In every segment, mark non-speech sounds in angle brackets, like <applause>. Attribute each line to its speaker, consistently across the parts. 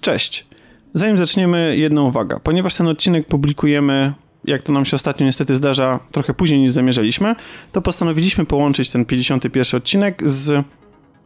Speaker 1: Cześć. Zanim zaczniemy, jedna uwaga. Ponieważ ten odcinek publikujemy, jak to nam się ostatnio niestety zdarza, trochę później niż zamierzaliśmy, to postanowiliśmy połączyć ten 51 odcinek z.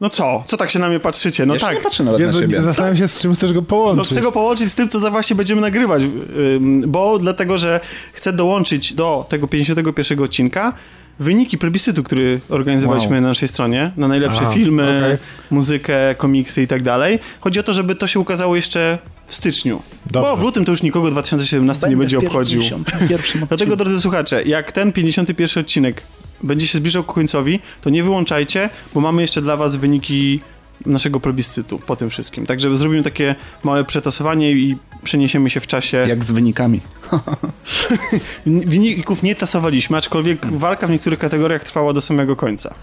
Speaker 1: No co? Co tak się na mnie patrzycie? No
Speaker 2: Jeszcze
Speaker 1: tak.
Speaker 2: nie patrzę nawet
Speaker 3: Jezu,
Speaker 2: na siebie.
Speaker 3: zastanawiam się, z czym chcesz go
Speaker 1: No
Speaker 3: połączyć.
Speaker 1: chcę go połączyć z tym, co za właśnie będziemy nagrywać, ym, bo dlatego, że chcę dołączyć do tego 51 odcinka wyniki plebiscytu, który organizowaliśmy
Speaker 3: Wow.
Speaker 1: na naszej stronie, na najlepsze
Speaker 3: Aha,
Speaker 1: filmy,
Speaker 3: okej.
Speaker 1: muzykę, komiksy i tak dalej. Chodzi o to, żeby to się ukazało jeszcze w styczniu,
Speaker 3: Dobrze.
Speaker 1: bo w lutym to już nikogo 2017 nie będzie obchodził.
Speaker 2: Pierwszym
Speaker 1: <laughs> Dlatego, drodzy słuchacze, jak ten 51 odcinek będzie się zbliżał ku końcowi, to nie wyłączajcie, bo mamy jeszcze dla was wyniki naszego plebiscytu po tym wszystkim. Także zrobimy takie małe przetasowanie i przeniesiemy się w czasie.
Speaker 2: Jak z wynikami.
Speaker 1: N- Wyników nie tasowaliśmy, aczkolwiek
Speaker 2: Hmm.
Speaker 1: walka w niektórych kategoriach trwała do samego końca.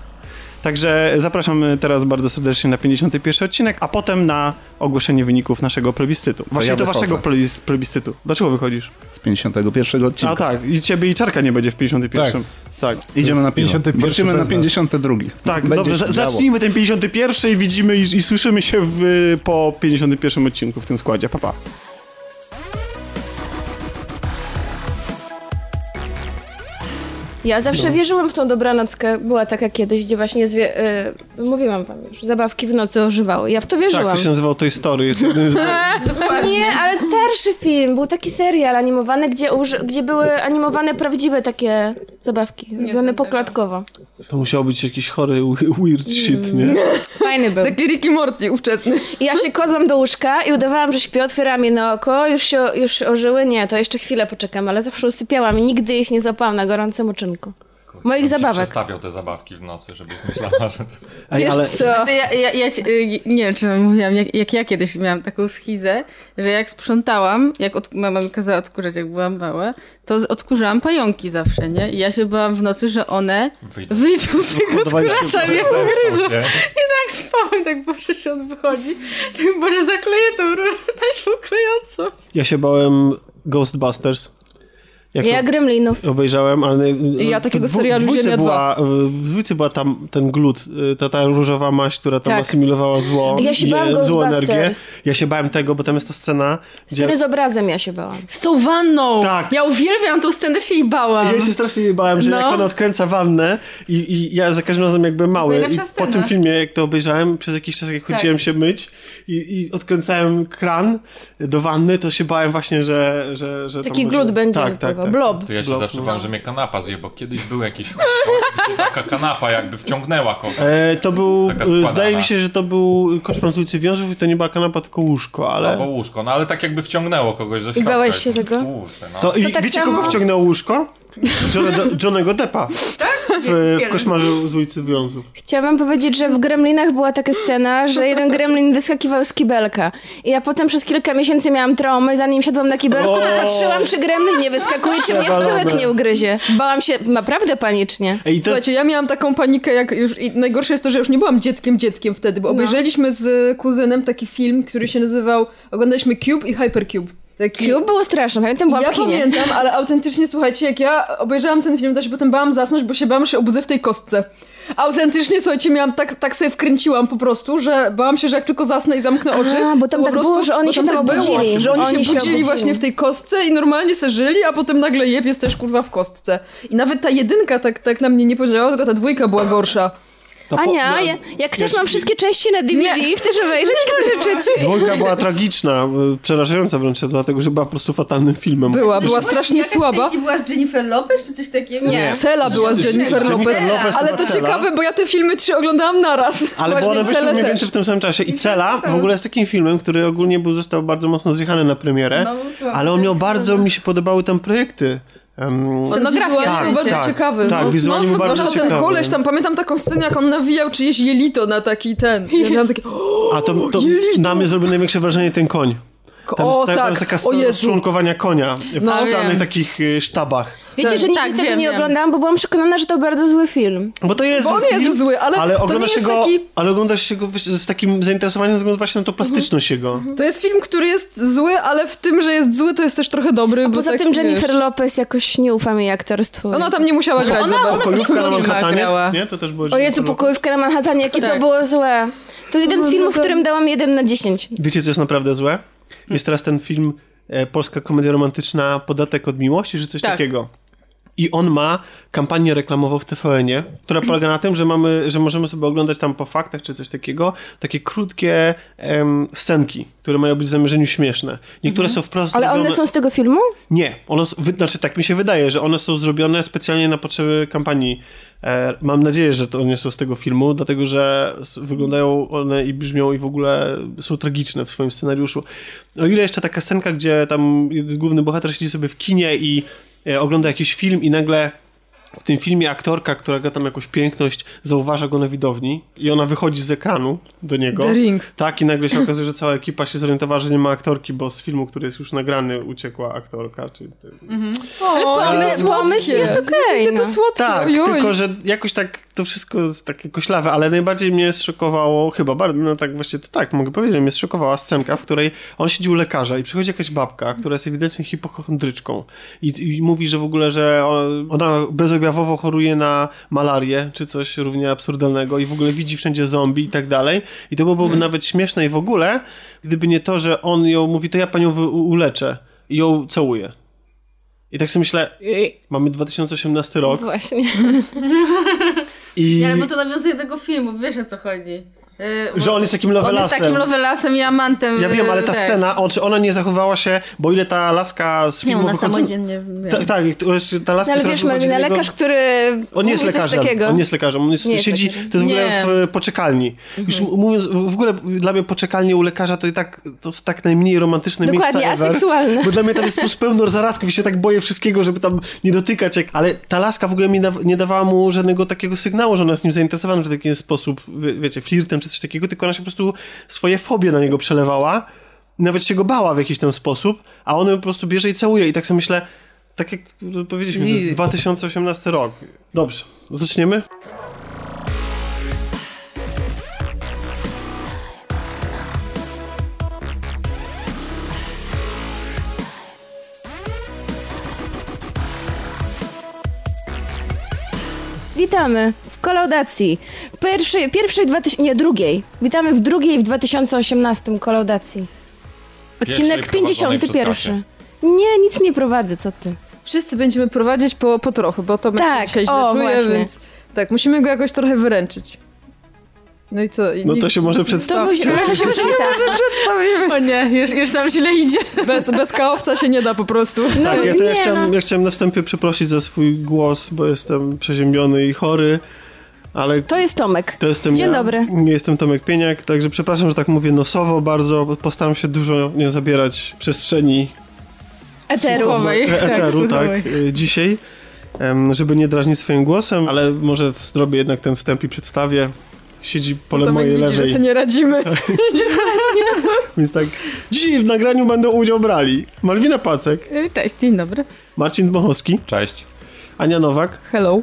Speaker 1: Także zapraszamy teraz bardzo serdecznie na 51 odcinek, a potem na ogłoszenie wyników naszego plebiscytu. Właśnie
Speaker 2: ja
Speaker 1: do
Speaker 2: wychodzę.
Speaker 1: waszego plebis- plebiscytu. Dlaczego wychodzisz?
Speaker 2: Z 51 odcinka.
Speaker 1: A tak, i ciebie i czarka nie będzie w 51. Tak. tak.
Speaker 2: Idziemy na
Speaker 3: To jest
Speaker 2: 51.
Speaker 3: 51
Speaker 2: Wrócimy na
Speaker 3: bez nas.
Speaker 2: 52.
Speaker 1: Tak,
Speaker 2: Będzie
Speaker 1: dobrze, za-
Speaker 2: się działo.
Speaker 1: zacznijmy ten 51 i widzimy i, i słyszymy się w, po 51 odcinku w tym składzie. Pa, pa.
Speaker 4: Ja zawsze
Speaker 1: No.
Speaker 4: wierzyłam w tą dobranockę. Była taka kiedyś, gdzie właśnie zwie... y, mówiłam wam już, zabawki w nocy ożywały. Ja w to
Speaker 1: Tak,
Speaker 4: wierzyłam.
Speaker 1: to się nazywało Toy Story. Jest jednym z...
Speaker 4: Nie, ale starszy film. Był taki serial animowany, gdzie, uż... gdzie były animowane prawdziwe takie zabawki, robione
Speaker 5: znam
Speaker 4: pokładkowo.
Speaker 1: To musiało być jakiś chory, we- weird shit, nie?
Speaker 4: Fajny był.
Speaker 5: Taki Ricky Morty ówczesny.
Speaker 4: Tak, I ja się kodłam do łóżka i udawałam, że śpię, otwieram je na oko, już się już się ożyły. Nie, to jeszcze chwilę poczekam, ale zawsze usypiałam i nigdy ich nie złapałam na gorącym uczynku. Moich zabawek.
Speaker 6: Przestawiał te zabawki w nocy, żeby myślała, że...
Speaker 1: Ej,
Speaker 4: Wiesz
Speaker 1: ale
Speaker 4: co?
Speaker 5: Ja, ja, ja, ci- y, nie wiem, czy wam mówiłam, jak, jak ja kiedyś miałam taką schizę, że jak sprzątałam, jak od, mama mi kazała odkurzać, jak byłam mała, to z- odkurzałam pająki zawsze, nie? I ja się bałam w nocy, że one
Speaker 6: Wyjdą.
Speaker 5: wyjdą z tego
Speaker 1: No, Dawaj się-
Speaker 5: odkurzacza i mnie pogryzą. Tak spałem, tak Boże, że on wychodzi. Tak Boże, zakleję tą rurę <laughs> taśmą klejącą.
Speaker 1: ja się bałem Ghostbusters. Jak
Speaker 4: Ja gremlinów.
Speaker 1: obejrzałem, ale...
Speaker 5: ja takiego
Speaker 1: w dwu-
Speaker 5: serialu
Speaker 1: w dwójce
Speaker 5: Ziemia
Speaker 1: była, W dwójce była tam ten glut, y, ta, ta różowa maść, która tam
Speaker 4: Tak.
Speaker 1: asymilowała zło
Speaker 4: Ja się
Speaker 1: i,
Speaker 4: bałam
Speaker 1: e, złą
Speaker 4: Ghostbusters.
Speaker 1: energię. Ja się bałem tego, bo tam jest ta scena, gdzie...
Speaker 4: Wtedy z obrazem ja się bałam.
Speaker 5: Z tą wanną!
Speaker 1: Tak.
Speaker 5: Ja uwielbiam tą scenę, też się jej bałam.
Speaker 1: Ja się strasznie jej bałem, że
Speaker 5: No.
Speaker 1: jak ona odkręca wannę i, i ja za każdym razem jakby mały. I
Speaker 5: najlepsza
Speaker 1: po
Speaker 5: scena.
Speaker 1: tym filmie, jak to obejrzałem, przez jakiś czas jak chodziłem
Speaker 4: Tak.
Speaker 1: się myć i, i odkręcałem kran do wanny, to się bałem właśnie, że... że, że tam
Speaker 4: Taki
Speaker 1: może-
Speaker 4: glut będzie
Speaker 1: Tak, tak,
Speaker 4: wypływał.
Speaker 1: tak.
Speaker 4: Blob.
Speaker 6: To ja się
Speaker 1: Blok,
Speaker 6: zawsze
Speaker 1: no.
Speaker 6: bałem, że mnie kanapa zje, bo kiedyś był jakiś chłopak, gdzie taka kanapa jakby wciągnęła kogoś.
Speaker 1: E, to był,
Speaker 6: Taka tak.
Speaker 1: e,
Speaker 6: składana.
Speaker 1: zdaje mi się, że to był koszmar z ulicy Wiązów i to nie była kanapa, tylko łóżko,
Speaker 6: Albo
Speaker 1: ale...
Speaker 6: łóżko, no ale tak jakby wciągnęło kogoś do środka.
Speaker 4: bałeś się
Speaker 6: jakby
Speaker 4: tego?
Speaker 6: Tłuste, no.
Speaker 1: To, i,
Speaker 4: To tak
Speaker 1: wiecie,
Speaker 4: samo-
Speaker 1: kogo wciągnęło
Speaker 4: <laughs>
Speaker 1: łóżko? Johna, Johnego Deppa
Speaker 4: Tak?
Speaker 1: w, w koszmarze z ulicy Wiązów.
Speaker 4: Chciałam powiedzieć, że w Gremlinach była taka scena, że jeden gremlin wyskakiwał z kibelka. I ja potem przez kilka miesięcy miałam traumę i zanim siadłam na kibelku,
Speaker 1: O!
Speaker 4: to patrzyłam, czy gremlin nie wyskakuje, czy mnie w tyłek
Speaker 1: Przewalone.
Speaker 4: nie ugryzie. Bałam się naprawdę panicznie.
Speaker 1: Ej, to jest
Speaker 7: Słuchajcie, ja miałam taką panikę, jak już. I najgorsze jest to, że już nie byłam dzieckiem dzieckiem wtedy, bo obejrzeliśmy z kuzynem taki film, który się nazywał. Oglądaliśmy Cube i Hypercube. Taki...
Speaker 4: Cube było straszne, pamiętam, byłam
Speaker 7: Ja
Speaker 4: w kinie.
Speaker 7: pamiętam, ale autentycznie słuchajcie, jak ja obejrzałam ten film, to się potem bałam zasnąć, bo się bałam, że się obudzę w tej kostce. Autentycznie, słuchajcie, miałam tak, tak sobie wkręciłam po prostu, że bałam się, że jak tylko zasnę i zamknę oczy.
Speaker 4: A, bo tam
Speaker 7: to po
Speaker 4: tak było, że oni
Speaker 7: bo
Speaker 4: się
Speaker 7: tam
Speaker 4: tam
Speaker 7: tak było,
Speaker 4: obudzili.
Speaker 7: Że oni,
Speaker 4: Oni się
Speaker 7: się obudzili
Speaker 4: obudzili.
Speaker 7: właśnie w tej kostce i normalnie se żyli, a potem nagle jeb, jesteś kurwa w kostce. I nawet ta jedynka tak, tak na mnie nie podziałała, tylko ta dwójka była gorsza.
Speaker 1: to po-
Speaker 4: Ania,
Speaker 1: no,
Speaker 4: ja, jak chcesz,
Speaker 1: ja-
Speaker 4: mam wszystkie części na DVD
Speaker 7: Nie.
Speaker 4: i chcesz obejrzeć, to życzę ci.
Speaker 1: Dwójka była tragiczna, y, przerażająca wręcz, dlatego że była po prostu fatalnym filmem.
Speaker 7: Była, była strasznie słaba.
Speaker 5: była z Jennifer Lopez czy coś takiego?
Speaker 4: Nie.
Speaker 7: Cela była z Jennifer Lopez.
Speaker 1: Lopez
Speaker 7: Ale
Speaker 1: była
Speaker 7: to
Speaker 1: Cela.
Speaker 7: ciekawe, bo ja te filmy trzy oglądałam naraz.
Speaker 1: Ale bo
Speaker 7: Właśnie
Speaker 1: one wyszły
Speaker 7: Cele
Speaker 1: mniej
Speaker 7: też.
Speaker 1: więcej w tym samym czasie. I
Speaker 5: I
Speaker 1: Cela
Speaker 5: tak
Speaker 1: w
Speaker 5: samo.
Speaker 1: ogóle jest takim filmem, który ogólnie był został bardzo mocno zjechany na premierę,
Speaker 5: No, był słaby.
Speaker 1: ale on miał bardzo, mi się podobały tam projekty. Um,
Speaker 7: Ten
Speaker 5: Scenografia
Speaker 7: wizualnie był
Speaker 5: tak,
Speaker 7: bardzo ciekawy.
Speaker 1: Tak,
Speaker 7: no.
Speaker 1: wizualnie
Speaker 5: no,
Speaker 1: był bardzo
Speaker 7: Zwłaszcza
Speaker 1: ciekawy.
Speaker 7: ten koleś tam, pamiętam taką scenę, jak on nawijał czyjeś jelito na taki ten. Ja miałam takie,
Speaker 1: A to, to na mnie zrobił największe wrażenie ten koń. Tam,
Speaker 7: o
Speaker 1: jest, tam,
Speaker 7: tak,
Speaker 1: tam jest taka
Speaker 7: o
Speaker 1: scena
Speaker 7: Jezu.
Speaker 1: rozczłonkowania konia w
Speaker 7: No,
Speaker 1: szklanych
Speaker 5: wiem.
Speaker 1: takich y, sztabach.
Speaker 4: Wiecie, że nigdy
Speaker 5: Tak,
Speaker 4: tego
Speaker 5: wiem,
Speaker 4: nie
Speaker 5: wiem.
Speaker 4: oglądałam, bo byłam przekonana, że to bardzo zły film.
Speaker 1: Bo to jest
Speaker 7: Bo on
Speaker 1: film,
Speaker 7: jest zły, ale to
Speaker 1: oglądasz
Speaker 7: nie jest
Speaker 1: go,
Speaker 7: taki-
Speaker 1: ale oglądasz się go wiesz, z takim zainteresowaniem ze względu właśnie na tą plastyczność jego.
Speaker 7: To jest film, który jest zły, ale w tym, że jest zły, to jest też trochę dobry.
Speaker 4: A
Speaker 7: bo
Speaker 4: poza
Speaker 7: tak,
Speaker 4: tym Jennifer
Speaker 7: wiesz,
Speaker 4: Lopez jakoś nie ufa jej aktorstwu.
Speaker 7: Ona tam nie musiała grać
Speaker 5: Ona-
Speaker 7: za bardzo.
Speaker 5: ona-
Speaker 1: Pokojówka na
Speaker 5: filmach
Speaker 1: Manhattanie?
Speaker 5: grała.
Speaker 1: Nie? To też było
Speaker 4: O Jezu,
Speaker 1: Jennifer Lopez.
Speaker 4: pokojówka na Manhattanie, jakie to
Speaker 5: Tak.
Speaker 1: No,
Speaker 4: było złe. To jeden z filmów, w którym dałam 1 na 10. Hmm.
Speaker 1: Wiecie, co jest naprawdę złe? Jest teraz ten film e, Polska komedia romantyczna Podatek od miłości, czy coś
Speaker 5: Tak.
Speaker 1: takiego. I on ma kampanię reklamową w TVN-ie, która
Speaker 4: Mhm.
Speaker 1: polega na tym, że, mamy, że możemy sobie oglądać tam po faktach czy coś takiego, takie krótkie em, scenki, które mają być w zamierzeniu śmieszne. Niektóre są wprost
Speaker 4: Mhm. Ale one
Speaker 1: zrobione-
Speaker 4: są z tego filmu?
Speaker 1: nie, one, s- wy, znaczy tak mi się wydaje, że one są zrobione specjalnie na potrzeby kampanii. E, mam nadzieję, że to nie są z tego filmu, dlatego że s- wyglądają one i brzmią i w ogóle są tragiczne w swoim scenariuszu. O ile jeszcze taka scenka, gdzie tam jeden główny bohater siedzi sobie w kinie i e, ogląda jakiś film i nagle w tym filmie aktorka, która gra tam jakąś piękność, zauważa go na widowni i ona wychodzi z ekranu do niego.
Speaker 7: The Ring.
Speaker 1: Tak, i nagle się okazuje, że cała ekipa się zorientowała, że nie ma aktorki, bo z filmu, który jest już nagrany, uciekła aktorka. Czyli...
Speaker 7: O,
Speaker 4: Pomysł, pomysł jest okej.
Speaker 7: Jakie
Speaker 4: no.
Speaker 7: to słodkie,
Speaker 1: Tak,
Speaker 7: ojoj.
Speaker 1: tylko że jakoś tak to wszystko jest takie koślawe, ale najbardziej mnie zszokowało, chyba bardzo, no tak właśnie to tak, mogę powiedzieć, że mnie zszokowała scenka, w której on siedzi u lekarza i przychodzi jakaś babka, która jest ewidentnie hipochondryczką i, i mówi, że w ogóle, że on- ona bezobjawowo choruje na malarię, czy coś równie absurdalnego i w ogóle widzi wszędzie zombie i tak dalej i to byłoby nawet śmieszne i w ogóle, gdyby nie to, że on ją mówi, to ja panią wy- u- uleczę i ją całuje. I tak sobie myślę, mamy 2018 rok,
Speaker 4: Właśnie.
Speaker 1: i
Speaker 5: Nie, ale bo to nawiązuje do tego filmu, wiesz o co chodzi. Yy, bo-
Speaker 1: że on jest takim
Speaker 5: on jest
Speaker 1: lovelastem.
Speaker 5: takim lovelasem i amantem.
Speaker 1: Ja wiem, ale ta
Speaker 5: yy, tak.
Speaker 1: scena, on, czy ona nie zachowała się, bo ile ta laska z
Speaker 5: Nie,
Speaker 1: filmu
Speaker 5: ona
Speaker 1: wychodzi...
Speaker 5: samodzielnie. nie.
Speaker 1: Tak, tak, i to jest ta laska,
Speaker 4: No, ale
Speaker 1: która
Speaker 4: wiesz,
Speaker 1: wychodzi
Speaker 4: Marlina,
Speaker 1: do niego-
Speaker 4: lekarz, który
Speaker 1: On nie jest
Speaker 4: mówi coś
Speaker 1: lekarzem,
Speaker 4: takiego.
Speaker 1: on nie jest lekarzem, on jest,
Speaker 4: Nie jest
Speaker 1: siedzi,
Speaker 4: lekarzem.
Speaker 1: to jest w ogóle
Speaker 5: Nie. Mhm.
Speaker 1: w e, poczekalni. Już m- mówiąc, w w ogóle dla mnie poczekalnie u lekarza to i tak, to są tak najmniej romantyczne
Speaker 4: Dokładnie,
Speaker 1: miejsca ever.
Speaker 4: aseksualne.
Speaker 1: Bo dla mnie tam jest po prostu pełno zarazków i się tak boję wszystkiego, żeby tam nie dotykać. Jak... Ale ta laska w ogóle mi daw- nie dawała mu żadnego takiego sygnału, że ona jest nim zainteresowana w taki sposób, wie, wiecie, flirtem czy coś takiego, tylko ona się po prostu swoje fobie na niego przelewała. Nawet się go bała w jakiś ten sposób, a on ją po prostu bierze i całuje. I tak sobie myślę, tak jak powiedzieliśmy, to jest 2018 rok. Dobrze, zaczniemy?
Speaker 4: Witamy w kolaudacji. Pierwszej, pierwszej 2000, nie drugiej. Witamy w drugiej w 2018 kolaudacji. Odcinek
Speaker 6: prowadzonej przez
Speaker 4: 51.
Speaker 6: Kasię.
Speaker 4: Nie, nic nie prowadzę, co ty.
Speaker 7: Wszyscy będziemy prowadzić po, po trochu, bo to
Speaker 4: Tak,
Speaker 7: tak. się źle
Speaker 4: o,
Speaker 7: czuje,
Speaker 4: właśnie.
Speaker 7: więc... Tak, musimy go jakoś trochę wyręczyć. No i co? I
Speaker 1: No
Speaker 7: nie-
Speaker 1: to się może
Speaker 4: To
Speaker 1: przedstawić.
Speaker 4: musi- może się
Speaker 1: <laughs>
Speaker 4: przywitać.
Speaker 7: Przedstawimy.
Speaker 5: O nie, już, już tam źle idzie.
Speaker 7: Bez, bez kaowca się nie da po prostu.
Speaker 1: Tak, ja, to ja,
Speaker 4: nie,
Speaker 1: chciałem,
Speaker 4: no.
Speaker 1: ja chciałem na wstępie przeprosić za swój głos, bo jestem przeziębiony i chory, ale
Speaker 4: To jest Tomek.
Speaker 1: to jestem
Speaker 4: Dzień
Speaker 1: ja.
Speaker 4: dobry.
Speaker 1: Nie jestem Tomek Pieniak, także przepraszam, że tak mówię nosowo bardzo, bo postaram się dużo nie zabierać przestrzeni
Speaker 4: Eteru.
Speaker 5: Słuchowej.
Speaker 1: e- eteru, tak,
Speaker 5: słuchowej.
Speaker 1: e, dzisiaj, em, żeby nie drażnić swoim głosem, ale może w- zrobię jednak ten wstęp i przedstawię. Siedzi po le-
Speaker 7: Tomek
Speaker 1: mojej
Speaker 7: widzi, No że
Speaker 1: lewej,
Speaker 7: sobie nie radzimy.
Speaker 1: więc tak. Dzisiaj w nagraniu będą udział brali Malwina Pacek,
Speaker 5: Yy, Cześć, dzień dobry.
Speaker 1: Marcin Dmochowski,
Speaker 6: Cześć.
Speaker 1: Ania Nowak
Speaker 7: Hello.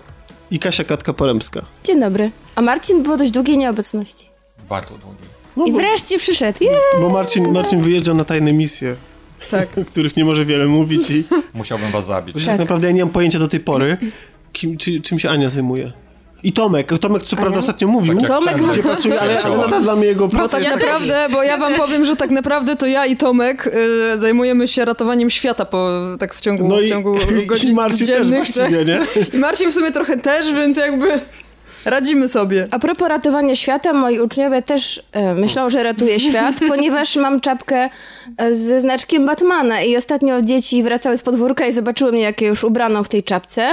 Speaker 1: i Kasia Katka-Poremska.
Speaker 4: Dzień dobry. A Marcin był dość długiej nieobecności.
Speaker 6: Bardzo długi.
Speaker 1: No,
Speaker 4: I
Speaker 1: bo-
Speaker 4: wreszcie przyszedł. Je!
Speaker 1: Bo Marcin, Marcin wyjeżdża na tajne misje,
Speaker 7: Tak.
Speaker 1: o <laughs> których nie może wiele mówić i
Speaker 6: Musiałbym was zabić.
Speaker 1: tak. tak naprawdę ja nie mam pojęcia do tej pory, kim, czy, czym się Ania zajmuje. I Tomek, Tomek co prawda ostatnio mówił,
Speaker 6: jak
Speaker 4: Tomek
Speaker 6: Czarnek.
Speaker 1: gdzie pracuje, ale, ale nadal dla mnie jego
Speaker 7: Tak, Bo
Speaker 1: praca
Speaker 7: tak
Speaker 1: jest taka-
Speaker 7: naprawdę, bo ja wam powiem, że tak naprawdę to ja i Tomek y, zajmujemy się ratowaniem świata po, tak w ciągu,
Speaker 1: No
Speaker 7: w
Speaker 1: i,
Speaker 7: ciągu
Speaker 1: <laughs> i
Speaker 7: godzin
Speaker 1: Marcin też
Speaker 7: dziennych.
Speaker 1: właściwie,
Speaker 7: <laughs>
Speaker 1: nie?
Speaker 7: I Marcin w sumie trochę też, więc jakby radzimy sobie.
Speaker 4: A propos ratowania świata, moi uczniowie też e, myślą, że ratuje <laughs> świat, ponieważ mam czapkę e, ze znaczkiem Batmana i ostatnio dzieci wracały z podwórka i zobaczyły mnie, jakie już ubrano w tej czapce.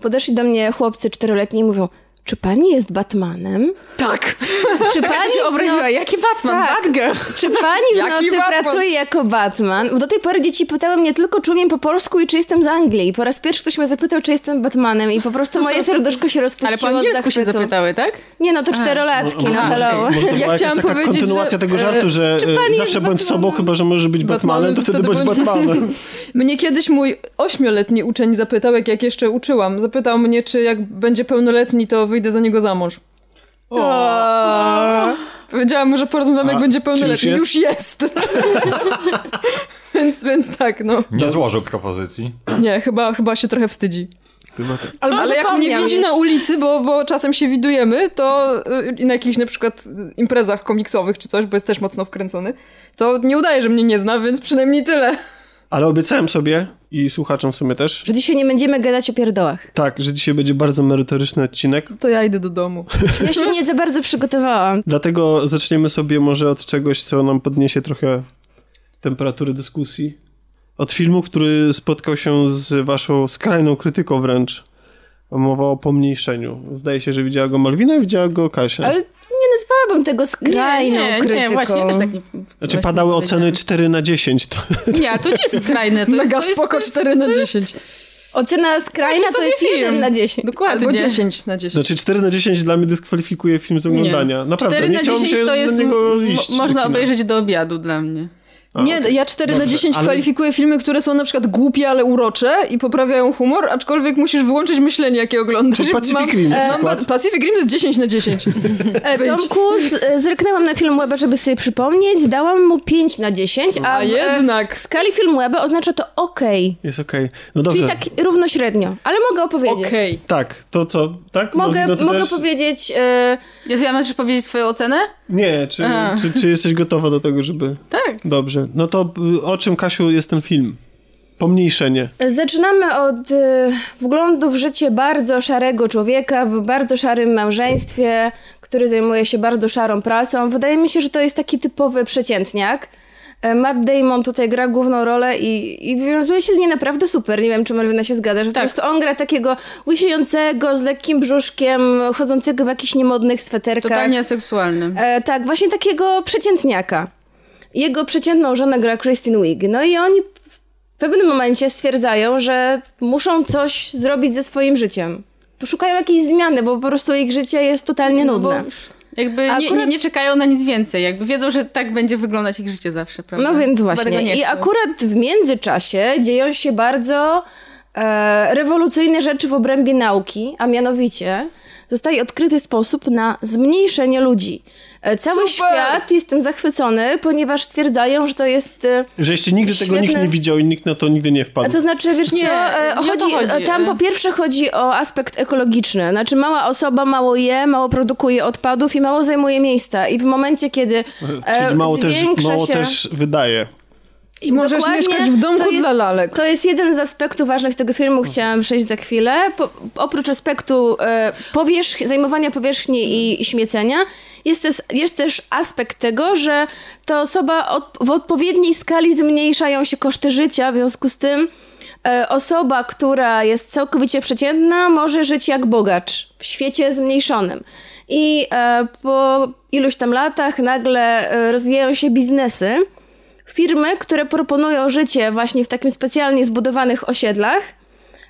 Speaker 4: Podeszli do mnie chłopcy czteroletni i mówią, czy pani jest Batmanem?
Speaker 7: Tak.
Speaker 4: Czy pani
Speaker 5: Ja się obraziła, jaki Batman,
Speaker 4: Tak.
Speaker 5: Batgirl.
Speaker 4: Czy pani w
Speaker 7: <laughs> Jaki
Speaker 4: nocy
Speaker 7: Batman?
Speaker 4: pracuje jako Batman? Bo do tej pory dzieci pytały mnie tylko, czy umiem po polsku i czy jestem z Anglii. Po raz pierwszy ktoś mnie zapytał, czy jestem Batmanem i po prostu
Speaker 5: <laughs>
Speaker 4: moje serduszko się
Speaker 5: Ale po
Speaker 4: rozpuściło od
Speaker 5: angielsku się
Speaker 4: zachwytu.
Speaker 5: zapytały, tak?
Speaker 4: Nie no, to czterolatki, no hello.
Speaker 1: Może to była jakaś
Speaker 7: chciałam
Speaker 1: taka
Speaker 7: powiedzieć, że,
Speaker 1: kontynuacja tego
Speaker 7: e,
Speaker 1: żartu, że e,
Speaker 7: pani jest
Speaker 1: zawsze bądź sobą,
Speaker 7: Batmanem?
Speaker 1: chyba że możesz być Batmanem, to wtedy bądź Batmanem.
Speaker 7: Mnie kiedyś mój ośmioletni uczeń zapytał, jak, jak jeszcze uczyłam, zapytał mnie, czy jak będzie pełnoletni, to wyjdę za niego za mąż. Powiedziałam mu, że porozmawiam,
Speaker 1: A,
Speaker 7: jak będzie
Speaker 1: czy już
Speaker 7: pełnoletni.
Speaker 1: jest?
Speaker 7: Już jest. <laughs> więc, tak, no. więc tak, no.
Speaker 6: Nie złożył propozycji.
Speaker 7: Nie, chyba, chyba się trochę wstydzi.
Speaker 1: Chyba tak.
Speaker 7: Albo
Speaker 5: Ale
Speaker 7: ale jak mnie
Speaker 5: zapomniał
Speaker 7: widzi
Speaker 5: już.
Speaker 7: na ulicy, bo, bo czasem się widujemy, to y, na jakichś na przykład imprezach komiksowych czy coś, bo jest też mocno wkręcony, to nie udaje, że mnie nie zna, więc przynajmniej tyle.
Speaker 1: Ale obiecałem sobie i słuchaczom w sumie też,
Speaker 4: Że dzisiaj nie będziemy gadać o pierdołach.
Speaker 1: tak, że dzisiaj będzie bardzo merytoryczny odcinek.
Speaker 7: To ja idę do domu.
Speaker 4: Ja się nie za bardzo przygotowałam.
Speaker 1: Dlatego zaczniemy sobie może od czegoś, co nam podniesie trochę temperatury dyskusji. Od filmu, który spotkał się z waszą skrajną krytyką wręcz. Mowa o pomniejszeniu. Zdaje się, że widziała go Malwina, widziała go Kasia. Znaczy,
Speaker 4: Ale nie nazwałabym tego skrajną
Speaker 5: nie, nie,
Speaker 4: krytyką.
Speaker 5: nie, właśnie też tak nie...
Speaker 1: Znaczy
Speaker 5: właśnie tak.
Speaker 1: padały oceny
Speaker 5: powiedziałem.
Speaker 1: 4 na 10. To, <laughs>
Speaker 5: Nie, to nie jest skrajne. To
Speaker 7: Mega
Speaker 5: jest, to jest,
Speaker 7: spoko
Speaker 5: to jest,
Speaker 7: 4 na 10.
Speaker 4: Ocena skrajna
Speaker 5: Taki
Speaker 4: to
Speaker 5: sobie
Speaker 4: jest
Speaker 5: film.
Speaker 4: 1 na 10.
Speaker 5: Dokładnie.
Speaker 7: Albo 10 na 10.
Speaker 1: znaczy 4 na 10 dla mnie dyskwalifikuje film z oglądania. Naprawdę,
Speaker 5: 4
Speaker 1: nie
Speaker 5: na
Speaker 1: chciałbym
Speaker 5: 10
Speaker 1: się
Speaker 5: to jest...
Speaker 1: do niego
Speaker 5: m-
Speaker 1: iść. do
Speaker 5: można
Speaker 1: kina.
Speaker 5: obejrzeć do obiadu dla mnie.
Speaker 1: A,
Speaker 7: nie,
Speaker 1: okej.
Speaker 7: ja 4 na
Speaker 1: Dobrze,
Speaker 7: 10
Speaker 1: ale-
Speaker 7: kwalifikuję filmy, które są na przykład głupie, ale urocze i poprawiają humor, aczkolwiek musisz wyłączyć myślenie, jakie oglądasz.
Speaker 1: Czy Pacific
Speaker 7: Mam-
Speaker 1: Rim na
Speaker 7: Mam,
Speaker 1: przykład.
Speaker 7: Pacific Rim to jest 10
Speaker 4: <laughs>
Speaker 7: na 10.
Speaker 4: E,
Speaker 7: Wyjdź.
Speaker 4: Tomku, z, e, zerknęłam na film Weba, żeby sobie przypomnieć. Dałam mu 5 na 10, a,
Speaker 7: A
Speaker 4: w, e,
Speaker 7: jednak.
Speaker 4: w skali film Weba oznacza to OK.
Speaker 1: Jest okej. No dobrze.
Speaker 4: Czyli tak równo średnio. Ale mogę opowiedzieć.
Speaker 7: Okej.
Speaker 1: Tak, to co? Tak?
Speaker 4: Mogę,
Speaker 1: Malwina, ty
Speaker 4: mogę
Speaker 1: też?
Speaker 4: powiedzieć. E,
Speaker 5: Jezu, ja masz powiedzieć swoją ocenę?
Speaker 1: Nie, czy,
Speaker 5: A.
Speaker 1: czy, czy jesteś gotowa do tego, żeby...
Speaker 5: Tak.
Speaker 1: Dobrze. No to y, o czym, Kasiu, jest ten film? Pomniejszenie.
Speaker 4: Zaczynamy od e, wglądu w życie bardzo szarego człowieka, w bardzo szarym małżeństwie, który zajmuje się bardzo szarą pracą. Wydaje mi się, że to jest taki typowy przeciętniak. E, Matt Damon tutaj gra główną rolę i, i wywiązuje się z niej naprawdę super. Nie wiem, czy Malwina się zgadza, że po prostu on gra takiego łysiejącego, z lekkim brzuszkiem, chodzącego w jakichś niemodnych sweterkach.
Speaker 5: Totalnie seksualny.
Speaker 4: E, tak, właśnie takiego przeciętniaka. Jego przeciętną żonę gra Kristen Wiig. No i oni w pewnym momencie stwierdzają, że muszą coś zrobić ze swoim życiem. Poszukają jakiejś zmiany, bo po prostu ich życie jest totalnie
Speaker 5: No bo
Speaker 4: nudne.
Speaker 5: Jakby
Speaker 4: Akurat-
Speaker 5: nie, nie, nie czekają na nic więcej. Jakby wiedzą, że tak będzie wyglądać ich życie zawsze, prawda?
Speaker 4: No więc
Speaker 5: Chyba tego
Speaker 4: właśnie.
Speaker 5: nie
Speaker 4: I
Speaker 5: chcą.
Speaker 4: akurat w międzyczasie dzieją się bardzo e, rewolucyjne rzeczy w obrębie nauki, a mianowicie zostaje odkryty sposób na zmniejszenie ludzi. E, cały
Speaker 7: Super!
Speaker 4: świat jest tym zachwycony, ponieważ stwierdzają, że to jest... E,
Speaker 1: Że jeszcze nigdy tego
Speaker 4: Świetne-
Speaker 1: nikt nie widział i nikt na to nigdy nie
Speaker 4: A
Speaker 1: wpadł.
Speaker 4: to znaczy, wiesz
Speaker 5: Nie,
Speaker 4: co, e,
Speaker 5: nie o to
Speaker 4: chodzi,
Speaker 5: chodzi,
Speaker 4: e, tam
Speaker 5: e.
Speaker 4: po pierwsze chodzi o aspekt ekologiczny, znaczy mała osoba mało je, mało produkuje odpadów i mało zajmuje miejsca i w momencie, kiedy e,
Speaker 1: Czyli mało, też,
Speaker 4: zwiększa
Speaker 1: mało
Speaker 4: się...
Speaker 1: też wydaje.
Speaker 7: I możesz
Speaker 4: Dokładnie,
Speaker 7: mieszkać w domku
Speaker 4: to jest-
Speaker 7: dla lalek.
Speaker 4: To jest jeden z aspektów ważnych tego filmu, chciałam przejść za chwilę. Po, oprócz aspektu e, powierzch, zajmowania powierzchni i, i śmiecenia, jest też, jest też aspekt tego, że to osoba od, w odpowiedniej skali zmniejszają się koszty życia, w związku z tym e, osoba, która jest całkowicie przeciętna, może żyć jak bogacz w świecie zmniejszonym. I e, po iluś tam latach nagle e, rozwijają się biznesy firmy, które proponują życie właśnie w takim specjalnie zbudowanych osiedlach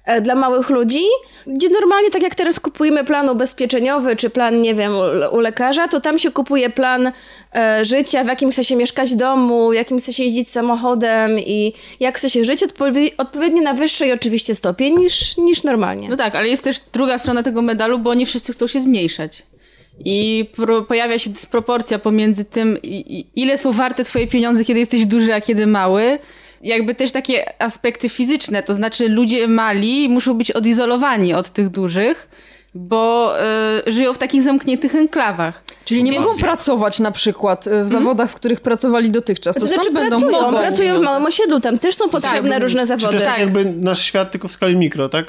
Speaker 4: e, dla małych ludzi, gdzie normalnie tak jak teraz kupujemy plan ubezpieczeniowy czy plan, nie wiem, u- u lekarza, to tam się kupuje plan e, życia, w jakim chce się mieszkać w domu, w jakim chce się jeździć samochodem i jak chce się żyć odpowi- odpowiednio na wyższej oczywiście stopień niż, niż normalnie.
Speaker 5: No tak, ale jest też druga strona tego medalu, bo nie wszyscy chcą się zmniejszać. I pro, pojawia się dysproporcja pomiędzy tym, i, i, ile są warte twoje pieniądze, kiedy jesteś duży, a kiedy mały. Jakby też takie aspekty fizyczne, to znaczy ludzie mali muszą być odizolowani od tych dużych, bo y, żyją w takich zamkniętych enklawach.
Speaker 7: Czyli nie mogą pracować na przykład y, w zawodach, w których pracowali dotychczas. To,
Speaker 4: To
Speaker 7: stąd
Speaker 4: Mhm. znaczy
Speaker 7: będą
Speaker 4: pracują,
Speaker 7: mogą.
Speaker 4: pracują w małym osiedlu, tam też są potrzebne różne
Speaker 1: Czyli to
Speaker 4: zawody.
Speaker 1: jest tak
Speaker 5: No Tak.
Speaker 1: jakby nasz świat, tylko w skali mikro, tak?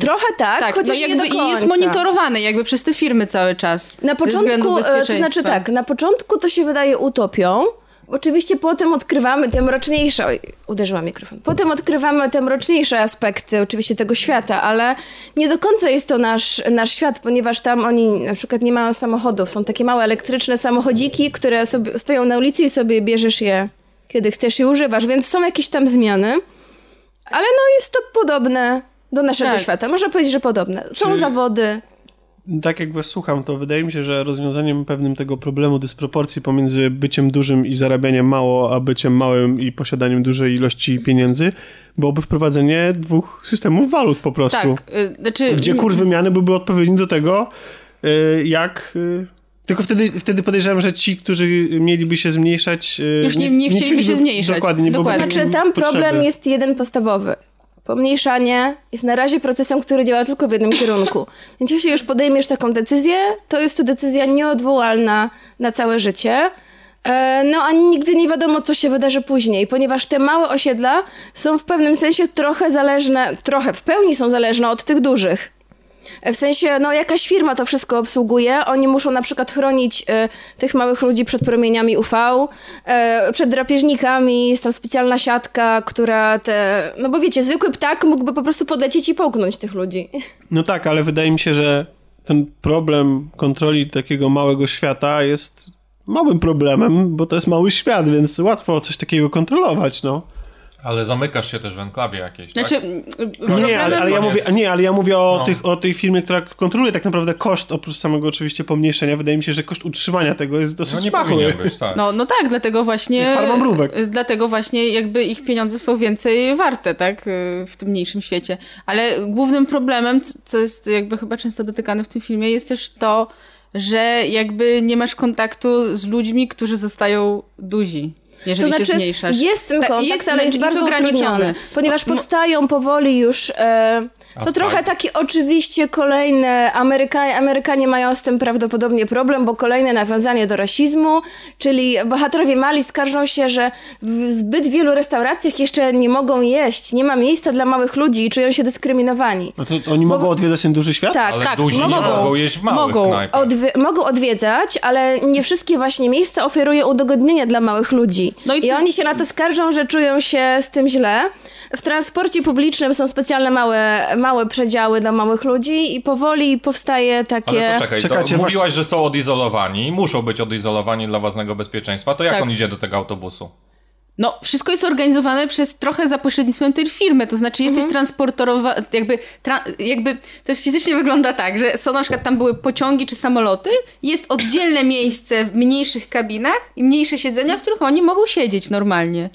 Speaker 4: Trochę tak,
Speaker 5: Tak,
Speaker 4: chociaż
Speaker 5: no
Speaker 4: nie do
Speaker 5: jakby
Speaker 4: końca.
Speaker 5: i jest monitorowane jakby przez te firmy cały czas.
Speaker 4: Na
Speaker 5: ze względu
Speaker 4: początku, e, to
Speaker 5: bezpieczeństwa.
Speaker 4: znaczy tak, na początku to się wydaje utopią. Oczywiście potem odkrywamy te mroczniejsze. Oj, uderzyła mikrofon. Potem odkrywamy te mroczniejsze aspekty oczywiście tego świata, ale nie do końca jest to nasz, nasz świat, ponieważ tam oni na przykład nie mają samochodów. Są takie małe elektryczne samochodziki, które sobie, stoją na ulicy i sobie bierzesz je, kiedy chcesz i używasz, więc są jakieś tam zmiany. Ale no jest to podobne do naszego
Speaker 5: Tak.
Speaker 4: świata. Można powiedzieć, że podobne. Są
Speaker 1: Czyli-
Speaker 4: zawody.
Speaker 1: Tak jak was słucham, to wydaje mi się, że rozwiązaniem pewnym tego problemu dysproporcji pomiędzy byciem dużym i zarabianiem mało, a byciem małym i posiadaniem dużej ilości pieniędzy byłoby wprowadzenie dwóch systemów walut po prostu.
Speaker 5: Tak, y, znaczy...
Speaker 1: Gdzie kurs wymiany byłby odpowiedni do tego, y, jak. y, Tylko wtedy, wtedy podejrzewam, że ci, którzy mieliby się zmniejszać. y,
Speaker 5: Już nie- nie chcieliby się
Speaker 1: czuliby-
Speaker 5: zmniejszać.
Speaker 1: Dokładnie, nie byłoby
Speaker 5: Dokładnie.
Speaker 1: takiej
Speaker 4: Znaczy, tam
Speaker 1: potrzeby.
Speaker 4: problem jest jeden podstawowy. Po- Pomniejszanie jest na razie procesem, który działa tylko w jednym kierunku. Więc jeśli już podejmiesz taką decyzję, to jest to decyzja nieodwołalna na całe życie. E, No, a nigdy nie wiadomo, co się wydarzy później, ponieważ te małe osiedla są w pewnym sensie trochę zależne, trochę w pełni są zależne od tych dużych. W sensie, no jakaś firma to wszystko obsługuje, oni muszą na przykład chronić e, tych małych ludzi przed promieniami UV, e, przed drapieżnikami, jest tam specjalna siatka, która te... No bo wiecie, zwykły ptak mógłby po prostu podlecieć i połknąć tych ludzi.
Speaker 1: No tak, ale wydaje mi się, że ten problem kontroli takiego małego świata jest małym problemem, bo to jest mały świat, więc łatwo coś takiego kontrolować, no.
Speaker 6: Ale zamykasz się też w enklawie jakiejś,
Speaker 5: Znaczy,
Speaker 6: tak?
Speaker 5: m,
Speaker 1: Nie, ale, ale ja
Speaker 6: Koniec.
Speaker 1: mówię, a nie, ale ja mówię o,
Speaker 6: No.
Speaker 1: tych, o tej firmie, która kontroluje tak naprawdę koszt, oprócz samego oczywiście pomniejszenia. Wydaje mi się, że koszt utrzymania tego jest
Speaker 6: No
Speaker 1: dosyć
Speaker 6: nie
Speaker 1: mały.
Speaker 6: powinien być, tak.
Speaker 5: No, no tak, dlatego właśnie.
Speaker 1: Jak farma mrówek.
Speaker 5: y, Dlatego właśnie jakby ich pieniądze są więcej warte, tak? y, W tym mniejszym świecie. Ale głównym problemem, c- co jest jakby chyba często dotykane w tym filmie, jest też to, że jakby nie masz kontaktu z ludźmi, którzy zostają duzi. Jeżeli
Speaker 4: to
Speaker 5: się
Speaker 4: znaczy,
Speaker 5: zmniejszasz.
Speaker 4: jest ten
Speaker 5: Ta-
Speaker 4: kontakt,
Speaker 5: jest,
Speaker 4: ale jest
Speaker 5: znaczy,
Speaker 4: bardzo ograniczony, ponieważ
Speaker 5: No,
Speaker 4: powstają powoli już... E,
Speaker 6: A
Speaker 4: to
Speaker 6: Skype?
Speaker 4: trochę takie oczywiście kolejne... Ameryka, Amerykanie mają z tym prawdopodobnie problem, bo kolejne nawiązanie do rasizmu, czyli bohaterowie mali skarżą się, że w zbyt wielu restauracjach jeszcze nie mogą jeść, nie ma miejsca dla małych ludzi i czują się dyskryminowani.
Speaker 1: A to, No to oni mogą odwiedzać ten duży świat?
Speaker 4: Tak,
Speaker 6: ale
Speaker 5: tak,
Speaker 6: duzi nie
Speaker 5: mogą.
Speaker 6: mogą jeść w małych
Speaker 5: Mogą.
Speaker 6: knajpach.
Speaker 4: odwy- mogą odwiedzać, ale nie wszystkie właśnie miejsca oferują udogodnienia dla małych ludzi.
Speaker 5: No
Speaker 4: No
Speaker 5: i
Speaker 4: i,
Speaker 5: to-
Speaker 4: oni się na to skarżą, że czują się z tym źle. W transporcie publicznym są specjalne małe, małe przedziały dla małych ludzi i powoli powstaje takie...
Speaker 6: Ale poczekaj,
Speaker 1: Czekajcie,
Speaker 6: to mówiłaś,
Speaker 1: właśnie-
Speaker 6: że są odizolowani, muszą być odizolowani dla własnego bezpieczeństwa, to jak
Speaker 5: Tak.
Speaker 6: on idzie do tego autobusu?
Speaker 5: No, wszystko jest organizowane przez trochę za pośrednictwem tej firmy, to znaczy jesteś transportorowa, jakby, tra, jakby to jest fizycznie wygląda tak, że są na przykład tam były pociągi czy samoloty, jest oddzielne miejsce w mniejszych kabinach i mniejsze siedzenia, w których oni mogą siedzieć normalnie.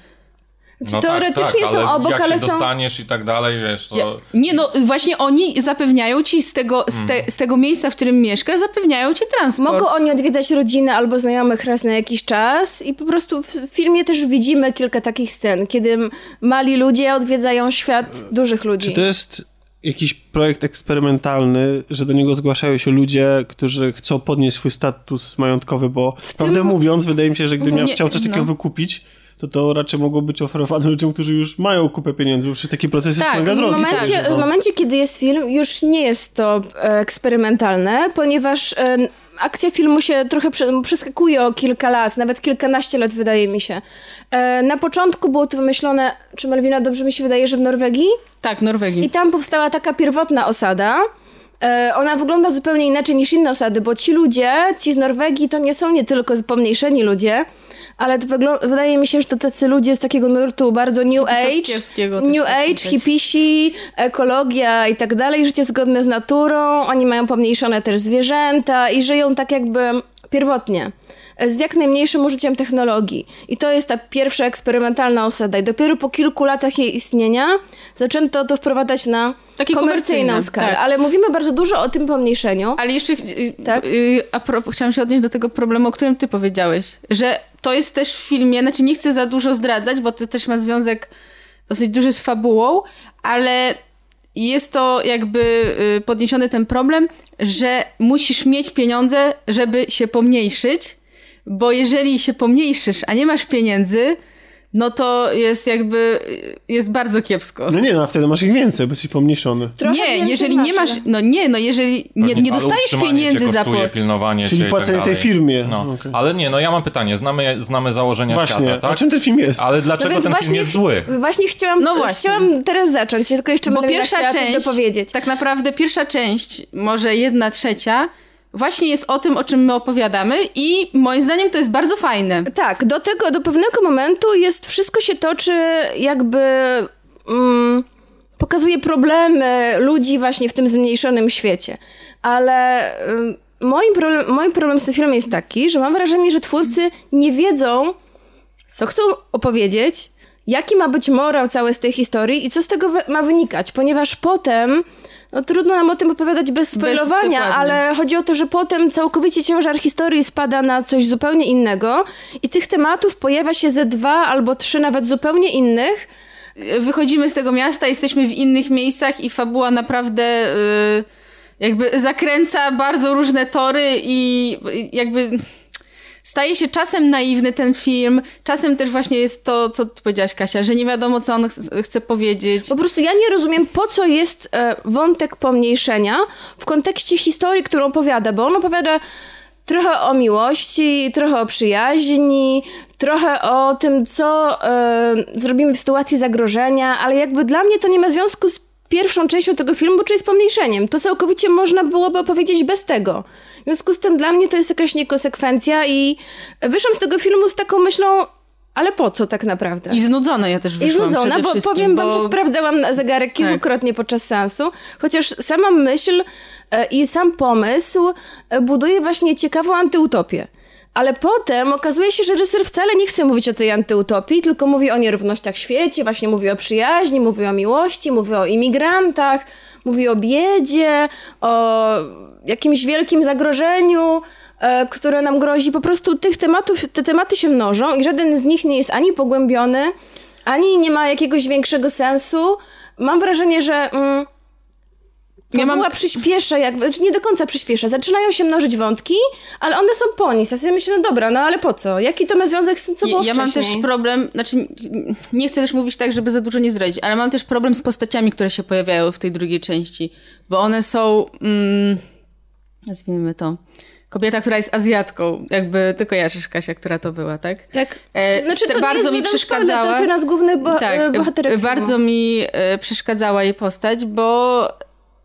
Speaker 6: No tak,
Speaker 4: Teoretycznie
Speaker 6: tak,
Speaker 4: są obok,
Speaker 6: jak
Speaker 4: ale
Speaker 6: się
Speaker 4: są...
Speaker 6: dostaniesz i tak dalej, wiesz, to...
Speaker 5: Ja, nie no, właśnie oni zapewniają ci z tego, z, te, z tego miejsca, w którym mieszkasz, zapewniają ci transport.
Speaker 4: Mogą oni odwiedzać rodzinę albo znajomych raz na jakiś czas i po prostu w w filmie też widzimy kilka takich scen, kiedy m- mali ludzie odwiedzają świat dużych ludzi.
Speaker 1: Czy to jest jakiś projekt eksperymentalny, że do niego zgłaszają się ludzie, którzy chcą podnieść swój status majątkowy, bo prawdę mówiąc, wydaje mi się, że gdybym ja
Speaker 5: Nie,
Speaker 1: chciał coś takiego
Speaker 5: no.
Speaker 1: wykupić, to to raczej mogło być oferowane ludziom, którzy już mają kupę pieniędzy, bo przecież taki proces
Speaker 5: Tak,
Speaker 1: jest mega
Speaker 5: w
Speaker 4: W
Speaker 1: drogi.
Speaker 4: momencie,
Speaker 1: także, no.
Speaker 4: w momencie, kiedy jest film, już nie jest to e, eksperymentalne, ponieważ e, n- akcja filmu się trochę prze, przeskakuje o kilka lat, nawet kilkanaście lat wydaje mi się. E, na początku było to wymyślone, czy Malwina dobrze mi się wydaje, że w Norwegii?
Speaker 5: Tak, w Norwegii.
Speaker 4: I tam powstała taka pierwotna osada. E, Ona wygląda zupełnie inaczej niż inne osady, bo ci ludzie, ci z Norwegii, to nie są nie tylko z- pomniejszeni ludzie, ale to wyglą- wydaje mi się, że to tacy ludzie z takiego nurtu bardzo New Age,
Speaker 5: Trzaskiewskiego też
Speaker 4: New
Speaker 5: taki,
Speaker 4: Age,
Speaker 5: tak.
Speaker 4: hipisi, ekologia i tak dalej, życie zgodne z naturą, oni mają pomniejszone też zwierzęta i żyją tak jakby pierwotnie, z jak najmniejszym użyciem technologii. I to jest ta pierwsza eksperymentalna osada i dopiero po kilku latach jej istnienia zaczęto to wprowadzać na
Speaker 5: Takie komercyjne,
Speaker 4: komercyjną skalę.
Speaker 5: tak.
Speaker 4: Ale mówimy bardzo dużo o tym pomniejszeniu.
Speaker 5: Ale jeszcze y,
Speaker 4: Tak?
Speaker 5: y, a propos, chciałam się odnieść do tego problemu, o którym ty powiedziałeś, że to jest też w filmie, znaczy nie chcę za dużo zdradzać, bo to też ma związek dosyć duży z fabułą, ale jest to jakby y, podniesiony ten problem, że musisz mieć pieniądze, żeby się pomniejszyć, bo jeżeli się pomniejszysz, a nie masz pieniędzy, no to jest jakby, y, jest bardzo kiepsko.
Speaker 1: no nie, no a wtedy masz ich więcej, bo jesteś pomniejszony.
Speaker 4: Trochę
Speaker 5: nie,
Speaker 4: więcej znaczy,
Speaker 5: jeżeli nie masz,
Speaker 4: ale-
Speaker 5: no nie, no jeżeli nie,
Speaker 6: Pewnie,
Speaker 5: nie
Speaker 6: ale
Speaker 5: dostajesz
Speaker 6: utrzymanie
Speaker 5: pieniędzy
Speaker 6: cię
Speaker 5: za
Speaker 6: kosztuje,
Speaker 5: po...
Speaker 6: pilnowanie
Speaker 1: Czyli
Speaker 6: cię i tak
Speaker 1: płacenie tej
Speaker 6: dalej.
Speaker 1: firmie.
Speaker 6: No.
Speaker 1: Okej.
Speaker 6: Ale nie, no ja mam pytanie, znamy, znamy założenia
Speaker 1: Właśnie,
Speaker 6: świata,
Speaker 1: o
Speaker 6: tak?
Speaker 1: czym ten film jest?
Speaker 6: Ale dlaczego
Speaker 4: więc
Speaker 6: ten film
Speaker 4: właśnie-
Speaker 6: jest zły?
Speaker 4: Właśnie chciałam,
Speaker 5: No właśnie.
Speaker 4: chciałam teraz zacząć, tylko jeszcze
Speaker 5: Bo
Speaker 4: będę
Speaker 5: pierwsza
Speaker 4: chciała coś
Speaker 5: część,
Speaker 4: dopowiedzieć.
Speaker 5: tak naprawdę pierwsza część, może jedna trzecia, właśnie jest o tym, o czym my opowiadamy i moim zdaniem to jest bardzo fajne.
Speaker 4: Tak, do tego, do pewnego momentu jest, wszystko się toczy jakby... Mm, pokazuje problemy ludzi właśnie w tym zmniejszonym świecie. Ale ym, moim problem, moim problem z tym filmem jest taki, że mam wrażenie, że twórcy nie wiedzą, co chcą opowiedzieć, jaki ma być morał całej z tej historii i co z tego wy- ma wynikać, ponieważ potem, no trudno nam o tym opowiadać bez spoilowania,
Speaker 5: dokładnie.
Speaker 4: ale chodzi o to, że potem całkowicie ciężar historii spada na coś zupełnie innego i tych tematów pojawia się ze dwa albo trzy nawet zupełnie innych,
Speaker 5: wychodzimy z tego miasta, jesteśmy w innych miejscach i fabuła naprawdę y, jakby zakręca bardzo różne tory i jakby staje się czasem naiwny ten film, czasem też właśnie jest to, co ty powiedziałaś Kasia, że nie wiadomo, co on ch- chce powiedzieć.
Speaker 4: Po prostu ja nie rozumiem, po co jest e, wątek pomniejszenia w kontekście historii, którą opowiada, bo on opowiada trochę o miłości, trochę o przyjaźni, trochę o tym, co e, zrobimy w sytuacji zagrożenia, ale jakby dla mnie to nie ma związku z pierwszą częścią tego filmu, czyli z pomniejszeniem. To całkowicie można byłoby opowiedzieć bez tego. W związku z tym dla mnie to jest jakaś niekonsekwencja i wyszłam z tego filmu z taką myślą, ale po co tak naprawdę?
Speaker 5: I znudzona ja też
Speaker 4: I
Speaker 5: wyszłam
Speaker 4: znudzona,
Speaker 5: przede
Speaker 4: bo
Speaker 5: wszystkim,
Speaker 4: powiem wam,
Speaker 5: bo... Tak.
Speaker 4: że sprawdzałam na zegarek kilkukrotnie podczas seansu, chociaż sama myśl e, i sam pomysł e, buduje właśnie ciekawą antyutopię. Ale potem okazuje się, że reżyser wcale nie chce mówić o tej antyutopii, tylko mówi o nierównościach w świecie, właśnie mówi o przyjaźni, mówi o miłości, mówi o imigrantach, mówi o biedzie, o jakimś wielkim zagrożeniu, e, które nam grozi. Po prostu tych tematów, te tematy się mnożą i żaden z nich nie jest ani pogłębiony, ani nie ma jakiegoś większego sensu. Mam wrażenie, że mm, ja mam... przyspiesza, jakby, znaczy nie do końca przyspiesza. Zaczynają się mnożyć wątki, ale one są po nic. Ja sobie myślę, no dobra, no ale po co? Jaki to ma związek z tym, co
Speaker 5: Ja-
Speaker 4: było
Speaker 5: ja mam
Speaker 4: wcześniej?
Speaker 5: też problem, znaczy nie chcę też mówić tak, żeby za dużo nie zdradzić, ale mam też problem z postaciami, które się pojawiają w tej drugiej części, bo one są, mm, nazwijmy to, kobieta, która jest Azjatką, jakby ty kojarzysz Kasia, która to była, tak?
Speaker 4: Tak.
Speaker 5: E,
Speaker 4: Znaczy,
Speaker 5: st-
Speaker 4: to
Speaker 5: bardzo
Speaker 4: nie jest
Speaker 5: mi
Speaker 4: żaden
Speaker 5: przeszkadzała.
Speaker 4: Spoiler, to jest jedna z głównych bo-
Speaker 5: tak,
Speaker 4: tak, bohaterek.
Speaker 5: e, bardzo mi e, przeszkadzała jej postać, bo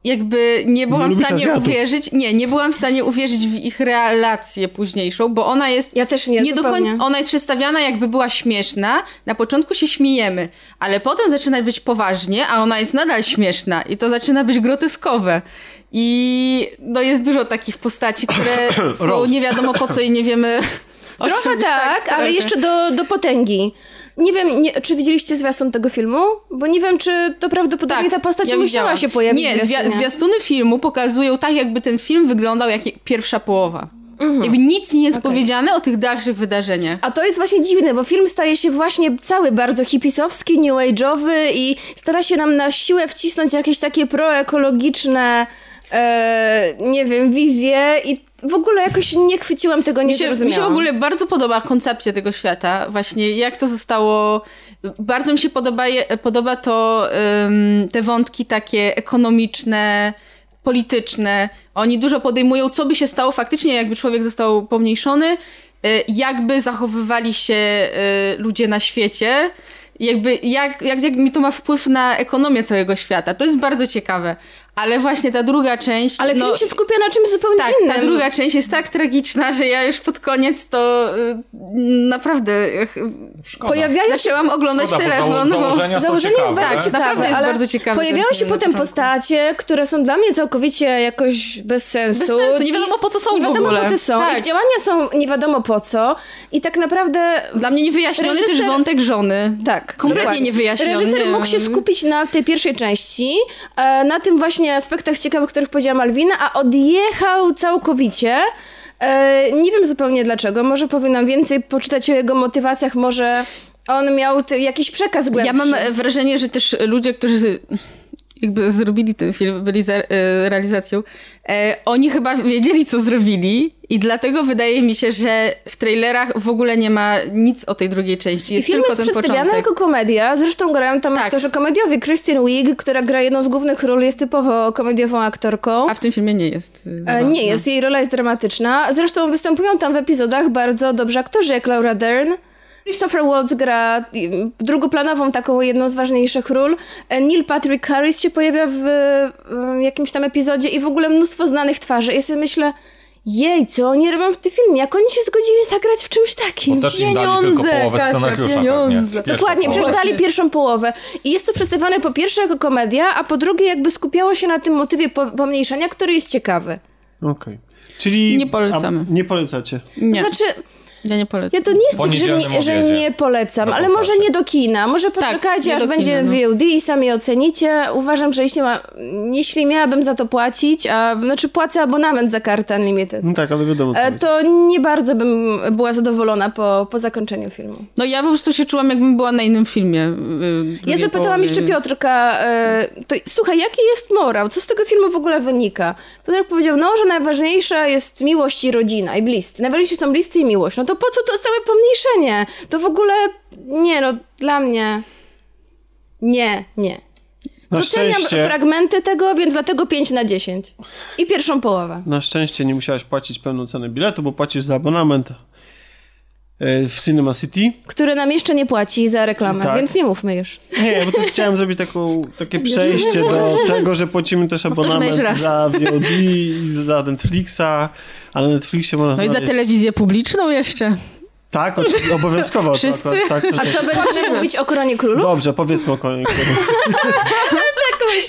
Speaker 5: jakby nie byłam w
Speaker 8: lubisz
Speaker 5: stanie
Speaker 8: Azjatów.
Speaker 5: uwierzyć, nie, nie byłam w stanie uwierzyć w ich relację późniejszą, bo ona jest
Speaker 4: Ja też nie,
Speaker 5: nie do
Speaker 4: zupełnie.
Speaker 5: końca, ona jest przedstawiana jakby była śmieszna. Na początku się śmiejemy, ale potem zaczyna być poważnie, a ona jest nadal śmieszna i to zaczyna być groteskowe. I no jest dużo takich postaci, które są nie wiadomo po co i nie
Speaker 4: <coughs>
Speaker 5: wiemy. o
Speaker 4: Trochę
Speaker 5: siebie.
Speaker 4: tak, ale
Speaker 5: trochę.
Speaker 4: jeszcze do, do potęgi. Nie wiem, nie, czy widzieliście zwiastun tego filmu? Bo nie wiem, czy to prawdopodobnie ta postać
Speaker 5: Tak, ja
Speaker 4: musiała
Speaker 5: widziałam.
Speaker 4: się pojawić
Speaker 5: Nie,
Speaker 4: w
Speaker 5: zwia-
Speaker 4: zwiastunie.
Speaker 5: zwiastuny filmu pokazują tak, jakby ten film wyglądał jak pierwsza połowa.
Speaker 4: Mhm.
Speaker 5: Jakby nic nie jest powiedziane o tych dalszych wydarzeniach.
Speaker 4: A to jest właśnie dziwne, bo film staje się właśnie cały bardzo hipisowski, new age'owy i stara się nam na siłę wcisnąć jakieś takie proekologiczne, e, nie wiem, wizje i w ogóle jakoś nie chwyciłam tego, nie
Speaker 5: Mi się, mi się w
Speaker 4: zrozumiałam.
Speaker 5: ogóle bardzo podoba koncepcja tego świata, właśnie jak to zostało. Bardzo mi się podoba, je- podoba to ym, te wątki takie ekonomiczne, polityczne. Oni dużo podejmują, co by się stało faktycznie, jakby człowiek został pomniejszony, y, jakby zachowywali się y, ludzie na świecie. Jakby jak, jak, jak mi to ma wpływ na ekonomię całego świata. To jest bardzo ciekawe. Ale właśnie ta druga część.
Speaker 4: Ale film
Speaker 5: no-
Speaker 4: się skupia na czymś zupełnie
Speaker 5: tak,
Speaker 4: innym.
Speaker 5: ta druga część jest tak tragiczna, że ja już pod koniec to y, naprawdę y, ch-
Speaker 6: No Szkoda.
Speaker 4: Pojawiają się
Speaker 5: zaczęłam oglądać
Speaker 6: Szkoda, bo zało-
Speaker 5: telefon, bo
Speaker 6: założenia są
Speaker 4: Założenie jest
Speaker 6: ciekawe.
Speaker 4: bardzo
Speaker 5: Tak,
Speaker 4: ciekawe,
Speaker 5: naprawdę jest
Speaker 4: ale
Speaker 5: bardzo ciekawy
Speaker 4: pojawiają się
Speaker 5: ten film na
Speaker 4: potem
Speaker 5: początku.
Speaker 4: postacie, które są dla mnie całkowicie jakoś bez sensu.
Speaker 5: bez sensu, nie wiadomo po co są
Speaker 4: nie
Speaker 5: w
Speaker 4: wiadomo
Speaker 5: ogóle.
Speaker 4: po co są.
Speaker 5: Tak.
Speaker 4: Ich działania są nie wiadomo po co i tak naprawdę...
Speaker 5: Dla mnie niewyjaśniony
Speaker 4: Reżyser-
Speaker 5: też wątek żony.
Speaker 4: Tak.
Speaker 5: Kompletnie
Speaker 4: dokładnie.
Speaker 5: niewyjaśniony.
Speaker 4: Reżyser mógł się skupić na tej pierwszej części, e, na tym właśnie aspektach ciekawych, których powiedziała Malwina, a odjechał całkowicie. E, Nie wiem zupełnie dlaczego. Może powinnam więcej poczytać o jego motywacjach, może on miał ty- jakiś przekaz głębszy.
Speaker 5: Ja mam e, wrażenie, że też ludzie, którzy z- jakby zrobili ten film, byli za e, realizacją, e, oni chyba wiedzieli, co zrobili i dlatego wydaje mi się, że w trailerach w ogóle nie ma nic o tej drugiej części.
Speaker 4: I
Speaker 5: Jest
Speaker 4: film
Speaker 5: tylko
Speaker 4: jest
Speaker 5: ten
Speaker 4: przedstawiany
Speaker 5: początek.
Speaker 4: jako komedia, zresztą grają tam
Speaker 5: Tak.
Speaker 4: aktorzy komediowi. Kristen Wiig, która gra jedną z głównych ról, jest typowo komediową aktorką.
Speaker 5: A w tym filmie nie jest. y,
Speaker 4: E,
Speaker 5: zabawna.
Speaker 4: Nie jest, jej rola jest dramatyczna. Zresztą występują tam w epizodach bardzo dobrzy aktorzy, jak Laura Dern. Christopher Waltz gra mm, drugoplanową, taką jedną z ważniejszych ról. E, Neil Patrick Harris się pojawia w mm, jakimś tam epizodzie i w ogóle mnóstwo znanych twarzy. Ja sobie myślę, jej, co oni robią w tym filmie? Jak oni się zgodzili zagrać w czymś takim?
Speaker 6: Bo też im dali tylko
Speaker 7: Pieniądze,
Speaker 6: połowę
Speaker 7: Kasia,
Speaker 6: scenariusza
Speaker 7: pieniądze.
Speaker 6: pewnie.
Speaker 4: Dokładnie,
Speaker 6: Pierwszą
Speaker 4: przecież
Speaker 6: połowę.
Speaker 4: dali pierwszą połowę. I jest to przedstawiane po pierwsze jako komedia, a po drugie jakby skupiało się na tym motywie po- pomniejszenia, który jest ciekawy.
Speaker 1: Okej. Czyli...
Speaker 5: Nie polecamy.
Speaker 1: A, nie polecacie.
Speaker 5: Nie.
Speaker 4: Znaczy,
Speaker 5: Ja nie polecam.
Speaker 4: Ja to nie jest tak, że,
Speaker 6: Poniedzielnym
Speaker 4: nie- że
Speaker 6: obiedzie.
Speaker 4: nie polecam,
Speaker 6: Na
Speaker 4: ale
Speaker 6: Polsacie.
Speaker 4: może nie do kina, może poczekajcie
Speaker 5: Tak, nie
Speaker 4: aż
Speaker 5: do
Speaker 4: będzie
Speaker 5: kina, no.
Speaker 4: VOD i sami ocenicie. Uważam, że jeśli, ma, jeśli miałabym za to płacić, a znaczy płacę abonament za kartę Unlimited,
Speaker 1: No tak, ale wiadomo. co
Speaker 4: e,
Speaker 1: jest.
Speaker 4: to nie bardzo bym była zadowolona po, po zakończeniu filmu.
Speaker 5: No ja po prostu się czułam, jakbym była na innym filmie. y, drugiej
Speaker 4: Ja zapytałam
Speaker 5: połowie,
Speaker 4: jeszcze
Speaker 5: więc-
Speaker 4: Piotrka, e, to, słuchaj, jaki jest morał? Co z tego filmu w ogóle wynika? Piotrek powiedział, no, że najważniejsza jest miłość i rodzina i bliscy. Najważniejsze są bliscy i miłość. No to po co to całe pomniejszenie? To w ogóle, nie no, dla mnie, nie, nie.
Speaker 1: Na
Speaker 4: Doceniam
Speaker 1: szczęście,
Speaker 4: fragmenty tego, więc dlatego 5 na 10. I pierwszą połowę.
Speaker 1: na szczęście nie musiałaś płacić pełną cenę biletu, bo płacisz za abonament e, w Cinema City.
Speaker 4: Który nam jeszcze nie płaci za reklamę,
Speaker 1: Tak.
Speaker 4: więc nie mówmy już.
Speaker 1: Nie, bo tu chciałem zrobić taką, takie przejście do tego, że płacimy też
Speaker 5: Powtórzmy
Speaker 1: abonament
Speaker 5: jeszcze raz.
Speaker 1: za VOD i za Netflixa, ale na Netflixie można
Speaker 5: No i za
Speaker 1: znaleźć...
Speaker 5: telewizję publiczną jeszcze.
Speaker 1: Tak, oczywiście, obowiązkowo.
Speaker 5: Wszyscy?
Speaker 1: Tak, tak, tak,
Speaker 4: A co, będziemy mówić o Koronie Królów?
Speaker 1: Dobrze, powiedzmy o koniec.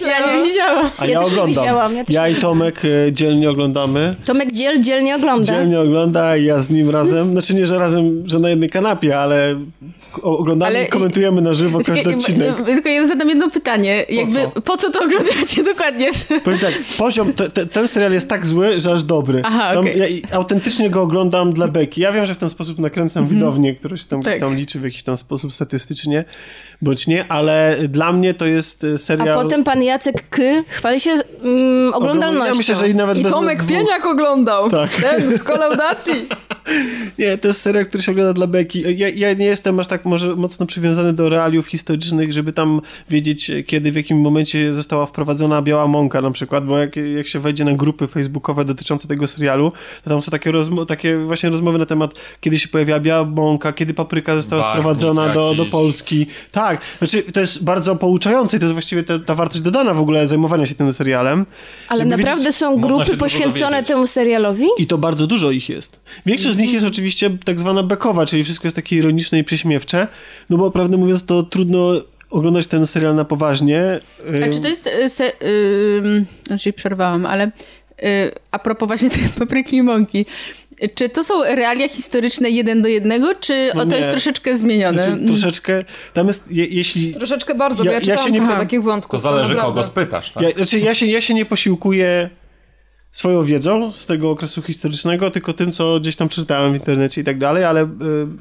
Speaker 5: Ja nie widziałam.
Speaker 1: A
Speaker 4: Ja
Speaker 1: ja,
Speaker 4: też nie
Speaker 1: oglądam.
Speaker 4: widziałam, ja też
Speaker 1: i Tomek e, dzielnie oglądamy.
Speaker 4: Tomek Dziel dzielnie ogląda.
Speaker 1: Dzielnie ogląda i ja z nim razem. Znaczy nie, że razem, że na jednej kanapie, ale k- oglądamy
Speaker 5: Ale-
Speaker 1: i komentujemy na żywo każdy
Speaker 5: Czekaj,
Speaker 1: odcinek.
Speaker 5: ja- Tylko ja zadam jedno pytanie. Jakby,
Speaker 1: co?
Speaker 5: po, co? to oglądacie <laughs> dokładnie?
Speaker 1: Powiem tak, poziom, te, te, ten serial jest tak zły, że aż dobry.
Speaker 5: Aha,
Speaker 1: tam,
Speaker 5: okej.
Speaker 1: Ja i- autentycznie go oglądam dla beki. Ja wiem, że w ten sposób nakręcam widownię, która się tam,
Speaker 5: Tak.
Speaker 1: tam liczy w jakiś tam sposób statystycznie, bądź nie, ale dla mnie to jest e,
Speaker 4: A
Speaker 1: serial...
Speaker 4: potem pan Jacek K. chwali się mm, oglądalnością.
Speaker 1: No, Ja myślę, że i nawet
Speaker 7: I
Speaker 1: bez nas
Speaker 7: Tomek
Speaker 1: dwóch.
Speaker 7: Pieniak oglądał.
Speaker 1: Tak.
Speaker 7: Ten,
Speaker 1: <laughs>
Speaker 7: z kolaudacji.
Speaker 1: Nie, to jest serial, który się ogląda dla beki. Ja, ja nie jestem aż tak może mocno przywiązany do realiów historycznych, żeby tam wiedzieć, kiedy, w jakim momencie została wprowadzona Biała Mąka na przykład, bo jak, jak się wejdzie na grupy facebookowe dotyczące tego serialu, to tam są takie, rozmo- takie właśnie rozmowy na temat, kiedy się pojawiła Biała Mąka, kiedy papryka została
Speaker 6: Barwnik
Speaker 1: sprowadzona do, do
Speaker 6: jakiś.
Speaker 1: Polski. Tak, znaczy to jest bardzo pouczające i to jest właściwie ta, ta wartość dodana w ogóle zajmowania się tym serialem.
Speaker 4: Ale
Speaker 1: żeby
Speaker 4: naprawdę
Speaker 1: wiedzieć-
Speaker 4: są
Speaker 6: Można się
Speaker 4: grupy
Speaker 6: dużo
Speaker 4: poświęcone
Speaker 6: dowiedzieć.
Speaker 4: temu serialowi?
Speaker 1: i to bardzo dużo ich jest. Większość z nich jest oczywiście tak zwana bekowa, czyli wszystko jest takie ironiczne i prześmiewcze, no bo prawdę mówiąc to trudno oglądać ten serial na poważnie.
Speaker 5: A czy to jest... y, Se, ym, znaczy przerwałam, ale y, a propos właśnie tej <laughs> papryki i mąki. Czy to są realia historyczne jeden do jednego, czy
Speaker 1: No
Speaker 5: o, to
Speaker 1: nie.
Speaker 5: jest troszeczkę zmienione?
Speaker 1: Znaczy, troszeczkę, tam jest, je, jeśli...
Speaker 7: Troszeczkę bardzo,
Speaker 1: Ja-
Speaker 7: bo ja,
Speaker 1: ja
Speaker 7: czytałam
Speaker 1: się nie-
Speaker 7: kilka
Speaker 5: Aha.
Speaker 7: takich wątków.
Speaker 6: To zależy
Speaker 7: naprawdę.
Speaker 6: kogo spytasz, tak?
Speaker 1: Ja, znaczy ja się, ja się nie posiłkuję swoją wiedzą z tego okresu historycznego, tylko tym, co gdzieś tam przeczytałem w internecie i tak dalej, ale y,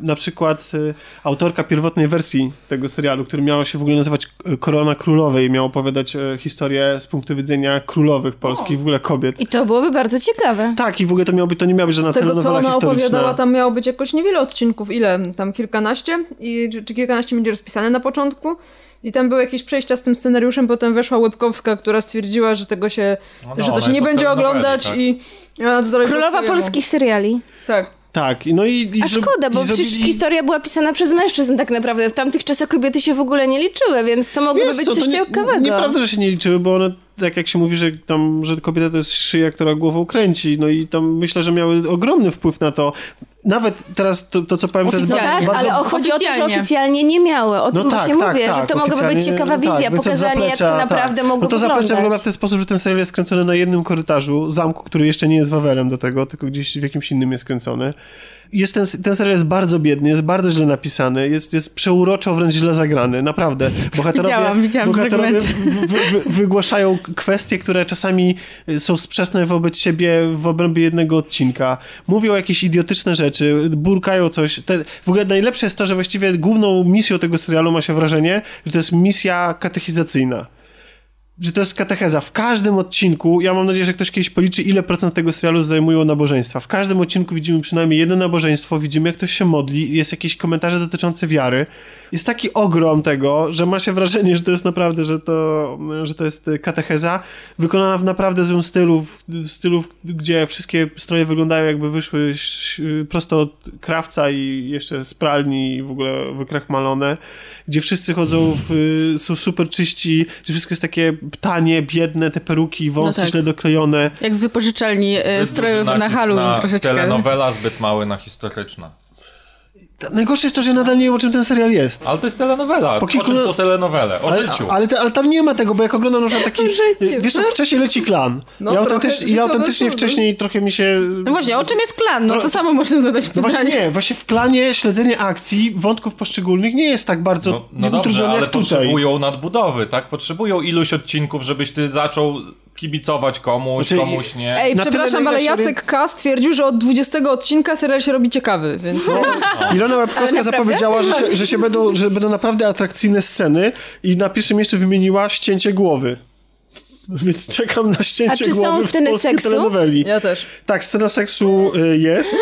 Speaker 1: na przykład y, autorka pierwotnej wersji tego serialu, który miał się w ogóle nazywać y, Korona Królowej, miał opowiadać y, historię z punktu widzenia królowych Polski, w ogóle kobiet.
Speaker 4: I to byłoby bardzo ciekawe.
Speaker 1: Tak, i w ogóle to miało być, to nie miało być żadna
Speaker 7: Z tego, co
Speaker 1: telenowela
Speaker 7: ona opowiadała,
Speaker 1: historyczna.
Speaker 7: tam miało być jakoś niewiele odcinków. Ile? Tam kilkanaście? I, czy- czy kilkanaście będzie rozpisane na początku? I tam były jakieś przejścia z tym scenariuszem, potem weszła Łebkowska, która stwierdziła, że tego się,
Speaker 6: No
Speaker 7: że
Speaker 6: no,
Speaker 7: to
Speaker 6: ona
Speaker 7: się nie
Speaker 6: jest od
Speaker 7: będzie
Speaker 6: telenoweli,
Speaker 7: oglądać
Speaker 6: tak.
Speaker 7: i ona to zrobi po
Speaker 4: Królowa
Speaker 7: swojemu.
Speaker 4: polskich seriali.
Speaker 7: Tak.
Speaker 1: Tak, i no i... tak, i
Speaker 4: A
Speaker 1: zro-
Speaker 4: szkoda, bo
Speaker 1: i
Speaker 4: przecież
Speaker 1: zrobili-
Speaker 4: historia była pisana przez mężczyzn tak naprawdę. W tamtych czasach kobiety się w ogóle nie liczyły, więc to mogłoby
Speaker 1: Wiesz
Speaker 4: być
Speaker 1: co, to
Speaker 4: coś
Speaker 1: nie-
Speaker 4: ciekawego.
Speaker 1: Nieprawda, że się nie liczyły, bo one, tak jak się mówi, że tam, że kobieta to jest szyja, która głową kręci, no i tam myślę, że miały ogromny wpływ na to. Nawet teraz to, to co powiem, to jest
Speaker 4: No
Speaker 1: bardzo...
Speaker 4: tak,
Speaker 1: bardzo... No tak,
Speaker 4: ale o- chodzi o to, że
Speaker 5: Oficjalnie.
Speaker 4: oficjalnie nie miały. O tym właśnie mówię, że to mogłaby być
Speaker 1: oficjalnie,
Speaker 4: ciekawa
Speaker 1: no tak,
Speaker 4: wizja,
Speaker 1: więc od
Speaker 4: pokazanie jak to
Speaker 1: zaplecza,
Speaker 4: naprawdę
Speaker 1: tak.
Speaker 4: mogło
Speaker 1: No to zaplecze
Speaker 4: wyglądać.
Speaker 1: wygląda w ten sposób, że ten serial jest skręcony na jednym korytarzu zamku, który jeszcze nie jest Wawelem do tego, tylko gdzieś w jakimś innym jest skręcony. Jest ten, ten serial jest bardzo biedny, jest bardzo źle napisany, jest, jest przeuroczo, wręcz źle zagrany, naprawdę. Bohaterowie,
Speaker 5: Widziałam, widziałam
Speaker 1: bohaterowie
Speaker 5: fragmenty.
Speaker 1: wy, wy, wygłaszają k- kwestie, które czasami y, są sprzeczne wobec siebie w obrębie jednego odcinka. Mówią jakieś idiotyczne rzeczy, burkają coś. Te, w ogóle najlepsze jest to, że właściwie główną misją tego serialu ma się wrażenie, że to jest misja katechizacyjna że to jest katecheza. W każdym odcinku, ja mam nadzieję, że ktoś kiedyś policzy, ile procent tego serialu zajmują nabożeństwa. W każdym odcinku widzimy przynajmniej jedno nabożeństwo, widzimy jak ktoś się modli, jest jakieś komentarze dotyczące wiary. Jest taki ogrom tego, że ma się wrażenie, że to jest naprawdę, że to, że to jest katecheza wykonana w naprawdę złym stylu, w, w stylu, w- gdzie wszystkie stroje wyglądają jakby wyszły ś- prosto od krawca i jeszcze z pralni i w ogóle wykrachmalone gdzie wszyscy chodzą, w, y, są super czyści, gdzie wszystko jest takie tanie, biedne, te peruki, wąsy
Speaker 5: No tak.
Speaker 1: źle doklejone.
Speaker 5: Jak z wypożyczalni e,
Speaker 6: Zbyt
Speaker 5: strojów
Speaker 6: duży
Speaker 5: na
Speaker 6: nacisk
Speaker 5: Halloween troszeczkę.
Speaker 6: Telenowela zbyt mały na historyczna.
Speaker 1: Najgorsze jest to, że ja nadal nie wiem, o czym ten serial jest.
Speaker 6: Ale to jest telenowela.
Speaker 1: Po
Speaker 6: Po
Speaker 1: kilku
Speaker 6: kilku... O czym
Speaker 1: lat-
Speaker 6: są telenowele? O
Speaker 1: Ale,
Speaker 6: życiu.
Speaker 1: ale, te- ale tam nie ma tego, bo jak oglądam na przykład
Speaker 7: <laughs>
Speaker 1: taki...
Speaker 7: życiu.
Speaker 1: Wiesz, co, wcześniej leci klan.
Speaker 7: No,
Speaker 1: ja,
Speaker 7: trochę
Speaker 1: autentycz, ja
Speaker 7: życiowe no.
Speaker 1: autentycznie
Speaker 7: cudy.
Speaker 1: wcześniej trochę mi się...
Speaker 5: No właśnie, o czym jest klan? No to samo można zadać
Speaker 1: No właśnie
Speaker 5: pytanie.
Speaker 1: nie, właśnie w klanie śledzenie akcji, wątków poszczególnych nie jest tak bardzo
Speaker 6: No, no dobrze,
Speaker 1: utrudnione
Speaker 6: ale
Speaker 1: jak tutaj.
Speaker 6: potrzebują nadbudowy, tak? Potrzebują iluś odcinków, żebyś ty zaczął kibicować komuś,
Speaker 1: Znaczy,
Speaker 6: komuś nie.
Speaker 7: Ej,
Speaker 1: Na tyle,
Speaker 7: przepraszam,
Speaker 1: na ile
Speaker 7: ale
Speaker 1: się
Speaker 7: Jacek K. stwierdził, że od 20 odcinka serial się robi ciekawy, więc...
Speaker 1: Ilona Łapkowska zapowiedziała, że się, że się będą, że będą naprawdę atrakcyjne sceny i na pierwszym miejscu wymieniła ścięcie głowy. Więc czekam na ścięcie
Speaker 4: A czy są
Speaker 1: głowy
Speaker 4: sceny
Speaker 1: w polskiej
Speaker 4: seksu?
Speaker 1: telenoweli.
Speaker 7: Ja też.
Speaker 1: Tak, scena seksu y, jest,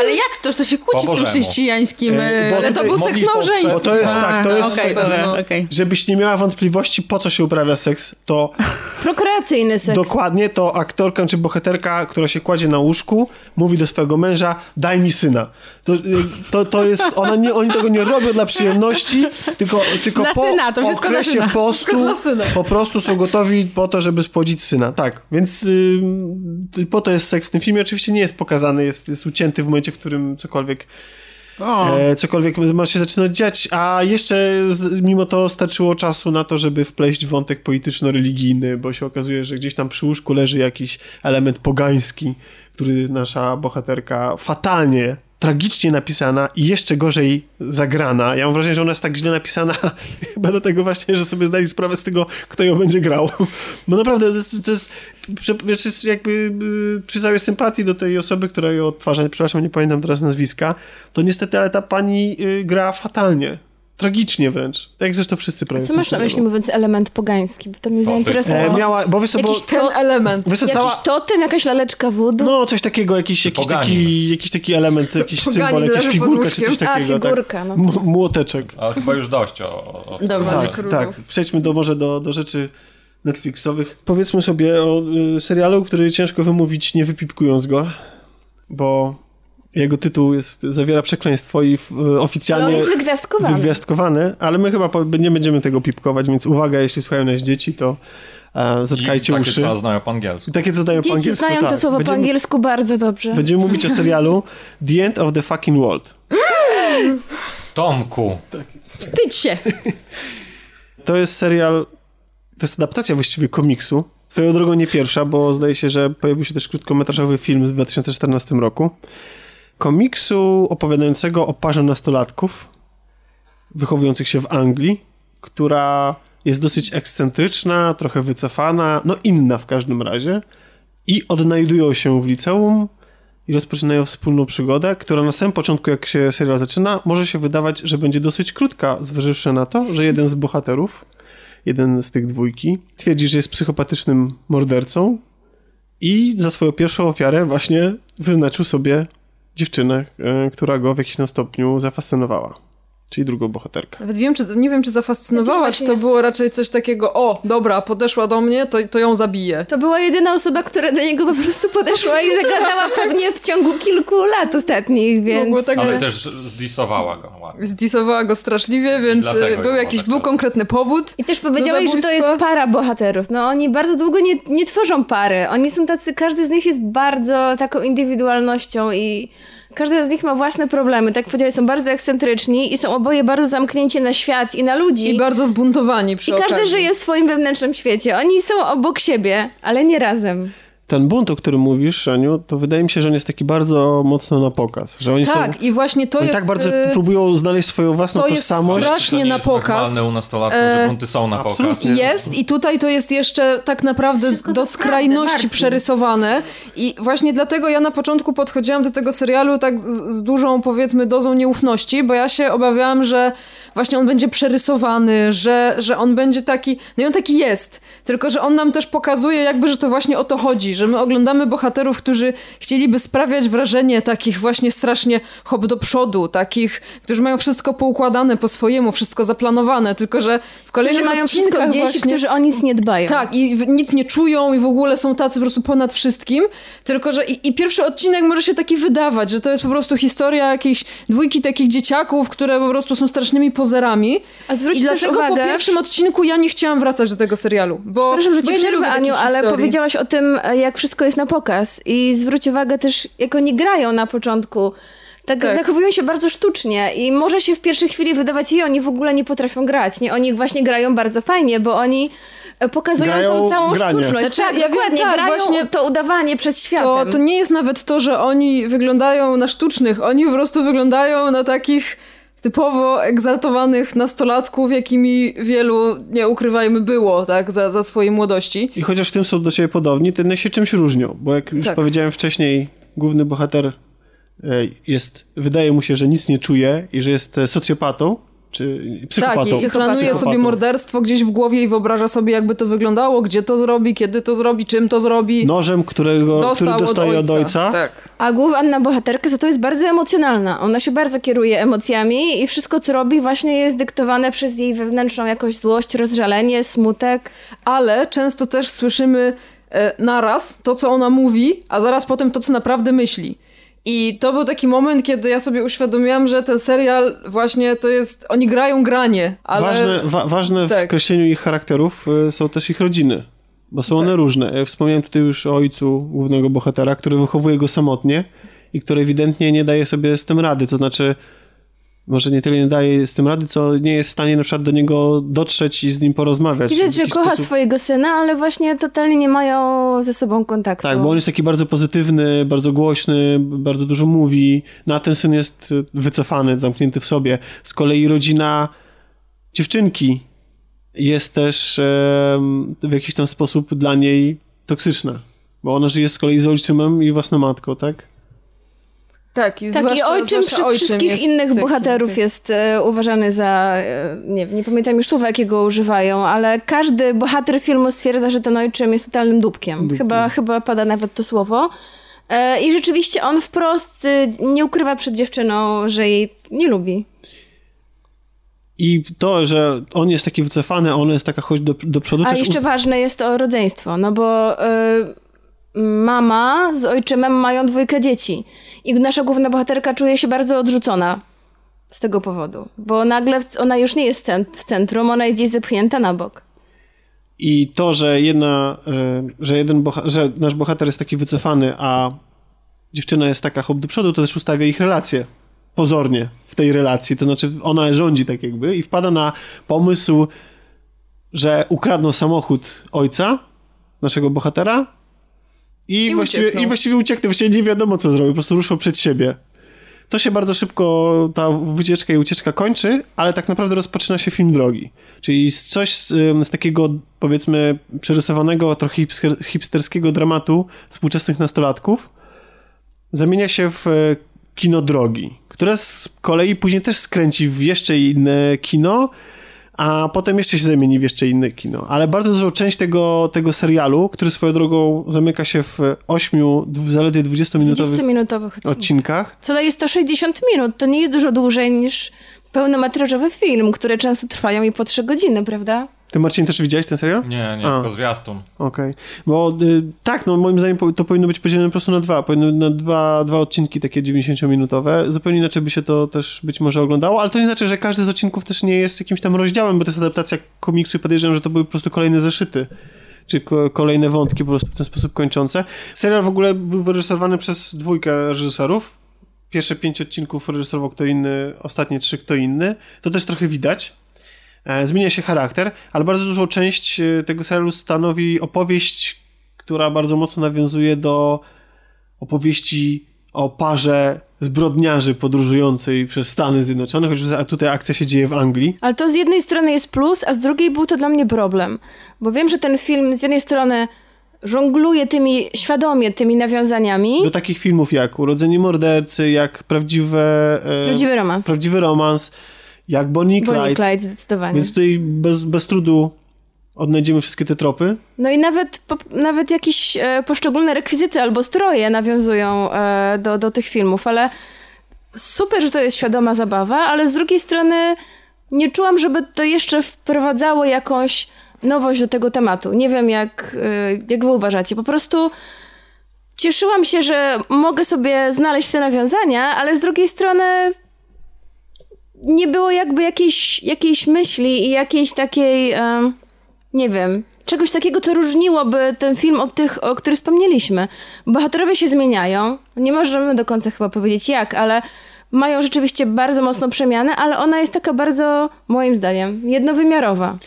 Speaker 5: Ale No jak to? To się kłóci
Speaker 6: Po
Speaker 5: z tym
Speaker 6: bożemu.
Speaker 5: chrześcijańskim...
Speaker 1: E, bo
Speaker 5: e,
Speaker 7: Ale to
Speaker 1: Tutaj
Speaker 7: był
Speaker 6: mogli
Speaker 7: seks
Speaker 6: poprzez-
Speaker 1: bo
Speaker 7: małżeński.
Speaker 1: to jest
Speaker 5: A,
Speaker 1: tak, to jest...
Speaker 5: Okej, dobra, okej.
Speaker 1: Żebyś nie miała wątpliwości, po co się uprawia seks, to
Speaker 4: Prokreacyjny seks.
Speaker 1: dokładnie to aktorka czy bohaterka, która się kładzie na łóżku, mówi do swojego męża, daj mi syna. To, y, to, to jest, ona nie, oni tego nie robią dla przyjemności, tylko, tylko
Speaker 5: Dla
Speaker 1: po
Speaker 5: syna, to wszystko dla
Speaker 1: okresie
Speaker 5: syna.
Speaker 1: postu
Speaker 7: dla syna.
Speaker 1: po prostu są gotowi po to, żeby spłodzić syna. Tak, więc y, y, po to jest seks w tym filmie. Oczywiście nie jest pokazany, jest, jest ucięty w momencie, w którym cokolwiek
Speaker 5: O,
Speaker 1: E, cokolwiek ma się zaczynać dziać, a jeszcze z- mimo to starczyło czasu na to, żeby wpleść wątek polityczno-religijny, bo się okazuje, że gdzieś tam przy łóżku leży jakiś element pogański, który nasza bohaterka fatalnie, tragicznie napisana i jeszcze gorzej zagrana. Ja mam wrażenie, że ona jest tak źle napisana <laughs> chyba dlatego właśnie, że sobie zdali sprawę z tego, kto ją będzie grał. <laughs> Bo naprawdę to jest, to jest, prze- wiesz, jest jakby y, przy całej sympatii do tej osoby, która ją odtwarza, przepraszam, nie pamiętam teraz nazwiska, to niestety, ale ta pani y, gra fatalnie. Tragicznie wręcz. Jak zresztą wszyscy prawie.
Speaker 4: Co
Speaker 1: w tym
Speaker 4: masz na myśli
Speaker 1: serialu.
Speaker 4: mówiąc element pogański? Bo to mnie
Speaker 1: E,
Speaker 4: zainteresowało.
Speaker 1: miała, bo wiesz co, bo...
Speaker 4: Jakiś
Speaker 7: Ten
Speaker 4: to,
Speaker 7: element.
Speaker 1: Wiesz co,
Speaker 4: jakiś
Speaker 1: cała...
Speaker 4: totem, jakaś laleczka wodu?
Speaker 1: No, coś takiego, jakiś, jakiś,
Speaker 6: Poganin.
Speaker 1: taki, jakiś taki element, jakiś
Speaker 7: Poganin
Speaker 1: symbol, jakaś
Speaker 7: leży pod
Speaker 1: figurka czy
Speaker 7: łóżkiem.
Speaker 1: coś
Speaker 4: A,
Speaker 1: takiego.
Speaker 4: figurka,
Speaker 1: tak.
Speaker 4: no.
Speaker 1: M- Młoteczek.
Speaker 6: Ale chyba już dość o... o, o
Speaker 5: Dobra.
Speaker 6: o-
Speaker 5: Walk
Speaker 1: Tak, tak. Przejdźmy do, może do, do rzeczy Netflixowych. Powiedzmy sobie o y, serialu, który ciężko wymówić, nie wypipkując go, bo jego tytuł jest, zawiera przekleństwo i f, y,
Speaker 4: Ale
Speaker 1: oficjalnie
Speaker 4: on jest wygwiazdkowany.
Speaker 1: wygwiazdkowane, ale my chyba po, nie będziemy tego pipkować, więc uwaga, jeśli słuchają nas dzieci, to e, zatkajcie
Speaker 6: I takie
Speaker 1: uszy.
Speaker 6: co znają po angielsku.
Speaker 1: I takie co dają po
Speaker 4: Dzieci
Speaker 1: angielsku.
Speaker 4: znają to
Speaker 1: tak.
Speaker 4: słowo po
Speaker 1: Będziemy-
Speaker 4: angielsku bardzo dobrze.
Speaker 1: Będziemy mówić o
Speaker 4: <laughs>
Speaker 1: serialu The End of the Fucking World.
Speaker 6: Tomku,
Speaker 7: Wstydź się!
Speaker 1: To jest serial, to jest adaptacja właściwie komiksu. Swoją drogą nie pierwsza, bo zdaje się, że pojawił się też krótkometrażowy film w 2014 roku. Komiksu opowiadającego o parze nastolatków wychowujących się w Anglii, która jest dosyć ekscentryczna, trochę wycofana, no inna w każdym razie. I odnajdują się w liceum i rozpoczynają wspólną przygodę, która na samym początku, jak się serial zaczyna, może się wydawać, że będzie dosyć krótka, zważywszy na to, że jeden z bohaterów, jeden z tych dwójki, twierdzi, że jest psychopatycznym mordercą i za swoją pierwszą ofiarę właśnie wyznaczył sobie dziewczynę, y, która go w jakimś tam stopniu zafascynowała. Czyli drugą bohaterkę.
Speaker 7: Nawet wiem, czy, nie wiem, czy
Speaker 4: Ja
Speaker 7: zafascynowałaś,
Speaker 4: też właśnie
Speaker 7: to
Speaker 4: nie.
Speaker 7: było raczej coś takiego, o, dobra, podeszła do mnie, to, to ją zabiję.
Speaker 4: To była jedyna osoba, która do niego po prostu podeszła i zagadała pewnie w ciągu kilku lat ostatnich, więc...
Speaker 7: Mogło tak
Speaker 6: ale
Speaker 7: Ale
Speaker 6: też zdisowała go. ładnie.
Speaker 7: Zdisowała go straszliwie, więc
Speaker 6: Dlatego
Speaker 7: y,
Speaker 6: ją
Speaker 7: był jakiś, był
Speaker 6: zobaczyłem.
Speaker 7: konkretny powód.
Speaker 4: I też powiedziałeś, że to jest
Speaker 7: zabójstwa.
Speaker 4: para bohaterów. No oni bardzo długo nie, nie tworzą pary. Oni są tacy, każdy z nich jest bardzo taką indywidualnością i każdy z nich ma własne problemy. Tak jak powiedziałeś, są bardzo ekscentryczni i są oboje bardzo zamknięci na świat i na ludzi.
Speaker 7: I bardzo zbuntowani przy
Speaker 4: I każdy
Speaker 7: okazji.
Speaker 4: żyje w swoim wewnętrznym świecie. Oni są obok siebie, ale nie razem.
Speaker 1: Ten bunt, o którym mówisz, Aniu, to wydaje mi się, że on jest taki bardzo mocno na pokaz. Że oni
Speaker 7: Tak,
Speaker 1: są,
Speaker 7: i właśnie to
Speaker 1: oni
Speaker 7: jest...
Speaker 1: tak bardzo
Speaker 7: y,
Speaker 1: próbują znaleźć swoją własną
Speaker 7: to jest
Speaker 1: tożsamość.
Speaker 6: Ale
Speaker 7: strasznie
Speaker 6: to nie
Speaker 7: na
Speaker 6: jest
Speaker 7: pokaz.
Speaker 6: normalne u nastolatków,
Speaker 7: E,
Speaker 6: że bunty są na pokaz.
Speaker 1: absolutnie.
Speaker 6: nie?
Speaker 7: Jest i tutaj to jest jeszcze tak naprawdę
Speaker 4: Wszystko
Speaker 7: do
Speaker 4: naprawdę,
Speaker 7: skrajności
Speaker 4: Marcin.
Speaker 7: przerysowane i właśnie dlatego ja na początku podchodziłam do tego serialu tak z, z dużą powiedzmy dozą nieufności, bo ja się obawiałam, że właśnie on będzie przerysowany, że, że on będzie taki, no i on taki jest, tylko że on nam też pokazuje jakby, że to właśnie o to chodzi, że my oglądamy bohaterów, którzy chcieliby sprawiać wrażenie takich właśnie strasznie hop do przodu, takich, którzy mają wszystko poukładane po swojemu, wszystko zaplanowane, tylko że no, w kolejnych
Speaker 4: Którzy mają wszystko
Speaker 7: odcinkach
Speaker 4: gdzieś, i
Speaker 7: właśnie...
Speaker 4: którzy o nic nie dbają.
Speaker 7: Tak, i w- nic nie czują i w ogóle są tacy po prostu ponad wszystkim, tylko że i, i pierwszy odcinek może się taki wydawać, że to jest po prostu historia jakiejś dwójki takich dzieciaków, które po prostu są strasznymi pozerami.
Speaker 4: A zwróć
Speaker 7: I
Speaker 4: też
Speaker 7: dlatego
Speaker 4: uwagę...
Speaker 7: po pierwszym odcinku ja nie chciałam wracać do tego serialu, bo
Speaker 4: Przepraszam, że
Speaker 7: bo
Speaker 4: ci
Speaker 7: ja nie
Speaker 4: przerwę,
Speaker 7: lubię takich
Speaker 4: Aniu, ale
Speaker 7: historii.
Speaker 4: powiedziałaś o tym, e, jak wszystko jest na pokaz. I zwróć uwagę też, jak oni grają na początku. tak,
Speaker 7: Tak.
Speaker 4: zachowują się bardzo sztucznie i może się w pierwszej chwili wydawać, że oni w ogóle nie potrafią grać. Nie, oni właśnie grają bardzo fajnie, bo oni e, pokazują
Speaker 1: Grają
Speaker 4: tą całą
Speaker 1: granie.
Speaker 4: sztuczność.
Speaker 7: Znaczy,
Speaker 4: tak,
Speaker 7: ja wiem,
Speaker 4: dokładnie,
Speaker 7: tak,
Speaker 4: grają
Speaker 7: właśnie-
Speaker 4: to udawanie przed światem.
Speaker 7: To, to nie jest nawet to, że oni wyglądają na sztucznych, oni po prostu wyglądają na takich typowo egzaltowanych nastolatków, jakimi wielu, nie ukrywajmy, było, tak, za, za swojej młodości.
Speaker 1: I chociaż w tym są do siebie podobni, to jednak się czymś różnią, bo jak już
Speaker 7: Tak.
Speaker 1: powiedziałem wcześniej, główny bohater e, jest, wydaje mu się, że nic nie czuje i że jest e, socjopatą, czy psychopatą.
Speaker 7: Tak, i planuje
Speaker 1: Psychopatą.
Speaker 7: sobie morderstwo gdzieś w głowie i wyobraża sobie, jakby to wyglądało, gdzie to zrobi, kiedy to zrobi, czym to zrobi.
Speaker 1: Nożem, którego,
Speaker 7: Dostał
Speaker 1: No, który dostaje
Speaker 7: od ojca. Tak.
Speaker 4: A główna bohaterka za to jest bardzo emocjonalna. Ona się bardzo kieruje emocjami i wszystko, co robi, właśnie jest dyktowane przez jej wewnętrzną jakąś złość, rozżalenie, smutek.
Speaker 7: ale często też słyszymy e, naraz to, co ona mówi, a zaraz potem to, co naprawdę myśli. I to był taki moment, kiedy ja sobie uświadomiłam, że ten serial właśnie to jest. Oni grają granie, ale.
Speaker 1: Ważne, wa- ważne w
Speaker 7: Tak.
Speaker 1: kreśleniu ich charakterów y, są też ich rodziny, bo są
Speaker 4: Tak.
Speaker 1: one różne. Ja Wspomniałem tutaj już o ojcu głównego bohatera, który wychowuje go samotnie i który ewidentnie nie daje sobie z tym rady, to znaczy może nie tyle nie daje z tym rady, co nie jest w stanie na przykład do niego dotrzeć i z nim porozmawiać.
Speaker 4: Widać,
Speaker 1: w
Speaker 4: że
Speaker 1: jakiś
Speaker 4: kocha
Speaker 1: sposób.
Speaker 4: swojego syna, ale właśnie totalnie nie mają ze sobą kontaktu.
Speaker 1: Tak, bo on jest taki bardzo pozytywny, bardzo głośny, bardzo dużo mówi. No a ten syn jest y, wycofany, zamknięty w sobie. Z kolei rodzina dziewczynki jest też em, w jakiś tam sposób dla niej toksyczna. Bo ona żyje z kolei z ojczymem i własną matką, tak?
Speaker 7: Tak, i,
Speaker 4: Tak, i
Speaker 7: zwłaszcza,
Speaker 4: ojczym
Speaker 7: zwłaszcza
Speaker 4: przez
Speaker 7: ojczym
Speaker 4: wszystkich
Speaker 7: jest
Speaker 4: innych
Speaker 7: taki-
Speaker 4: bohaterów
Speaker 7: tak.
Speaker 4: jest e, uważany za. E, nie, nie pamiętam już słowa, jakiego używają, ale każdy bohater filmu stwierdza, że ten ojczym jest totalnym dupkiem. Chyba, chyba pada nawet to słowo. E, I rzeczywiście on wprost e, nie ukrywa przed dziewczyną, że jej nie lubi.
Speaker 1: I to, że on jest taki wycofany, a ona jest taka choć do, do przodu,
Speaker 4: A
Speaker 1: też
Speaker 4: jeszcze ważne jest to rodzeństwo, no bo y, mama z ojczymem mają dwójkę dzieci i nasza główna bohaterka czuje się bardzo odrzucona z tego powodu, bo nagle w- ona już nie jest cen- w centrum, ona jest gdzieś zepchnięta na bok.
Speaker 1: I to, że jedna, y, że jeden boha- że nasz bohater jest taki wycofany, a dziewczyna jest taka hop do przodu, to też ustawia ich relacje. Pozornie w tej relacji. To znaczy ona rządzi tak jakby i wpada na pomysł, że ukradną samochód ojca, naszego bohatera i,
Speaker 7: I
Speaker 1: właściwie,
Speaker 7: uciekną.
Speaker 1: i właściwie uciekną. Właściwie nie wiadomo co zrobił, po prostu ruszą przed siebie. To się bardzo szybko, ta wycieczka i ucieczka kończy, ale tak naprawdę rozpoczyna się film drogi. Czyli z- coś z, ym, z takiego, powiedzmy, przerysowanego, trochę hipster- hipsterskiego dramatu współczesnych nastolatków zamienia się w e, kino drogi, które z kolei później też skręci w jeszcze inne kino, a potem jeszcze się zamieni w jeszcze inne kino. Ale bardzo dużą część tego, tego serialu, który swoją drogą zamyka się w ośmiu, dw- zaledwie 20-minutowych
Speaker 4: 20-minutowych odcinków.
Speaker 1: odcinkach,
Speaker 4: Co daje 160 minut, to nie jest dużo dłużej niż pełnometrażowy film, które często trwają i po 3 godziny, prawda?
Speaker 1: ty Marcin też widziałeś ten serial?
Speaker 6: Nie, nie,
Speaker 1: A.
Speaker 6: tylko zwiastun.
Speaker 1: Okej. Bo y, tak, no moim zdaniem po- to powinno być podzielone po prostu na dwa. Powinno na dwa, dwa odcinki takie 90-minutowe. Zupełnie inaczej by się to też być może oglądało, ale to nie znaczy, że każdy z odcinków też nie jest jakimś tam rozdziałem, bo to jest adaptacja komiksu i podejrzewam, że to były po prostu kolejne zeszyty. Czy ko- kolejne wątki po prostu w ten sposób kończące. Serial w ogóle był wyreżyserowany przez dwójkę reżyserów. Pierwsze pięć odcinków reżyserował kto inny, ostatnie trzy kto inny. To też trochę widać. E, zmienia się charakter, ale bardzo dużą część e, tego serialu stanowi opowieść, która bardzo mocno nawiązuje do opowieści o parze zbrodniarzy podróżującej przez Stany Zjednoczone, choć za- tutaj akcja się dzieje w Anglii.
Speaker 4: Ale to z jednej strony jest plus, a z drugiej był to dla mnie problem. Bo wiem, że ten film z jednej strony żongluje tymi świadomie tymi nawiązaniami.
Speaker 1: Do takich filmów jak Urodzenie Mordercy, jak prawdziwe, e,
Speaker 4: Prawdziwy romans.
Speaker 1: prawdziwy romans, jak Bonnie i
Speaker 4: Bonnie
Speaker 1: Clyde.
Speaker 4: Clyde, zdecydowanie.
Speaker 1: Więc tutaj bez, bez trudu odnajdziemy wszystkie te tropy.
Speaker 4: No i nawet, po, nawet jakieś e, poszczególne rekwizyty albo stroje nawiązują e, do, do tych filmów, ale super, że to jest świadoma zabawa, ale z drugiej strony nie czułam, żeby to jeszcze wprowadzało jakąś nowość do tego tematu. Nie wiem, jak, e, jak wy uważacie. Po prostu cieszyłam się, że mogę sobie znaleźć te nawiązania, ale z drugiej strony nie było jakby jakiejś, jakiejś myśli i jakiejś takiej... em, nie wiem, czegoś takiego, co różniłoby ten film od tych, o których wspomnieliśmy. Bohaterowie się zmieniają. Nie możemy do końca chyba powiedzieć jak, ale mają rzeczywiście bardzo mocną przemianę, ale ona jest taka bardzo, moim zdaniem, jednowymiarowa.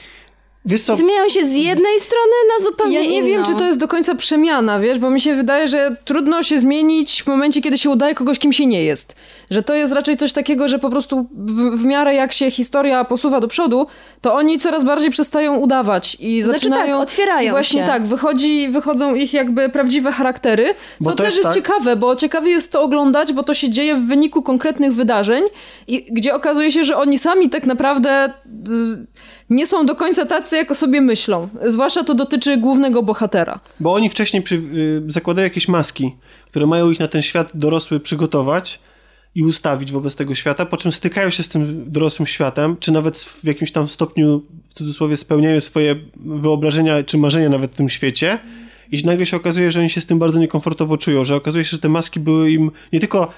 Speaker 1: Wiesz co,
Speaker 4: Zmieniają się z jednej strony na zupełnie
Speaker 7: Ja nie
Speaker 4: inną.
Speaker 7: wiem, czy to jest do końca przemiana, wiesz, bo mi się wydaje, że trudno się zmienić w momencie, kiedy się udaje kogoś, kim się nie jest. Że to jest raczej coś takiego, że po prostu w, w miarę jak się historia posuwa do przodu, to oni coraz bardziej przestają udawać i
Speaker 4: Znaczy
Speaker 7: zaczynają...
Speaker 4: tak, otwierają
Speaker 7: I właśnie
Speaker 4: się.
Speaker 7: tak, wychodzi, wychodzą ich jakby prawdziwe charaktery,
Speaker 1: Bo
Speaker 7: co
Speaker 1: to
Speaker 7: też
Speaker 1: jest
Speaker 7: jest
Speaker 1: tak-
Speaker 7: ciekawe, bo ciekawie jest to oglądać, bo to się dzieje w wyniku konkretnych wydarzeń i gdzie okazuje się, że oni sami tak naprawdę... y, nie są do końca tacy, jak o sobie myślą. Zwłaszcza to dotyczy głównego bohatera.
Speaker 1: bo oni wcześniej przy, y, zakładają jakieś maski, które mają ich na ten świat dorosły przygotować i ustawić wobec tego świata, po czym stykają się z tym dorosłym światem, czy nawet w jakimś tam stopniu, w cudzysłowie, spełniają swoje wyobrażenia czy marzenia nawet w tym świecie. I nagle się okazuje, że oni się z tym bardzo niekomfortowo czują, że okazuje się, że te maski były im nie tylko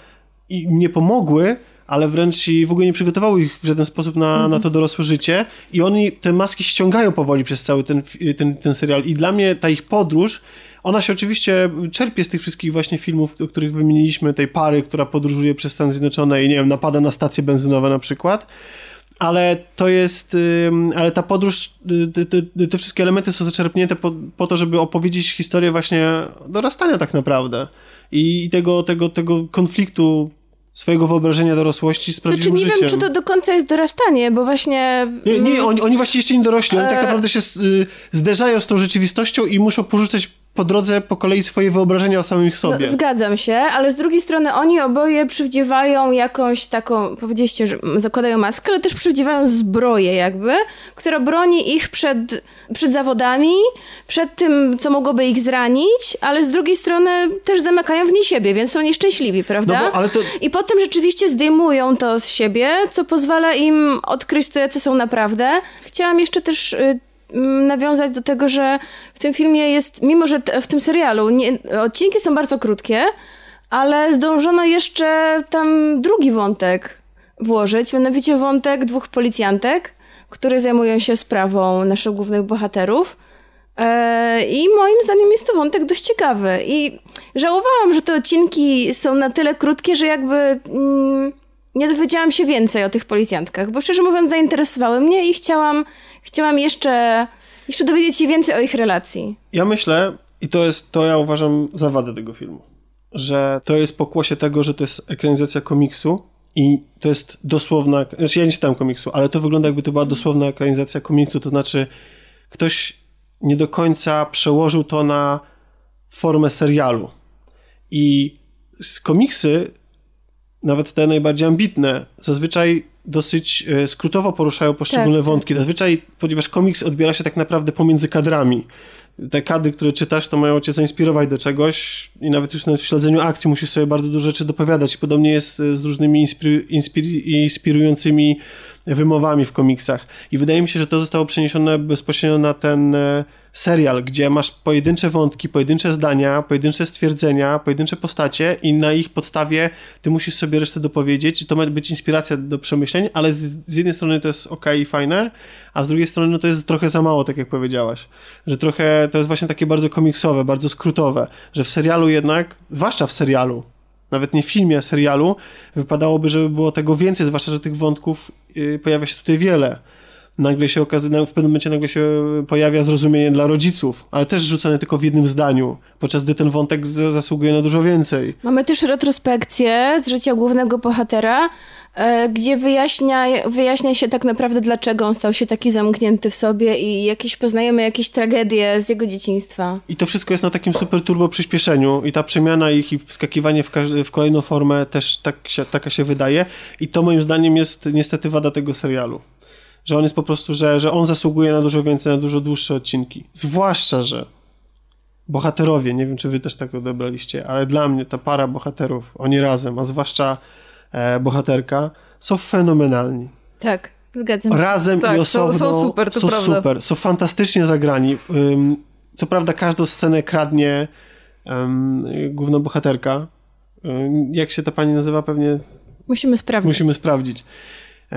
Speaker 1: im nie pomogły, ale wręcz i w ogóle nie przygotowały ich w żaden sposób na, na to dorosłe życie. I oni te maski ściągają powoli przez cały ten, fi- ten, ten serial. I dla mnie ta ich podróż, ona się oczywiście czerpie z tych wszystkich właśnie filmów, o których wymieniliśmy, tej pary, która podróżuje przez Stan Zjednoczone i nie wiem, napada na stacje benzynowe na przykład ale to jest, ym, ale ta podróż, y, te, te, te wszystkie elementy są zaczerpnięte po, po to, żeby opowiedzieć historię właśnie dorastania tak naprawdę i, i tego, tego, tego konfliktu swojego wyobrażenia dorosłości z
Speaker 4: Znaczy,
Speaker 1: prawdziwym
Speaker 4: nie
Speaker 1: życiem.
Speaker 4: wiem, czy to do końca jest dorastanie, bo właśnie...
Speaker 1: Nie, nie
Speaker 4: mm,
Speaker 1: oni, oni właśnie jeszcze nie dorośli, oni tak
Speaker 4: E.
Speaker 1: naprawdę się s- y, zderzają z tą rzeczywistością i muszą porzucać po drodze, po kolei swoje wyobrażenia o samych sobie.
Speaker 4: No, zgadzam się, ale z drugiej strony oni oboje przywdziewają jakąś taką, powiedzieliście, że mm, zakładają maskę, ale też przywdziewają zbroję jakby, która broni ich przed, przed zawodami, przed tym, co mogłoby ich zranić, ale z drugiej strony też zamykają w niej siebie, więc są nieszczęśliwi, prawda?
Speaker 1: No bo- ale to-
Speaker 4: I potem rzeczywiście zdejmują to z siebie, co pozwala im odkryć to, jacy są naprawdę. Chciałam jeszcze też y, mm, nawiązać do tego, że w tym filmie jest, mimo że t- w tym serialu nie, odcinki są bardzo krótkie, ale zdążono jeszcze tam drugi wątek włożyć, mianowicie wątek dwóch policjantek, które zajmują się sprawą naszych głównych bohaterów. E, I moim zdaniem jest to wątek dość ciekawy. I żałowałam, że te odcinki są na tyle krótkie, że jakby mm, nie dowiedziałam się więcej o tych policjantkach, bo szczerze mówiąc zainteresowały mnie i chciałam, chciałam jeszcze, jeszcze dowiedzieć się więcej o ich relacji.
Speaker 1: Ja myślę, i to jest, to ja uważam za wadę tego filmu, że to jest pokłosie tego, że to jest ekranizacja komiksu i to jest dosłowna, znaczy ja nie czytałem komiksu, ale to wygląda jakby to była dosłowna ekranizacja komiksu, to znaczy ktoś nie do końca przełożył to na formę serialu. I z komiksy, nawet te najbardziej ambitne, zazwyczaj dosyć e, skrótowo poruszają poszczególne
Speaker 4: Tak, tak.
Speaker 1: wątki. Zazwyczaj, ponieważ komiks odbiera się tak naprawdę pomiędzy kadrami. Te kadry, które czytasz, to mają cię zainspirować do czegoś i nawet już na w śledzeniu akcji musisz sobie bardzo dużo rzeczy dopowiadać. I Podobnie jest e, z różnymi inspir- inspir- inspirującymi wymowami w komiksach. I wydaje mi się, że to zostało przeniesione bezpośrednio na ten e, serial, gdzie masz pojedyncze wątki, pojedyncze zdania, pojedyncze stwierdzenia, pojedyncze postacie i na ich podstawie ty musisz sobie resztę dopowiedzieć i to ma być inspiracja do przemyśleń, ale z, z jednej strony to jest ok i fajne, a z drugiej strony no to jest trochę za mało, tak jak powiedziałaś. Że trochę to jest właśnie takie bardzo komiksowe, bardzo skrótowe, że w serialu jednak, zwłaszcza w serialu, nawet nie filmie, a serialu, wypadałoby, żeby było tego więcej, zwłaszcza, że tych wątków y, pojawia się tutaj wiele. Nagle się okazuje, w pewnym momencie nagle się pojawia zrozumienie dla rodziców, ale też rzucone tylko w jednym zdaniu, podczas gdy ten wątek z- zasługuje na dużo więcej.
Speaker 4: Mamy też retrospekcję z życia głównego bohatera, e, gdzie wyjaśnia, wyjaśnia się tak naprawdę, dlaczego on stał się taki zamknięty w sobie i jakieś poznajemy jakieś tragedie z jego dzieciństwa.
Speaker 1: I to wszystko jest na takim super turbo przyspieszeniu i ta przemiana ich i wskakiwanie w, każ- w kolejną formę też tak się, taka się wydaje i to moim zdaniem jest niestety wada tego serialu. Że on jest po prostu, że, że on zasługuje na dużo więcej, na dużo dłuższe odcinki. Zwłaszcza, że bohaterowie, nie wiem czy wy też tak odebraliście, ale dla mnie ta para bohaterów, oni razem, a zwłaszcza e, bohaterka, są fenomenalni.
Speaker 4: Tak, zgadzam się.
Speaker 1: Razem
Speaker 7: Tak,
Speaker 1: i
Speaker 7: są-
Speaker 1: osobno
Speaker 7: są super, to
Speaker 1: są
Speaker 7: prawda.
Speaker 1: super, są fantastycznie zagrani. Ym, co prawda każdą scenę kradnie um, główna bohaterka. Ym, jak się ta pani nazywa? Pewnie
Speaker 4: Musimy sprawdzić.
Speaker 1: musimy sprawdzić.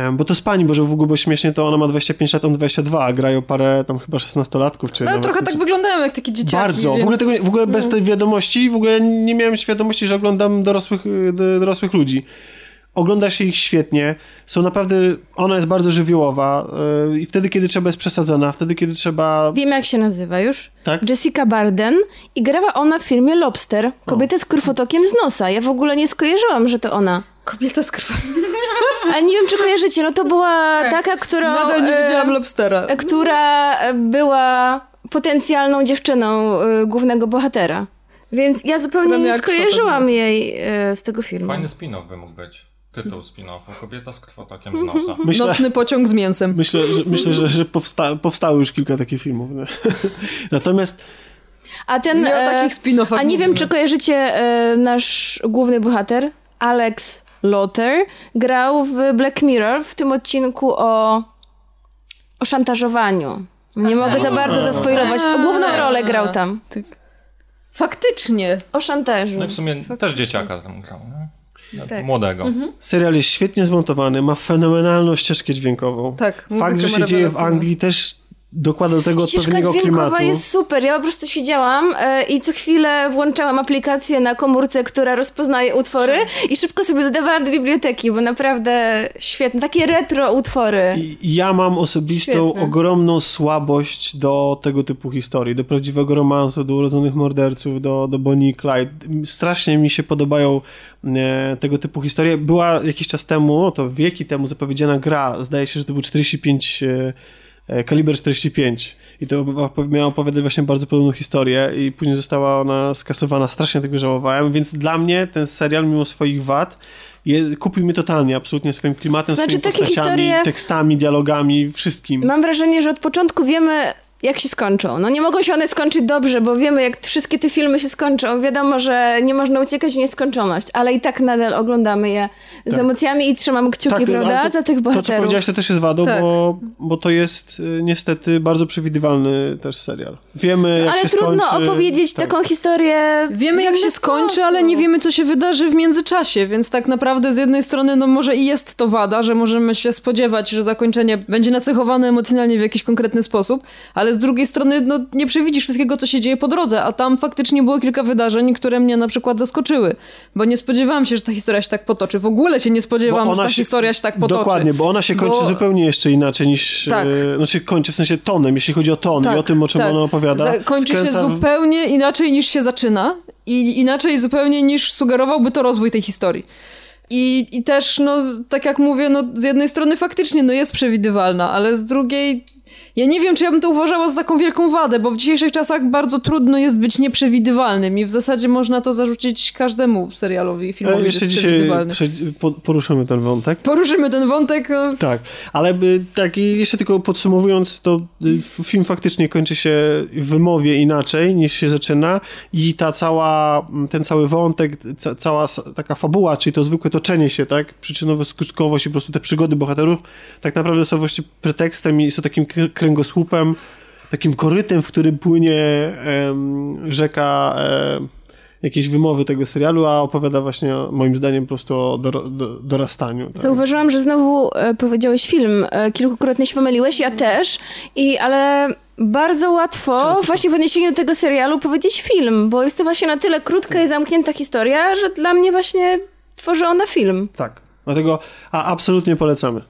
Speaker 1: Ym, bo to z pani, bo że w ogóle bo śmiesznie to ona ma 25 lat, on 22, a grają parę tam chyba 16-latków. Czy
Speaker 7: No, ale
Speaker 1: nawet
Speaker 7: trochę
Speaker 1: nie-
Speaker 7: tak wyglądają jak takie dzieciaki.
Speaker 1: Bardzo.
Speaker 7: Więc... no.
Speaker 1: W, ogóle tego, nie- w ogóle bez tej wiadomości, w ogóle nie miałem świadomości, że oglądam dorosłych, y, d- dorosłych ludzi. ogląda się ich świetnie, są naprawdę, ona jest bardzo żywiołowa y, i wtedy, kiedy trzeba jest przesadzona, wtedy, kiedy trzeba...
Speaker 4: Wiem, jak się nazywa już.
Speaker 1: Tak?
Speaker 4: Jessica Barden i grała ona w filmie Lobster. Kobietę z krwotokiem z nosa. Ja w ogóle nie skojarzyłam, że to ona.
Speaker 7: Kobieta z krwi.
Speaker 4: Ale nie wiem, czy kojarzycie. No to była taka,
Speaker 1: <laughs>
Speaker 4: która... e,
Speaker 7: Nadal nie
Speaker 4: y,
Speaker 7: widziałam lobstera.
Speaker 4: która e, była potencjalną dziewczyną e, głównego bohatera. Więc ja zupełnie
Speaker 7: Która miała
Speaker 4: nie skojarzyłam
Speaker 7: krwotok
Speaker 4: jej e, z tego filmu.
Speaker 6: Fajny spin-off by mógł być. Tytuł spin-offu. Kobieta z krwotokiem z nosa.
Speaker 1: Myślę,
Speaker 7: Nocny pociąg z mięsem.
Speaker 1: <laughs> myślę, że, myślę, że, że powsta, powstało już kilka takich filmów. nie? <laughs> Natomiast
Speaker 4: A ten. e,
Speaker 7: Nie o takich spin-offach
Speaker 4: A nie wiem,
Speaker 7: mówimy.
Speaker 4: czy kojarzycie e, nasz główny bohater, Alex Lothar, grał w Black Mirror w tym odcinku o, o szantażowaniu. Nie mogę za bardzo zaspoilować. Główną rolę grał tam.
Speaker 7: Faktycznie.
Speaker 4: O szantażu.
Speaker 1: Tak,
Speaker 6: No i w sumie też dzieciaka tam grał. nie?
Speaker 7: Tak.
Speaker 6: Młodego.
Speaker 7: Mhm.
Speaker 1: serial jest świetnie zmontowany, ma fenomenalną ścieżkę dźwiękową.
Speaker 7: Tak,
Speaker 1: Fakt,
Speaker 7: muzyka
Speaker 1: że się
Speaker 7: ma
Speaker 1: dzieje w
Speaker 7: rewelacyjna.
Speaker 1: Anglii też dokłada do tego
Speaker 4: Ścieżka
Speaker 1: odpowiedniego
Speaker 4: dźwiękowa
Speaker 1: klimatu.
Speaker 4: jest super. Ja po prostu siedziałam e, i co chwilę włączałam aplikację na komórce, która rozpoznaje utwory i szybko sobie dodawałam do biblioteki, bo naprawdę świetne. Takie retro utwory.
Speaker 1: I Ja mam osobistą
Speaker 4: Świetne.
Speaker 1: ogromną słabość do tego typu historii, do prawdziwego romansu, do urodzonych morderców, do, do Bonnie i Clyde. Strasznie mi się podobają e, tego typu historie. Była jakiś czas temu, no to wieki temu zapowiedziana gra, zdaje się, że to był 45, e, e, kaliber 45 i to opowi- miała opowiadać właśnie bardzo podobną historię i później została ona skasowana, strasznie tego żałowałem, więc dla mnie ten serial mimo swoich wad je, kupił mnie totalnie, absolutnie swoim klimatem,
Speaker 4: Znaczy,
Speaker 1: swoimi
Speaker 4: takie
Speaker 1: postaciami,
Speaker 4: historie-
Speaker 1: tekstami, dialogami, wszystkim.
Speaker 4: Mam wrażenie, że od początku wiemy, jak się skończą. No nie mogą się one skończyć dobrze, bo wiemy, jak wszystkie te filmy się skończą. Wiadomo, że nie można uciekać w nieskończoność, ale i tak nadal oglądamy je z emocjami i trzymam kciuki,
Speaker 1: Tak, to-
Speaker 4: prawda?
Speaker 1: Tak. ale to-
Speaker 4: Za tych
Speaker 1: To, co
Speaker 4: bohaterów.
Speaker 1: powiedziałaś, to też jest wadą,
Speaker 7: Tak.
Speaker 1: bo, bo to jest y, niestety bardzo przewidywalny też serial. Wiemy, jak
Speaker 4: No, ale
Speaker 1: się
Speaker 4: trudno
Speaker 1: skończy.
Speaker 4: opowiedzieć
Speaker 1: tak.
Speaker 4: taką historię. w
Speaker 7: Wiemy, jak
Speaker 4: inny
Speaker 7: się skończy, ale
Speaker 4: sposób.
Speaker 7: nie wiemy, co się wydarzy w międzyczasie, więc tak naprawdę z jednej strony, no może i jest to wada, że możemy się spodziewać, że zakończenie będzie nacechowane emocjonalnie w jakiś konkretny sposób, ale z drugiej strony, no nie przewidzisz wszystkiego, co się dzieje po drodze, a tam faktycznie było kilka wydarzeń, które mnie na przykład zaskoczyły, bo nie spodziewałam się, że ta historia się tak potoczy. W ogóle się nie
Speaker 1: Bo
Speaker 7: spodziewałam, że ta historia się tak potoczy.
Speaker 1: Dokładnie, bo ona się kończy
Speaker 7: Bo-
Speaker 1: zupełnie jeszcze inaczej niż...
Speaker 7: Tak.
Speaker 1: e, Znaczy kończy w sensie tonem, jeśli chodzi o ton i o tym, o czym
Speaker 7: tak.
Speaker 1: ona opowiada.
Speaker 7: Za- Kończy
Speaker 1: Skręca
Speaker 7: się
Speaker 1: w-
Speaker 7: zupełnie inaczej niż się zaczyna i inaczej zupełnie niż sugerowałby to rozwój tej historii. I, I też, no, tak jak mówię, no, z jednej strony faktycznie no, jest przewidywalna, ale z drugiej ja nie wiem, czy ja bym to uważała za taką wielką wadę, bo w dzisiejszych czasach bardzo trudno jest być nieprzewidywalnym i w zasadzie można to zarzucić każdemu serialowi i
Speaker 1: E,
Speaker 7: filmowi, że
Speaker 1: Jeszcze
Speaker 7: jest
Speaker 1: dzisiaj
Speaker 7: przewidywalny.
Speaker 1: przejdzie- po- poruszymy ten wątek.
Speaker 7: Poruszymy ten wątek. No.
Speaker 1: Tak, ale by, tak i jeszcze tylko podsumowując, to y, f- film faktycznie kończy się w wymowie inaczej niż się zaczyna i ta cała, mm, ten cały wątek, ca, cała s- taka fabuła, czyli to zwykłe toczenie się, tak, przyczynowo-skutkowość i po prostu te przygody bohaterów, tak naprawdę są właśnie pretekstem i są takim kr- kręgosłupem, takim korytem, w którym płynie em, rzeka em, jakiejś wymowy tego serialu, a opowiada właśnie o- moim zdaniem po prostu o doro, do, dorastaniu. Tak.
Speaker 4: Zauważyłam, że znowu e, powiedziałeś film. E, kilkukrotnie się pomyliłeś, ja też. I, ale bardzo łatwo właśnie w odniesieniu do tego serialu powiedzieć film, bo jest to właśnie na tyle krótka i zamknięta historia, że dla mnie właśnie tworzy ona film.
Speaker 1: Tak. Dlatego a absolutnie polecamy.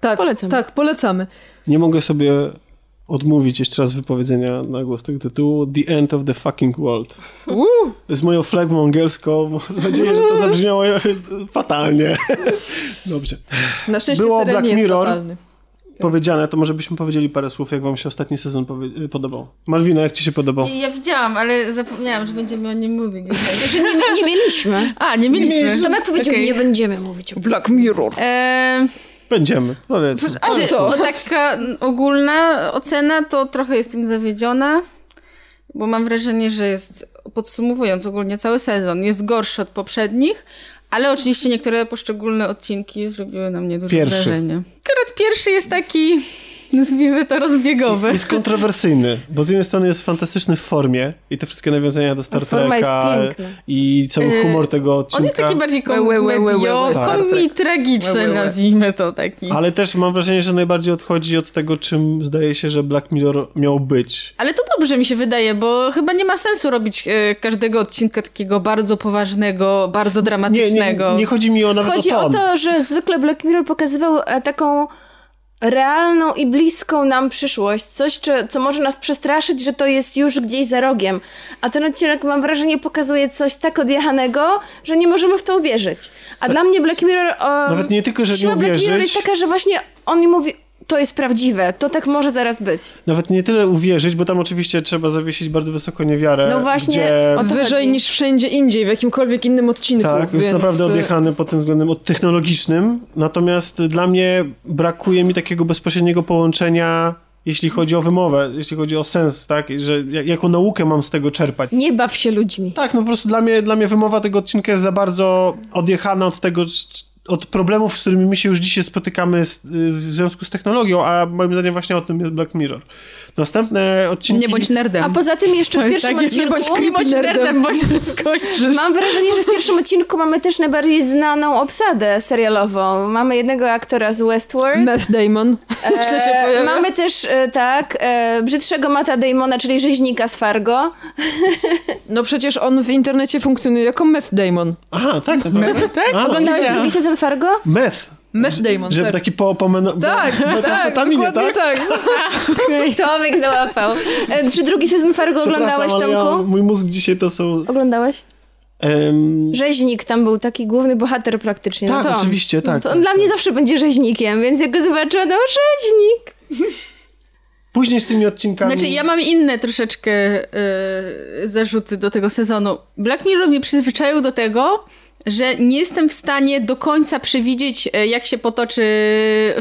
Speaker 7: Tak,
Speaker 4: Polecam.
Speaker 7: tak, polecamy.
Speaker 1: Nie mogę sobie odmówić jeszcze raz wypowiedzenia na głos tego tytułu The End of the Fucking World.
Speaker 7: Uuu.
Speaker 1: Z moją flagmą angielską. Mam nadzieję, że to zabrzmiało fatalnie. Dobrze.
Speaker 7: Na szczęście
Speaker 1: Było
Speaker 7: serial
Speaker 1: Black
Speaker 7: nie jest
Speaker 1: Mirror.
Speaker 7: fatalny.
Speaker 1: Powiedziane, to może byśmy powiedzieli parę słów, jak wam się ostatni sezon powie- podobał. Malwina, jak ci się podobał?
Speaker 5: Ja widziałam, ale zapomniałam, że będziemy o nim mówić dzisiaj.
Speaker 4: Że nie, mi- nie mieliśmy.
Speaker 5: A, nie <laughs> mieliśmy.
Speaker 4: Tomek powiedział,
Speaker 5: Okej.
Speaker 4: nie będziemy mówić o
Speaker 7: Black Mirror.
Speaker 5: Eee,
Speaker 1: Będziemy, powiedzmy.
Speaker 7: A
Speaker 5: że-
Speaker 7: co?
Speaker 5: Bo tak taka ogólna ocena, to trochę jestem zawiedziona, bo mam wrażenie, że jest, podsumowując ogólnie cały sezon, jest gorszy od poprzednich, ale oczywiście niektóre poszczególne odcinki zrobiły na mnie duże
Speaker 1: Pierwszy.
Speaker 5: wrażenie. Akurat pierwszy jest taki nazwijmy to rozbiegowy.
Speaker 1: Jest kontrowersyjny, bo z jednej strony jest fantastyczny w formie i te wszystkie nawiązania do Star
Speaker 4: Forma jest
Speaker 1: Treka
Speaker 4: piękna.
Speaker 1: i cały
Speaker 5: Yy,
Speaker 1: humor tego odcinka.
Speaker 5: On jest taki bardziej
Speaker 7: Łe, łe, łe, łe, łe,
Speaker 5: komedio,
Speaker 7: łe, Star Trek.
Speaker 5: komi tragiczny
Speaker 7: Łe, łe, łe.
Speaker 5: nazwijmy to taki.
Speaker 1: Ale też mam wrażenie, że najbardziej odchodzi od tego, czym zdaje się, że Black Mirror miał być.
Speaker 5: Ale to dobrze mi się wydaje, bo chyba nie ma sensu robić e, każdego odcinka takiego bardzo poważnego, bardzo
Speaker 1: Nie, nie,
Speaker 5: dramatycznego.
Speaker 1: nie chodzi mi o nawet
Speaker 4: Chodzi
Speaker 1: o
Speaker 4: o
Speaker 1: ton.
Speaker 4: to, że zwykle Black Mirror pokazywał e, taką realną i bliską nam przyszłość. Coś, czy, co może nas przestraszyć, że to jest już gdzieś za rogiem. A ten odcinek, mam wrażenie, pokazuje coś tak odjechanego, że nie możemy w to uwierzyć. A dla mnie Black Mirror... O,
Speaker 1: Nawet nie tylko, że nie
Speaker 4: siła Black Mirror jest
Speaker 1: uwierzyć,
Speaker 4: taka, że właśnie on mi mówi, to jest prawdziwe, to tak może zaraz być.
Speaker 1: nawet nie tyle uwierzyć, bo tam oczywiście trzeba zawiesić bardzo wysoko niewiarę.
Speaker 4: No właśnie,
Speaker 1: gdzie,
Speaker 4: o to
Speaker 7: Wyżej
Speaker 4: chodzi.
Speaker 7: niż wszędzie indziej, w jakimkolwiek innym odcinku.
Speaker 1: Tak,
Speaker 7: więc... y,
Speaker 1: jest naprawdę odjechany pod tym względem od technologicznym, natomiast dla mnie brakuje mi takiego bezpośredniego połączenia, jeśli chodzi o wymowę, jeśli chodzi o sens, tak, I że ja- jaką naukę mam z tego czerpać.
Speaker 4: Nie baw się ludźmi.
Speaker 1: Tak, no po prostu dla mnie, dla mnie wymowa tego odcinka jest za bardzo odjechana od tego, c- od problemów, z którymi my się już dzisiaj spotykamy z, y, w związku z technologią, a moim zdaniem właśnie o tym jest Black Mirror. Następne odcinki...
Speaker 5: Nie bądź nerdem.
Speaker 4: A poza tym jeszcze w
Speaker 5: To jest
Speaker 4: pierwszym
Speaker 5: takie,
Speaker 4: odcinku...
Speaker 5: nie bądź, nie bądź
Speaker 7: nerdem.
Speaker 5: nerdem, bo się skończysz.
Speaker 4: Mam wrażenie, że w pierwszym odcinku mamy też najbardziej znaną obsadę serialową. Mamy jednego aktora z Westworld.
Speaker 7: Meth Damon. <laughs> Jeszcze się pojawia.
Speaker 4: E, mamy też, e, tak, e, brzydszego Mata Damona, czyli rzeźnika z Fargo.
Speaker 7: No przecież on w internecie funkcjonuje jako Meth Damon.
Speaker 1: Aha, tak.
Speaker 5: <laughs>
Speaker 1: No,
Speaker 5: Tak?
Speaker 1: A,
Speaker 4: Oglądałeś drugi sezon Fargo?
Speaker 1: meth,
Speaker 7: Meth Damon,
Speaker 1: żeby
Speaker 7: tak.
Speaker 1: taki po... po meno-
Speaker 7: Tak,
Speaker 1: bo-
Speaker 7: tak,
Speaker 1: metamfetaminie,
Speaker 7: dokładnie tak.
Speaker 4: Tomek załapał. E, czy drugi sezon Fargo oglądałeś,
Speaker 1: Przepraszam, ale
Speaker 4: Tomku?
Speaker 1: Ja, mój mózg dzisiaj to są...
Speaker 4: Oglądałeś?
Speaker 1: Em,
Speaker 4: Rzeźnik tam był taki główny bohater praktycznie.
Speaker 1: tak,
Speaker 4: no to on.
Speaker 1: oczywiście, tak.
Speaker 4: To on dla mnie zawsze będzie rzeźnikiem, więc jak go zobaczyłam, no rzeźnik!
Speaker 1: Później z tymi odcinkami...
Speaker 5: Znaczy, ja mam inne troszeczkę y, zarzuty do tego sezonu. Black Mirror mnie przyzwyczaił do tego, że nie jestem w stanie do końca przewidzieć, y, jak się potoczy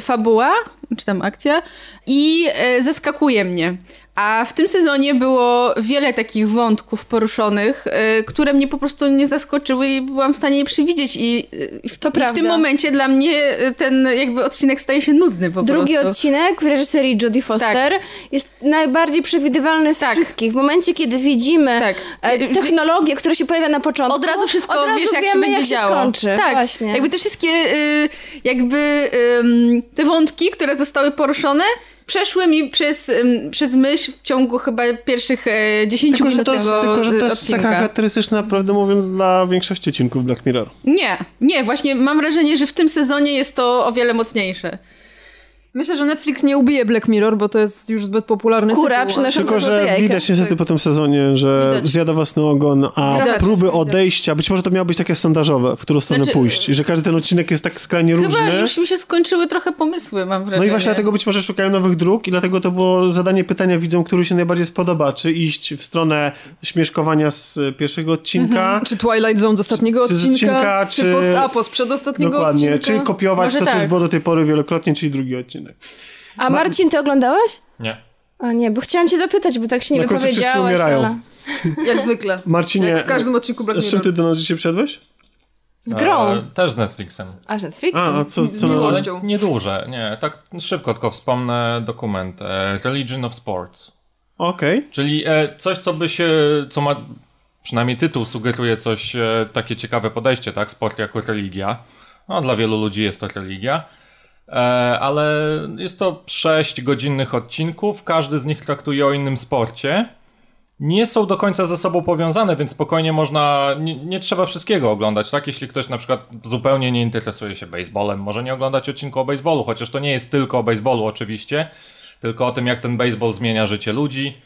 Speaker 5: fabuła, czy tam akcja, i y, zaskakuje mnie. A w tym sezonie było wiele takich wątków poruszonych, y, które mnie po prostu nie zaskoczyły i byłam w stanie je przewidzieć. I, y, w,
Speaker 4: To
Speaker 5: i w
Speaker 4: prawda.
Speaker 5: tym momencie dla mnie y, ten jakby odcinek staje się nudny po
Speaker 4: Drugi
Speaker 5: prostu.
Speaker 4: odcinek w reżyserii Jodie Foster jest najbardziej przewidywalny z
Speaker 5: Tak.
Speaker 4: wszystkich. W momencie, kiedy widzimy
Speaker 5: Tak.
Speaker 4: e, technologię, która się pojawia na początku,
Speaker 5: Od razu wszystko
Speaker 4: No, od razu
Speaker 5: wiesz, jak się
Speaker 4: wiemy,
Speaker 5: będzie
Speaker 4: jak
Speaker 5: działo.
Speaker 4: Się skończy.
Speaker 5: Tak,
Speaker 4: właśnie.
Speaker 5: Jakby te wszystkie y, jakby ym, te wątki, które zostały poruszone, przeszły mi przez, ym, przez myśl w ciągu chyba pierwszych e, 10
Speaker 1: Tylko, że
Speaker 5: minut
Speaker 1: to jest,
Speaker 5: tego
Speaker 1: tylko, że
Speaker 5: y,
Speaker 1: to jest
Speaker 5: odcinka.
Speaker 1: taka charakterystyczna, prawdę mówiąc, dla większości odcinków Black Mirror.
Speaker 5: Nie, nie, właśnie mam wrażenie, że w tym sezonie jest to o wiele mocniejsze.
Speaker 7: Myślę, że Netflix nie ubije Black Mirror, bo to jest już zbyt popularny
Speaker 4: Kura
Speaker 7: tytuł.
Speaker 4: przynosi
Speaker 1: Tylko,
Speaker 4: złote
Speaker 1: że
Speaker 4: jajka.
Speaker 1: widać niestety po tym sezonie, że
Speaker 7: Tak. Widać.
Speaker 1: zjada własny ogon, a
Speaker 7: Widać.
Speaker 1: próby odejścia, być może to miało być takie sondażowe, w którą stronę
Speaker 5: Znaczy-
Speaker 1: pójść, i że każdy ten odcinek jest tak skrajnie
Speaker 5: Chyba
Speaker 1: różny.
Speaker 5: już mi się skończyły trochę pomysły, mam wrażenie.
Speaker 1: No i właśnie dlatego być może szukają nowych dróg i dlatego to było zadanie pytania widzom, który się najbardziej spodoba, czy iść w stronę śmieszkowania z pierwszego odcinka,
Speaker 7: Mhm. Czy Twilight Zone z ostatniego
Speaker 1: Czy z
Speaker 7: odcinka,
Speaker 1: odcinka, czy-
Speaker 7: czy post-apo z przedostatniego
Speaker 1: dokładnie,
Speaker 7: odcinka.
Speaker 1: czy kopiować
Speaker 5: Może
Speaker 1: to, co już
Speaker 5: tak.
Speaker 1: było do tej pory wielokrotnie, czyli drugi odcinek.
Speaker 4: A Marcin, ty oglądałaś?
Speaker 6: Nie.
Speaker 4: O nie, bo chciałam cię zapytać, bo tak się nie
Speaker 1: Na końcu No wszyscy
Speaker 4: wypowiedziałaś.
Speaker 1: umierają.
Speaker 4: Ale...
Speaker 7: Jak zwykle.
Speaker 1: Marcinie,
Speaker 7: Jak w każdym odcinku Black
Speaker 1: z czym
Speaker 7: Mirror.
Speaker 1: ty do nas dzisiaj przyszedłeś?
Speaker 4: Z grą.
Speaker 6: E, też z Netflixem.
Speaker 4: A z Netflix?
Speaker 1: A, a co, co
Speaker 7: z
Speaker 1: na
Speaker 7: miłością.
Speaker 6: Ale nieduże, nie. Tak szybko tylko wspomnę dokument. E, Religion of Sports.
Speaker 1: Okej.
Speaker 6: Czyli e, coś, co by się, co ma, przynajmniej tytuł sugeruje coś, e, takie ciekawe podejście, tak? Sport jako religia. No, dla wielu ludzi jest to religia. E, ale jest to sześć godzinnych odcinków, każdy z nich traktuje o innym sporcie. Nie są do końca ze sobą powiązane, więc spokojnie można, nie, nie trzeba wszystkiego oglądać, tak? Jeśli ktoś na przykład zupełnie nie interesuje się baseballem, może nie oglądać odcinku o baseballu, chociaż to nie jest tylko o baseballu oczywiście, tylko o tym, jak ten baseball zmienia życie ludzi.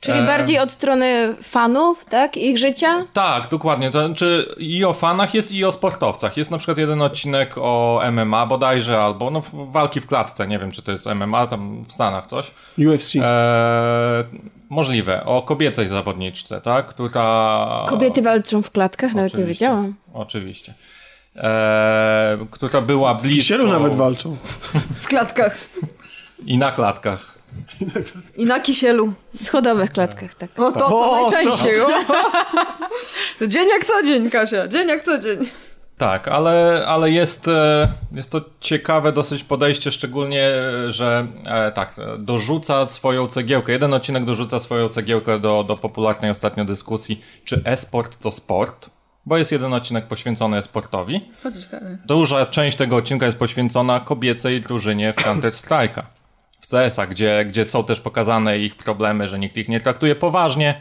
Speaker 4: Czyli
Speaker 6: e.
Speaker 4: bardziej od strony fanów, tak? Ich życia?
Speaker 6: Tak, dokładnie. To znaczy i o fanach jest, i o sportowcach. Jest na przykład jeden odcinek o MMA bodajże, albo no, w- walki w klatce. Nie wiem, czy to jest MMA, tam w Stanach coś.
Speaker 1: UFC.
Speaker 6: Eee, możliwe. O kobiecej zawodniczce, tak? Która...
Speaker 4: Kobiety walczą w klatkach, nawet nie
Speaker 6: Oczywiście.
Speaker 4: wiedziałam.
Speaker 6: Oczywiście. Eee, która była blisko...
Speaker 1: Sielu nawet walczą.
Speaker 7: W klatkach.
Speaker 6: I na klatkach.
Speaker 7: I na kisielu.
Speaker 4: Schodowych klatkach, tak.
Speaker 7: O, No to, to
Speaker 1: O, to. <laughs>
Speaker 7: najczęściej. To. dzień jak co dzień, Kasia. Dzień jak co dzień.
Speaker 6: Tak, ale, ale jest, e, jest to ciekawe dosyć podejście, szczególnie, e, że e, tak, e, dorzuca swoją cegiełkę. Jeden odcinek dorzuca swoją cegiełkę do, do popularnej ostatnio dyskusji, czy e-sport to sport, bo jest jeden odcinek poświęcony e-sportowi.
Speaker 5: Bardzo ciekawe.
Speaker 6: Duża część tego odcinka jest poświęcona kobiecej drużynie w Counter-Strike'a, w CS-a, gdzie, gdzie są też pokazane ich problemy, że nikt ich nie traktuje poważnie.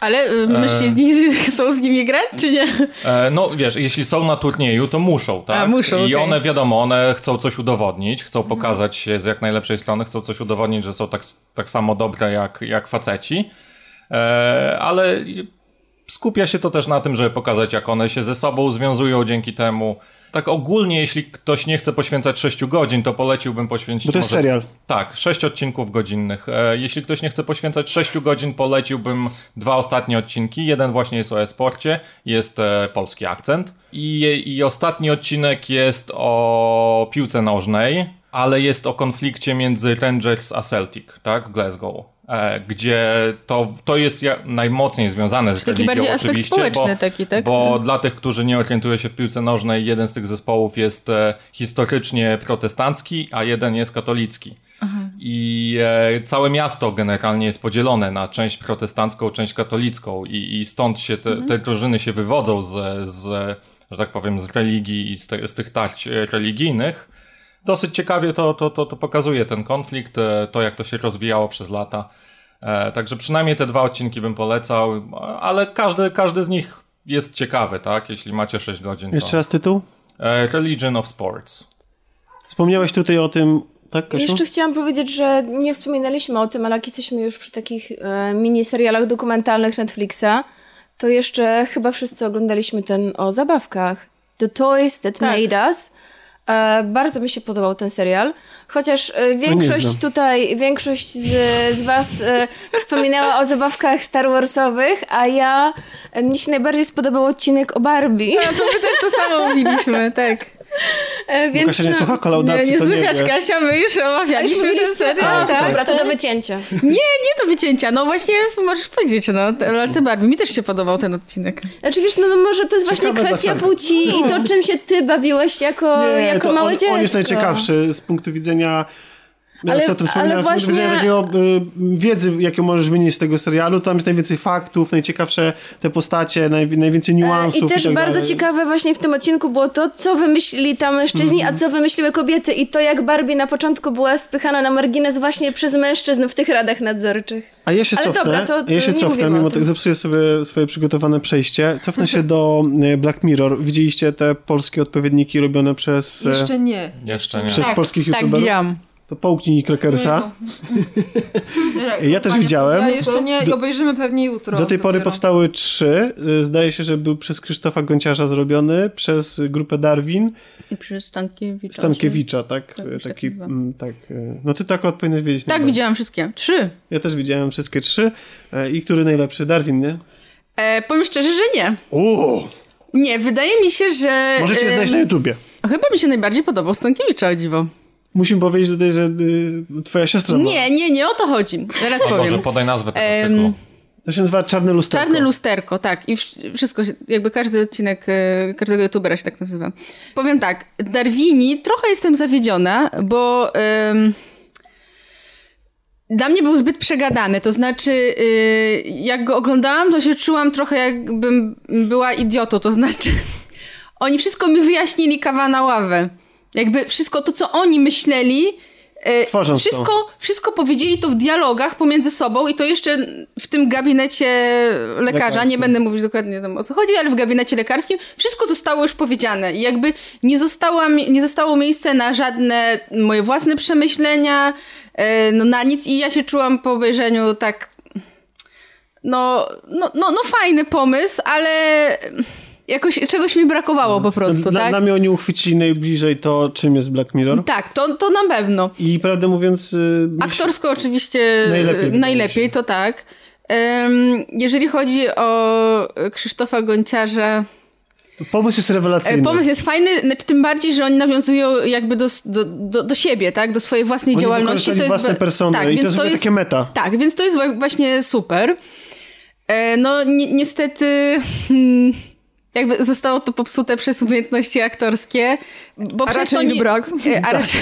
Speaker 5: Ale y,
Speaker 1: E.
Speaker 5: mężczyźni są z nimi <laughs> grać, czy nie?
Speaker 6: E, No wiesz, jeśli są na turnieju, to muszą, tak?
Speaker 5: A, muszą,
Speaker 6: I
Speaker 5: okej. Mhm.
Speaker 6: one, wiadomo, one chcą coś udowodnić, chcą pokazać się z jak najlepszej strony, chcą coś udowodnić, że są tak, tak samo dobre jak, jak faceci, e, ale skupia się to też na tym, żeby pokazać, jak one się ze sobą związują dzięki temu. Tak ogólnie, jeśli ktoś nie chce poświęcać 6 godzin, to poleciłbym poświęcić
Speaker 8: Bo to jest
Speaker 6: może-
Speaker 8: serial.
Speaker 6: tak, sześć odcinków godzinnych. E, jeśli ktoś nie chce poświęcać sześciu godzin, poleciłbym dwa ostatnie odcinki. Jeden właśnie jest o e-sporcie, jest e, polski akcent. I, I ostatni odcinek jest o piłce nożnej, ale jest o konflikcie między Rangers a Celtic, tak, w Glasgow. E, gdzie to, to jest ja- najmocniej związane z
Speaker 5: Taki
Speaker 6: religią
Speaker 5: bardziej aspekt
Speaker 6: oczywiście,
Speaker 5: społeczny
Speaker 6: bo,
Speaker 5: taki, tak?
Speaker 6: bo dla tych, którzy nie orientują się w piłce nożnej, jeden z tych zespołów jest e, historycznie protestancki, a jeden jest katolicki. I e, całe miasto generalnie jest podzielone na część protestancką, część katolicką, i, i stąd się te, te drużyny się wywodzą z, z, że tak powiem, z religii i z, te, z tych tarć e, religijnych. Dosyć ciekawie to, to, to, to pokazuje ten konflikt, e, to jak to się rozwijało przez lata. E, Także przynajmniej te dwa odcinki bym polecał, ale każdy, każdy z nich jest ciekawy, tak? Jeśli macie 6 godzin. To.
Speaker 1: Jeszcze raz tytuł?
Speaker 6: E, Religion of Sports.
Speaker 1: Wspomniałeś tutaj o tym, tak Kasiu?
Speaker 4: Jeszcze chciałam powiedzieć, że nie wspominaliśmy o tym, ale jak jesteśmy już przy takich e, miniserialach dokumentalnych Netflixa, to jeszcze chyba wszyscy oglądaliśmy ten o zabawkach. The Toys That
Speaker 5: Tak.
Speaker 4: Made Us. E, bardzo mi się podobał ten serial, chociaż e, większość
Speaker 1: znam.
Speaker 4: tutaj, większość z, z was e, wspominała o zabawkach Star Warsowych, a ja, e, mnie się najbardziej spodobał odcinek o Barbie,
Speaker 5: No to my też to samo mówiliśmy, tak.
Speaker 4: e,
Speaker 1: Bo
Speaker 4: więc...
Speaker 1: Kasia nie
Speaker 4: no-
Speaker 1: słucha
Speaker 5: Nie,
Speaker 1: kolaudacji,
Speaker 5: nie
Speaker 1: to nie
Speaker 5: słychać,
Speaker 1: wie.
Speaker 5: Kasia, my już
Speaker 4: A już
Speaker 5: omawialiśmy ten
Speaker 4: mówiliście?
Speaker 5: serial,
Speaker 4: A,
Speaker 5: tak.
Speaker 4: dobra, to do wycięcia.
Speaker 5: Nie do wycięcia, no właśnie możesz powiedzieć, no, lalce Barbie, mi też się podobał ten odcinek.
Speaker 4: Znaczy wiesz, no, no może to jest właśnie
Speaker 1: Ciekawe
Speaker 4: kwestia
Speaker 1: dlaczego.
Speaker 4: płci i to, czym się ty bawiłeś jako,
Speaker 1: Nie,
Speaker 4: jako
Speaker 1: to
Speaker 4: małe
Speaker 1: on,
Speaker 4: dziecko.
Speaker 1: on jest najciekawszy z punktu widzenia. Ja
Speaker 4: Ale-
Speaker 1: już o tym
Speaker 4: ale
Speaker 1: wspominałem, z punktu
Speaker 4: właśnie-
Speaker 1: widzenia takiego y, wiedzy, jaką możesz wynieść z tego serialu. Tam jest najwięcej faktów, najciekawsze te postacie, najwi- najwięcej niuansów.
Speaker 4: E, I też
Speaker 1: tak
Speaker 4: bardzo
Speaker 1: dalej.
Speaker 4: ciekawe właśnie w tym odcinku było to, co wymyślili tam mężczyźni,
Speaker 1: Mhm.
Speaker 4: a co wymyśliły kobiety i to, jak Barbie na początku była spychana na margines właśnie przez mężczyzn w tych radach nadzorczych.
Speaker 1: A ja się
Speaker 4: Ale
Speaker 1: cofnę,
Speaker 4: dobra, to-
Speaker 1: a ja
Speaker 4: to
Speaker 1: się
Speaker 4: nie
Speaker 1: cofnę,
Speaker 4: mówimy o
Speaker 1: mimo
Speaker 4: tym.
Speaker 1: tego zepsuję sobie swoje przygotowane przejście. Cofnę się do y, Black Mirror. Widzieliście te polskie odpowiedniki robione przez, e,
Speaker 7: Jeszcze nie.
Speaker 6: Jeszcze nie.
Speaker 1: przez
Speaker 5: Tak,
Speaker 1: polskich
Speaker 5: Tak,
Speaker 1: youtuberów?
Speaker 5: biram.
Speaker 1: to połknij Crackersa.
Speaker 4: no.
Speaker 1: Ja też widziałem.
Speaker 7: Ja jeszcze nie i obejrzymy pewnie jutro.
Speaker 1: Do tej pory
Speaker 7: dopiero.
Speaker 1: powstały trzy. Y, Zdaje się, że był przez Krzysztofa Gonciarza zrobiony, przez grupę Darwin,
Speaker 5: I przy Stankiewicza.
Speaker 1: Stankiewicza, tak?
Speaker 5: Tak,
Speaker 1: Y,
Speaker 5: już tak
Speaker 1: Taki,
Speaker 5: chyba.
Speaker 1: mm, tak. y, No ty to akurat powinieneś wiedzieć.
Speaker 5: Tak,
Speaker 1: najbardziej.
Speaker 5: widziałam wszystkie. Trzy.
Speaker 1: Ja też widziałem wszystkie trzy. Y, I który najlepszy? Darwin, nie?
Speaker 5: E, powiem szczerze, że nie.
Speaker 1: Uuu,
Speaker 5: Nie, wydaje mi się, że...
Speaker 1: możecie
Speaker 5: em,
Speaker 1: znaleźć na YouTubie.
Speaker 5: Chyba mi się najbardziej podobał Stankiewicza, o dziwo.
Speaker 1: Musimy powiedzieć tutaj, że y, twoja siostra była.
Speaker 5: Nie, nie, nie o to chodzi. Teraz
Speaker 6: O Boże,
Speaker 5: powiem.
Speaker 6: podaj nazwę tego
Speaker 5: Em,
Speaker 6: cyklu.
Speaker 1: To się nazywa Czarne Lusterko.
Speaker 5: Czarne lusterko, tak. I wsz- wszystko, się, jakby każdy odcinek e, każdego youtubera się tak nazywa. Powiem tak, Darwini trochę jestem zawiedziona, bo em, dla mnie był zbyt przegadany. To znaczy, y, jak go oglądałam, to się czułam trochę jakbym była idiotą. To znaczy, <laughs> oni wszystko mi wyjaśnili kawa na ławę. Jakby wszystko to, co oni myśleli, e,
Speaker 1: Tworząc to.
Speaker 5: wszystko wszystko powiedzieli to w dialogach pomiędzy sobą i to jeszcze w tym gabinecie lekarza,
Speaker 1: Lekarskim.
Speaker 5: nie będę mówić dokładnie tam, o co chodzi, ale w gabinecie lekarskim wszystko zostało już powiedziane i jakby nie, została, mi- nie zostało miejsce na żadne moje własne przemyślenia, e, no na nic i ja się czułam po obejrzeniu tak, no, no, no, no fajny pomysł, ale jakoś czegoś mi brakowało po prostu,
Speaker 1: No, dla,
Speaker 5: tak?
Speaker 1: dla mnie oni uchwycili najbliżej to, czym jest Black Mirror.
Speaker 5: Tak, to, to na pewno.
Speaker 1: I prawdę mówiąc... y, mi się-
Speaker 5: Aktorsko oczywiście
Speaker 1: Najlepiej
Speaker 5: najlepiej,
Speaker 1: wydaje się.
Speaker 5: to tak. Em, Jeżeli chodzi o Krzysztofa Gonciarza,
Speaker 1: Pomysł jest
Speaker 5: e,
Speaker 1: rewelacyjny.
Speaker 5: pomysł jest fajny, znaczy tym bardziej, że oni nawiązują jakby do, do, do, do siebie, tak? Do swojej własnej
Speaker 1: Oni
Speaker 5: działalności.
Speaker 1: wykorzystali własne
Speaker 5: be-
Speaker 1: persony i to
Speaker 5: tak, więc
Speaker 1: jest takie meta.
Speaker 5: Tak, więc to jest wa- właśnie super. E, No ni- niestety... hmm, jakby zostało to popsute przez umiejętności aktorskie, bo
Speaker 7: A
Speaker 5: przez
Speaker 7: raczej Tak.
Speaker 5: to
Speaker 7: ich brak. <laughs>
Speaker 5: E, A raczej,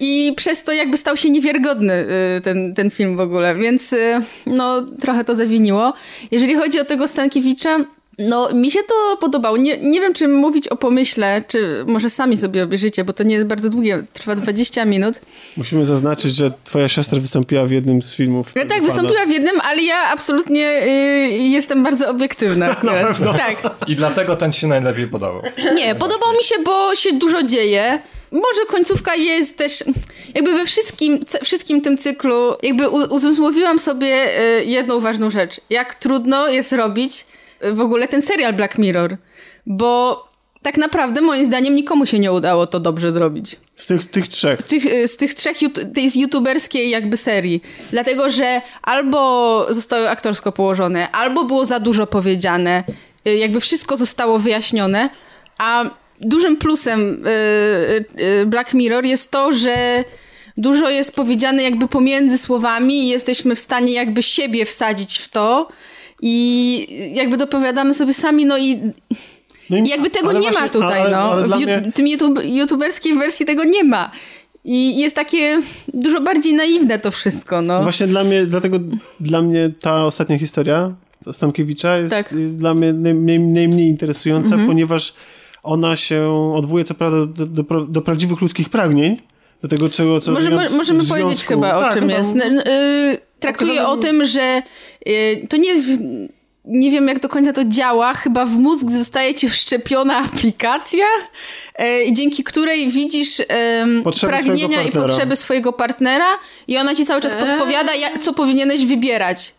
Speaker 5: I przez to jakby stał się niewiarygodny y, ten, ten film w ogóle, więc y, no trochę to zawiniło. Jeżeli chodzi o tego Stankiewicza, no mi się to podobało. Nie, nie wiem, czy mówić o pomyśle, czy może sami sobie obejrzycie, bo to nie jest bardzo długie, trwa 20 minut.
Speaker 1: Musimy zaznaczyć, że twoja siostra wystąpiła w jednym z filmów.
Speaker 5: No tak,
Speaker 1: Pana.
Speaker 5: wystąpiła w jednym, ale ja absolutnie y, jestem bardzo obiektywna. akurat. Tak.
Speaker 6: I dlatego ten ci się najlepiej podobał.
Speaker 5: Nie, podobał mi się, bo się dużo dzieje. Może końcówka jest też, jakby we wszystkim, ce- wszystkim tym cyklu, jakby u- uzmysłowiłam sobie y, jedną ważną rzecz. Jak trudno jest robić y, w ogóle ten serial Black Mirror, bo tak naprawdę moim zdaniem nikomu się nie udało to dobrze zrobić
Speaker 1: Z tych, tych trzech.
Speaker 5: tych, e, z tych trzech jut- tej z youtuberskiej jakby serii. Dlatego, że albo zostały aktorsko położone, albo było za dużo powiedziane, y, jakby wszystko zostało wyjaśnione, a dużym plusem y, y, y, Black Mirror jest to, że dużo jest powiedziane jakby pomiędzy słowami i jesteśmy w stanie jakby siebie wsadzić w to i jakby dopowiadamy sobie sami, no i
Speaker 1: No i-
Speaker 5: jakby tego
Speaker 1: ale
Speaker 5: nie ma
Speaker 1: właśnie-
Speaker 5: tutaj,
Speaker 1: ale-
Speaker 5: no.
Speaker 1: ale
Speaker 5: w
Speaker 1: dla
Speaker 5: ju-
Speaker 1: mnie-
Speaker 5: tym YouTube, youtuberskiej wersji tego nie ma. I jest takie dużo bardziej naiwne to wszystko, no.
Speaker 1: Właśnie dla mnie, dlatego dla mnie ta ostatnia historia Stankiewicza jest,
Speaker 5: Tak. Mhm.
Speaker 1: jest dla mnie najmniej, najmniej interesująca, ponieważ ona się odwołuje co prawda do, do, pra- do prawdziwych ludzkich pragnień, do tego czego co
Speaker 5: Może,
Speaker 1: żyją
Speaker 5: mo-
Speaker 1: w-
Speaker 5: możemy
Speaker 1: w
Speaker 5: powiedzieć
Speaker 1: związku.
Speaker 5: chyba o
Speaker 1: Tak,
Speaker 5: czym
Speaker 1: chyba.
Speaker 5: jest. N- n- y, traktuje
Speaker 1: Pokazano-
Speaker 5: o tym, że y, to nie jest... w- Nie wiem, jak do końca to działa. Chyba w mózg zostaje ci wszczepiona aplikacja, y, i dzięki której widzisz em,
Speaker 1: Potrzeby
Speaker 5: pragnienia
Speaker 1: swojego
Speaker 5: i
Speaker 1: partnera.
Speaker 5: potrzeby swojego partnera i ona ci cały czas
Speaker 7: Eee.
Speaker 5: podpowiada, ja- co powinieneś wybierać,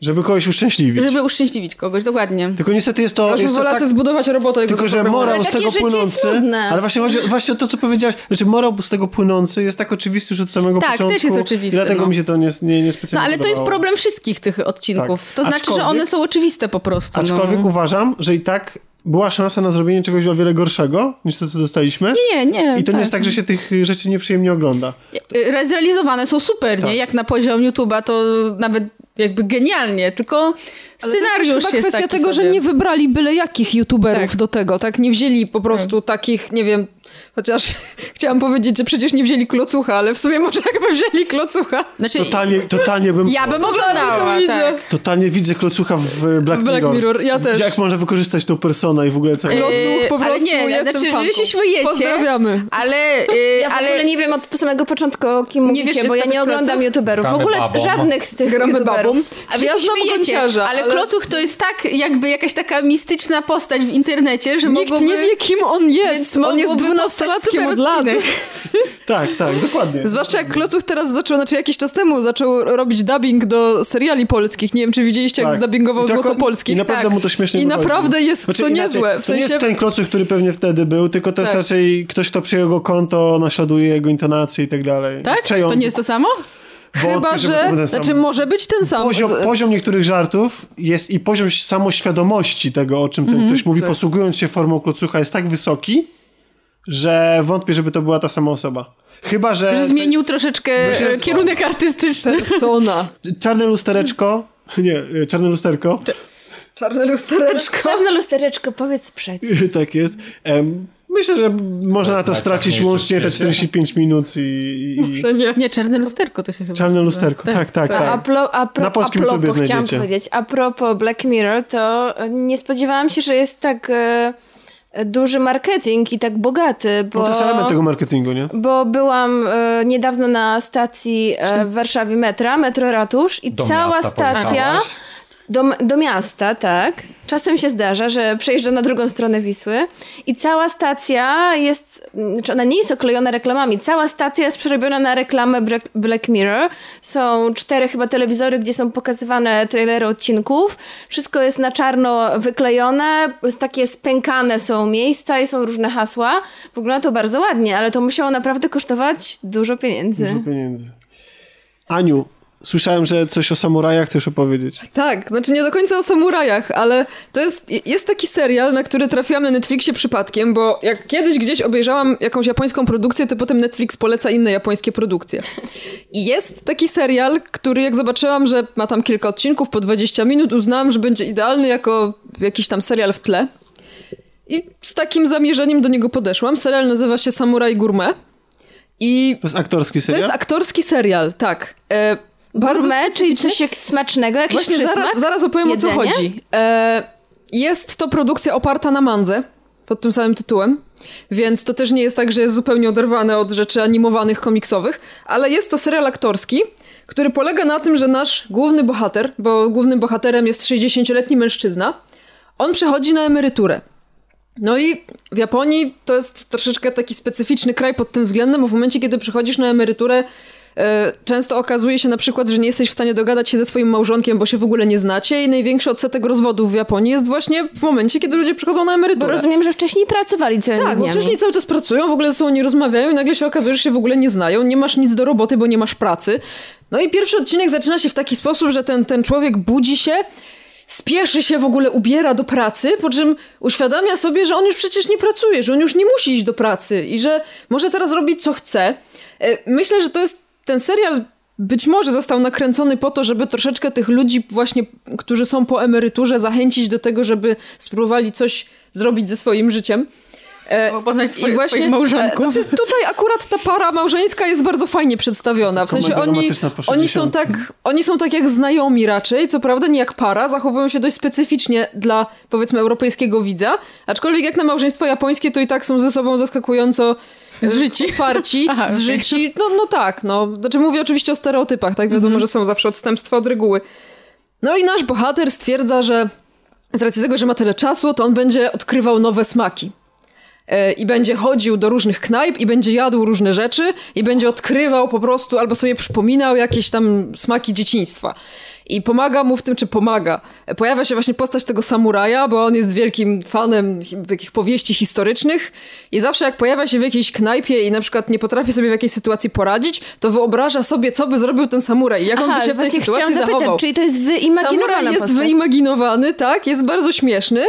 Speaker 1: Żeby kogoś uszczęśliwić.
Speaker 5: żeby uszczęśliwić kogoś. Dokładnie.
Speaker 1: Tylko niestety jest to,
Speaker 7: Aż
Speaker 1: jest to
Speaker 7: wolę
Speaker 1: tak,
Speaker 7: tak... zbudować robota jego
Speaker 1: tylko że
Speaker 7: zaprogramować.
Speaker 1: morał z
Speaker 4: takie
Speaker 1: tego
Speaker 4: życie jest
Speaker 1: płynący,
Speaker 4: nudne.
Speaker 1: ale właśnie chodzi właśnie o to, co powiedziałaś, znaczy morał z tego płynący jest tak oczywisty już od samego
Speaker 5: Tak, też
Speaker 1: początku.
Speaker 5: jest oczywisty,
Speaker 1: i Dlatego
Speaker 5: no.
Speaker 1: mi się to nie, nie, nie specjalnie
Speaker 5: No ale to jest
Speaker 1: podobało.
Speaker 5: problem wszystkich tych odcinków.
Speaker 1: Tak.
Speaker 5: To znaczy, że
Speaker 1: Aczkolwiek-
Speaker 5: one są oczywiste po prostu. no.
Speaker 1: Aczkolwiek uważam, że i tak była szansa na zrobienie czegoś o wiele gorszego niż to, co dostaliśmy.
Speaker 5: no. Nie, nie.
Speaker 1: I to nie jest tak, że się tych y, rzeczy nieprzyjemnie ogląda.
Speaker 5: Y, Zrealizowane są super,
Speaker 1: Tak.
Speaker 5: nie? Jak na poziom YouTube'a to nawet jakby genialnie, tylko
Speaker 7: Ale to
Speaker 5: scenariusz
Speaker 7: jest, też chyba
Speaker 5: jest
Speaker 7: kwestia
Speaker 5: taki
Speaker 7: tego,
Speaker 5: sobie.
Speaker 7: że nie wybrali byle jakich youtuberów
Speaker 5: Tak.
Speaker 7: do tego, tak? Nie wzięli po prostu takich, nie wiem, chociaż <laughs> chciałam powiedzieć, że przecież nie wzięli klocucha, ale w sumie może jakby wzięli klocucha.
Speaker 5: Znaczy,
Speaker 1: Totalnie, totalnie bym...
Speaker 5: ja bym oglądała,
Speaker 7: to widzę.
Speaker 5: tak.
Speaker 1: Totalnie widzę klocucha w e, Black,
Speaker 7: Black
Speaker 1: Mirror.
Speaker 7: Mirror, ja też.
Speaker 1: Jak można wykorzystać tą personę i w ogóle co...
Speaker 7: Klocuch po
Speaker 5: Y, ale
Speaker 7: prostu,
Speaker 5: nie,
Speaker 7: jestem
Speaker 5: znaczy, wy
Speaker 7: fanką.
Speaker 5: się śmiejecie.
Speaker 7: Pozdrawiamy.
Speaker 5: Ale, y,
Speaker 4: Ja w
Speaker 5: ale
Speaker 4: ogóle nie wiem od samego początku, o kim mówicie,
Speaker 5: wiesz,
Speaker 4: bo ja
Speaker 5: kto
Speaker 4: nie
Speaker 5: to jest
Speaker 4: oglądam
Speaker 5: Klocuch?
Speaker 4: youtuberów.
Speaker 6: Gramy
Speaker 4: w ogóle
Speaker 6: babą.
Speaker 4: żadnych z tych
Speaker 7: Gramy
Speaker 4: youtuberów.
Speaker 7: babą.
Speaker 5: A wy
Speaker 7: ja
Speaker 5: się
Speaker 7: znam
Speaker 5: śmiejecie,
Speaker 7: gąciarza,
Speaker 5: ale, Klocuch to jest tak jakby jakaś taka mistyczna postać w internecie, że
Speaker 7: Nikt
Speaker 5: mogłoby...
Speaker 7: nie wie, kim on
Speaker 5: Więc
Speaker 7: jest. On jest
Speaker 5: mogłoby powstać
Speaker 7: dwunastolatkiem
Speaker 5: super
Speaker 7: od lat.
Speaker 5: odcinek.
Speaker 1: Tak, tak, dokładnie.
Speaker 7: Zwłaszcza jak Klocuch teraz zaczął, znaczy jakiś czas temu zaczął robić dubbing do seriali polskich. Nie wiem, czy widzieliście, jak
Speaker 1: Tak.
Speaker 7: zdubbingował
Speaker 1: I tak-
Speaker 7: Złoto Polskich.
Speaker 1: I naprawdę
Speaker 5: tak.
Speaker 1: mu to śmiesznie
Speaker 7: I
Speaker 1: wychodzi. Znaczy,
Speaker 7: naprawdę jest to niezłe, w
Speaker 1: To nie
Speaker 7: sensie-
Speaker 1: jest ten klocuch, który pewnie wtedy był, tylko to jest
Speaker 7: Tak.
Speaker 1: raczej ktoś, kto przyjął jego konto, naśladuje jego intonację i tak dalej.
Speaker 5: Tak?
Speaker 1: Przejął
Speaker 5: To nie jest to samo?
Speaker 7: Chyba,
Speaker 1: wątki, żeby to
Speaker 7: że...
Speaker 1: był ten sam-
Speaker 7: Znaczy, może być ten sam.
Speaker 1: poziom,
Speaker 7: Z-
Speaker 1: poziom niektórych żartów jest i poziom samoświadomości tego, o czym ten
Speaker 7: Mhm.
Speaker 1: ktoś mówi,
Speaker 5: Tak.
Speaker 1: posługując się formą klocucha, jest tak wysoki, że wątpię, żeby to była ta sama osoba. Chyba, że,
Speaker 5: Że zmienił troszeczkę
Speaker 1: Myślę,
Speaker 5: e,
Speaker 1: że-
Speaker 5: kierunek
Speaker 4: <laughs>
Speaker 5: artystyczny.
Speaker 7: Persona.
Speaker 1: czarne lustereczko, <laughs> nie, y, czarne lusterko,
Speaker 7: Czarne lustereczko.
Speaker 4: Czarne lustereczko, powiedz przecież.
Speaker 1: <laughs> tak jest, em, myślę, że można na to stracić
Speaker 6: najczarniejsze
Speaker 1: łącznie te
Speaker 6: w świecie.
Speaker 1: 45 minut i, i, i
Speaker 7: Że nie.
Speaker 5: Nie, czarne lusterko to się chyba
Speaker 1: czarne
Speaker 5: nazywa.
Speaker 1: lusterko, tak, tak,
Speaker 4: A,
Speaker 1: tak.
Speaker 4: plo, a, pro,
Speaker 1: Na polskim
Speaker 4: a
Speaker 1: YouTubie
Speaker 4: propos, chciałam
Speaker 1: znajdziecie.
Speaker 4: powiedzieć, a propos Black Mirror, to e, nie spodziewałam się, że jest tak e, e, duży marketing i tak bogaty, bo...
Speaker 1: No to jest element tego marketingu, nie?
Speaker 4: Bo byłam e, niedawno na stacji e, w Warszawie metra, metro Ratusz i
Speaker 6: Do
Speaker 4: cała
Speaker 6: miasta
Speaker 4: stacja
Speaker 6: pojechałeś?
Speaker 4: do, do miasta, tak. Czasem się zdarza, że przejeżdża na drugą stronę Wisły i cała stacja jest, mm, czy ona nie jest oklejona reklamami, cała stacja jest przerobiona na reklamę Black- Black Mirror. Są cztery chyba telewizory, gdzie są pokazywane trailery odcinków. Wszystko jest na czarno wyklejone, jest takie spękane są miejsca i są różne hasła. Wygląda to bardzo ładnie, ale to musiało naprawdę kosztować dużo pieniędzy.
Speaker 1: Dużo pieniędzy. Aniu, słyszałem, że coś o samurajach chcesz opowiedzieć.
Speaker 7: Tak, znaczy nie do końca o samurajach, ale to jest, jest taki serial, na który trafiłam na Netflixie przypadkiem, bo jak kiedyś gdzieś obejrzałam jakąś japońską produkcję, to potem Netflix poleca inne japońskie produkcje. I jest taki serial, który jak zobaczyłam, że ma tam kilka odcinków po 20 minut, uznałam, że będzie idealny jako jakiś tam serial w tle. I z takim zamierzeniem do niego podeszłam. Serial nazywa się Samuraj Gourmet. I
Speaker 8: To jest aktorski
Speaker 7: to
Speaker 8: serial?
Speaker 1: <laughs>
Speaker 7: jest aktorski serial, tak. E, bardzo
Speaker 4: Gourmet, czyli
Speaker 7: specyficzny.
Speaker 4: coś jak smacznego, jakiś
Speaker 7: Właśnie
Speaker 4: przysmak?
Speaker 7: zaraz, zaraz opowiem o co
Speaker 4: Jedzenie?
Speaker 7: chodzi. E, jest to produkcja oparta na mandze pod tym samym tytułem, więc to też nie jest tak, że jest zupełnie oderwane od rzeczy animowanych, komiksowych, ale jest to serial aktorski, który polega na tym, że nasz główny bohater, bo głównym bohaterem jest 60-letni mężczyzna, on przechodzi na emeryturę. No i w Japonii to jest troszeczkę taki specyficzny kraj pod tym względem, bo w momencie, kiedy przychodzisz na emeryturę, e, często okazuje się na przykład, że nie jesteś w stanie dogadać się ze swoim małżonkiem, bo się w ogóle nie znacie i największy odsetek rozwodów w Japonii jest właśnie w momencie, kiedy ludzie przychodzą na
Speaker 4: Bo
Speaker 7: emeryturę.
Speaker 4: rozumiem, że wcześniej pracowali całymi
Speaker 7: Tak, bo
Speaker 4: dniami.
Speaker 7: wcześniej cały czas pracują, w ogóle ze sobą nie rozmawiają i nagle się okazuje, że się w ogóle nie znają, nie masz nic do roboty, bo nie masz pracy. No i pierwszy odcinek zaczyna się w taki sposób, że ten, ten człowiek budzi się, spieszy się w ogóle, ubiera do pracy, po czym uświadamia sobie, że on już przecież nie pracuje, że on już nie musi iść do pracy i że może teraz robić co chce. E, Myślę, że to jest ten serial być może został nakręcony po to, żeby troszeczkę tych ludzi właśnie, którzy są po emeryturze, zachęcić do tego, żeby spróbowali coś zrobić ze swoim życiem. E,
Speaker 5: Bo poznać swoje,
Speaker 7: i właśnie,
Speaker 5: swoich małżonków.
Speaker 7: e, Znaczy, tutaj akurat ta para małżeńska jest bardzo fajnie przedstawiona. W sensie
Speaker 8: Komedia
Speaker 7: oni,
Speaker 8: romantyczna po
Speaker 7: oni, są
Speaker 8: 60.
Speaker 7: tak, oni są tak jak znajomi raczej, co prawda nie jak para, zachowują się dość specyficznie dla powiedzmy europejskiego widza, aczkolwiek jak na małżeństwo japońskie to i tak są ze sobą zaskakująco
Speaker 5: Zżyci.
Speaker 7: otwarci,
Speaker 5: <laughs> Aha, okej.
Speaker 7: zżyci. No, no tak, no. Znaczy mówię oczywiście o stereotypach, tak? Wiadomo,
Speaker 5: Mhm.
Speaker 7: że są zawsze odstępstwa od reguły. No i nasz bohater stwierdza, że z racji tego, że ma tyle czasu, to on będzie odkrywał nowe smaki. E, I będzie chodził do różnych knajp i będzie jadł różne rzeczy i będzie odkrywał po prostu albo sobie przypominał jakieś tam smaki dzieciństwa. I pomaga mu w tym, czy pomaga. E, Pojawia się właśnie postać tego samuraja, bo on jest wielkim fanem hi- takich powieści historycznych i zawsze jak pojawia się w jakiejś knajpie i na przykład nie potrafi sobie w jakiejś sytuacji poradzić, to wyobraża sobie, co by zrobił ten samuraj i jak on
Speaker 4: Aha,
Speaker 7: by się w tej
Speaker 4: właśnie
Speaker 7: sytuacji
Speaker 4: chciałam zapytać,
Speaker 7: zachował.
Speaker 4: czyli to jest wyimaginowana
Speaker 7: Samuraj jest
Speaker 4: postać?
Speaker 7: wyimaginowany, tak, jest bardzo śmieszny.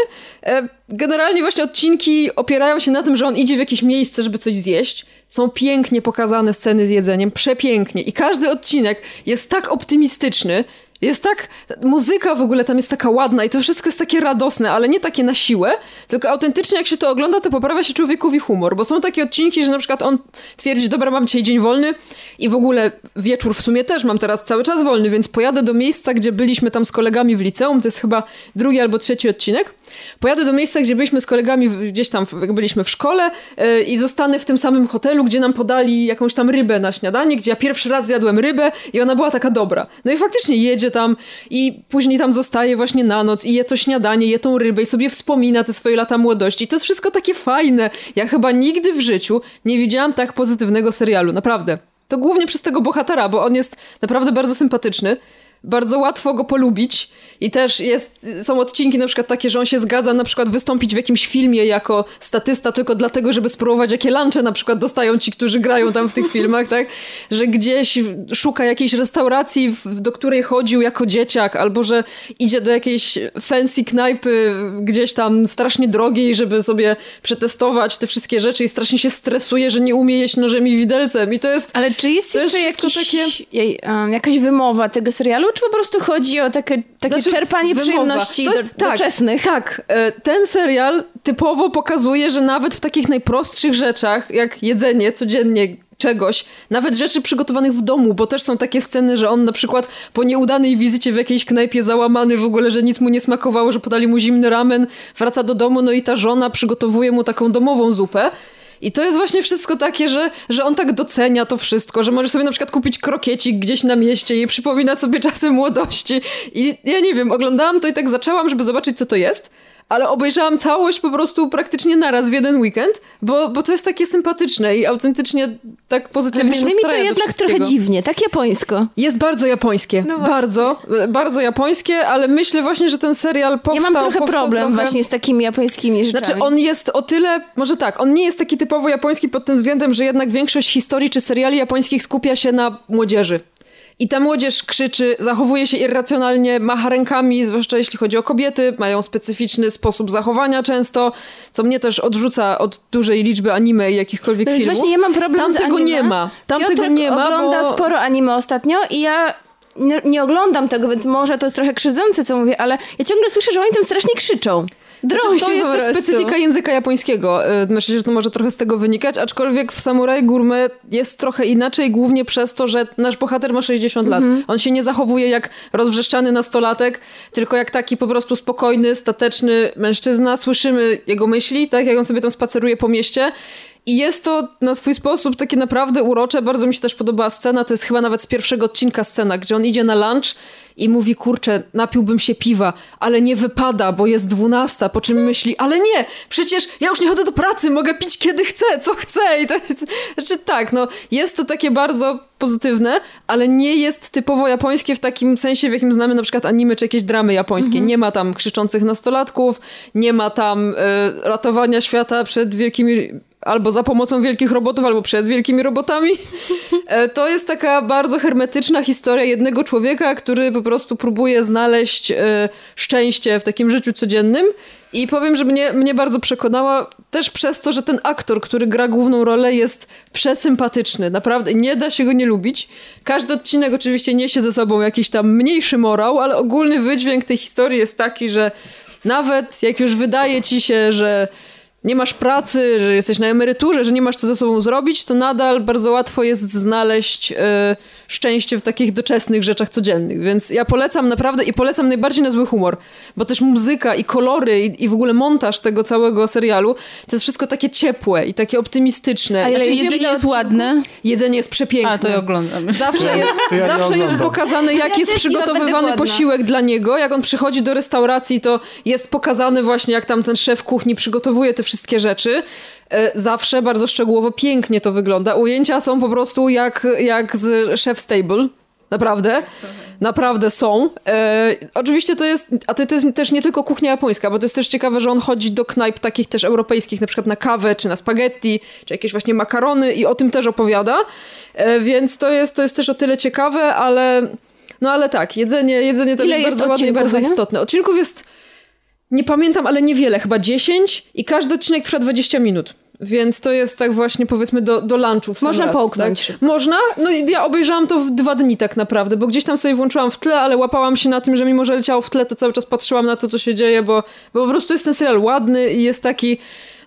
Speaker 7: E, Generalnie właśnie odcinki opierają się na tym, że on idzie w jakieś miejsce, żeby coś zjeść. Są pięknie pokazane sceny z jedzeniem, przepięknie. I każdy odcinek jest tak optymistyczny, jest tak, muzyka w ogóle tam jest taka ładna i to wszystko jest takie radosne, ale nie takie na siłę, tylko autentycznie jak się to ogląda, to poprawia się człowiekowi humor, bo są takie odcinki, że na przykład on twierdzi, dobra, mam dzisiaj dzień wolny i w ogóle wieczór w sumie też mam teraz cały czas wolny, więc pojadę do miejsca, gdzie byliśmy tam z kolegami w liceum, to jest chyba drugi albo trzeci odcinek, pojadę do miejsca, gdzie byliśmy z kolegami w- gdzieś tam, w- jak byliśmy w szkole e, i zostanę w tym samym hotelu, gdzie nam podali jakąś tam rybę na śniadanie, gdzie ja pierwszy raz zjadłem rybę i ona była taka dobra. No i faktycznie jedzie tam i później tam zostaje właśnie na noc i je to śniadanie, je tą rybę i sobie wspomina te swoje lata młodości. I to jest wszystko takie fajne. Ja chyba nigdy w życiu nie widziałam tak pozytywnego serialu, naprawdę. To głównie przez tego bohatera, bo on jest naprawdę bardzo sympatyczny. Bardzo łatwo go polubić i też jest, są odcinki na przykład takie, że on się zgadza na przykład wystąpić w jakimś filmie jako statysta tylko dlatego, żeby spróbować jakie lunche na przykład dostają ci, którzy grają tam w tych <laughs> filmach, tak? Że gdzieś w- szuka jakiejś restauracji, w- do której chodził jako dzieciak, albo że idzie do jakiejś fancy knajpy gdzieś tam strasznie drogiej, żeby sobie przetestować te wszystkie rzeczy i strasznie się stresuje, że nie umie jeść nożem i widelcem i to jest...
Speaker 4: Ale czy jest
Speaker 7: To jest
Speaker 4: jeszcze
Speaker 7: wszystko
Speaker 4: jakiś,
Speaker 7: takie-
Speaker 4: jej, em, jakaś wymowa tego serialu, czy po prostu chodzi o takie, takie
Speaker 7: Znaczy,
Speaker 4: czerpanie
Speaker 7: wymowa.
Speaker 4: przyjemności
Speaker 7: To
Speaker 4: do,
Speaker 7: jest- tak,
Speaker 4: doczesnych?
Speaker 7: Tak, e, ten serial typowo pokazuje, że nawet w takich najprostszych rzeczach, jak jedzenie codziennie czegoś, nawet rzeczy przygotowanych w domu, bo też są takie sceny, że on na przykład po nieudanej wizycie w jakiejś knajpie załamany w ogóle, że nic mu nie smakowało, że podali mu zimny ramen, wraca do domu, no i ta żona przygotowuje mu taką domową zupę. I to jest właśnie wszystko takie, że, że on tak docenia to wszystko, że może sobie na przykład kupić krokiecik gdzieś na mieście i przypomina sobie czasy młodości. I ja nie wiem, oglądałam to i tak zaczęłam, żeby zobaczyć, co to jest, ale obejrzałam całość po prostu praktycznie naraz w jeden weekend, bo, bo to jest takie sympatyczne i autentycznie tak pozytywnie
Speaker 4: Brzmi mi to
Speaker 7: nastraja do
Speaker 4: jednak trochę
Speaker 7: wszystkiego.
Speaker 4: dziwnie, tak japońsko.
Speaker 7: Jest bardzo japońskie,
Speaker 4: No właśnie.
Speaker 7: bardzo, e, bardzo japońskie, ale myślę właśnie, że ten serial powstał...
Speaker 4: Ja mam trochę
Speaker 7: powstał
Speaker 4: problem
Speaker 7: trochę...
Speaker 4: właśnie z takimi japońskimi rzeczami.
Speaker 7: Znaczy, on jest o tyle, może tak, on nie jest taki typowo japoński pod tym względem, że jednak większość historii czy seriali japońskich skupia się na młodzieży. I ta młodzież krzyczy, zachowuje się irracjonalnie, macha rękami, zwłaszcza jeśli chodzi o kobiety, mają specyficzny sposób zachowania często, co mnie też odrzuca od dużej liczby anime i jakichkolwiek
Speaker 4: No więc
Speaker 7: filmów.
Speaker 4: właśnie ja mam problem
Speaker 7: Tam
Speaker 4: z
Speaker 7: tego
Speaker 4: anime.
Speaker 7: nie ma. Tam
Speaker 4: Piotrek
Speaker 7: tego nie ma,
Speaker 4: ogląda
Speaker 7: bo...
Speaker 4: sporo anime ostatnio i ja nie, nie oglądam tego, więc może to jest trochę krzywdzące, co mówię, ale ja ciągle słyszę, że oni tam strasznie krzyczą.
Speaker 7: Znaczy,
Speaker 5: Drą
Speaker 7: to
Speaker 5: się
Speaker 7: jest
Speaker 5: po
Speaker 7: też
Speaker 5: prostu.
Speaker 7: specyfika języka japońskiego. Y, Myślę, że to może trochę z tego wynikać, aczkolwiek w Samuraj Gurme jest trochę inaczej, głównie przez to, że nasz bohater ma 60 lat. On się nie zachowuje jak rozwrzeszczany nastolatek, tylko jak taki po prostu spokojny, stateczny mężczyzna. Słyszymy jego myśli, tak jak on sobie tam spaceruje po mieście. I jest to na swój sposób takie naprawdę urocze. Bardzo mi się też podobała scena. To jest chyba nawet z pierwszego odcinka scena, gdzie on idzie na lunch i mówi, kurczę, napiłbym się piwa, ale nie wypada, bo jest dwunasta, po czym myśli, ale nie, przecież ja już nie chodzę do pracy, mogę pić kiedy chcę, co chcę i to jest, znaczy tak, no jest to takie bardzo pozytywne, ale nie jest typowo japońskie w takim sensie, w jakim znamy na przykład anime czy jakieś dramy japońskie. Nie ma tam krzyczących nastolatków, nie ma tam e, ratowania świata przed wielkimi albo za pomocą wielkich robotów, albo przed wielkimi robotami. E, To jest taka bardzo hermetyczna historia jednego człowieka, który po prostu próbuje znaleźć e, szczęście w takim życiu codziennym. I powiem, że mnie, mnie bardzo przekonała też przez to, że ten aktor, który gra główną rolę, jest przesympatyczny. Naprawdę nie da się go nie lubić. Każdy odcinek oczywiście niesie ze sobą jakiś tam mniejszy morał, ale ogólny wydźwięk tej historii jest taki, że nawet jak już wydaje ci się, że nie masz pracy, że jesteś na emeryturze, że nie masz co ze sobą zrobić, to nadal bardzo łatwo jest znaleźć e, szczęście w takich doczesnych rzeczach codziennych. Więc ja polecam naprawdę i polecam najbardziej na zły humor, bo też muzyka i kolory i, i w ogóle montaż tego całego serialu to jest wszystko takie ciepłe i takie optymistyczne.
Speaker 5: Ale
Speaker 7: Znaczy,
Speaker 5: jedzenie jest ładne.
Speaker 7: Jedzenie jest przepiękne.
Speaker 5: A, to ja oglądam.
Speaker 7: Zawsze jest,
Speaker 8: to ja nie
Speaker 7: zawsze jest
Speaker 8: oglądam.
Speaker 7: pokazane, jak
Speaker 4: Ja
Speaker 7: jest
Speaker 4: też nie będę
Speaker 7: przygotowywany
Speaker 4: głodna.
Speaker 7: posiłek dla niego. Jak on przychodzi do restauracji, to jest pokazane właśnie, jak tam ten szef kuchni przygotowuje te wszystkie rzeczy. E, Zawsze bardzo szczegółowo, pięknie to wygląda. Ujęcia są po prostu jak, jak z Chef Stable. Naprawdę, naprawdę są. E, oczywiście to jest, a to, to jest też nie tylko kuchnia japońska, bo to jest też ciekawe, że on chodzi do knajp takich też europejskich, na przykład na kawę, czy na spaghetti, czy jakieś właśnie makarony i o tym też opowiada. E, więc to jest, to jest też o tyle ciekawe, ale no ale tak, jedzenie, jedzenie tam
Speaker 4: Ile
Speaker 7: jest,
Speaker 4: jest
Speaker 7: bardzo ładne i
Speaker 4: odcinków,
Speaker 7: bardzo
Speaker 4: Ania?
Speaker 7: istotne. Odcinków jest, nie pamiętam, ale niewiele, chyba 10 i każdy odcinek trwa 20 minut. Więc to jest tak właśnie powiedzmy do, do lunchu. w sam
Speaker 4: Można
Speaker 7: raz,
Speaker 4: połknąć
Speaker 7: Tak? Można? No i ja obejrzałam to w dwa dni tak naprawdę, bo gdzieś tam sobie włączyłam w tle, ale łapałam się na tym, że mimo, że leciało w tle, to cały czas patrzyłam na to, co się dzieje, bo, bo po prostu jest ten serial ładny i jest taki,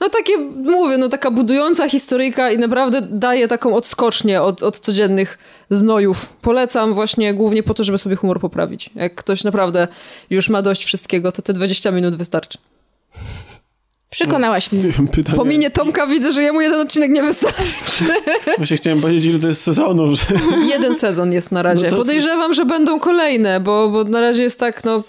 Speaker 7: no takie, mówię, no taka budująca historyjka i naprawdę daje taką odskocznię od, od codziennych znojów. Polecam właśnie głównie po to, żeby sobie humor poprawić. Jak ktoś naprawdę już ma dość wszystkiego, to te 20 minut wystarczy.
Speaker 4: Przekonałaś mnie.
Speaker 8: Pytanie.
Speaker 7: Pominie Tomka, widzę, że jemu jeden odcinek nie wystarczy.
Speaker 8: Właśnie chciałem powiedzieć, ile to jest sezonów, że
Speaker 7: Jeden sezon jest na razie.
Speaker 8: No to-
Speaker 7: Podejrzewam, że będą kolejne, bo, bo na razie jest tak, no...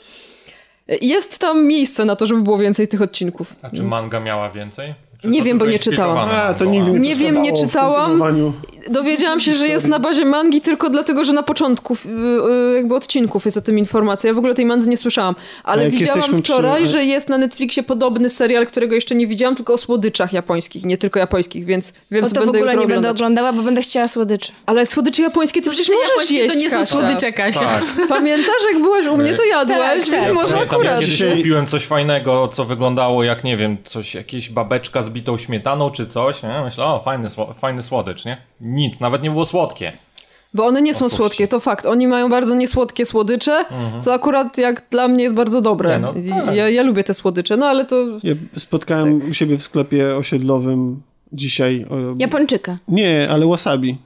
Speaker 7: Jest tam miejsce na to, żeby było więcej tych odcinków.
Speaker 6: A czy manga miała więcej? Czy
Speaker 7: Nie
Speaker 6: to
Speaker 7: wiem, bo
Speaker 6: tylko
Speaker 7: nie czytałam.
Speaker 6: inspirowana
Speaker 1: <laughs> A, to
Speaker 6: była?
Speaker 1: nigdy <laughs> nie
Speaker 7: Nie wiem, nie
Speaker 1: przeszkadzało w
Speaker 7: czytałam.
Speaker 1: kontynuowaniu.
Speaker 7: Dowiedziałam się, że jest na bazie mangi tylko dlatego, że na początku y, y, jakby odcinków jest o tym informacja. Ja w ogóle tej mangi nie słyszałam,
Speaker 8: A
Speaker 7: ale
Speaker 8: jak
Speaker 7: widziałam
Speaker 8: jesteśmy przy-
Speaker 7: wczoraj, że jest na Netflixie podobny serial, którego jeszcze nie widziałam, tylko o słodyczach japońskich, nie tylko japońskich, więc wiem,
Speaker 4: Bo
Speaker 7: co
Speaker 4: to w
Speaker 7: będę
Speaker 4: ogóle
Speaker 7: jutro
Speaker 4: nie będę
Speaker 7: oglądać.
Speaker 4: oglądała, bo będę chciała słodyczy.
Speaker 7: Ale słodycze japońskie, ty przecież możesz
Speaker 5: Japońskie
Speaker 7: jeść,
Speaker 5: to nie są
Speaker 7: Kasia.
Speaker 5: słodycze, Kasia.
Speaker 6: Tak.
Speaker 7: Pamiętasz, jak byłaś u mnie, to jadłeś,
Speaker 4: Tak,
Speaker 7: więc
Speaker 4: tak.
Speaker 7: może
Speaker 6: Pamiętam, ja
Speaker 7: akurat.
Speaker 6: kiedyś
Speaker 8: Dzisiaj-
Speaker 6: kupiłem coś fajnego, co wyglądało jak, nie wiem, coś, jakieś babeczka z bitą śmietaną czy coś. Nie? Myślę, o, fajny, sło- fajny słodycz, nie? Nic, nawet nie było słodkie.
Speaker 7: Bo one nie są
Speaker 6: słodkie.
Speaker 7: słodkie, to fakt. Oni mają bardzo niesłodkie słodycze, co akurat jak dla mnie jest bardzo dobre.
Speaker 6: Mhm. Nie, no
Speaker 7: I-
Speaker 6: tak.
Speaker 7: ja, ja lubię te słodycze, no ale to
Speaker 8: ja spotkałem
Speaker 7: Tak.
Speaker 8: u siebie w sklepie osiedlowym dzisiaj. o,
Speaker 4: Japończyka.
Speaker 8: Nie, ale wasabi.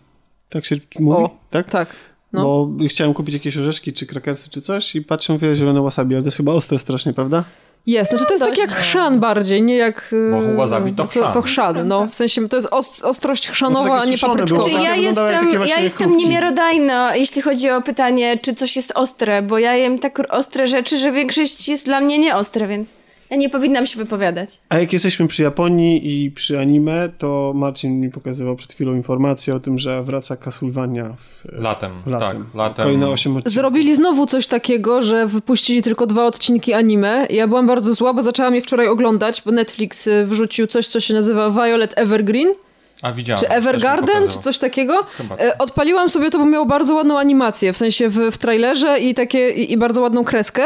Speaker 8: Tak się mówi,
Speaker 7: O,
Speaker 8: tak?
Speaker 7: tak. no.
Speaker 8: Bo chciałem kupić jakieś orzeszki, czy krakersy, czy coś i patrzę, mówię, zielone wasabi, ale to jest chyba ostre strasznie, prawda?
Speaker 7: Jest, znaczy to jest tak jak chrzan bardziej, nie jak... y,
Speaker 6: Bo wasabi to
Speaker 7: To,
Speaker 6: chrzan.
Speaker 7: to chrzan, no. W sensie to jest os- ostrość chrzanowa,
Speaker 8: No to
Speaker 7: a
Speaker 8: takie
Speaker 7: nie
Speaker 8: suszone było.
Speaker 7: papryczkowa.
Speaker 4: Czy
Speaker 8: One
Speaker 4: ja
Speaker 8: wyglądały
Speaker 4: jestem,
Speaker 8: takie właśnie
Speaker 4: ja
Speaker 8: jak
Speaker 4: jestem
Speaker 8: chrupki.
Speaker 4: niemiarodajna, jeśli chodzi o pytanie, czy coś jest ostre, bo ja jem tak ostre rzeczy, że większość jest dla mnie nieostre, więc ja nie powinnam się wypowiadać.
Speaker 8: A jak jesteśmy przy Japonii i przy anime, to Marcin mi pokazywał przed chwilą informację o tym, że wraca Castlevania w e,
Speaker 6: Latem,
Speaker 8: latem.
Speaker 6: tak, latem.
Speaker 8: Kolejne 8 odcinków.
Speaker 7: Zrobili znowu coś takiego, że wypuścili tylko dwa odcinki anime. Ja byłam bardzo zła, bo zaczęłam je wczoraj oglądać, bo Netflix y, wrzucił coś, co się nazywa Violet Evergreen.
Speaker 6: A widziałem.
Speaker 7: Czy
Speaker 6: też mi
Speaker 7: Evergarden,
Speaker 6: pokazywał.
Speaker 7: czy coś takiego?
Speaker 6: Chyba tak.
Speaker 7: E, Odpaliłam sobie to, bo miało bardzo ładną animację, w sensie w, w trailerze i takie i, i bardzo ładną kreskę.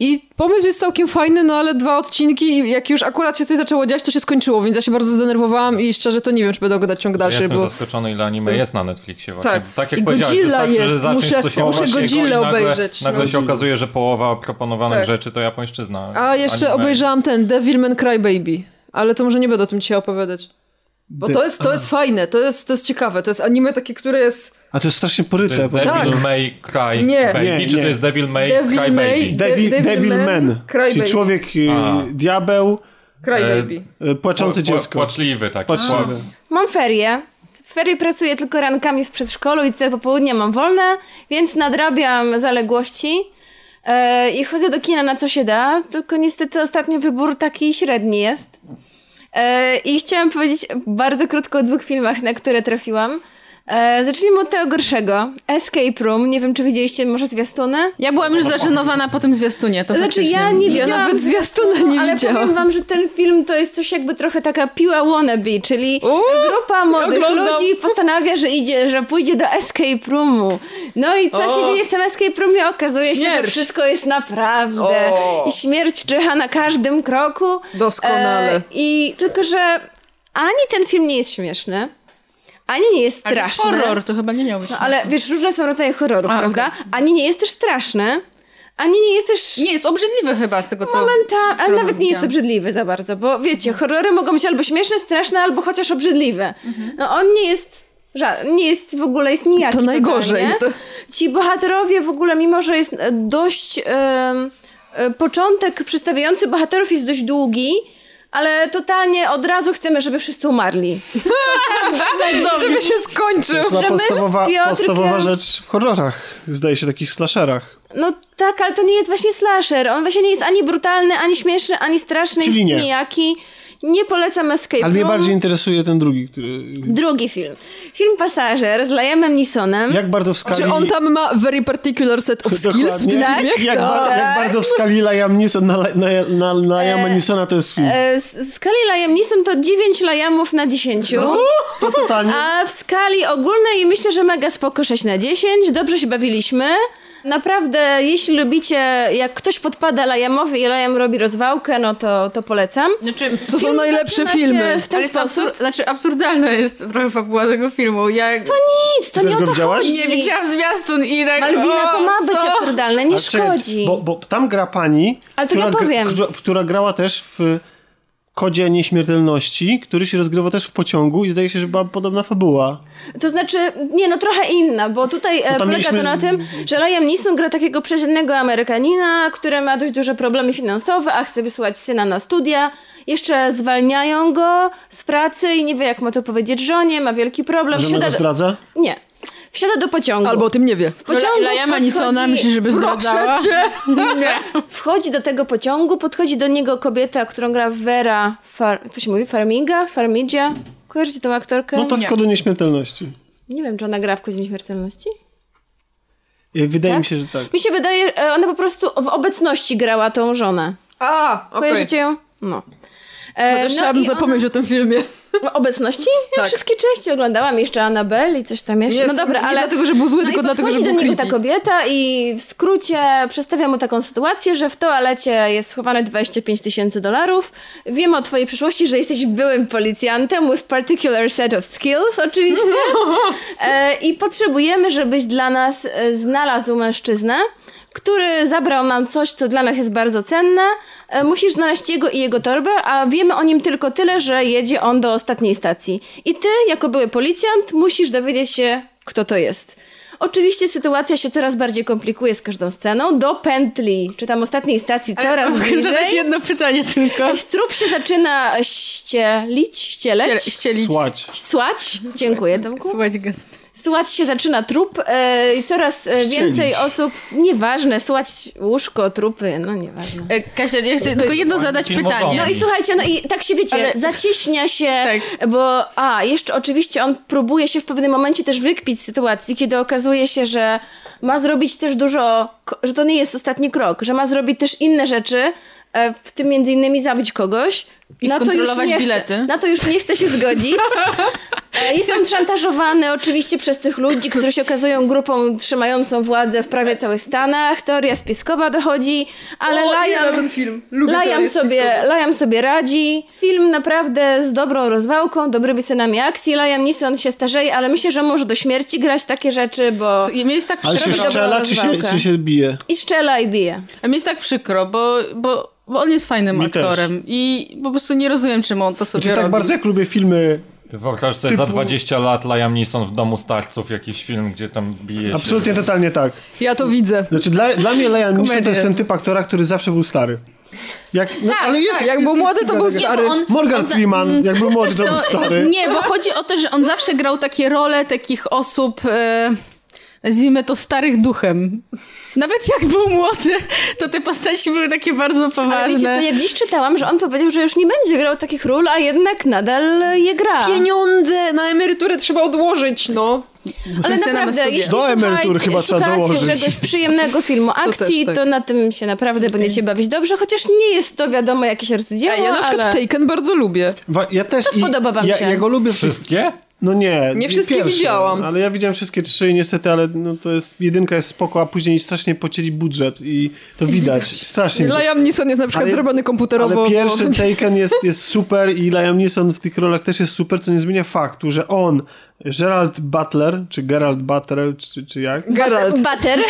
Speaker 7: I pomysł jest całkiem fajny, no ale dwa odcinki i jak już akurat się coś zaczęło dziać, to się skończyło, więc ja się bardzo zdenerwowałam i szczerze to nie wiem, czy będę oglądać ciąg
Speaker 6: Ja
Speaker 7: dalszy,
Speaker 6: jestem
Speaker 7: bo...
Speaker 6: zaskoczony, ile anime
Speaker 7: tym-
Speaker 6: jest na Netflixie właśnie.
Speaker 7: Tak.
Speaker 6: Tak, jak
Speaker 7: I
Speaker 6: powiedziałeś,
Speaker 7: Godzilla
Speaker 6: wystarczy, że
Speaker 7: jest.
Speaker 6: zacząć
Speaker 7: Muszę-
Speaker 6: coś
Speaker 7: muszę
Speaker 6: japońskiego
Speaker 7: Godzillę
Speaker 6: i nagle,
Speaker 7: obejrzeć.
Speaker 6: Nagle się
Speaker 7: Godzilla.
Speaker 6: okazuje, że połowa proponowanych
Speaker 7: Tak.
Speaker 6: rzeczy to japońszczyzna.
Speaker 7: A jeszcze
Speaker 6: anime.
Speaker 7: obejrzałam ten Devilman Crybaby, ale to może nie będę o tym dzisiaj opowiadać. Bo to jest, to jest fajne, to jest, to jest ciekawe, to jest anime takie, które jest
Speaker 8: A to jest strasznie
Speaker 6: To
Speaker 8: poryte.
Speaker 6: jest
Speaker 8: bo...
Speaker 6: Devil
Speaker 7: Tak.
Speaker 6: May Cry
Speaker 7: Nie.
Speaker 6: Baby,
Speaker 8: Nie,
Speaker 6: czy
Speaker 8: nie.
Speaker 6: to jest Devil May
Speaker 7: Devil
Speaker 6: Cry
Speaker 7: May-
Speaker 6: Baby?
Speaker 8: Devi,
Speaker 7: Tak, Devil
Speaker 8: Devil
Speaker 7: Man,
Speaker 8: Man, czyli
Speaker 7: Crybaby.
Speaker 8: człowiek, y,
Speaker 6: A.
Speaker 8: diabeł,
Speaker 7: Crybaby.
Speaker 6: E,
Speaker 8: y, płaczące
Speaker 6: Pła-
Speaker 8: dziecko.
Speaker 6: Płaczliwy taki.
Speaker 8: Płaczliwy.
Speaker 6: Pła-
Speaker 4: Mam ferie. W ferie pracuję tylko rankami w przedszkolu i całe popołudnie mam wolne, więc nadrabiam zaległości e, i chodzę do kina na co się da, tylko niestety ostatni wybór taki średni jest. E, I chciałam powiedzieć bardzo krótko o dwóch filmach, na które trafiłam. E, Zacznijmy od tego gorszego. Escape Room. Nie wiem, czy widzieliście może zwiastuny?
Speaker 5: Ja byłam już zażenowana po tym zwiastunie, to
Speaker 4: Znaczy
Speaker 5: faktycznie.
Speaker 4: ja nie
Speaker 7: Ja
Speaker 4: widziałam No,
Speaker 7: nawet zwiastuna nie
Speaker 4: ale
Speaker 7: widziałam.
Speaker 4: powiem wam, że ten film to jest coś jakby trochę taka piła wannabe, czyli
Speaker 7: Uuu,
Speaker 4: grupa młodych
Speaker 7: oglądam.
Speaker 4: ludzi postanawia, że idzie, że pójdzie do escape roomu. No i co
Speaker 7: O.
Speaker 4: się dzieje w tym escape roomie? Okazuje się, że
Speaker 7: Śmierć.
Speaker 4: wszystko jest naprawdę.
Speaker 7: O.
Speaker 4: I śmierć czyha na każdym kroku.
Speaker 7: Doskonale.
Speaker 4: E, I tylko, że ani ten film nie jest śmieszny, ani nie jest
Speaker 5: Ale to jest
Speaker 4: straszny.
Speaker 5: horror, to chyba nie miałeś.
Speaker 4: No ale wiesz, różne są rodzaje horrorów,
Speaker 5: A,
Speaker 4: prawda? Ani nie jest też straszny, ani nie jest też
Speaker 5: Nie, jest obrzydliwy chyba z tego, co...
Speaker 4: Momenta, ale
Speaker 5: którą
Speaker 4: nawet nie jest
Speaker 5: widziałam.
Speaker 4: obrzydliwy za bardzo, bo wiecie, horrory mogą być albo śmieszne, straszne, albo chociaż obrzydliwe. No on nie jest, ża- nie jest w ogóle, jest nijaki.
Speaker 7: To najgorzej.
Speaker 8: no
Speaker 4: totalnie.
Speaker 7: To...
Speaker 4: Ci bohaterowie w ogóle, mimo że jest e, dość... em, e, początek przedstawiający bohaterów jest dość długi, ale totalnie od razu chcemy, żeby wszyscy umarli. tak
Speaker 7: Żeby się skończył.
Speaker 8: To
Speaker 4: że
Speaker 8: jest
Speaker 4: my z
Speaker 8: podstawowa,
Speaker 4: Piotrkiem-
Speaker 8: podstawowa rzecz w horrorach, zdaje się, takich slasherach.
Speaker 4: No tak, ale to nie jest właśnie slasher. On właśnie nie jest ani brutalny, ani śmieszny, ani straszny,
Speaker 8: Czyli
Speaker 4: jest
Speaker 8: nie.
Speaker 4: nijaki. Nie polecam Escape
Speaker 8: Ale mnie
Speaker 4: Room.
Speaker 8: bardziej interesuje ten drugi, który...
Speaker 4: Drugi film. Film Pasażer z Liamem Neesonem.
Speaker 8: Jak bardzo w skali...
Speaker 7: Czy Znaczy, on tam ma very particular set of
Speaker 1: Znaczy,
Speaker 7: skills w tym
Speaker 8: Dokładnie.
Speaker 7: filmie?
Speaker 8: Jak,
Speaker 7: Tak.
Speaker 8: bar- jak bardzo w skali Liam Neeson na, na, na, na Liama Neesona to jest film.
Speaker 4: E, s- W skali Liam Neeson to 9 Liamów na 10.
Speaker 8: No To totalnie...
Speaker 4: A w skali ogólnej myślę, że mega spoko 6 na 10. Dobrze się bawiliśmy. Naprawdę, jeśli lubicie, jak ktoś podpada Liamowi i Liam robi rozwałkę, no to, to polecam.
Speaker 5: Znaczy,
Speaker 7: To są
Speaker 4: Film
Speaker 7: najlepsze
Speaker 4: zaczyna się
Speaker 7: filmy.
Speaker 4: W ten
Speaker 5: ale jest
Speaker 4: sposób.
Speaker 5: absur- znaczy absurdalna jest trochę fabuła tego filmu. Ja to
Speaker 4: Nic, to
Speaker 8: Też
Speaker 4: nie o
Speaker 8: go
Speaker 4: to
Speaker 8: widziałaś?
Speaker 4: chodzi.
Speaker 5: nie widziałam zwiastun i tak...
Speaker 4: Malwina, to
Speaker 5: o,
Speaker 4: ma być
Speaker 5: co?
Speaker 4: absurdalne, nie
Speaker 8: A czy-
Speaker 4: szkodzi.
Speaker 8: Bo, bo tam gra pani,
Speaker 4: Ale to ja
Speaker 8: gr-
Speaker 4: powiem.
Speaker 8: która, która grała też w Kodzie Nieśmiertelności, który się rozgrywa też w pociągu i zdaje się, że była podobna fabuła.
Speaker 4: To znaczy, nie no, trochę inna, bo tutaj e,
Speaker 8: No tam
Speaker 4: polega to
Speaker 8: mieliśmy-
Speaker 4: na tym, że Liam Neeson gra takiego przeciętnego Amerykanina, który ma dość duże problemy finansowe, a chce wysłać syna na studia. Jeszcze zwalniają go z pracy i nie wie, jak ma to powiedzieć żonie, ma wielki problem.
Speaker 8: Że ona go
Speaker 4: do-
Speaker 8: zdradza?
Speaker 4: Nie. Wsiada do pociągu.
Speaker 7: Albo o tym nie wie.
Speaker 4: w pociągu
Speaker 5: Laja Manisona
Speaker 4: podchodzi-
Speaker 5: myśli,
Speaker 4: <laughs>
Speaker 5: żeby zdradzała.
Speaker 7: Proszę cię!
Speaker 5: Nie.
Speaker 4: Wchodzi do tego pociągu, podchodzi do niego kobieta, którą gra Vera... Far... Co się mówi? Farmiga? Farmidzia? Kojarzycie tą aktorkę?
Speaker 8: No to z Kodu Nieśmiertelności.
Speaker 4: Nie wiem, czy ona gra w Kodzie Nieśmiertelności?
Speaker 8: I Wydaje
Speaker 4: Tak?
Speaker 8: mi się, że tak.
Speaker 4: Mi się wydaje, e, ona po prostu w obecności grała tą żonę.
Speaker 7: A, okej.
Speaker 4: Kojarzycie ją? No. E,
Speaker 7: Chociaż
Speaker 4: no
Speaker 7: chciałabym
Speaker 4: i
Speaker 7: zapomnieć o tym filmie.
Speaker 4: Ona... Obecności? Ja
Speaker 7: Tak.
Speaker 4: wszystkie części oglądałam, jeszcze Annabelle i coś tam jeszcze.
Speaker 7: Nie,
Speaker 4: no dobra,
Speaker 7: nie
Speaker 4: ale...
Speaker 7: dlatego, że był zły, tylko
Speaker 4: i
Speaker 7: dlatego, że
Speaker 4: podchodzi do
Speaker 7: był
Speaker 4: niego ta
Speaker 7: creepy.
Speaker 4: kobieta i w skrócie przedstawia mu taką sytuację, że w toalecie jest schowane 25 tysięcy dolarów. Wiem o twojej przeszłości, że jesteś byłym policjantem with particular set of skills oczywiście.
Speaker 7: No.
Speaker 4: E, I potrzebujemy, żebyś dla nas e, znalazł mężczyznę, który zabrał nam coś, co dla nas jest bardzo cenne. E, Musisz znaleźć jego i jego torbę, a wiemy o nim tylko tyle, że jedzie on do ostatniej stacji. I ty, jako były policjant, musisz dowiedzieć się, kto to jest. Oczywiście sytuacja się coraz bardziej komplikuje z każdą sceną, do pętli, czy tam ostatniej stacji
Speaker 5: <laughs>
Speaker 4: coraz
Speaker 5: Zadać
Speaker 4: bliżej.
Speaker 5: jedno pytanie tylko.
Speaker 4: Trup się zaczyna ścielić,
Speaker 5: Ściel-
Speaker 4: ścieleć,
Speaker 5: Ścielić.
Speaker 8: Słać.
Speaker 4: słać. Dziękuję, Tomku.
Speaker 5: Słuchać gest.
Speaker 4: Słać się zaczyna trup e, i coraz e, więcej osób, nieważne, słać łóżko, trupy, no nieważne.
Speaker 5: E, Kasia, ja chcę tylko jedno zadać
Speaker 6: filmowo.
Speaker 5: pytanie.
Speaker 4: No i słuchajcie, no i tak się wiecie,
Speaker 5: Ale-
Speaker 4: zaciśnia się,
Speaker 5: Tak.
Speaker 4: bo a, jeszcze oczywiście on próbuje się w pewnym momencie też wykpić z sytuacji, kiedy okazuje się, że ma zrobić też dużo ko- że to nie jest ostatni krok, że ma zrobić też inne rzeczy, e, w tym między innymi zabić kogoś.
Speaker 5: I skontrolować
Speaker 4: nie Chce,
Speaker 5: bilety.
Speaker 4: na to już nie chce się
Speaker 5: <laughs>
Speaker 4: zgodzić. E, Jest on szantażowany oczywiście przez tych ludzi, którzy się okazują grupą trzymającą władzę w prawie całych Stanach. Teoria spiskowa dochodzi, ale
Speaker 3: o,
Speaker 4: Lion...
Speaker 5: no
Speaker 3: Ja ten film. Lubię
Speaker 4: Lajam
Speaker 3: teorię
Speaker 4: sobie,
Speaker 3: spiskową.
Speaker 4: Lajam sobie radzi. Film naprawdę z dobrą rozwałką, dobrymi scenami akcji. Lajam Neeson się starzeje, ale myślę, że może do śmierci grać takie rzeczy, bo
Speaker 5: Co- i Mnie jest tak
Speaker 8: Ale się
Speaker 5: przykro,
Speaker 4: dobrą
Speaker 8: szczela, czy się,
Speaker 4: rozwałkę.
Speaker 8: czy się bije? Znaczy,
Speaker 4: i strzela i bije.
Speaker 5: a mnie jest tak przykro bo, bo, bo on jest fajnym
Speaker 8: Mi też.
Speaker 5: aktorem i po prostu nie rozumiem, czemu on to sobie
Speaker 1: Znaczy, tak
Speaker 5: robi.
Speaker 1: bardzo jak lubię filmy
Speaker 6: Ty wyobrażasz sobie za 20 lat Liam Neeson w domu starców jakiś film, gdzie tam bije się.
Speaker 1: Absolutnie, totalnie tak.
Speaker 7: Ja to widzę.
Speaker 1: Znaczy dla, dla mnie Liam Neeson to
Speaker 5: Komedie.
Speaker 1: jest ten typ aktora, który zawsze był stary. Jak, no, ale jest,
Speaker 7: Jak
Speaker 1: jest,
Speaker 7: był
Speaker 1: jest
Speaker 7: młody, to
Speaker 1: kilka
Speaker 7: był
Speaker 1: takich-
Speaker 5: Tak, Nie, bo
Speaker 7: stary.
Speaker 5: on-
Speaker 1: Morgan
Speaker 5: on za- Mm,
Speaker 1: Freeman, jak był młody,
Speaker 5: Wiesz
Speaker 1: to był
Speaker 5: co,
Speaker 1: stary.
Speaker 5: Nie, bo chodzi o to, że on zawsze grał takie role takich osób, e, nazwijmy to starych duchem. Nawet jak był młody, to te postaci były takie bardzo poważne.
Speaker 4: Ale wiecie co, ja dziś czytałam, że on powiedział, że już nie będzie grał takich ról, a jednak nadal je gra.
Speaker 7: Pieniądze na emeryturę trzeba odłożyć, no.
Speaker 4: Ale
Speaker 5: Scena na
Speaker 4: naprawdę,
Speaker 5: studia.
Speaker 4: jeśli
Speaker 1: Do emerytury
Speaker 4: słuchajcie-
Speaker 1: chyba trzeba
Speaker 4: słuchacie
Speaker 1: dołożyć.
Speaker 4: czegoś przyjemnego filmu akcji, to,
Speaker 7: też tak.
Speaker 4: na tym się naprawdę będziecie bawić dobrze, chociaż nie jest to wiadomo jakieś arcydzieło,
Speaker 7: Ej, ja na przykład
Speaker 4: ale...
Speaker 7: Taken bardzo lubię.
Speaker 1: Wa- Ja też.
Speaker 4: To spodoba wam
Speaker 1: ja,
Speaker 4: się.
Speaker 1: Ja go lubię.
Speaker 6: Wszystkie?
Speaker 1: No nie.
Speaker 7: Nie wszystkie
Speaker 1: pierwszy,
Speaker 7: widziałam.
Speaker 1: Ale ja widziałem wszystkie trzy niestety, ale no to jest, jedynka jest spoko, a później strasznie pocięli budżet i to widać. Strasznie widać.
Speaker 7: Liam Neeson jest na przykład
Speaker 1: Ale-
Speaker 7: zrobiony komputerowo.
Speaker 1: Ale pierwszy
Speaker 7: <laughs> bo-
Speaker 1: Taken jest, jest super i Liam Neeson w tych rolach też jest super, co nie zmienia faktu, że on, Gerald Butler, czy Gerald Butler, czy, czy jak?
Speaker 7: Geralt.
Speaker 4: <laughs> Butter.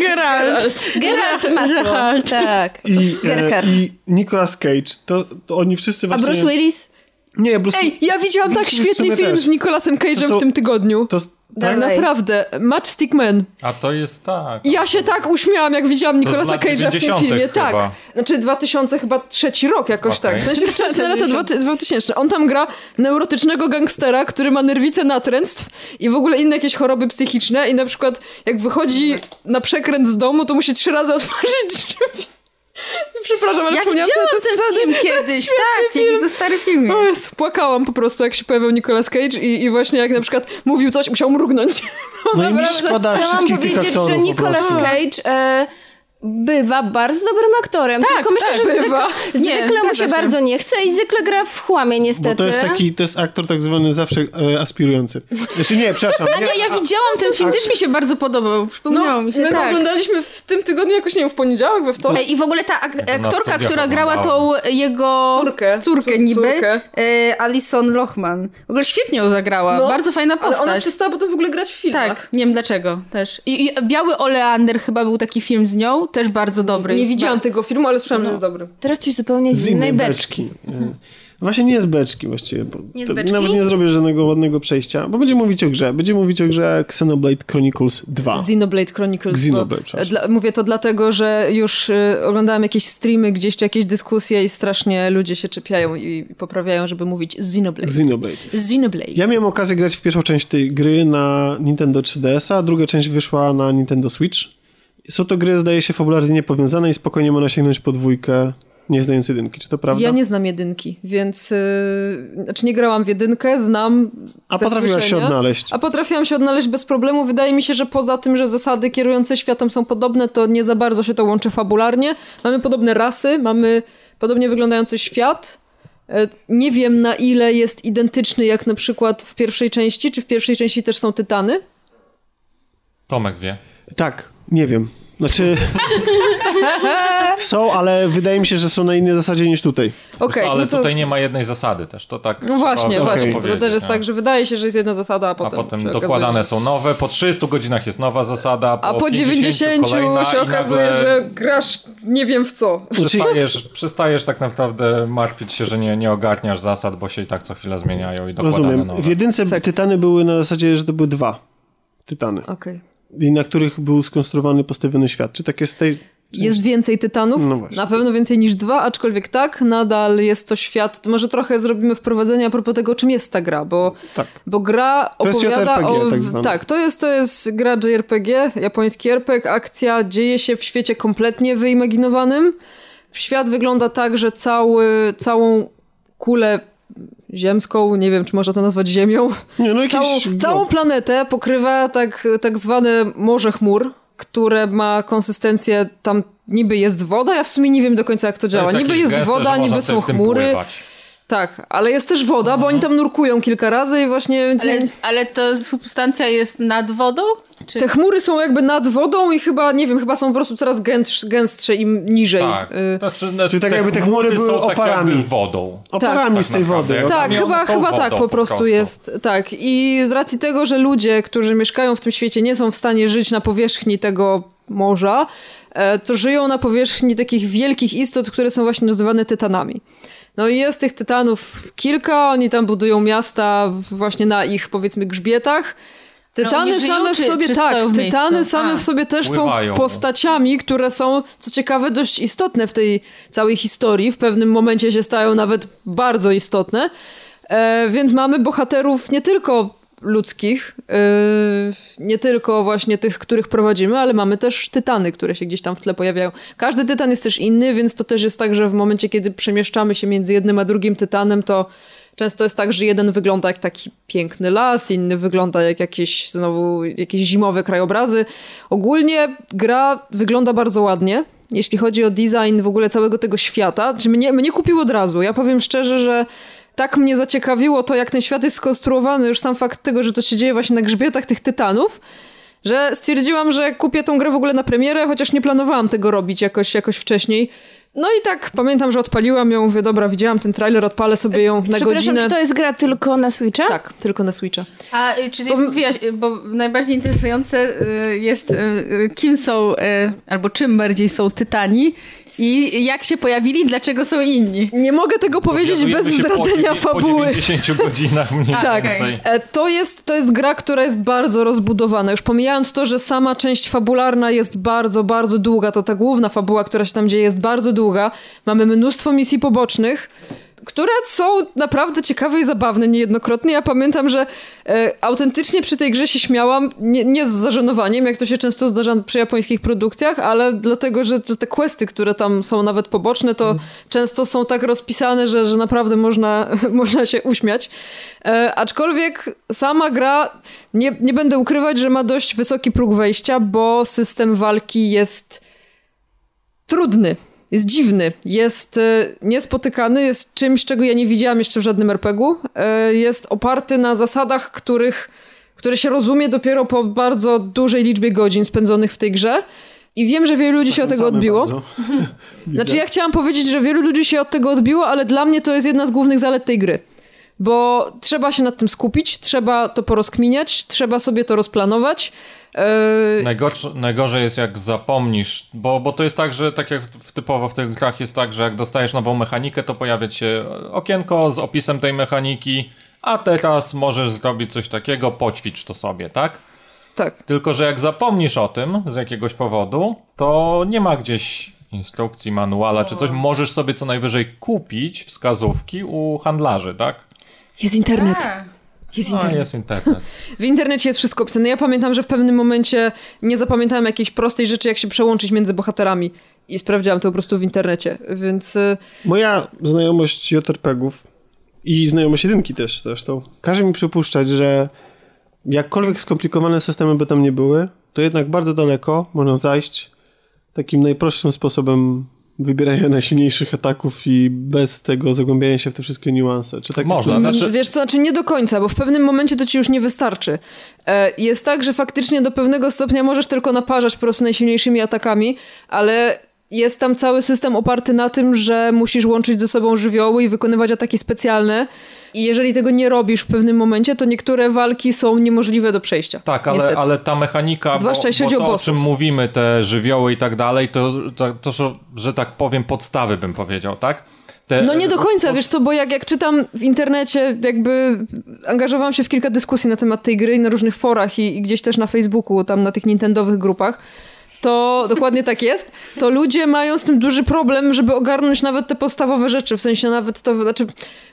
Speaker 5: Geralt.
Speaker 4: Gerard Masło.
Speaker 5: Geralt.
Speaker 4: Tak.
Speaker 1: I, e,
Speaker 4: Gerhard.
Speaker 1: I Nicolas Cage, to, to oni wszyscy
Speaker 4: A
Speaker 1: właśnie... Tak,
Speaker 4: Bruce Willis?
Speaker 1: Nie, Bruce...
Speaker 7: Ej, ja widziałam tak
Speaker 1: W sumie
Speaker 7: świetny film
Speaker 1: też.
Speaker 7: z Nicolasem Cage'em
Speaker 1: To są-
Speaker 7: w tym tygodniu.
Speaker 1: To, tak?
Speaker 4: Dawaj.
Speaker 7: Naprawdę, Matchstick Man.
Speaker 6: A to jest tak.
Speaker 7: Ja się tak uśmiałam, jak widziałam
Speaker 6: z
Speaker 7: Nicolasa
Speaker 6: lat
Speaker 7: Cage'a w tym
Speaker 6: 90-tych
Speaker 7: filmie.
Speaker 6: chyba.
Speaker 7: Tak. Znaczy 2000 chyba trzeci rok jakoś
Speaker 6: Okej.
Speaker 7: tak. W
Speaker 5: <laughs>
Speaker 7: sensie wczesne lata 2000. 2000. On tam gra neurotycznego gangstera, który ma nerwice natręstw i w ogóle inne jakieś choroby psychiczne i na przykład jak wychodzi na przekręt z domu, to musi trzy razy <laughs> otworzyć drzwi. <laughs> Przepraszam, ale
Speaker 5: Ja
Speaker 7: przypomniałam
Speaker 5: widziałam
Speaker 7: sobie
Speaker 5: ten
Speaker 7: sceny.
Speaker 5: film kiedyś, tak, jak to stary film.
Speaker 7: O Jezu, płakałam po prostu, jak się pojawił Nicolas Cage i, i właśnie jak na przykład mówił coś, musiał mrugnąć. <laughs>
Speaker 1: no i mi
Speaker 7: naprawdę,
Speaker 1: szkoda
Speaker 4: Chciałam
Speaker 1: wszystkich tych
Speaker 4: powiedzieć, że
Speaker 1: aktorów po
Speaker 4: Nicolas
Speaker 1: prostu.
Speaker 4: Cage e, bywa bardzo dobrym aktorem,
Speaker 5: Tak,
Speaker 4: tylko myślę,
Speaker 5: tak,
Speaker 4: że
Speaker 7: bywa.
Speaker 4: zwykle,
Speaker 5: Nie,
Speaker 4: zwykle mu
Speaker 5: zgadza
Speaker 4: się
Speaker 5: się.
Speaker 4: bardzo nie chce i zwykle gra w chłamie niestety.
Speaker 1: Bo to jest taki, to jest aktor tak zwany zawsze e, aspirujący. Znaczy nie, przepraszam. Nie,
Speaker 5: Ja, ja widziałam ten film, też mi się bardzo podobał. Przypomniało mi się,
Speaker 7: No, my go
Speaker 5: tak.
Speaker 7: oglądaliśmy w tym tygodniu jakoś, nie wiem, w poniedziałek, we wtorek.
Speaker 5: Ej, I w ogóle ta ak-
Speaker 6: na
Speaker 5: aktorka,
Speaker 6: studiach
Speaker 5: która grała tą
Speaker 6: oglądałem.
Speaker 5: jego
Speaker 7: Córkę.
Speaker 5: córkę
Speaker 7: Cór-
Speaker 5: niby,
Speaker 7: córkę.
Speaker 5: E, Alison Lochman. W ogóle świetnie ją zagrała,
Speaker 7: No,
Speaker 5: bardzo fajna
Speaker 7: Ale
Speaker 5: postać.
Speaker 7: ona przestała potem w ogóle grać w filmach.
Speaker 5: Tak, nie wiem dlaczego też. I, I Biały Oleander chyba był taki film z nią, też bardzo dobry. No.
Speaker 7: Nie widziałam tego filmu, ale słyszałam, że jest dobry.
Speaker 4: Teraz coś zupełnie
Speaker 1: Z innej beczki. E, Właśnie nie z beczki właściwie. Bo
Speaker 5: Nie z
Speaker 1: to
Speaker 5: beczki?
Speaker 1: Nawet nie zrobię żadnego ładnego przejścia, bo będziemy mówić o grze. Będziemy mówić o grze Xenoblade Chronicles 2.
Speaker 7: Xenoblade Chronicles.
Speaker 1: Xenoblade,
Speaker 7: bo-
Speaker 1: przepraszam.
Speaker 7: dla, mówię to dlatego, że już y, oglądałem jakieś streamy gdzieś, czy jakieś dyskusje i strasznie ludzie się czepiają i, i poprawiają, żeby mówić Xenoblade.
Speaker 1: Xenoblade.
Speaker 7: Xenoblade.
Speaker 1: Ja miałem okazję grać w pierwszą część tej gry na Nintendo 3DS-a, a druga część wyszła na Nintendo Switch. Są to gry, zdaje się, fabularnie niepowiązane i spokojnie można sięgnąć po dwójkę, nie znając jedynki. Czy to prawda?
Speaker 7: Ja nie znam jedynki, więc yy, znaczy nie grałam w jedynkę, znam.
Speaker 1: A
Speaker 7: ze
Speaker 1: potrafiłaś się
Speaker 7: słyszenia.
Speaker 1: odnaleźć.
Speaker 7: A potrafiłam się odnaleźć bez problemu. Wydaje mi się, że poza tym, że zasady kierujące światem są podobne, to nie za bardzo się to łączy fabularnie. Mamy podobne rasy, mamy podobnie wyglądający świat. E, Nie wiem na ile jest identyczny jak na przykład w pierwszej części. Czy w pierwszej części też są tytany?
Speaker 6: Tomek wie.
Speaker 1: Tak, nie wiem. Znaczy... są, ale wydaje mi się, że są na innej zasadzie niż tutaj.
Speaker 7: Okej,
Speaker 6: ale
Speaker 7: no to...
Speaker 6: tutaj nie ma jednej zasady też, to tak.
Speaker 7: No
Speaker 6: trzeba
Speaker 7: właśnie,
Speaker 6: po prostu
Speaker 7: właśnie. bo To
Speaker 6: powiedzieć,
Speaker 7: też jest
Speaker 6: nie?
Speaker 7: tak, że wydaje się, że jest jedna zasada, a
Speaker 6: A
Speaker 7: potem...
Speaker 6: potem
Speaker 7: się okazuje,
Speaker 6: dokładane
Speaker 7: że-
Speaker 6: są nowe, po 300 godzinach jest nowa zasada, po
Speaker 7: A po 90
Speaker 6: kolejna i
Speaker 7: się okazuje,
Speaker 6: nagle
Speaker 7: że grasz nie wiem w co.
Speaker 1: Znaczy,
Speaker 6: Przestajesz, przestajesz tak naprawdę martwić się, że nie, nie ogarniasz zasad, bo się i tak co chwila zmieniają i dokładane
Speaker 1: Rozumiem.
Speaker 6: nowe.
Speaker 1: W jedynce
Speaker 7: Tak.
Speaker 1: tytany były na zasadzie, że to były dwa tytany,
Speaker 7: Okej.
Speaker 1: i na których był skonstruowany postawiony świat. Czy tak jest tej...
Speaker 7: Jest więcej tytanów,
Speaker 1: No właśnie.
Speaker 7: na pewno więcej niż dwa, aczkolwiek tak, nadal jest to świat. Może trochę zrobimy wprowadzenie a propos tego, czym jest ta gra, bo,
Speaker 1: Tak.
Speaker 7: bo gra
Speaker 1: To jest
Speaker 7: opowiada
Speaker 1: JRPG
Speaker 7: o.
Speaker 1: tak zwane.
Speaker 7: tak, to jest, to jest gra JRPG, japoński RPG, akcja dzieje się w świecie kompletnie wyimaginowanym. Świat wygląda tak, że cały, całą kulę ziemską, nie wiem czy można to nazwać
Speaker 1: <laughs>
Speaker 7: ziemią,
Speaker 1: Nie, no jakieś...
Speaker 7: Całą,
Speaker 1: no.
Speaker 7: całą planetę pokrywa tak, tak zwane morze chmur, które ma konsystencję, tam niby jest woda, ja w sumie nie wiem do końca jak to działa.
Speaker 6: To
Speaker 7: niby
Speaker 6: jakiś
Speaker 7: jest
Speaker 6: gest,
Speaker 7: woda,
Speaker 6: że można
Speaker 7: niby
Speaker 6: sobie
Speaker 7: są
Speaker 6: w tym
Speaker 7: chmury.
Speaker 6: pływać.
Speaker 7: Tak, ale jest też woda, bo oni tam nurkują kilka razy i właśnie więc
Speaker 5: Ale,
Speaker 7: nie-
Speaker 5: ale ta substancja jest nad wodą? Czy...
Speaker 7: te chmury są jakby nad wodą i chyba, nie wiem, chyba są po prostu coraz gęstsze, gęstsze im niżej.
Speaker 6: Tak.
Speaker 7: Y,
Speaker 6: Znaczy, no,
Speaker 1: Czyli tak jakby te chmury
Speaker 6: są
Speaker 1: były
Speaker 6: tak
Speaker 1: oparami.
Speaker 6: jakby wodą.
Speaker 1: Oparami
Speaker 6: Tak
Speaker 1: z tej
Speaker 6: naprawdę.
Speaker 1: wody. no.
Speaker 7: Tak,
Speaker 6: I one
Speaker 7: chyba,
Speaker 6: są
Speaker 7: chyba
Speaker 6: wodą
Speaker 7: tak po prostu, jest. Tak. I z racji tego, że ludzie, którzy mieszkają w tym świecie, nie są w stanie żyć na powierzchni tego morza, e, to żyją na powierzchni takich wielkich istot, które są właśnie nazywane tytanami. No i jest tych tytanów kilka, oni tam budują miasta właśnie na ich powiedzmy grzbietach. Tytany
Speaker 5: No, oni żyją,
Speaker 7: same
Speaker 5: czy-
Speaker 7: w sobie
Speaker 5: czy
Speaker 7: tak,
Speaker 5: stoją w miejscu?
Speaker 7: tytany same
Speaker 5: A.
Speaker 7: w sobie też
Speaker 6: Pływają.
Speaker 7: są postaciami, które są co ciekawe dość istotne w tej całej historii. W pewnym momencie się stają nawet bardzo istotne. E, więc mamy bohaterów nie tylko ludzkich, e, nie tylko właśnie tych, których prowadzimy, ale mamy też tytany, które się gdzieś tam w tle pojawiają. Każdy tytan jest też inny, więc to też jest tak, że w momencie, kiedy przemieszczamy się między jednym a drugim tytanem, to Często jest tak, że jeden wygląda jak taki piękny las, inny wygląda jak jakieś znowu jakieś zimowe krajobrazy. Ogólnie gra wygląda bardzo ładnie. Jeśli chodzi o design w ogóle całego tego świata, czy mnie, mnie kupił od razu. Ja powiem szczerze, że tak mnie zaciekawiło to, jak ten świat jest skonstruowany, już sam fakt tego, że to się dzieje właśnie na grzbietach tych tytanów, że stwierdziłam, że kupię tą grę w ogóle na premierę, chociaż nie planowałam tego robić jakoś, jakoś wcześniej. No i tak, pamiętam, że odpaliłam ją, mówię, dobra, widziałam ten trailer, odpalę sobie ją na
Speaker 4: Przepraszam,
Speaker 7: godzinę.
Speaker 4: czy to jest gra tylko na Switcha?
Speaker 7: Tak, tylko na Switcha.
Speaker 5: A y, czy jest, wyjaś, y, bo najbardziej interesujące y, jest, y, y, kim są, y, albo czym bardziej są tytani i jak się pojawili, dlaczego są inni.
Speaker 7: Nie mogę tego powiedzieć bez
Speaker 6: Dowiadujemy się po
Speaker 7: zdradzenia
Speaker 6: dziewię-
Speaker 7: fabuły.
Speaker 1: Tak.
Speaker 6: Po 90 godzinach mniej
Speaker 7: Tak.
Speaker 6: więcej.
Speaker 7: E, To jest, to jest gra, która jest bardzo rozbudowana. Już pomijając to, że sama część fabularna jest bardzo, bardzo długa, to ta główna fabuła, która się tam dzieje, jest bardzo długa. Mamy mnóstwo misji pobocznych, które są naprawdę ciekawe i zabawne niejednokrotnie. Ja pamiętam, że e, autentycznie przy tej grze się śmiałam, nie, nie z zażenowaniem, jak to się często zdarza przy japońskich produkcjach, ale dlatego, że, że te questy, które tam są nawet poboczne, to często są tak rozpisane, że, że naprawdę można, <laughs> można się uśmiać. E, aczkolwiek sama gra, nie, nie będę ukrywać, że ma dość wysoki próg wejścia, bo system walki jest trudny. Jest dziwny, jest e, niespotykany, jest czymś, czego ja nie widziałam jeszcze w żadnym RPG-u. E, Jest oparty na zasadach, których, które się rozumie dopiero po bardzo dużej liczbie godzin spędzonych w tej grze. I wiem, że wielu ludzi się od tego
Speaker 1: Zachęcamy
Speaker 7: odbiło.
Speaker 1: Tak, bardzo.
Speaker 7: Znaczy, ja chciałam powiedzieć, że wielu ludzi się od tego odbiło, ale dla mnie to jest jedna z głównych zalet tej gry. Bo trzeba się nad tym skupić, trzeba to porozkminiać, trzeba sobie to rozplanować. Yy,
Speaker 6: Najgorsze, najgorzej jest jak zapomnisz, bo, bo to jest tak, że tak jak w, typowo w tych grach jest tak, że jak dostajesz nową mechanikę, to pojawia ci się okienko z opisem tej mechaniki, a teraz możesz zrobić coś takiego, poćwicz to sobie, tak?
Speaker 7: tak.
Speaker 6: Tylko, że jak zapomnisz o tym z jakiegoś powodu, to nie ma gdzieś instrukcji, manuala czy coś, możesz sobie co najwyżej kupić wskazówki u handlarzy, tak?
Speaker 7: Jest internet. Jest
Speaker 6: No
Speaker 7: internet.
Speaker 6: jest internet.
Speaker 7: W internecie jest wszystko opisane. Ja pamiętam, że w pewnym momencie nie zapamiętałam jakiejś prostej rzeczy, jak się przełączyć między bohaterami. I sprawdziłam to po prostu w internecie, więc y,
Speaker 1: Moja znajomość JRPG-ów i znajomość jedynki też zresztą każe mi przypuszczać, że jakkolwiek skomplikowane systemy by tam nie były, to jednak bardzo daleko można zajść takim najprostszym sposobem wybierania najsilniejszych ataków i bez tego zagłębiania się w te wszystkie niuanse. Czy tak jest
Speaker 6: Można,
Speaker 1: tu-
Speaker 6: znaczy-
Speaker 7: Wiesz co, znaczy nie do końca, bo w pewnym momencie to ci już nie wystarczy. E, jest tak, że faktycznie do pewnego stopnia możesz tylko naparzać po prostu najsilniejszymi atakami, ale jest tam cały system oparty na tym, że musisz łączyć ze sobą żywioły i wykonywać ataki specjalne. I jeżeli tego nie robisz w pewnym momencie, to niektóre walki są niemożliwe do przejścia.
Speaker 6: Tak, ale,
Speaker 7: niestety.
Speaker 6: ale ta mechanika,
Speaker 7: Zwłaszcza
Speaker 6: bo,
Speaker 7: jeśli
Speaker 6: bo
Speaker 7: chodzi o
Speaker 6: to,
Speaker 7: bossów.
Speaker 6: czym mówimy, te żywioły i tak dalej, to, to, to że, że tak powiem, podstawy bym powiedział, tak? Te,
Speaker 7: No nie do końca, wiesz co, bo jak, jak czytam w internecie, jakby angażowałam się w kilka dyskusji na temat tej gry i na różnych forach i, i gdzieś też na Facebooku, tam na tych nintendowych grupach, to dokładnie tak jest, to ludzie mają z tym duży problem, żeby ogarnąć nawet te podstawowe rzeczy, w sensie nawet to, znaczy,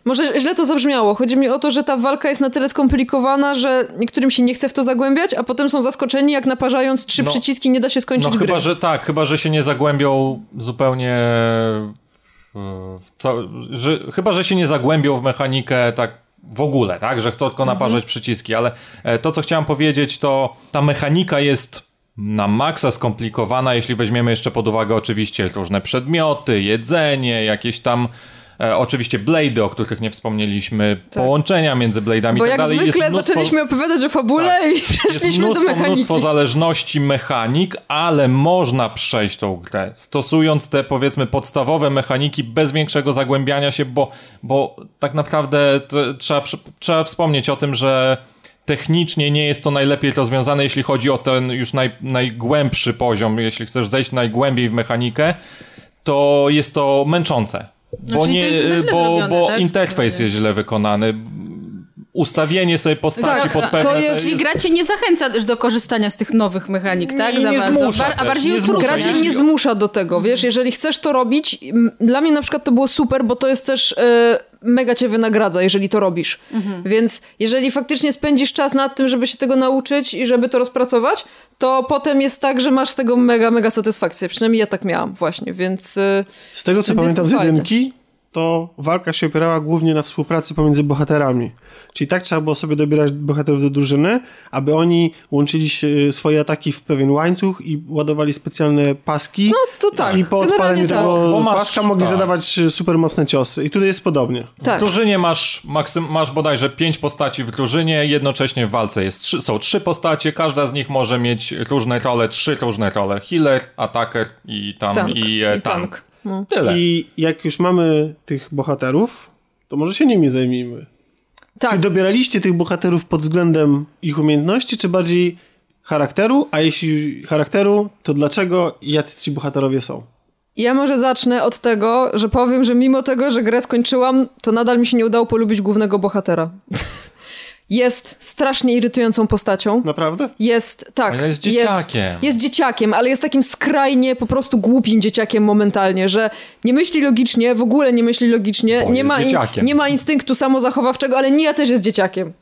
Speaker 7: może źle to zabrzmiało, chodzi mi o to, że ta walka jest na tyle skomplikowana, że niektórym się nie chce w to zagłębiać, a potem są zaskoczeni, jak naparzając trzy
Speaker 6: No.
Speaker 7: przyciski nie da się skończyć
Speaker 6: No
Speaker 7: gry.
Speaker 6: chyba, że tak, chyba, że się nie zagłębią zupełnie... e, W ca... że, chyba, że się nie zagłębią w mechanikę tak w ogóle,
Speaker 7: Mhm.
Speaker 6: tak? Że chcą tylko naparzać przyciski, ale e, to, co chciałem powiedzieć, to ta mechanika jest na maksa skomplikowana, jeśli weźmiemy jeszcze pod uwagę oczywiście różne przedmioty, jedzenie, jakieś tam. E, oczywiście Blade'y, o których nie wspomnieliśmy, połączenia między Blade'ami
Speaker 7: Tak. Bo
Speaker 6: i tak
Speaker 7: jak
Speaker 6: dalej.
Speaker 7: zwykle
Speaker 6: jest mnóstwo, Tak.
Speaker 7: zaczęliśmy opowiadać o fabule i <laughs>
Speaker 6: jest
Speaker 7: przeszliśmy do
Speaker 6: mnóstwo,
Speaker 7: mechaniki.
Speaker 6: mnóstwo zależności mechanik, ale można przejść tą grę, stosując te powiedzmy podstawowe mechaniki bez większego zagłębiania się, bo, bo tak naprawdę t- trzeba, przy- trzeba wspomnieć o tym, że technicznie nie jest to najlepiej rozwiązane, jeśli chodzi o ten już naj, najgłębszy poziom, jeśli chcesz zejść najgłębiej w mechanikę, to jest to męczące. Bo,
Speaker 5: czyli to
Speaker 6: nie,
Speaker 5: jest
Speaker 6: bo,
Speaker 5: źle zrobione,
Speaker 6: bo
Speaker 5: tak?
Speaker 6: interfejs jest źle wykonany. Ustawienie sobie postaci
Speaker 7: Tak,
Speaker 6: pod
Speaker 7: to
Speaker 6: pewne...
Speaker 7: jest-
Speaker 5: Czyli gra cię nie zachęca też do korzystania z tych nowych mechanik, tak?
Speaker 6: Nie,
Speaker 5: Za
Speaker 6: nie
Speaker 5: bardzo.
Speaker 6: zmusza
Speaker 5: Bar- a
Speaker 6: też,
Speaker 5: bardziej
Speaker 6: nie Mhm.
Speaker 5: utrudnia.
Speaker 6: zmusza.
Speaker 7: Gra cię nie zmusza do tego, wiesz, jeżeli chcesz to robić, m, dla mnie na przykład to było super, bo to jest też e, mega cię wynagradza, jeżeli to robisz.
Speaker 6: Mhm.
Speaker 7: Więc jeżeli faktycznie spędzisz czas nad tym, żeby się tego nauczyć i żeby to rozpracować, to potem jest tak, że masz z tego mega, mega satysfakcję. Przynajmniej ja tak miałam właśnie, więc... e,
Speaker 1: Z tego co
Speaker 7: Więc jest
Speaker 1: pamiętam
Speaker 7: to
Speaker 1: z
Speaker 7: fajne.
Speaker 1: jedynki, to walka się opierała głównie na współpracy pomiędzy bohaterami. Czyli tak trzeba było sobie dobierać bohaterów do drużyny, aby oni łączyli się, y, swoje ataki w pewien łańcuch i ładowali specjalne paski.
Speaker 7: No to tak,
Speaker 1: I po odpaleniu
Speaker 7: generalnie tak.
Speaker 1: tego
Speaker 6: Bo masz-
Speaker 1: paska mogli
Speaker 6: tak.
Speaker 1: zadawać super mocne ciosy. I tutaj jest podobnie.
Speaker 7: tak.
Speaker 6: W drużynie masz, maksym, masz bodajże pięć postaci w drużynie, jednocześnie w walce jest trzy, są trzy postacie, każda z nich może mieć różne role, trzy różne role. Healer, ataker i tam
Speaker 7: Tank.
Speaker 6: i, e,
Speaker 7: I
Speaker 6: tank.
Speaker 7: tank. No.
Speaker 6: Tyle.
Speaker 1: I jak już mamy tych bohaterów, to może się nimi zajmijmy.
Speaker 7: Tak,
Speaker 1: Czy dobieraliście tych bohaterów pod względem ich umiejętności, czy bardziej charakteru? A jeśli charakteru, to dlaczego i jacy ci bohaterowie są?
Speaker 7: Ja może zacznę od tego, że powiem, że mimo tego, że grę skończyłam, to nadal mi się nie udało polubić głównego bohatera. <laughs> jest strasznie irytującą postacią.
Speaker 1: Naprawdę?
Speaker 7: Jest, tak.
Speaker 6: Ale jest dzieciakiem.
Speaker 7: Jest, jest dzieciakiem, ale jest takim skrajnie po prostu głupim dzieciakiem momentalnie, że nie myśli logicznie, w ogóle nie myśli logicznie,
Speaker 6: Bo
Speaker 7: nie,
Speaker 6: jest
Speaker 7: ma in,
Speaker 6: dzieciakiem.
Speaker 7: nie ma instynktu samozachowawczego, ale Nia też jest dzieciakiem.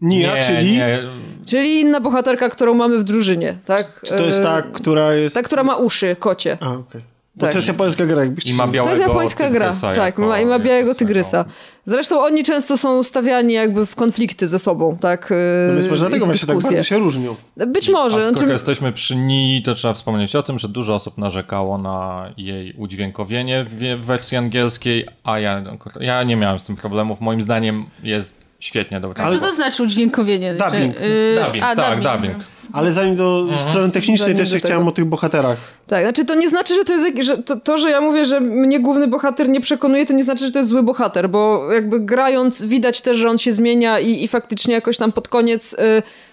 Speaker 1: Nia, czyli
Speaker 6: nie,
Speaker 7: Czyli inna bohaterka, którą mamy w drużynie, tak?
Speaker 1: czy to jest
Speaker 7: E,
Speaker 1: ta, która jest...
Speaker 7: Ta, która ma uszy, kocie.
Speaker 1: A, okej. Bo
Speaker 7: Tak.
Speaker 1: to jest japońska gra, jakbyście...
Speaker 6: i ma
Speaker 1: się-
Speaker 7: To
Speaker 6: białego
Speaker 7: jest japońska gra,
Speaker 6: tygrysa
Speaker 7: tak,
Speaker 6: jako-
Speaker 7: ma, i ma białego
Speaker 6: jako
Speaker 7: tygrysa.
Speaker 6: swego.
Speaker 7: Zresztą oni często są stawiani jakby w konflikty ze sobą, tak?
Speaker 1: No
Speaker 7: yy,
Speaker 1: Więc może
Speaker 7: i
Speaker 1: dlatego
Speaker 7: w
Speaker 1: właśnie tak
Speaker 7: dyskusje.
Speaker 1: bardzo się różnią.
Speaker 7: Być
Speaker 6: A
Speaker 7: może.
Speaker 6: skoro
Speaker 7: Znaczy,
Speaker 6: jesteśmy przy Ni, to trzeba wspomnieć o tym, że dużo osób narzekało na jej udźwiękowienie w w wersji angielskiej, a ja, ja nie miałem z tym problemów. Moim zdaniem jest świetnie dobrana.
Speaker 5: Co to znaczy udźwiękowienie?
Speaker 1: Dubbing.
Speaker 5: Że, y,
Speaker 6: Dubbing,
Speaker 5: a,
Speaker 6: tak, dubbing.
Speaker 1: Ale zanim do
Speaker 6: Mhm.
Speaker 1: strony technicznej,
Speaker 7: Zanim
Speaker 1: to jeszcze
Speaker 7: do tego.
Speaker 1: chciałem o tych bohaterach.
Speaker 7: tak, znaczy to nie znaczy, że to jest. jak- Że to, to, że ja mówię, że mnie główny bohater nie przekonuje, to nie znaczy, że to jest zły bohater, bo jakby grając widać też, że on się zmienia i, i faktycznie jakoś tam pod koniec yy,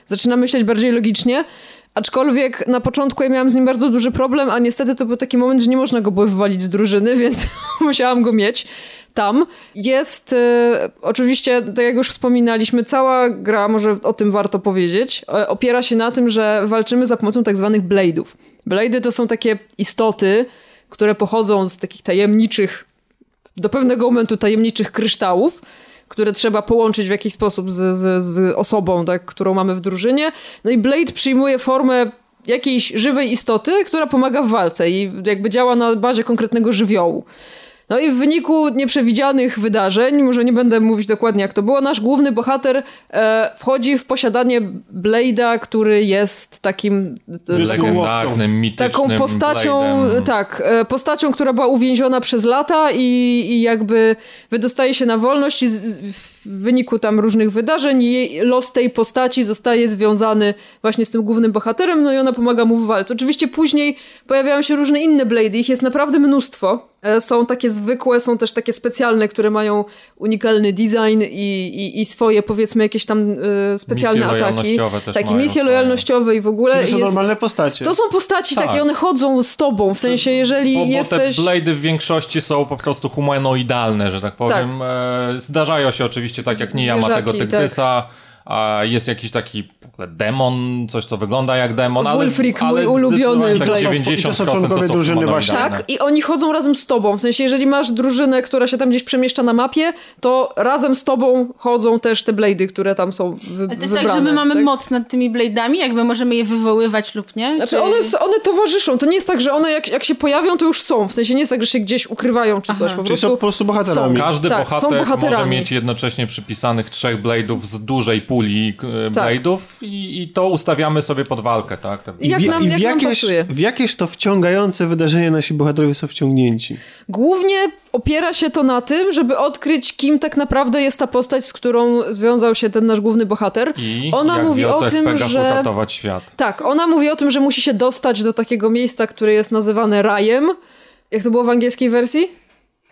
Speaker 7: zaczyna myśleć bardziej logicznie. Aczkolwiek na początku ja miałam z nim bardzo duży problem, a niestety to był taki moment, że nie można go było wywalić z drużyny, <laughs> więc musiałam go mieć tam. Jest e, oczywiście, tak jak już wspominaliśmy, cała gra, może o tym warto powiedzieć, e, opiera się na tym, że walczymy za pomocą tak zwanych blade'ów. Blade'y to są takie istoty, które pochodzą z takich tajemniczych, do pewnego momentu tajemniczych kryształów, które trzeba połączyć w jakiś sposób z, z, z osobą, tak, którą mamy w drużynie. No i Blade przyjmuje formę jakiejś żywej istoty, która pomaga w walce i jakby działa na bazie konkretnego żywiołu. No i w wyniku nieprzewidzianych wydarzeń, może nie będę mówić dokładnie jak to było, nasz główny bohater e, wchodzi w posiadanie Blade'a, który jest takim... e,
Speaker 6: Legendarnym, mitycznym
Speaker 7: Taką postacią,
Speaker 6: Blade'em.
Speaker 7: tak, e, postacią, która była uwięziona przez lata i, i jakby wydostaje się na wolność i z, z- w wyniku tam różnych wydarzeń jej, los tej postaci zostaje związany właśnie z tym głównym bohaterem, no i ona pomaga mu w walce. Oczywiście później pojawiają się różne inne Blade, ich jest naprawdę mnóstwo. E, Są takie zwykłe, są też takie specjalne, które mają unikalny design i, i, i swoje powiedzmy jakieś tam e, specjalne
Speaker 6: Misje
Speaker 7: ataki.
Speaker 6: lojalnościowe też
Speaker 7: Takie
Speaker 6: mają
Speaker 7: misje
Speaker 6: swoje.
Speaker 7: lojalnościowe i w ogóle.
Speaker 1: Czy to są
Speaker 7: jest-
Speaker 1: normalne postacie?
Speaker 7: to są postaci
Speaker 6: Tak.
Speaker 7: takie, one chodzą z tobą, w sensie jeżeli
Speaker 6: No, Bo, bo
Speaker 7: jesteś...
Speaker 6: te Blade'y w większości są po prostu humanoidalne, że tak powiem. E, zdarzają się oczywiście, tak jak Nia ma tego
Speaker 7: Zwierzaki,
Speaker 6: tygrysa, a jest jakiś taki w ogóle demon, coś co wygląda jak demon, ale,
Speaker 7: Wulfric,
Speaker 6: ale
Speaker 7: mój ulubiony
Speaker 6: zdecydowanie
Speaker 7: Blade.
Speaker 6: Tak
Speaker 1: I to
Speaker 6: 90%
Speaker 1: są członkowie
Speaker 6: to
Speaker 1: drużyny
Speaker 6: humanoidalne.
Speaker 1: właśnie.
Speaker 7: Tak, i oni chodzą razem z tobą. W sensie, jeżeli masz drużynę, która się tam gdzieś przemieszcza na mapie, to razem z tobą chodzą też te blady, które tam są wy-
Speaker 5: Ale to jest
Speaker 7: wybrane.
Speaker 5: tak, że my mamy moc nad tymi blade'ami, jakby możemy je wywoływać lub nie?
Speaker 7: Znaczy one, s- one towarzyszą, to nie jest tak, że one jak, jak się pojawią, to już są. W sensie nie jest tak, że się gdzieś ukrywają czy
Speaker 5: Aha.
Speaker 7: coś. Po
Speaker 1: Czyli
Speaker 7: prostu
Speaker 1: są po prostu bohaterami.
Speaker 7: są.
Speaker 6: Każdy
Speaker 7: Tak, są
Speaker 6: bohater może
Speaker 7: bohaterami.
Speaker 6: mieć jednocześnie przypisanych trzech Blade'ów z dużej puli k-
Speaker 7: Tak.
Speaker 6: blade'ów i, i to ustawiamy sobie pod walkę, tak? Ten-
Speaker 7: I jak
Speaker 1: w-
Speaker 7: nam-
Speaker 1: i
Speaker 7: jak
Speaker 1: w,
Speaker 7: nam
Speaker 1: jakieś,
Speaker 7: pasuje.
Speaker 1: w jakież to wciągające wydarzenie nasi bohaterowie są wciągnięci.
Speaker 7: Głównie opiera się to na tym, żeby odkryć, kim tak naprawdę jest ta postać, z którą związał się ten nasz główny bohater.
Speaker 6: I
Speaker 7: Ona
Speaker 6: jak
Speaker 7: mówi
Speaker 6: wiele
Speaker 7: o
Speaker 6: to
Speaker 7: tym,
Speaker 6: FPGA
Speaker 7: że-
Speaker 6: uratować świat.
Speaker 7: Tak, ona mówi o tym, że musi się dostać do takiego miejsca, które jest nazywane rajem. Jak to było w angielskiej wersji?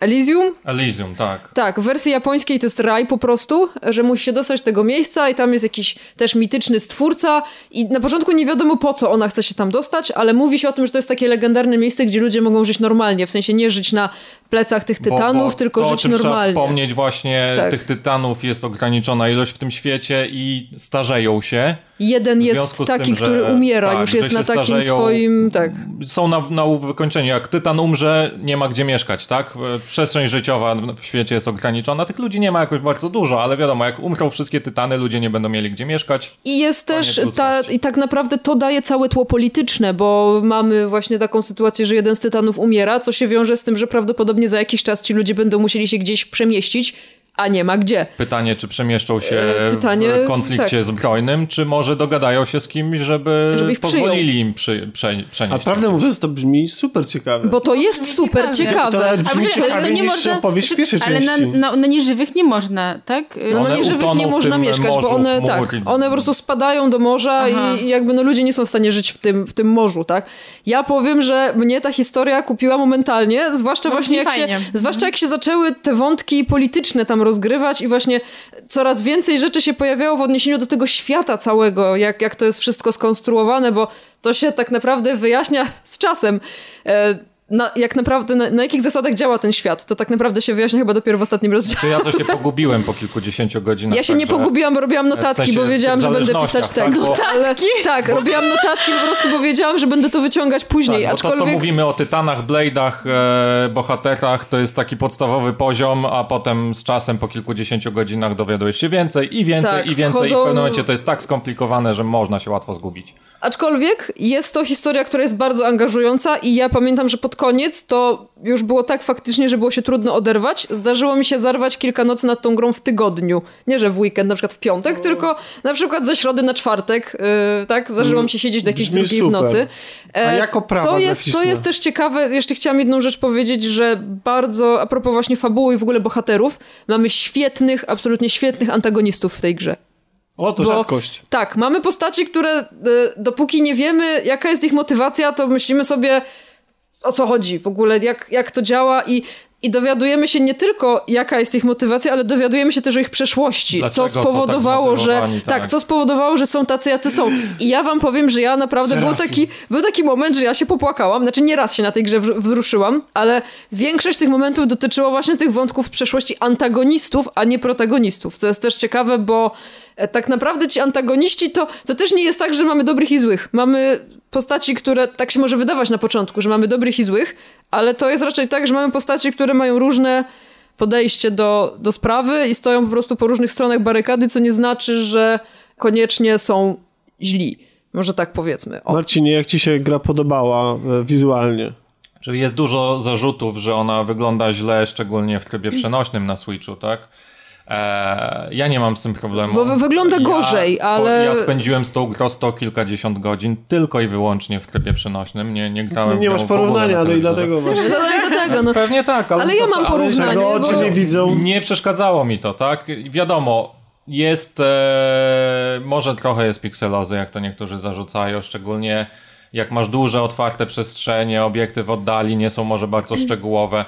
Speaker 7: Elysium?
Speaker 6: Elysium, tak.
Speaker 7: Tak, w wersji japońskiej to jest raj po prostu, że musi się dostać do tego miejsca i tam jest jakiś też mityczny stwórca i na początku nie wiadomo po co ona chce się tam dostać, ale mówi się o tym, że to jest takie legendarne miejsce, gdzie ludzie mogą żyć normalnie, w sensie nie żyć na plecach tych
Speaker 6: Bo-
Speaker 7: tytanów,
Speaker 6: bo
Speaker 7: tylko
Speaker 6: to, o
Speaker 7: żyć
Speaker 6: czym
Speaker 7: normalnie.
Speaker 6: Trzeba wspomnieć właśnie,
Speaker 7: Tak.
Speaker 6: tych tytanów jest ograniczona ilość w tym świecie i starzeją się.
Speaker 7: Jeden
Speaker 6: W
Speaker 7: jest
Speaker 6: związku z
Speaker 7: taki,
Speaker 6: tym, że-
Speaker 7: który umiera,
Speaker 6: tak,
Speaker 7: już
Speaker 6: że
Speaker 7: jest
Speaker 6: się
Speaker 7: na takim
Speaker 6: starzeją-
Speaker 7: swoim, tak.
Speaker 6: Są na, na wykończeniu. Jak tytan umrze, nie ma gdzie mieszkać, tak? E, Przestrzeń życiowa w świecie jest ograniczona. Tych ludzi nie ma jakoś bardzo dużo, ale wiadomo, jak umrą wszystkie tytany, ludzie nie będą mieli gdzie mieszkać.
Speaker 7: I jest
Speaker 6: Koniec
Speaker 7: też, ta,
Speaker 6: ludzkości.
Speaker 7: i tak naprawdę to daje całe tło polityczne, bo mamy właśnie taką sytuację, że jeden z tytanów umiera, co się wiąże z tym, że prawdopodobnie za jakiś czas ci ludzie będą musieli się gdzieś przemieścić, a nie ma gdzie.
Speaker 6: Pytanie, czy przemieszczą się
Speaker 7: E, pytanie-
Speaker 6: w konflikcie
Speaker 7: tak.
Speaker 6: zbrojnym, czy może dogadają się z kimś, żeby,
Speaker 7: Żeby ich
Speaker 6: pozwolili
Speaker 7: przyjął.
Speaker 6: im przy, prze,
Speaker 1: A
Speaker 6: przenieść.
Speaker 1: prawdę mówiąc, to brzmi super ciekawe.
Speaker 7: Bo No, to jest super
Speaker 5: ciekawe.
Speaker 1: to
Speaker 7: ciekawe.
Speaker 1: nawet brzmi
Speaker 5: Ale,
Speaker 1: ciekawie
Speaker 5: ale to nie
Speaker 1: niż
Speaker 5: można.
Speaker 1: opowieść w pierwszej
Speaker 5: ale na,
Speaker 1: części.
Speaker 5: na, na nieżywych nie można, tak?
Speaker 7: No na
Speaker 6: One
Speaker 7: nieżywych
Speaker 6: utoną
Speaker 7: nie
Speaker 6: w
Speaker 7: można
Speaker 6: tym
Speaker 7: mieszkać, bo
Speaker 6: morzu
Speaker 7: one,
Speaker 6: chmur.
Speaker 7: tak, one po prostu spadają do morza
Speaker 5: Aha.
Speaker 7: i, i jakby no ludzie nie są w stanie żyć w tym, w tym morzu, tak? Ja powiem, że mnie ta historia kupiła momentalnie, zwłaszcza
Speaker 5: No,
Speaker 7: właśnie
Speaker 5: brzmi
Speaker 7: jak się,
Speaker 5: fajnie.
Speaker 7: zwłaszcza jak się zaczęły te wątki polityczne tam rozgrywać i właśnie coraz więcej rzeczy się pojawiało w odniesieniu do tego świata całego, jak, jak to jest wszystko skonstruowane, bo to się tak naprawdę wyjaśnia z czasem. E, na, jak naprawdę, na, na jakich zasadach działa ten świat? To tak naprawdę się wyjaśnia chyba dopiero w ostatnim rozdziale.
Speaker 6: Czy ja to się pogubiłem po kilkudziesięciu godzinach?
Speaker 7: Ja się nie
Speaker 6: także-
Speaker 7: pogubiłam, bo robiłam notatki,
Speaker 6: sensie
Speaker 7: bo wiedziałam,
Speaker 6: w
Speaker 7: że będę
Speaker 6: zależnościach,
Speaker 7: pisać
Speaker 6: tak?
Speaker 7: tekst.
Speaker 6: Bo-
Speaker 7: Ale, tak, robiłam notatki po prostu, bo wiedziałam, że będę to wyciągać później.
Speaker 6: Tak, bo to, co
Speaker 7: aczkolwiek
Speaker 6: mówimy o tytanach, blade'ach, e, bohaterach, to jest taki podstawowy poziom, a potem z czasem po kilkudziesięciu godzinach dowiadujesz się więcej i więcej
Speaker 7: Tak,
Speaker 6: i więcej i w
Speaker 7: wchodzą-
Speaker 6: pewnym momencie to jest tak skomplikowane, że można się łatwo zgubić.
Speaker 7: Aczkolwiek jest to historia, która jest bardzo angażująca i ja pamiętam, że pod koniec to już było tak faktycznie, że było się trudno oderwać. Zdarzyło mi się zarwać kilka nocy nad tą grą w tygodniu. Nie, że w weekend, na przykład w piątek,
Speaker 1: No.
Speaker 7: tylko na przykład ze środy na czwartek, yy, tak? Zdarzyło mi się siedzieć do jakiejś
Speaker 1: Mm. Brzmi
Speaker 7: drugiej w
Speaker 1: super.
Speaker 7: nocy.
Speaker 1: A
Speaker 7: E,
Speaker 1: jako prawa
Speaker 7: co jest, co
Speaker 1: graficzne?
Speaker 7: jest też ciekawe, jeszcze chciałam jedną rzecz powiedzieć, że bardzo, a propos właśnie fabuły i w ogóle bohaterów, mamy świetnych, absolutnie świetnych antagonistów w tej grze.
Speaker 1: O, to
Speaker 7: Bo-
Speaker 1: rzadkość.
Speaker 7: Tak, mamy postaci, które y, dopóki nie wiemy, jaka jest ich motywacja, to myślimy sobie, o co chodzi w ogóle, jak, jak to działa i, i dowiadujemy się nie tylko, jaka jest ich motywacja, ale dowiadujemy się też o ich przeszłości,
Speaker 6: Dlaczego
Speaker 7: co
Speaker 6: są
Speaker 7: spowodowało,
Speaker 6: tak
Speaker 7: że
Speaker 6: zmotywowani,
Speaker 7: tak.
Speaker 6: tak.
Speaker 7: co spowodowało, że są tacy, jacy są. I ja wam powiem, że ja naprawdę był
Speaker 1: Serafin.
Speaker 7: taki, był taki moment, że ja się popłakałam, znaczy nie raz się na tej grze wrzu- wzruszyłam, ale większość tych momentów dotyczyło właśnie tych wątków z przeszłości antagonistów, a nie protagonistów, co jest też ciekawe, bo e, tak naprawdę ci antagoniści to, to też nie jest tak, że mamy dobrych i złych. Mamy postaci, które tak się może wydawać na początku, że mamy dobrych i złych, ale to jest raczej tak, że mamy postaci, które mają różne podejście do, do sprawy i stoją po prostu po różnych stronach barykady, co nie znaczy, że koniecznie są źli. Może tak powiedzmy. O.
Speaker 1: Marcinie, jak ci się gra podobała e, wizualnie?
Speaker 6: Czyli jest dużo zarzutów, że ona wygląda źle, szczególnie w trybie przenośnym na Switchu, tak? Eee, ja nie mam z tym problemu.
Speaker 7: Bo wy- wygląda
Speaker 6: ja,
Speaker 7: gorzej,
Speaker 6: po-
Speaker 7: ale-
Speaker 6: Ja spędziłem z tą grą sto kilkadziesiąt godzin tylko i wyłącznie w trybie przenośnym. Nie, nie grałem.
Speaker 1: No, nie
Speaker 6: w nią
Speaker 1: masz
Speaker 6: w ogóle na
Speaker 1: porównania, no i
Speaker 6: telewizorze.
Speaker 1: dlatego masz.
Speaker 7: No, ale do tego, no.
Speaker 6: Pewnie tak, ale,
Speaker 7: Ale ja
Speaker 6: to-
Speaker 7: mam porównanie,
Speaker 1: Czego oczy
Speaker 7: bo-
Speaker 1: nie widzą,
Speaker 6: Nie przeszkadzało mi to, tak? Wiadomo, jest. E, może trochę jest pikselozy, jak to niektórzy zarzucają, szczególnie jak masz duże, otwarte przestrzenie, obiekty w oddali nie są może bardzo szczegółowe.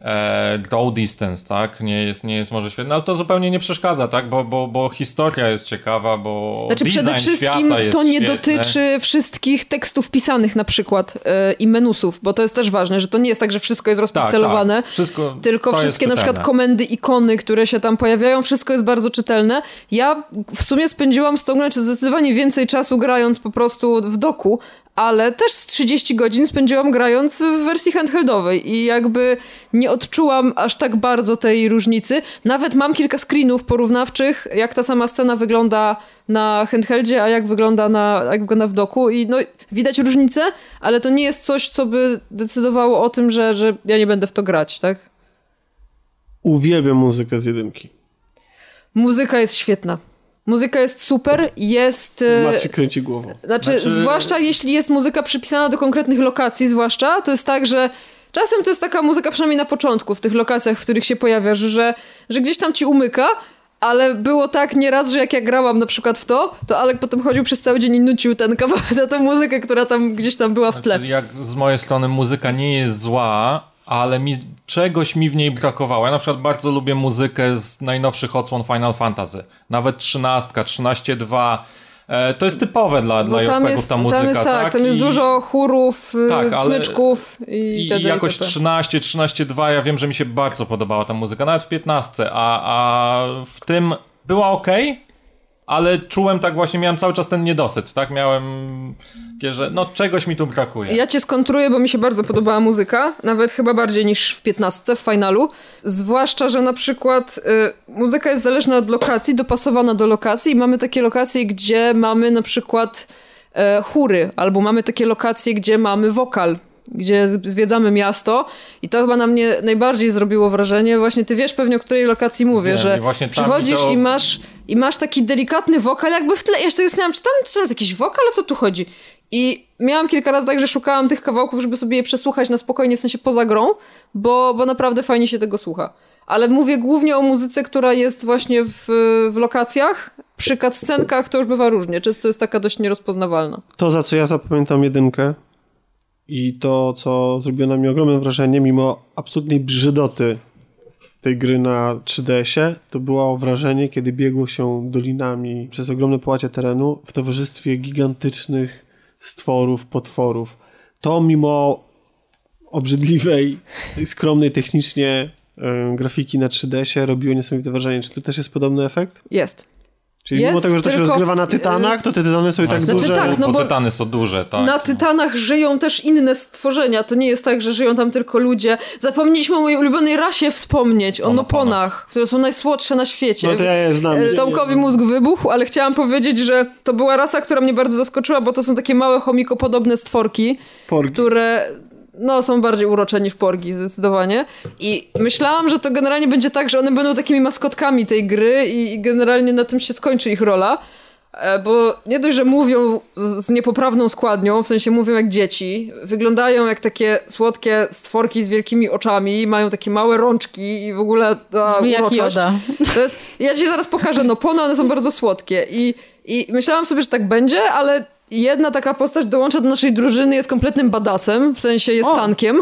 Speaker 6: E, draw distance, tak? Nie jest, nie jest może świetne, ale to zupełnie nie przeszkadza, tak? Bo, bo, bo historia jest ciekawa, bo.
Speaker 7: Znaczy
Speaker 6: design
Speaker 7: przede wszystkim
Speaker 6: świata jest
Speaker 7: to nie
Speaker 6: świetny.
Speaker 7: dotyczy wszystkich tekstów pisanych na przykład yy, i menusów, bo to jest też ważne, że to nie jest tak, że wszystko jest
Speaker 6: Tak,
Speaker 7: rozpikselowane,
Speaker 6: tak. Wszystko,
Speaker 7: Tylko
Speaker 6: to jest
Speaker 7: wszystkie na przykład
Speaker 6: czytelne.
Speaker 7: komendy, ikony, które się tam pojawiają, wszystko jest bardzo czytelne. Ja w sumie spędziłam z tą grą, czy zdecydowanie więcej czasu grając po prostu w doku, ale też z 30 godzin spędziłam grając w wersji handheldowej i jakby nie odczułam aż tak bardzo tej różnicy. Nawet mam kilka screenów porównawczych, jak ta sama scena wygląda na handheldzie, a jak wygląda, na, jak wygląda w doku i no, widać różnicę, ale to nie jest coś, co by decydowało o tym, że, że ja nie będę w to grać, tak?
Speaker 1: Uwielbiam muzykę z jedynki.
Speaker 7: Muzyka jest świetna. Muzyka jest super, jest... e,
Speaker 1: Maciej kręci głową.
Speaker 7: Znaczy,
Speaker 6: Znaczy-
Speaker 7: zwłaszcza jeśli jest muzyka przypisana do konkretnych lokacji, zwłaszcza, to jest tak, że czasem to jest taka muzyka, przynajmniej na początku, w tych lokacjach, w których się pojawiasz, że, że gdzieś tam ci umyka, ale było tak nieraz, że jak ja grałam na przykład w to, to Alek potem chodził przez cały dzień i nucił ten kawałek na tą muzykę, która tam gdzieś tam była w tle.
Speaker 6: Znaczy, jak z mojej strony muzyka nie jest zła, ale mi, czegoś mi w niej brakowało. Ja na przykład bardzo lubię muzykę z najnowszych odsłon Final Fantasy. Nawet 13, 13.2. E, to jest typowe dla, dla
Speaker 7: Bo No tam
Speaker 6: JRPG-ów
Speaker 7: jest,
Speaker 6: ta muzyka.
Speaker 7: tam jest tak, tam jest
Speaker 6: I-
Speaker 7: dużo chórów, y,
Speaker 6: Tak, ale-
Speaker 7: smyczków i, tak
Speaker 6: I,
Speaker 7: itd.
Speaker 6: i jakoś
Speaker 7: itp.
Speaker 6: 13, 13.2, ja wiem, że mi się bardzo podobała ta muzyka, nawet w 15, a, a w tym była ok, ale czułem tak właśnie, miałem cały czas ten niedosyt, tak? Miałem, takie, że no czegoś mi tu brakuje.
Speaker 7: Ja cię skontruję, bo mi się bardzo podobała muzyka, nawet chyba bardziej niż w 15 w finalu. Zwłaszcza, że na przykład y, muzyka jest zależna od lokacji, dopasowana do lokacji i mamy takie lokacje, gdzie mamy na przykład e, chóry, albo mamy takie lokacje, gdzie mamy wokal. Gdzie z- zwiedzamy miasto, i to chyba na mnie najbardziej zrobiło wrażenie. Właśnie ty wiesz pewnie, o której lokacji mówię,
Speaker 6: Wiem,
Speaker 7: że
Speaker 6: i właśnie tam
Speaker 7: przychodzisz
Speaker 6: mi to-
Speaker 7: i masz, i masz taki delikatny wokal, jakby w tle. Ja się zastanawiam, czy tam, czy tam jest jakiś wokal, o co tu chodzi? I miałam kilka razy tak, że szukałam tych kawałków, żeby sobie je przesłuchać na spokojnie, w sensie poza grą, bo, bo naprawdę fajnie się tego słucha. Ale mówię głównie o muzyce, która jest właśnie w, w lokacjach. Przy cutscenkach to już bywa różnie. Często jest taka dość nierozpoznawalna.
Speaker 1: To, za co ja zapamiętam jedynkę i to, co zrobiło na mnie ogromne wrażenie, mimo absolutnej brzydoty tej gry na 3DS-ie, to było wrażenie, kiedy biegło się dolinami przez ogromne połacie terenu w towarzystwie gigantycznych stworów, potworów. To mimo obrzydliwej, skromnej technicznie em, grafiki na 3DS-ie robiło niesamowite wrażenie. Czy tu też jest podobny efekt?
Speaker 7: Jest.
Speaker 1: Czyli
Speaker 7: Jest,
Speaker 1: mimo tego, że to się
Speaker 7: tylko- y,
Speaker 1: rozgrywa na Tytanach, to te Tytany są i tak
Speaker 7: Znaczy
Speaker 1: duże.
Speaker 7: tak, no
Speaker 6: bo,
Speaker 7: bo-
Speaker 6: tytany są duże, tak.
Speaker 7: Na Tytanach żyją też inne stworzenia. To nie jest tak, że żyją tam tylko ludzie. Zapomnieliśmy o mojej ulubionej rasie wspomnieć, o
Speaker 6: Onoponach.
Speaker 7: noponach, które są najsłodsze na świecie.
Speaker 1: No to ja je znam.
Speaker 7: E,
Speaker 1: Nie-
Speaker 7: Tomkowi mózg wybuchł, ale chciałam powiedzieć, że to była rasa, która mnie bardzo zaskoczyła, bo to są takie małe chomikopodobne stworki,
Speaker 1: Porgi.
Speaker 7: które no, są bardziej urocze niż porgi zdecydowanie. I myślałam, że to generalnie będzie tak, że one będą takimi maskotkami tej gry i, i generalnie na tym się skończy ich rola. E, Bo nie dość, że mówią z z niepoprawną składnią, w sensie mówią jak dzieci, wyglądają jak takie słodkie stworki z wielkimi oczami, mają takie małe rączki i w ogóle ta
Speaker 5: Jak
Speaker 7: uroczość.
Speaker 5: Joda.
Speaker 7: To jest, ja ci zaraz pokażę Nopona, one są bardzo słodkie i, i myślałam sobie, że tak będzie, ale jedna taka postać dołącza do naszej drużyny, jest kompletnym badasem, w sensie jest
Speaker 5: O.
Speaker 7: tankiem,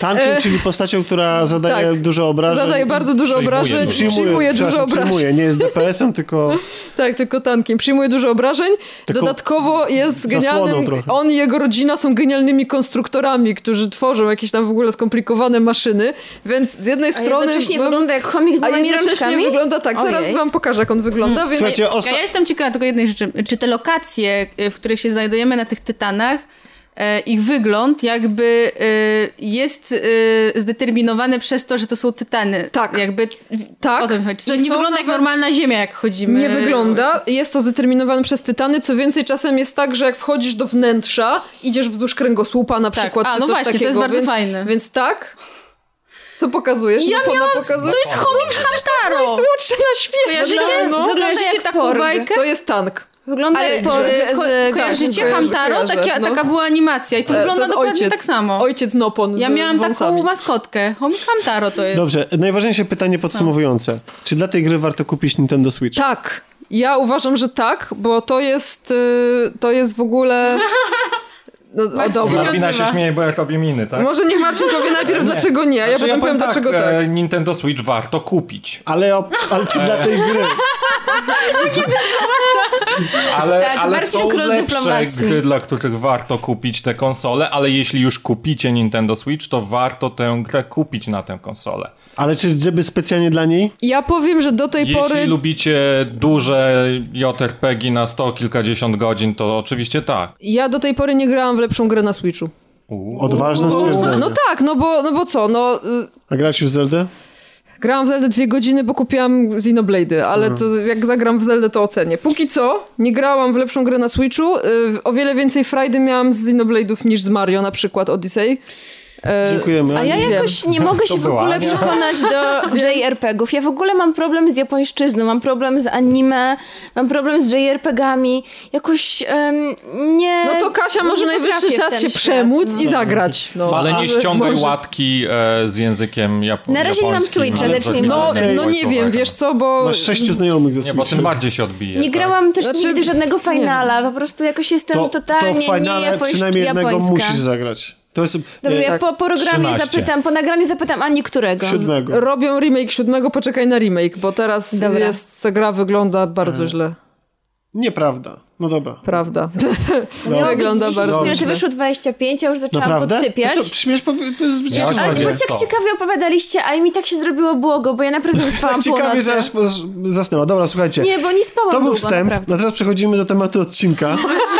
Speaker 1: Tankiem, czyli postacią, która zadaje
Speaker 7: tak.
Speaker 1: dużo obrażeń.
Speaker 7: zadaje bardzo dużo
Speaker 6: Przyjmuje
Speaker 7: obrażeń,
Speaker 6: dużo.
Speaker 7: przyjmuje dużo
Speaker 1: przepraszam,
Speaker 7: obrażeń.
Speaker 1: no. Przyjmuje, nie jest DPS-em, tylko
Speaker 7: Tak, tylko tankiem. Przyjmuje dużo obrażeń.
Speaker 1: Tylko
Speaker 7: Dodatkowo jest
Speaker 1: zasłoną
Speaker 7: genialnym.
Speaker 1: trochę.
Speaker 7: On i jego rodzina są genialnymi konstruktorami, którzy tworzą jakieś tam w ogóle skomplikowane maszyny. Więc z jednej
Speaker 4: A
Speaker 7: strony.
Speaker 4: jednocześnie
Speaker 7: byłam-
Speaker 4: wygląda jak chomik z
Speaker 7: a
Speaker 4: dwoma
Speaker 7: jednocześnie
Speaker 4: rączkami?
Speaker 7: wygląda tak. Zaraz
Speaker 4: Ojej. Mm.
Speaker 7: wam pokażę, jak on wygląda. Więc...
Speaker 1: słuchajcie,
Speaker 5: Ja,
Speaker 1: osta-
Speaker 5: ja jestem ciekawa tylko jednej rzeczy. Czy te lokacje, y, w których się znajdujemy na tych tytanach, e, ich wygląd jakby y, jest y, zdeterminowany przez to, że to są tytany.
Speaker 7: Tak.
Speaker 5: Jakby
Speaker 7: Tak.
Speaker 5: o tym chodzi. Czy to
Speaker 7: I
Speaker 5: nie
Speaker 7: są
Speaker 5: wygląda jak
Speaker 7: nawet-
Speaker 5: normalna ziemia, jak chodzimy.
Speaker 7: Nie wygląda. Jest to zdeterminowane przez tytany. Co więcej, czasem jest tak, że jak wchodzisz do wnętrza, idziesz wzdłuż kręgosłupa na
Speaker 5: Tak.
Speaker 7: przykład.
Speaker 5: A,
Speaker 7: czy
Speaker 5: no
Speaker 7: coś
Speaker 5: właśnie, to
Speaker 7: takiego,
Speaker 5: jest bardzo
Speaker 7: więc,
Speaker 5: fajne.
Speaker 7: Więc tak. Co pokazujesz?
Speaker 5: Ja
Speaker 7: no, Pona
Speaker 5: miałam-
Speaker 7: pokazuje.
Speaker 5: To jest chomik Hamtaro!
Speaker 7: najsłodsze na świecie.
Speaker 5: Kojarzycie, tak?
Speaker 7: no.
Speaker 5: wygląda
Speaker 4: Wygląda
Speaker 5: jak
Speaker 4: jak
Speaker 5: taką
Speaker 4: porg.
Speaker 5: bajkę?
Speaker 7: To jest tank. E,
Speaker 4: Wygląda
Speaker 5: Ale
Speaker 4: jak po,
Speaker 5: y,
Speaker 4: e,
Speaker 5: ko-
Speaker 4: z, garnku.
Speaker 5: kojarzycie
Speaker 7: tak, kojarzę,
Speaker 5: Hamtaro?
Speaker 7: kojarzę,
Speaker 5: Taka,
Speaker 7: no.
Speaker 5: taka była animacja i to
Speaker 7: E,
Speaker 5: wygląda
Speaker 7: jest
Speaker 5: dokładnie
Speaker 7: ojciec,
Speaker 5: tak samo.
Speaker 7: Ojciec Nopon z,
Speaker 5: ja
Speaker 7: z
Speaker 5: miałam
Speaker 7: wąsami.
Speaker 5: taką maskotkę. Homie Hamtaro to jest.
Speaker 1: dobrze, najważniejsze pytanie podsumowujące. Czy dla tej gry warto kupić Nintendo Switch?
Speaker 7: Tak. Ja uważam, że tak, bo to jest y, to jest w
Speaker 5: <laughs>
Speaker 7: ogóle... No, o,
Speaker 5: Marcin
Speaker 7: dobra.
Speaker 5: się
Speaker 6: Martina się
Speaker 5: odzywa.
Speaker 6: śmieje, bo ja robię miny, tak?
Speaker 7: Może niech Marcin
Speaker 6: <laughs>
Speaker 7: powie najpierw dlaczego nie, a ja
Speaker 6: Znaczy,
Speaker 7: potem powiem
Speaker 6: powiem
Speaker 7: dlaczego
Speaker 6: tak,
Speaker 7: tak.
Speaker 6: e, Nintendo Switch warto kupić,
Speaker 1: Ale, o, ale czy dla tej gry?
Speaker 6: ale,
Speaker 4: Tak,
Speaker 6: ale
Speaker 4: Marcin
Speaker 6: są
Speaker 4: król
Speaker 6: lepsze
Speaker 4: dyplomacji.
Speaker 6: gry, dla których warto kupić te konsole, ale jeśli już kupicie Nintendo Switch, to warto tę grę kupić na tę konsolę.
Speaker 1: Ale czy żeby specjalnie dla niej?
Speaker 7: Ja powiem, że do tej
Speaker 6: Jeśli
Speaker 7: pory...
Speaker 6: lubicie duże JRPG na sto kilkadziesiąt godzin, to oczywiście tak.
Speaker 7: Ja do tej pory nie grałam w lepszą grę na Switchu.
Speaker 1: Odważne stwierdzenie.
Speaker 7: No tak, no bo, no bo co, no... y,
Speaker 1: A grać już w Zelda?
Speaker 7: Grałam w Zeldę dwie godziny, bo kupiłam Xenoblade'y, ale
Speaker 6: Mhm.
Speaker 7: to jak zagram w Zeldę, to ocenię. Póki co nie grałam w lepszą grę na Switchu. y, O wiele więcej frajdy miałam z Xenoblade'ów niż z Mario, na przykład Odyssey. E,
Speaker 1: Dziękujemy.
Speaker 4: A
Speaker 1: Ani.
Speaker 4: ja
Speaker 7: nie
Speaker 4: jakoś nie
Speaker 7: <laughs>
Speaker 4: mogę się w
Speaker 6: była
Speaker 4: ogóle
Speaker 6: Ania.
Speaker 4: przekonać do JRPG-ów. Ja w ogóle mam problem z japońszczyzną, mam problem z anime, mam problem z JRPG-ami. Jakoś em, nie.
Speaker 7: No to Kasia może
Speaker 4: nie
Speaker 7: najwyższy
Speaker 4: potrafię w
Speaker 7: czas
Speaker 4: ten
Speaker 7: się
Speaker 4: świat,
Speaker 7: przemóc
Speaker 4: no.
Speaker 7: i zagrać. No.
Speaker 6: Ale nie
Speaker 7: Może-
Speaker 6: ściągaj
Speaker 7: może-
Speaker 6: łatki e, z językiem japo-
Speaker 4: Na razie nie mam
Speaker 6: japońskim,
Speaker 4: Switcha,
Speaker 6: ale
Speaker 4: zacznijmy
Speaker 6: zacznij
Speaker 7: No,
Speaker 6: od tego
Speaker 7: no nie wiem,
Speaker 6: słowego.
Speaker 7: wiesz co, bo...
Speaker 1: Masz sześciu znajomych ze
Speaker 6: Nie, bo
Speaker 1: Switchem.
Speaker 6: tym bardziej się odbije.
Speaker 4: Nie
Speaker 6: tak.
Speaker 4: grałam też
Speaker 7: Znaczy,
Speaker 4: nigdy żadnego finala, po prostu jakoś jestem totalnie
Speaker 1: to w
Speaker 4: nie
Speaker 1: finale
Speaker 4: japońsz-
Speaker 1: przynajmniej jednego
Speaker 4: japońska.
Speaker 1: musisz zagrać. To jest
Speaker 4: Dobrze,
Speaker 1: e,
Speaker 7: Tak,
Speaker 4: ja po programie
Speaker 6: 13.
Speaker 4: zapytam, po nagraniu zapytam, a niektórego.
Speaker 1: siódmego.
Speaker 7: Robią remake siódmego, poczekaj na remake, bo teraz
Speaker 4: Dobra.
Speaker 7: jest, ta gra wygląda bardzo
Speaker 1: E.
Speaker 7: źle,
Speaker 1: Nieprawda. No dobra.
Speaker 7: prawda?
Speaker 4: Miało być
Speaker 7: Wygląda
Speaker 4: 10
Speaker 7: bardzo
Speaker 4: minut,
Speaker 7: źle.
Speaker 4: wyszło 25, ja już zaczęłam
Speaker 1: Naprawdę?
Speaker 4: podsypiać.
Speaker 1: To co, Śmiesz po, po,
Speaker 6: Ja
Speaker 1: po,
Speaker 6: już
Speaker 4: Ale
Speaker 6: Będzie
Speaker 4: bo tak
Speaker 6: sto.
Speaker 4: ciekawie opowiadaliście, a i mi tak się zrobiło błogo, bo ja naprawdę
Speaker 1: <laughs> Tak
Speaker 4: spałam
Speaker 1: ciekawie, że aż po- zasnęła. Dobra, słuchajcie.
Speaker 4: Nie, bo nie spałam
Speaker 1: to był
Speaker 4: długo,
Speaker 1: wstęp,
Speaker 4: naprawdę.
Speaker 1: a teraz przechodzimy do tematu odcinka.
Speaker 7: <laughs>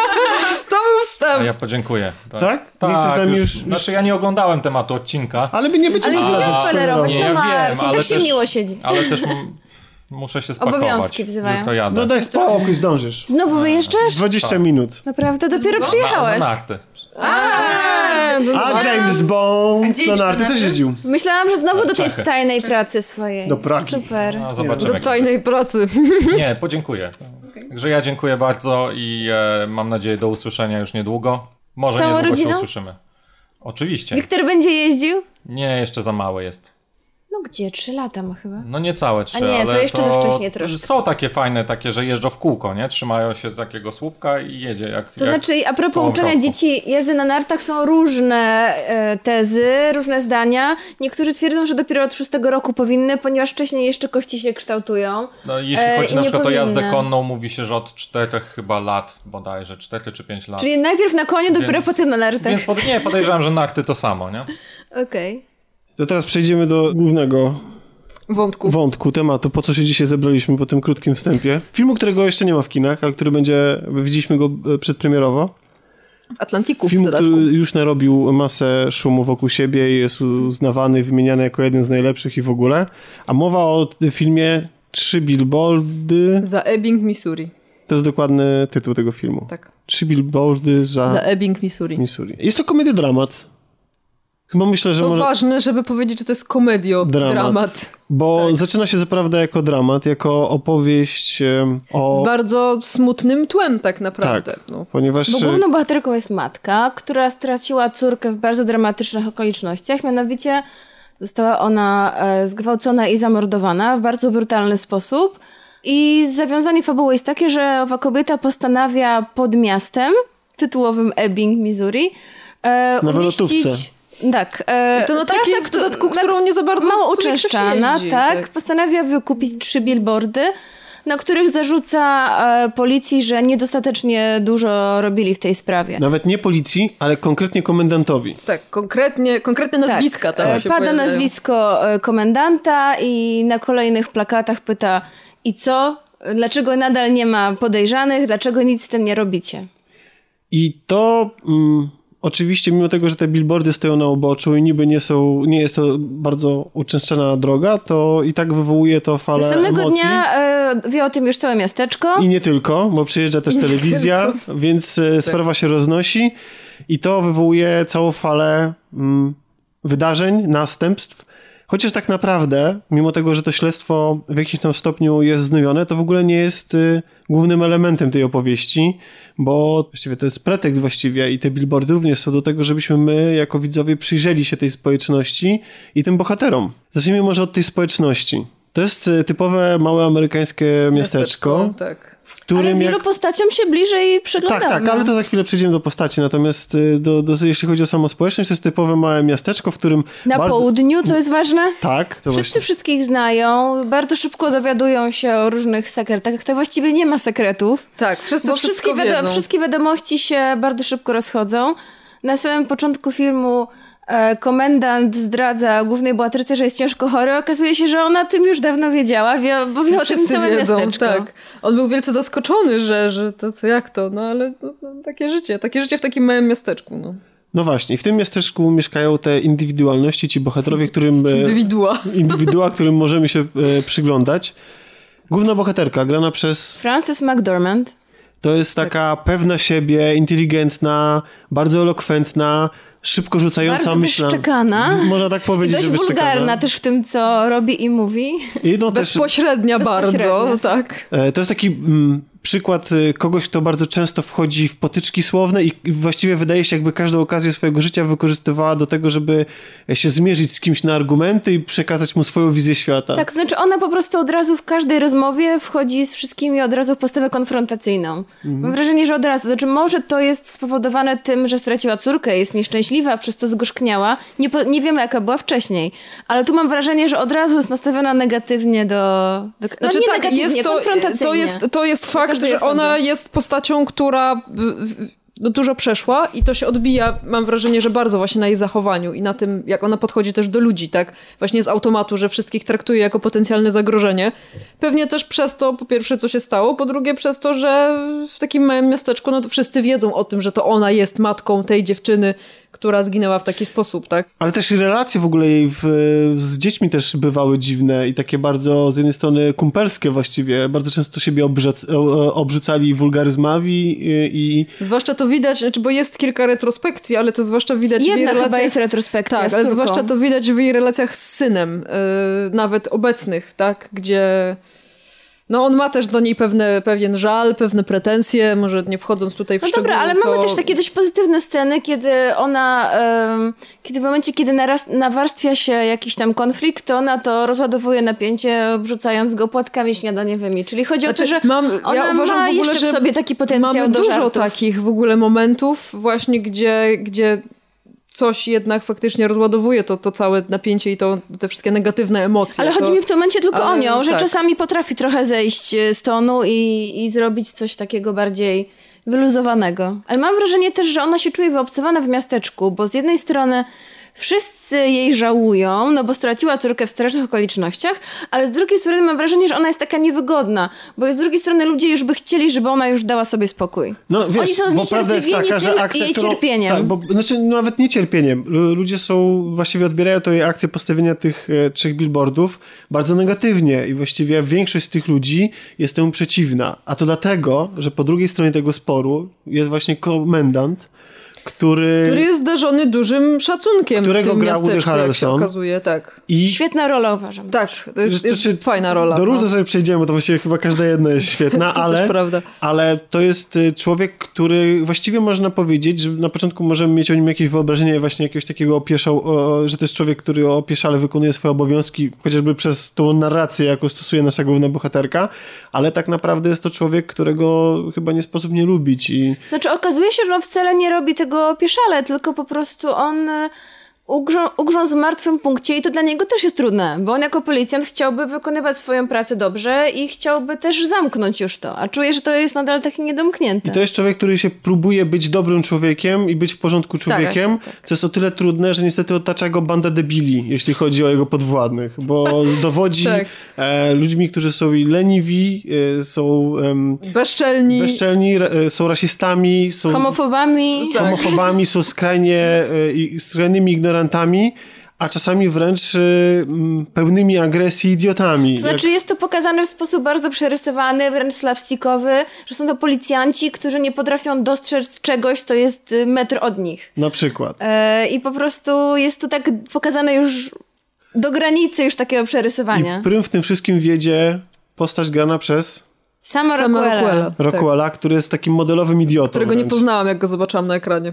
Speaker 7: To był wstęp!
Speaker 6: A ja podziękuję.
Speaker 1: Tak?
Speaker 6: tak
Speaker 1: Jesteś z nami
Speaker 6: już,
Speaker 1: już- już-
Speaker 6: Znaczy ja nie oglądałem tematu odcinka,
Speaker 1: Ale my nie będziemy
Speaker 4: Ale nie
Speaker 1: teraz
Speaker 4: chciałam
Speaker 1: spoilerować.
Speaker 4: spoilerować,
Speaker 6: nie,
Speaker 4: no
Speaker 6: ja wiem,
Speaker 4: Marcin,
Speaker 6: ale
Speaker 4: tak się
Speaker 6: też-
Speaker 4: miło siedzi.
Speaker 6: ale też m- muszę się spakować.
Speaker 4: Obowiązki wzywają.
Speaker 6: Jutro jadę.
Speaker 1: No daj spokój, zdążysz.
Speaker 4: Znowu wyjeżdżasz?
Speaker 1: 20 minut.
Speaker 4: Naprawdę? Dopiero
Speaker 6: na,
Speaker 4: przyjechałeś?
Speaker 6: na narty.
Speaker 4: No
Speaker 1: A James Bond
Speaker 5: gdzie
Speaker 1: na
Speaker 5: idziesz
Speaker 1: narty też
Speaker 5: na narty?
Speaker 1: jeździł.
Speaker 6: no.
Speaker 4: Myślałam, że znowu do tej
Speaker 6: Czekaj.
Speaker 4: tajnej pracy swojej.
Speaker 1: Do Pragi.
Speaker 4: Super.
Speaker 6: No,
Speaker 7: Do
Speaker 6: zobaczymy. jak
Speaker 7: tajnej pracy. <laughs>
Speaker 6: Nie,
Speaker 1: <laughs>
Speaker 6: podziękuję. Także ja dziękuję bardzo i e, mam nadzieję do usłyszenia już niedługo. Może
Speaker 4: Całą
Speaker 6: niedługo
Speaker 4: rodziną?
Speaker 6: się usłyszymy. Oczywiście.
Speaker 4: Wiktor będzie jeździł?
Speaker 6: Nie, jeszcze za mały jest.
Speaker 4: No gdzie? Trzy lata ma chyba.
Speaker 6: No nie całe trzy,
Speaker 4: A nie, to
Speaker 6: ale
Speaker 4: jeszcze za wcześnie troszkę.
Speaker 6: Są takie fajne, takie, że jeżdżą w kółko, nie? Trzymają się takiego słupka i jedzie jak...
Speaker 4: To
Speaker 6: jak...
Speaker 4: znaczy, a propos
Speaker 6: koło
Speaker 4: uczenia
Speaker 6: wroku.
Speaker 4: dzieci jazdy na nartach, są różne e, tezy, różne zdania. Niektórzy twierdzą, że dopiero od szóstego roku powinny, ponieważ wcześniej jeszcze kości się kształtują.
Speaker 6: No, jeśli
Speaker 4: e,
Speaker 6: chodzi
Speaker 4: i
Speaker 6: na
Speaker 4: nie
Speaker 6: przykład o jazdę
Speaker 4: powinna.
Speaker 6: konną, mówi się, że od czterech chyba lat bodajże, cztery czy pięć lat.
Speaker 4: Czyli najpierw na konie, dopiero
Speaker 6: Więc-
Speaker 4: potem na nartach.
Speaker 6: Więc pod... nie, podejrzewam, że narty to samo, nie?
Speaker 4: Okej.
Speaker 1: To teraz przejdziemy do głównego
Speaker 7: Wątku.
Speaker 1: wątku, tematu, po co się dzisiaj zebraliśmy po tym krótkim wstępie. Filmu, którego jeszcze nie ma w kinach, ale który będzie, widzieliśmy go e, przedpremierowo.
Speaker 7: W Atlantiku w
Speaker 1: Film, y,
Speaker 7: dodatku.
Speaker 1: który już narobił masę szumu wokół siebie i jest uznawany, wymieniany jako jeden z najlepszych i w ogóle. A mowa o t- filmie Trzy billboardy.
Speaker 7: Za Ebbing, Missouri.
Speaker 1: To jest dokładny tytuł tego filmu.
Speaker 7: Tak.
Speaker 1: Trzy billboardy za,
Speaker 7: Za Ebbing, Missouri.
Speaker 1: Missouri. Jest to komedia-dramat. Chyba myślę, że
Speaker 7: To
Speaker 1: może...
Speaker 7: ważne, żeby powiedzieć, że to jest komedio,
Speaker 1: Dramat.
Speaker 7: dramat.
Speaker 1: Bo
Speaker 7: tak.
Speaker 1: zaczyna się zaprawdę jako dramat, jako opowieść em, o...
Speaker 7: Z bardzo smutnym tłem tak naprawdę.
Speaker 1: Tak.
Speaker 7: No.
Speaker 1: Ponieważ...
Speaker 4: Bo
Speaker 1: e,
Speaker 4: główną bohaterką jest matka, która straciła córkę w bardzo dramatycznych okolicznościach, mianowicie została ona e, zgwałcona i zamordowana w bardzo brutalny sposób. I zawiązanie fabuły jest takie, że owa kobieta postanawia pod miastem tytułowym Ebbing, Missouri, e,
Speaker 1: Na
Speaker 4: umieścić...
Speaker 1: lotówce.
Speaker 4: Tak. E,
Speaker 7: I to na
Speaker 4: trasę,
Speaker 7: takiej w
Speaker 4: kto-
Speaker 7: dodatku,
Speaker 4: na-
Speaker 7: którą nie za bardzo
Speaker 4: mało
Speaker 7: w sumie ktoś
Speaker 4: uczęszczana,
Speaker 7: jeździ,
Speaker 4: tak, Postanawia wykupić trzy billboardy, na których zarzuca e, policji, że niedostatecznie dużo robili w tej sprawie.
Speaker 1: Nawet nie policji, ale konkretnie komendantowi.
Speaker 7: Tak, konkretnie, konkretne nazwiska tam
Speaker 1: Tak.
Speaker 4: E,
Speaker 7: się
Speaker 4: Pada
Speaker 7: pojawiają.
Speaker 4: nazwisko e, komendanta i na kolejnych plakatach pyta i co? Dlaczego nadal nie ma podejrzanych? Dlaczego nic z tym nie robicie?
Speaker 1: I to mm, oczywiście, mimo tego, że te billboardy stoją na uboczu i niby nie są, nie jest to bardzo uczęszczana droga, to i tak wywołuje to falę
Speaker 4: Samego
Speaker 1: emocji.
Speaker 4: dnia e, wie o tym już całe miasteczko.
Speaker 1: I nie tylko, bo przyjeżdża też telewizja, więc e, sprawa się roznosi i to wywołuje całą falę mm, wydarzeń, następstw. Chociaż tak naprawdę, mimo tego, że to śledztwo w jakimś tam stopniu jest znuwione, to w ogóle nie jest y, głównym elementem tej opowieści, bo właściwie to jest pretekst właściwie i te billboardy również są do tego, żebyśmy my, jako widzowie, przyjrzeli się tej społeczności i tym bohaterom. Zacznijmy może od tej społeczności. To jest y, typowe małe amerykańskie miasteczko,
Speaker 7: Tak.
Speaker 1: w którym
Speaker 4: ale wielu
Speaker 1: jak...
Speaker 4: postaciom się bliżej przyglądamy.
Speaker 1: Tak, tak, ale to za chwilę przejdziemy do postaci. Natomiast y, do, do, jeśli chodzi o samą społeczność, to jest typowe małe miasteczko, w którym
Speaker 4: Na
Speaker 1: bardzo...
Speaker 4: południu, co jest ważne?
Speaker 1: Tak. To
Speaker 4: Wszyscy wszystkich znają, bardzo szybko dowiadują się o różnych sekretach. To właściwie nie ma sekretów.
Speaker 7: Tak, wszyscy
Speaker 4: Bo
Speaker 7: wszystko
Speaker 4: wszystkie, wiado-
Speaker 7: wiedzą.
Speaker 4: wszystkie wiadomości się bardzo szybko rozchodzą. Na samym początku filmu e, komendant zdradza głównej bohaterce, że jest ciężko chory. Okazuje się, że ona tym już dawno wiedziała, wie, bo wie o tym
Speaker 7: Wszyscy
Speaker 4: całe
Speaker 7: wiedzą,
Speaker 4: miasteczko.
Speaker 7: tak. On był wielce zaskoczony, że, że to co, jak to, no ale no, no, takie życie, takie życie w takim małym miasteczku, no.
Speaker 1: No właśnie, w tym miasteczku mieszkają te indywidualności, ci bohaterowie, którym... e,
Speaker 7: Indywidua.
Speaker 1: Indywidua, którym możemy się e, przyglądać. Główna bohaterka, grana przez...
Speaker 4: Frances McDormand.
Speaker 1: To jest taka pewna siebie, inteligentna, bardzo elokwentna, szybko rzucająca
Speaker 4: Bardzo też
Speaker 1: myślą.
Speaker 4: szczekana.
Speaker 1: Można tak
Speaker 4: I
Speaker 1: powiedzieć,
Speaker 4: dość
Speaker 1: że
Speaker 4: wulgarna
Speaker 1: wyszczekana.
Speaker 4: też w tym, co robi i mówi.
Speaker 1: I no też,
Speaker 7: Bezpośrednia bardzo,
Speaker 4: Bezpośrednia.
Speaker 7: tak.
Speaker 1: e, to jest taki mm, przykład e, kogoś, kto bardzo często wchodzi w potyczki słowne i i właściwie wydaje się, jakby każdą okazję swojego życia wykorzystywała do tego, żeby się zmierzyć z kimś na argumenty i przekazać mu swoją wizję świata.
Speaker 4: Tak, znaczy ona po prostu od razu w każdej rozmowie wchodzi z wszystkimi od razu w postawę konfrontacyjną.
Speaker 7: Mhm.
Speaker 4: Mam wrażenie, że od razu. Znaczy może to jest spowodowane tym, że straciła córkę, jest nieszczęśliwa, przez to zgorzkniała. Nie, po, nie wiemy, jaka była wcześniej. Ale tu mam wrażenie, że od razu jest nastawiona negatywnie do... do no nie negatywnie, konfrontacyjnie.
Speaker 7: Znaczy tak, to jest, to jest fakt,
Speaker 4: każdej
Speaker 7: że
Speaker 4: osoby.
Speaker 7: ona jest postacią, która w- w- no, dużo przeszła i to się odbija, mam wrażenie, że bardzo właśnie na jej zachowaniu i na tym, jak ona podchodzi też do ludzi, tak? Właśnie z automatu, że wszystkich traktuje jako potencjalne zagrożenie. Pewnie też przez to, po pierwsze, co się stało, po drugie przez to, że w takim małym miasteczku, no to wszyscy wiedzą o tym, że to ona jest matką tej dziewczyny, która zginęła w taki sposób, tak?
Speaker 1: Ale też i relacje w ogóle jej w, z dziećmi też bywały dziwne i takie bardzo z jednej strony kumpelskie właściwie. Bardzo często siebie obrzec, e, e, obrzucali wulgaryzmami i, i
Speaker 7: Zwłaszcza to widać, znaczy, bo jest kilka retrospekcji, ale to zwłaszcza widać w jej
Speaker 4: Jedna
Speaker 7: relacjach
Speaker 4: chyba jest retrospekcja
Speaker 7: Tak,
Speaker 4: z
Speaker 7: ale
Speaker 4: córką.
Speaker 7: zwłaszcza to widać w jej relacjach z synem, yy, nawet obecnych, tak, gdzie no on ma też do niej pewne, pewien żal, pewne pretensje, może nie wchodząc tutaj w
Speaker 4: No
Speaker 7: szczegóły,
Speaker 4: dobra, ale mamy
Speaker 7: to...
Speaker 4: też takie dość pozytywne sceny, kiedy ona, em, kiedy w momencie, kiedy naraz, nawarstwia się jakiś tam konflikt, to ona to rozładowuje napięcie, obrzucając go płatkami śniadaniowymi. Czyli chodzi o to, że
Speaker 7: Znaczy, mam,
Speaker 4: ona ma jeszcze w sobie taki potencjał
Speaker 7: mamy
Speaker 4: do
Speaker 7: dużo
Speaker 4: żartów.
Speaker 7: takich w ogóle momentów właśnie, gdzie, gdzie coś jednak faktycznie rozładowuje to, to całe napięcie i to, te wszystkie negatywne emocje.
Speaker 4: Ale
Speaker 7: to...
Speaker 4: chodzi mi w tym momencie tylko o
Speaker 7: ale
Speaker 4: nią, że
Speaker 7: tak.
Speaker 4: czasami potrafi trochę zejść e, z tonu i, i zrobić coś takiego bardziej wyluzowanego. Ale mam wrażenie też, że ona się czuje wyobcowana w miasteczku, bo z jednej strony wszyscy jej żałują, no bo straciła córkę w strasznych okolicznościach, ale z drugiej strony mam wrażenie, że ona jest taka niewygodna, bo z drugiej strony ludzie już by chcieli, żeby ona już dała sobie spokój.
Speaker 1: No wiesz,
Speaker 4: Oni są
Speaker 1: bo prawda jest taka,
Speaker 4: zniecierpliwieni
Speaker 1: że
Speaker 4: tym
Speaker 1: akcja,
Speaker 4: jej
Speaker 1: którą,
Speaker 4: cierpieniem.
Speaker 1: Tak, bo, znaczy nawet nie cierpieniem. Lu- Ludzie są, właściwie odbierają to jej akcję postawienia tych e, trzech billboardów bardzo negatywnie i właściwie większość z tych ludzi jest temu przeciwna. A to dlatego, że po drugiej stronie tego sporu jest właśnie komendant, który...
Speaker 7: Który jest darzony dużym szacunkiem
Speaker 1: Którego
Speaker 7: w tym
Speaker 1: gra Woody
Speaker 7: miasteczku, jak się
Speaker 1: Harrelson.
Speaker 7: okazuje, tak.
Speaker 1: i...
Speaker 4: Świetna rola uważam.
Speaker 7: Tak, to jest,
Speaker 1: Że to
Speaker 7: jest
Speaker 1: się-
Speaker 7: fajna rola.
Speaker 1: Do
Speaker 7: no.
Speaker 1: ról to sobie przejdziemy, bo to właściwie chyba każda jedna jest świetna,
Speaker 7: <laughs> To
Speaker 1: ale,
Speaker 7: też prawda.
Speaker 1: ale to jest y, człowiek, który właściwie można powiedzieć, że na początku możemy mieć o nim jakieś wyobrażenie właśnie jakiegoś takiego opieszał, o, że to jest człowiek, który opieszale wykonuje swoje obowiązki, chociażby przez tą narrację, jaką stosuje nasza główna bohaterka, ale tak naprawdę jest to człowiek, którego chyba nie sposób nie lubić i
Speaker 4: Znaczy, okazuje się, że on wcale nie robi tego pieszale, tylko po prostu on e, ugrzą, ugrzązł w martwym punkcie i to dla niego też jest trudne, bo on jako policjant chciałby wykonywać swoją pracę dobrze i chciałby też zamknąć już to, a czuje, że to jest nadal takie niedomknięte.
Speaker 1: I to jest człowiek, który się próbuje być dobrym człowiekiem i być w porządku
Speaker 7: Stara się,
Speaker 1: człowiekiem, co jest o tyle trudne, że niestety otacza go banda debili, jeśli chodzi o jego podwładnych, bo dowodzi
Speaker 7: Tak.
Speaker 1: e, ludźmi, którzy są i leniwi, e, są em,
Speaker 7: no. Bezczelni.
Speaker 1: bezczelni, ra- e, są rasistami, są
Speaker 4: Homofobami.
Speaker 1: homofobami, są skrajnie, e, i- skrajnymi ignorantami, a czasami wręcz e, m, pełnymi agresji idiotami.
Speaker 4: To
Speaker 1: Jak-
Speaker 4: znaczy, jest to pokazane w sposób bardzo przerysowany, wręcz slapstickowy, że są to policjanci, którzy nie potrafią dostrzec czegoś, co jest y, metr od nich.
Speaker 1: Na przykład.
Speaker 4: E, I po prostu jest to tak pokazane już do granicy już takiego przerysowania.
Speaker 1: I prym w tym wszystkim wiedzie postać grana przez
Speaker 4: Sama
Speaker 7: Sama
Speaker 4: Rockwella.
Speaker 7: Rockwella.
Speaker 4: Tak.
Speaker 1: Rockwella, który jest takim modelowym idiotą.
Speaker 7: tak, Którego nie
Speaker 1: wręcz.
Speaker 7: poznałam, jak go zobaczyłam na ekranie.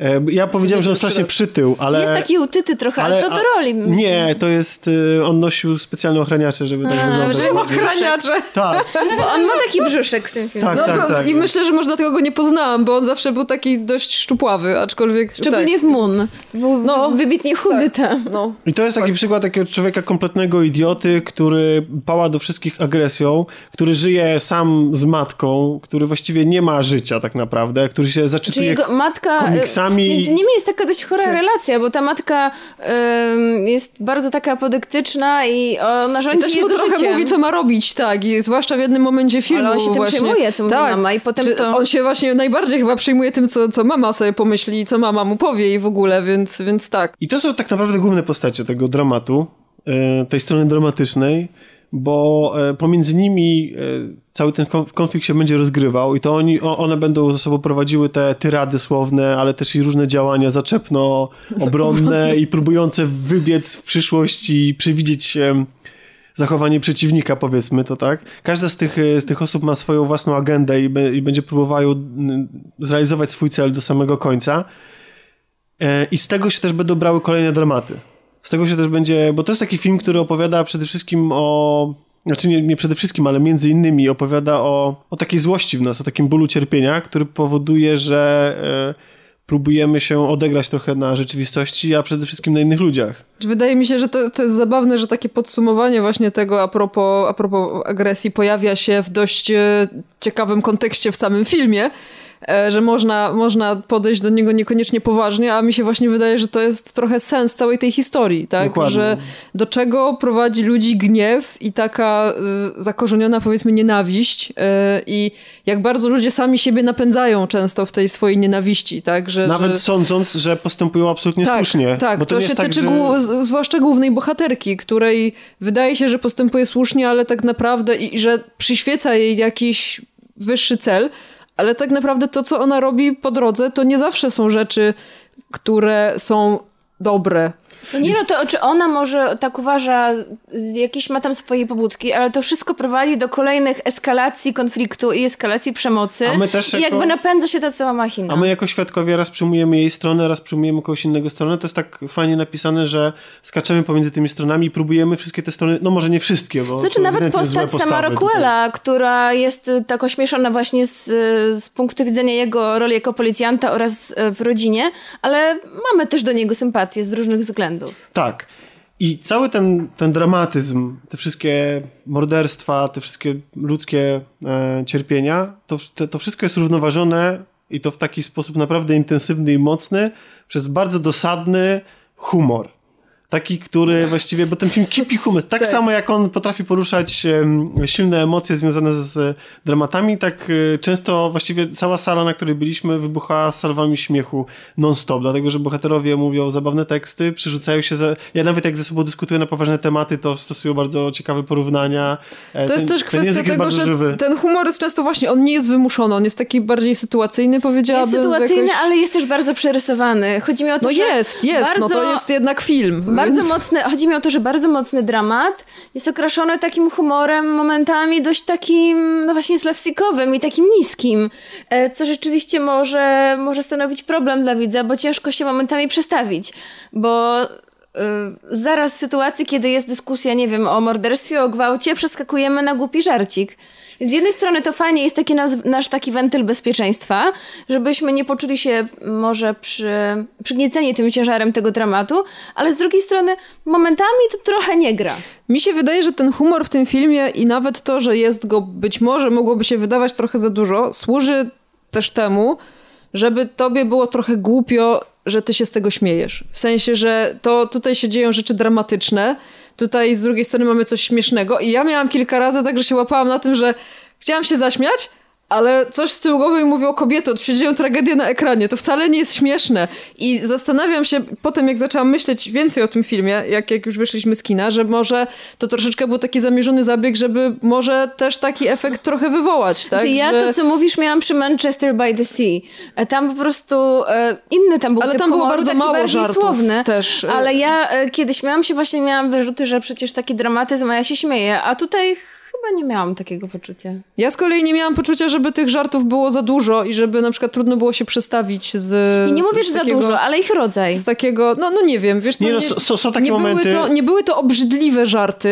Speaker 1: E, Ja powiedziałem, że on
Speaker 7: Nie,
Speaker 1: strasznie
Speaker 7: pierwszy
Speaker 1: przytył, ale...
Speaker 4: Jest taki utyty trochę, ale, to do
Speaker 1: a-
Speaker 4: roli. myślę.
Speaker 1: Nie, to jest... y, On nosił specjalne ochraniacze, żeby tak
Speaker 4: że
Speaker 1: wyglądać.
Speaker 7: Ochraniacze.
Speaker 1: Tak,
Speaker 4: <laughs> Bo on ma
Speaker 1: <laughs>
Speaker 4: taki brzuszek w tym filmie.
Speaker 1: tak,
Speaker 7: No
Speaker 1: tak,
Speaker 7: bo,
Speaker 1: tak.
Speaker 7: i myślę, że może dlatego go nie poznałam, bo on zawsze był taki dość szczupławy, aczkolwiek...
Speaker 1: tak.
Speaker 4: Szczególnie w Moon. Był
Speaker 7: No,
Speaker 4: wybitnie chudy tam.
Speaker 7: tak, no.
Speaker 1: I to jest taki przykład takiego człowieka kompletnego idioty, który pała do wszystkich agresją, który żyje sam z matką, który właściwie nie ma życia tak naprawdę, który się
Speaker 4: Czyli
Speaker 1: zaczytuje...
Speaker 4: jego matka. e,
Speaker 1: komiksami-
Speaker 4: Między nimi jest taka dość chora relacja, bo ta matka ym, jest bardzo taka podyktyczna i ona
Speaker 7: I
Speaker 4: rządzi
Speaker 7: też mu
Speaker 4: jego
Speaker 7: trochę
Speaker 4: życiem.
Speaker 7: mówi, co ma robić, tak, i zwłaszcza w jednym momencie filmu
Speaker 4: Ale on się tym
Speaker 7: właśnie.
Speaker 4: przejmuje, co mówi
Speaker 7: tak.
Speaker 4: mama i potem
Speaker 7: Czy
Speaker 4: to-
Speaker 7: On się właśnie najbardziej chyba przejmuje tym, co, co mama sobie pomyśli i co mama mu powie i w ogóle, więc, więc tak.
Speaker 1: I to są tak naprawdę główne postacie tego dramatu, e, tej strony dramatycznej, bo e, pomiędzy nimi e, cały ten konf- konflikt się będzie rozgrywał i to oni, o, one będą ze sobą prowadziły te tyrady słowne, ale też i różne działania zaczepno-obronne i próbujące wybiec w przyszłość i przewidzieć em, zachowanie przeciwnika, powiedzmy to tak. Każda z tych, y, z tych osób ma swoją własną agendę i, be, i będzie próbowała ją, mm, zrealizować swój cel do samego końca. E, I z tego się też będą brały kolejne dramaty. Z tego się też będzie, bo to jest taki film, który opowiada przede wszystkim o. Znaczy nie, nie przede wszystkim, ale między innymi opowiada o, o takiej złości w nas, o takim bólu cierpienia, który powoduje, że e, próbujemy się odegrać trochę na rzeczywistości, a przede wszystkim na innych ludziach.
Speaker 7: Wydaje mi się, że to, to jest zabawne, że takie podsumowanie właśnie tego a propos, a propos agresji pojawia się w dość e, ciekawym kontekście w samym filmie, e, że można, można podejść do niego niekoniecznie poważnie, a mi się właśnie wydaje, że to jest trochę sens całej tej historii, tak?
Speaker 1: Dokładnie.
Speaker 7: Że do czego prowadzi ludzi gniew i taka y, zakorzeniona powiedzmy nienawiść y, i jak bardzo ludzie sami siebie napędzają często w tej swojej nienawiści, tak? Że,
Speaker 1: Nawet
Speaker 7: że...
Speaker 1: sądząc, że postępują absolutnie
Speaker 7: tak,
Speaker 1: słusznie.
Speaker 7: Tak,
Speaker 1: bo
Speaker 7: to,
Speaker 1: nie
Speaker 7: się
Speaker 1: jest tak,
Speaker 7: tyczy
Speaker 1: że-
Speaker 7: głu- z- zwłaszcza głównej bohaterki, której wydaje się, że postępuje słusznie, ale tak naprawdę i i że przyświeca jej jakiś wyższy cel, ale tak naprawdę to, co ona robi po drodze, to nie zawsze są rzeczy, które są dobre.
Speaker 4: No nie no, to czy ona może tak uważa, z- jakieś ma tam swoje pobudki, ale to wszystko prowadzi do kolejnych eskalacji konfliktu i eskalacji przemocy.
Speaker 1: A my też
Speaker 4: I
Speaker 1: jako-
Speaker 4: jakby napędza się ta cała machina.
Speaker 1: A my jako świadkowie raz przyjmujemy jej stronę, raz przyjmujemy kogoś innego stronę. To jest tak fajnie napisane, że skaczemy pomiędzy tymi stronami i próbujemy wszystkie te strony, no może nie wszystkie, bo
Speaker 4: Znaczy
Speaker 1: są
Speaker 4: nawet
Speaker 1: ewidentnie złe
Speaker 4: postać sama
Speaker 1: postawy
Speaker 4: Rockwella, która jest y, tak ośmieszona właśnie z, y, z punktu widzenia jego roli jako policjanta oraz y, w rodzinie, ale mamy też do niego sympatię z różnych względów.
Speaker 1: Tak. I cały ten, ten dramatyzm, te wszystkie morderstwa, te wszystkie ludzkie e, cierpienia, to, w- to, to wszystko jest równoważone i to w taki sposób naprawdę intensywny i mocny przez bardzo dosadny humor. Taki, który właściwie, bo ten film kipi humor. Tak, samo jak on potrafi poruszać em, silne emocje związane z e, dramatami, tak e, często właściwie cała sala, na której byliśmy, wybuchała salwami śmiechu non-stop, dlatego że bohaterowie mówią zabawne teksty, przerzucają się. Za... Ja nawet jak ze sobą dyskutuję na poważne tematy, to stosują bardzo ciekawe porównania. E,
Speaker 7: To jest
Speaker 1: ten-
Speaker 7: też
Speaker 1: ten
Speaker 7: kwestia
Speaker 1: język jest
Speaker 7: tego,
Speaker 1: bardzo
Speaker 7: że
Speaker 1: żywy.
Speaker 7: ten humor jest często właśnie, on nie jest wymuszony, on jest taki bardziej sytuacyjny, powiedziałabym.
Speaker 4: Jest sytuacyjny,
Speaker 7: jakoś...
Speaker 4: ale jest też bardzo przerysowany. Chodzi mi o to,
Speaker 7: No
Speaker 4: że
Speaker 7: jest, jest, no to
Speaker 4: bardzo-
Speaker 7: jest jednak film.
Speaker 4: Bardzo
Speaker 7: więc...
Speaker 4: mocny, chodzi mi o to, że bardzo mocny dramat jest okraszony takim humorem, momentami dość takim, no właśnie slapstickowym i takim niskim, e, co rzeczywiście może, może stanowić problem dla widza, bo ciężko się momentami przestawić, bo y, zaraz z sytuacji, kiedy jest dyskusja, nie wiem, o morderstwie, o gwałcie, przeskakujemy na głupi żarcik. Z jednej strony to fajnie jest taki nas, nasz taki wentyl bezpieczeństwa, żebyśmy nie poczuli się może przy, przygnieceni tym ciężarem tego dramatu, ale z drugiej strony momentami to trochę nie gra.
Speaker 7: Mi się wydaje, że ten humor w tym filmie i nawet to, że jest go być może mogłoby się wydawać trochę za dużo, służy też temu, żeby tobie było trochę głupio, że ty się z tego śmiejesz. W sensie, że to tutaj się dzieją rzeczy dramatyczne, tutaj z drugiej strony mamy coś śmiesznego i ja miałam kilka razy tak, że się łapałam na tym, że chciałam się zaśmiać, ale coś z tyłu głowy mi mówiło, kobieto, tu się dzieją tragedie na ekranie, to wcale nie jest śmieszne. I zastanawiam się potem, jak zaczęłam myśleć więcej o tym filmie, jak, jak już wyszliśmy z kina, że może to troszeczkę był taki zamierzony zabieg, żeby może też taki efekt trochę wywołać, tak?
Speaker 4: Czy Znaczy, ja
Speaker 7: że...
Speaker 4: to, co mówisz, miałam przy Manchester by the Sea. E, Tam po prostu e, inny tam był
Speaker 7: Ale
Speaker 4: typ
Speaker 7: tam było
Speaker 4: humoru,
Speaker 7: bardzo
Speaker 4: taki
Speaker 7: mało
Speaker 4: bardziej
Speaker 7: żartów
Speaker 4: słowny.
Speaker 7: też, e.
Speaker 4: Ale ja e, kiedyś miałam się właśnie, miałam wyrzuty, że przecież taki dramatyzm, a ja się śmieję, a tutaj chyba nie miałam takiego poczucia.
Speaker 7: Ja z kolei nie miałam poczucia, żeby tych żartów było za dużo i żeby na przykład trudno było się przestawić z.
Speaker 4: I nie
Speaker 7: z,
Speaker 4: mówisz
Speaker 7: z
Speaker 4: za
Speaker 7: takiego,
Speaker 4: dużo, ale ich rodzaj.
Speaker 7: Z takiego, no, no nie wiem, wiesz co,
Speaker 1: Nie, no, są- są takie
Speaker 7: nie
Speaker 1: momenty-
Speaker 7: Były to, nie były to obrzydliwe żarty,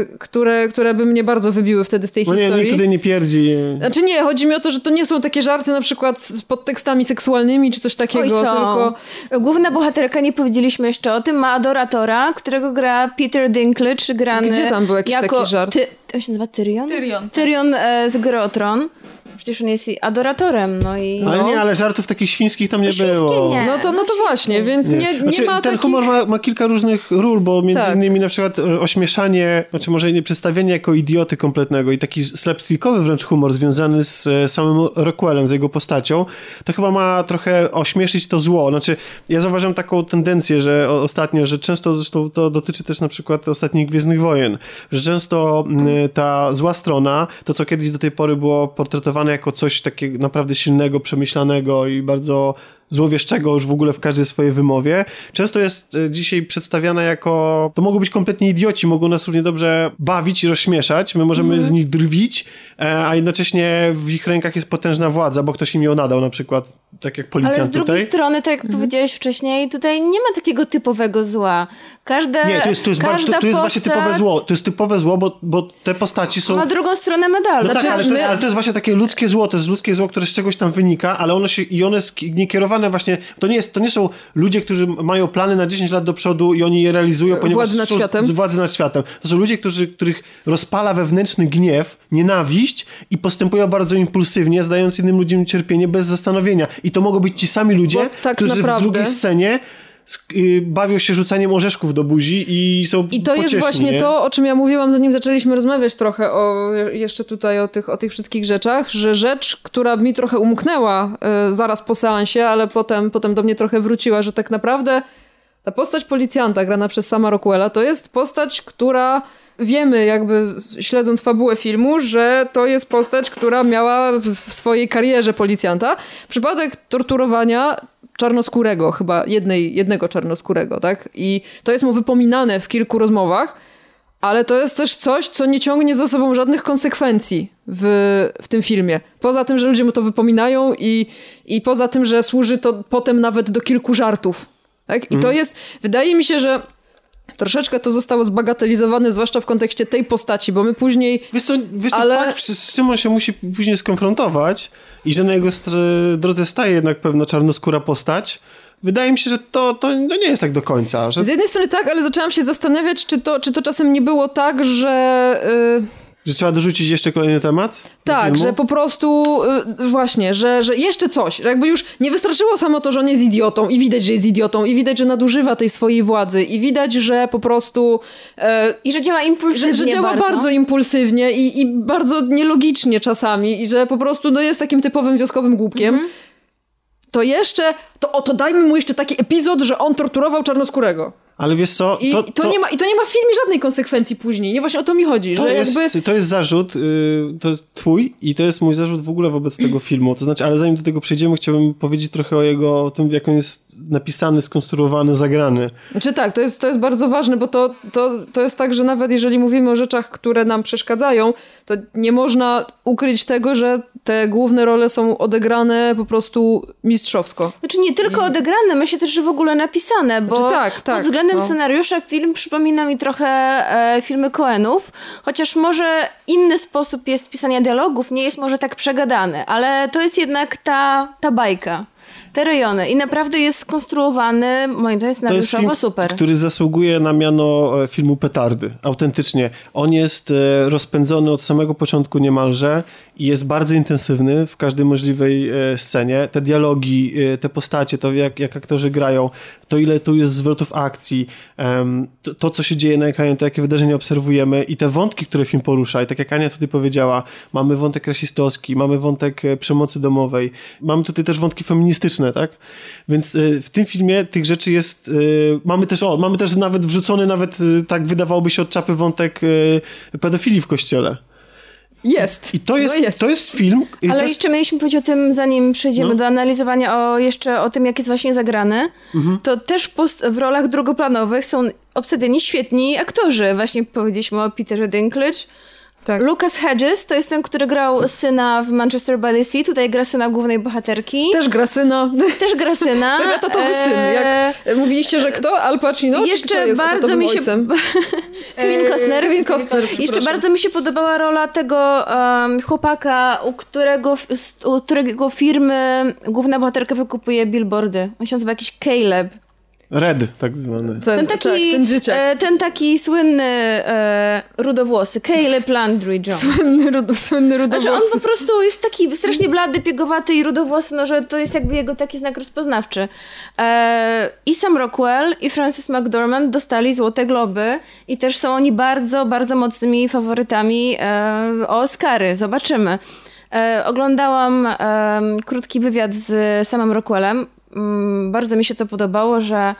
Speaker 7: y, które, które by mnie bardzo wybiły wtedy z tej
Speaker 1: No nie,
Speaker 7: historii.
Speaker 1: nigdy nie pierdzi.
Speaker 7: Znaczy nie, chodzi mi o to, że to nie są takie żarty na przykład z podtekstami seksualnymi czy coś takiego,
Speaker 4: Oj, są.
Speaker 7: tylko...
Speaker 4: Główna bohaterka, nie powiedzieliśmy jeszcze o tym, ma adoratora, którego gra Peter Dinklage, grany
Speaker 7: Gdzie tam był jakiś
Speaker 4: jako
Speaker 7: taki żart?
Speaker 4: Ty, to się nazywa Tyrion?
Speaker 5: Tyrion.
Speaker 4: Tyrion e, z Gry o Tron. przecież on jest jej adoratorem, no i...
Speaker 1: Ale
Speaker 7: No.
Speaker 1: nie, ale żartów takich świńskich tam nie
Speaker 4: Świńskie
Speaker 1: było.
Speaker 4: nie.
Speaker 7: No to, no to właśnie, więc nie, nie,
Speaker 1: znaczy,
Speaker 7: ma
Speaker 1: ten
Speaker 7: takich...
Speaker 1: humor ma, ma kilka różnych ról, bo między
Speaker 7: Tak.
Speaker 1: innymi na przykład e, ośmieszanie, znaczy może nie przedstawienie jako idioty kompletnego i taki slapstickowy wręcz humor związany z e, samym Rockwellem, z jego postacią, to chyba ma trochę ośmieszyć to zło. Znaczy ja zauważam taką tendencję, że o- ostatnio, że często zresztą to dotyczy też na przykład ostatnich Gwiezdnych Wojen, że często m, ta zła strona, to co kiedyś do tej pory było portretowane jako coś takiego naprawdę silnego, przemyślanego i bardzo złowieszczego już w ogóle w każdej swojej wymowie, często jest e, dzisiaj przedstawiana jako to mogą być kompletnie idioci, mogą nas równie dobrze bawić i rozśmieszać, my możemy
Speaker 4: Mhm.
Speaker 1: z nich drwić, e, a jednocześnie w ich rękach jest potężna władza, bo ktoś im ją nadał na przykład, tak jak policjant
Speaker 4: Ale z drugiej
Speaker 1: tutaj.
Speaker 4: strony, tak jak
Speaker 7: Mhm.
Speaker 4: powiedziałeś wcześniej, tutaj nie ma takiego typowego zła. Każda
Speaker 1: Nie, to jest, to jest, bardzo,
Speaker 4: każda
Speaker 1: to, to jest właśnie
Speaker 4: postać
Speaker 1: typowe zło. To jest typowe zło, bo, bo te postaci są...
Speaker 4: Ma drugą stronę medalu.
Speaker 1: No
Speaker 4: Znaczy,
Speaker 1: tak, ale to, jest,
Speaker 7: my-
Speaker 1: ale to jest właśnie takie ludzkie zło, to jest ludzkie zło, które z czegoś tam wynika, ale ono się, i ono jest k- niekierowane właśnie, to nie, jest, to nie są ludzie, którzy mają plany na 10 lat do przodu i oni je realizują, ponieważ
Speaker 7: Władzy nad
Speaker 1: są,
Speaker 7: światem.
Speaker 1: z władzy nad światem. To są ludzie, którzy, których rozpala wewnętrzny gniew, nienawiść i postępują bardzo impulsywnie, zdając innym ludziom cierpienie bez zastanowienia. I to mogą być ci sami ludzie,
Speaker 7: Bo tak
Speaker 1: którzy
Speaker 7: naprawdę-
Speaker 1: w drugiej scenie sk- y, bawią się rzucaniem orzeszków do buzi i są
Speaker 7: I to jest
Speaker 1: pocieszni,
Speaker 7: właśnie
Speaker 1: nie?
Speaker 7: to, o czym ja mówiłam, zanim zaczęliśmy rozmawiać trochę o, jeszcze tutaj o tych, o tych wszystkich rzeczach, że rzecz, która mi trochę umknęła e, zaraz po seansie, ale potem, potem do mnie trochę wróciła, że tak naprawdę ta postać policjanta grana przez sama Rockwella to jest postać, która wiemy jakby śledząc fabułę filmu, że to jest postać, która miała w- w swojej karierze policjanta przypadek torturowania czarnoskórego, chyba jednej, jednego czarnoskórego, tak? I to jest mu wypominane w kilku rozmowach, ale to jest też coś, co nie ciągnie za sobą żadnych konsekwencji w, w tym filmie. Poza tym, że ludzie mu to wypominają i, i poza tym, że służy to potem nawet do kilku żartów. Tak? I to jest, wydaje mi się, że troszeczkę to zostało zbagatelizowane, zwłaszcza w kontekście tej postaci, bo my później
Speaker 1: Wiesz co, wiesz co
Speaker 7: Ale-
Speaker 1: fakt, z z czym on się musi później skonfrontować i że na jego str- drodze staje jednak pewna czarnoskóra postać, wydaje mi się, że to, to no nie jest tak do końca. Że,
Speaker 7: z jednej strony tak, ale zaczęłam się zastanawiać, czy to, czy to czasem nie było tak, że... y,
Speaker 1: że trzeba dorzucić jeszcze kolejny temat? do
Speaker 7: Tak,
Speaker 1: filmu?
Speaker 7: że po prostu y, właśnie, że, że jeszcze coś, że jakby już nie wystarczyło samo to, że on jest idiotą i widać, że jest idiotą i widać, że nadużywa tej swojej władzy i widać, że po prostu e,
Speaker 4: I że działa impulsywnie
Speaker 7: że, że działa bardzo,
Speaker 4: bardzo.
Speaker 7: impulsywnie i, i bardzo nielogicznie czasami i że po prostu no, jest takim typowym wioskowym głupkiem. To jeszcze, to, o, to dajmy mu jeszcze taki epizod, że on torturował czarnoskórego.
Speaker 1: Ale wiesz co,
Speaker 7: I to,
Speaker 1: to,
Speaker 7: nie, ma, I to nie ma w filmie żadnej konsekwencji później. Nie właśnie o to mi chodzi,
Speaker 1: To
Speaker 7: że
Speaker 1: jest,
Speaker 7: jakby...
Speaker 1: to jest zarzut, y, to jest twój i to jest mój zarzut w ogóle wobec tego filmu. To znaczy, ale zanim do tego przejdziemy, chciałbym powiedzieć trochę o jego, o tym, jak on jest napisany, skonstruowany, zagrany.
Speaker 7: Znaczy tak, to jest, to jest bardzo ważne, bo to, to, to jest tak, że nawet jeżeli mówimy o rzeczach, które nam przeszkadzają, to nie można ukryć tego, że te główne role są odegrane po prostu mistrzowsko.
Speaker 4: Znaczy nie tylko odegrane, myślę też, że w ogóle napisane, bo
Speaker 7: Mm. Znaczy tak, tak,
Speaker 4: pod względem
Speaker 7: no.
Speaker 4: scenariusza film przypomina mi trochę e, filmy Coenów, chociaż może inny sposób jest pisania dialogów, nie jest może tak przegadany, ale to jest jednak ta, ta bajka, te rejony i naprawdę jest skonstruowany, moim zdaniem, scenariuszowo super.
Speaker 1: który zasługuje na miano e, filmu Petardy. Autentycznie. On jest e, rozpędzony od samego początku niemalże i jest bardzo intensywny w każdej możliwej e, scenie. Te dialogi, e, te postacie, to jak, jak aktorzy grają, to ile tu jest zwrotów akcji, em, to, to co się dzieje na ekranie, to jakie wydarzenia obserwujemy i te wątki, które film porusza. I tak jak Ania tutaj powiedziała, mamy wątek rasistowski, mamy wątek e, przemocy domowej, mamy tutaj też wątki feministyczne, tak? Więc e, w tym filmie tych rzeczy jest, e, mamy też, o, mamy też nawet wrzucony, nawet e, tak wydawałoby się od czapy wątek e, pedofilii w kościele.
Speaker 7: Jest.
Speaker 1: I to jest,
Speaker 7: No jest.
Speaker 1: to jest film, i
Speaker 4: Ale
Speaker 1: to jest No.
Speaker 4: jeszcze mieliśmy powiedzieć o tym, zanim przejdziemy do analizowania o, jeszcze o tym, jak jest właśnie zagrany,
Speaker 1: Mhm.
Speaker 4: to też post- w rolach drugoplanowych są obsadzeni świetni aktorzy. Właśnie powiedzieliśmy o Peterze Dinklage.
Speaker 7: Tak.
Speaker 4: Lucas Hedges to jest ten, który grał syna w Manchester by the Sea. Tutaj gra syna głównej bohaterki.
Speaker 7: Też Grasyna. <laughs>
Speaker 4: Też gra syna. E,
Speaker 7: To jest tatowy syn. Jak mówiliście, że kto? Al Pacino?
Speaker 4: Jeszcze
Speaker 7: czy kto jest
Speaker 4: bardzo
Speaker 7: tatowym
Speaker 4: mi się-
Speaker 7: Ojcem?
Speaker 4: <laughs> Kevin Costner.
Speaker 7: Eee, Kevin Costner,
Speaker 4: Jeszcze
Speaker 7: przepraszam.
Speaker 4: bardzo mi się podobała rola tego em, chłopaka, u którego, f- z- u którego firmy główna bohaterka wykupuje billboardy. On się nazywa jakiś Caleb.
Speaker 1: Red tak zwany.
Speaker 4: Ten taki,
Speaker 7: tak, ten dzieciak.
Speaker 4: e, ten taki słynny e, rudowłosy, Caleb Landry Jones.
Speaker 7: Słynny, rud, słynny
Speaker 4: Znaczy on
Speaker 7: rudowłosy.
Speaker 4: po prostu jest taki strasznie blady, piegowaty i rudowłosy, no że to jest jakby jego taki znak rozpoznawczy. E, I Sam Rockwell i Francis McDormand dostali Złote Globy i też są oni bardzo, bardzo mocnymi faworytami e, o Oscary. Zobaczymy. E, oglądałam em, krótki wywiad z samym Rockwellem. Mm, bardzo mi się to podobało, że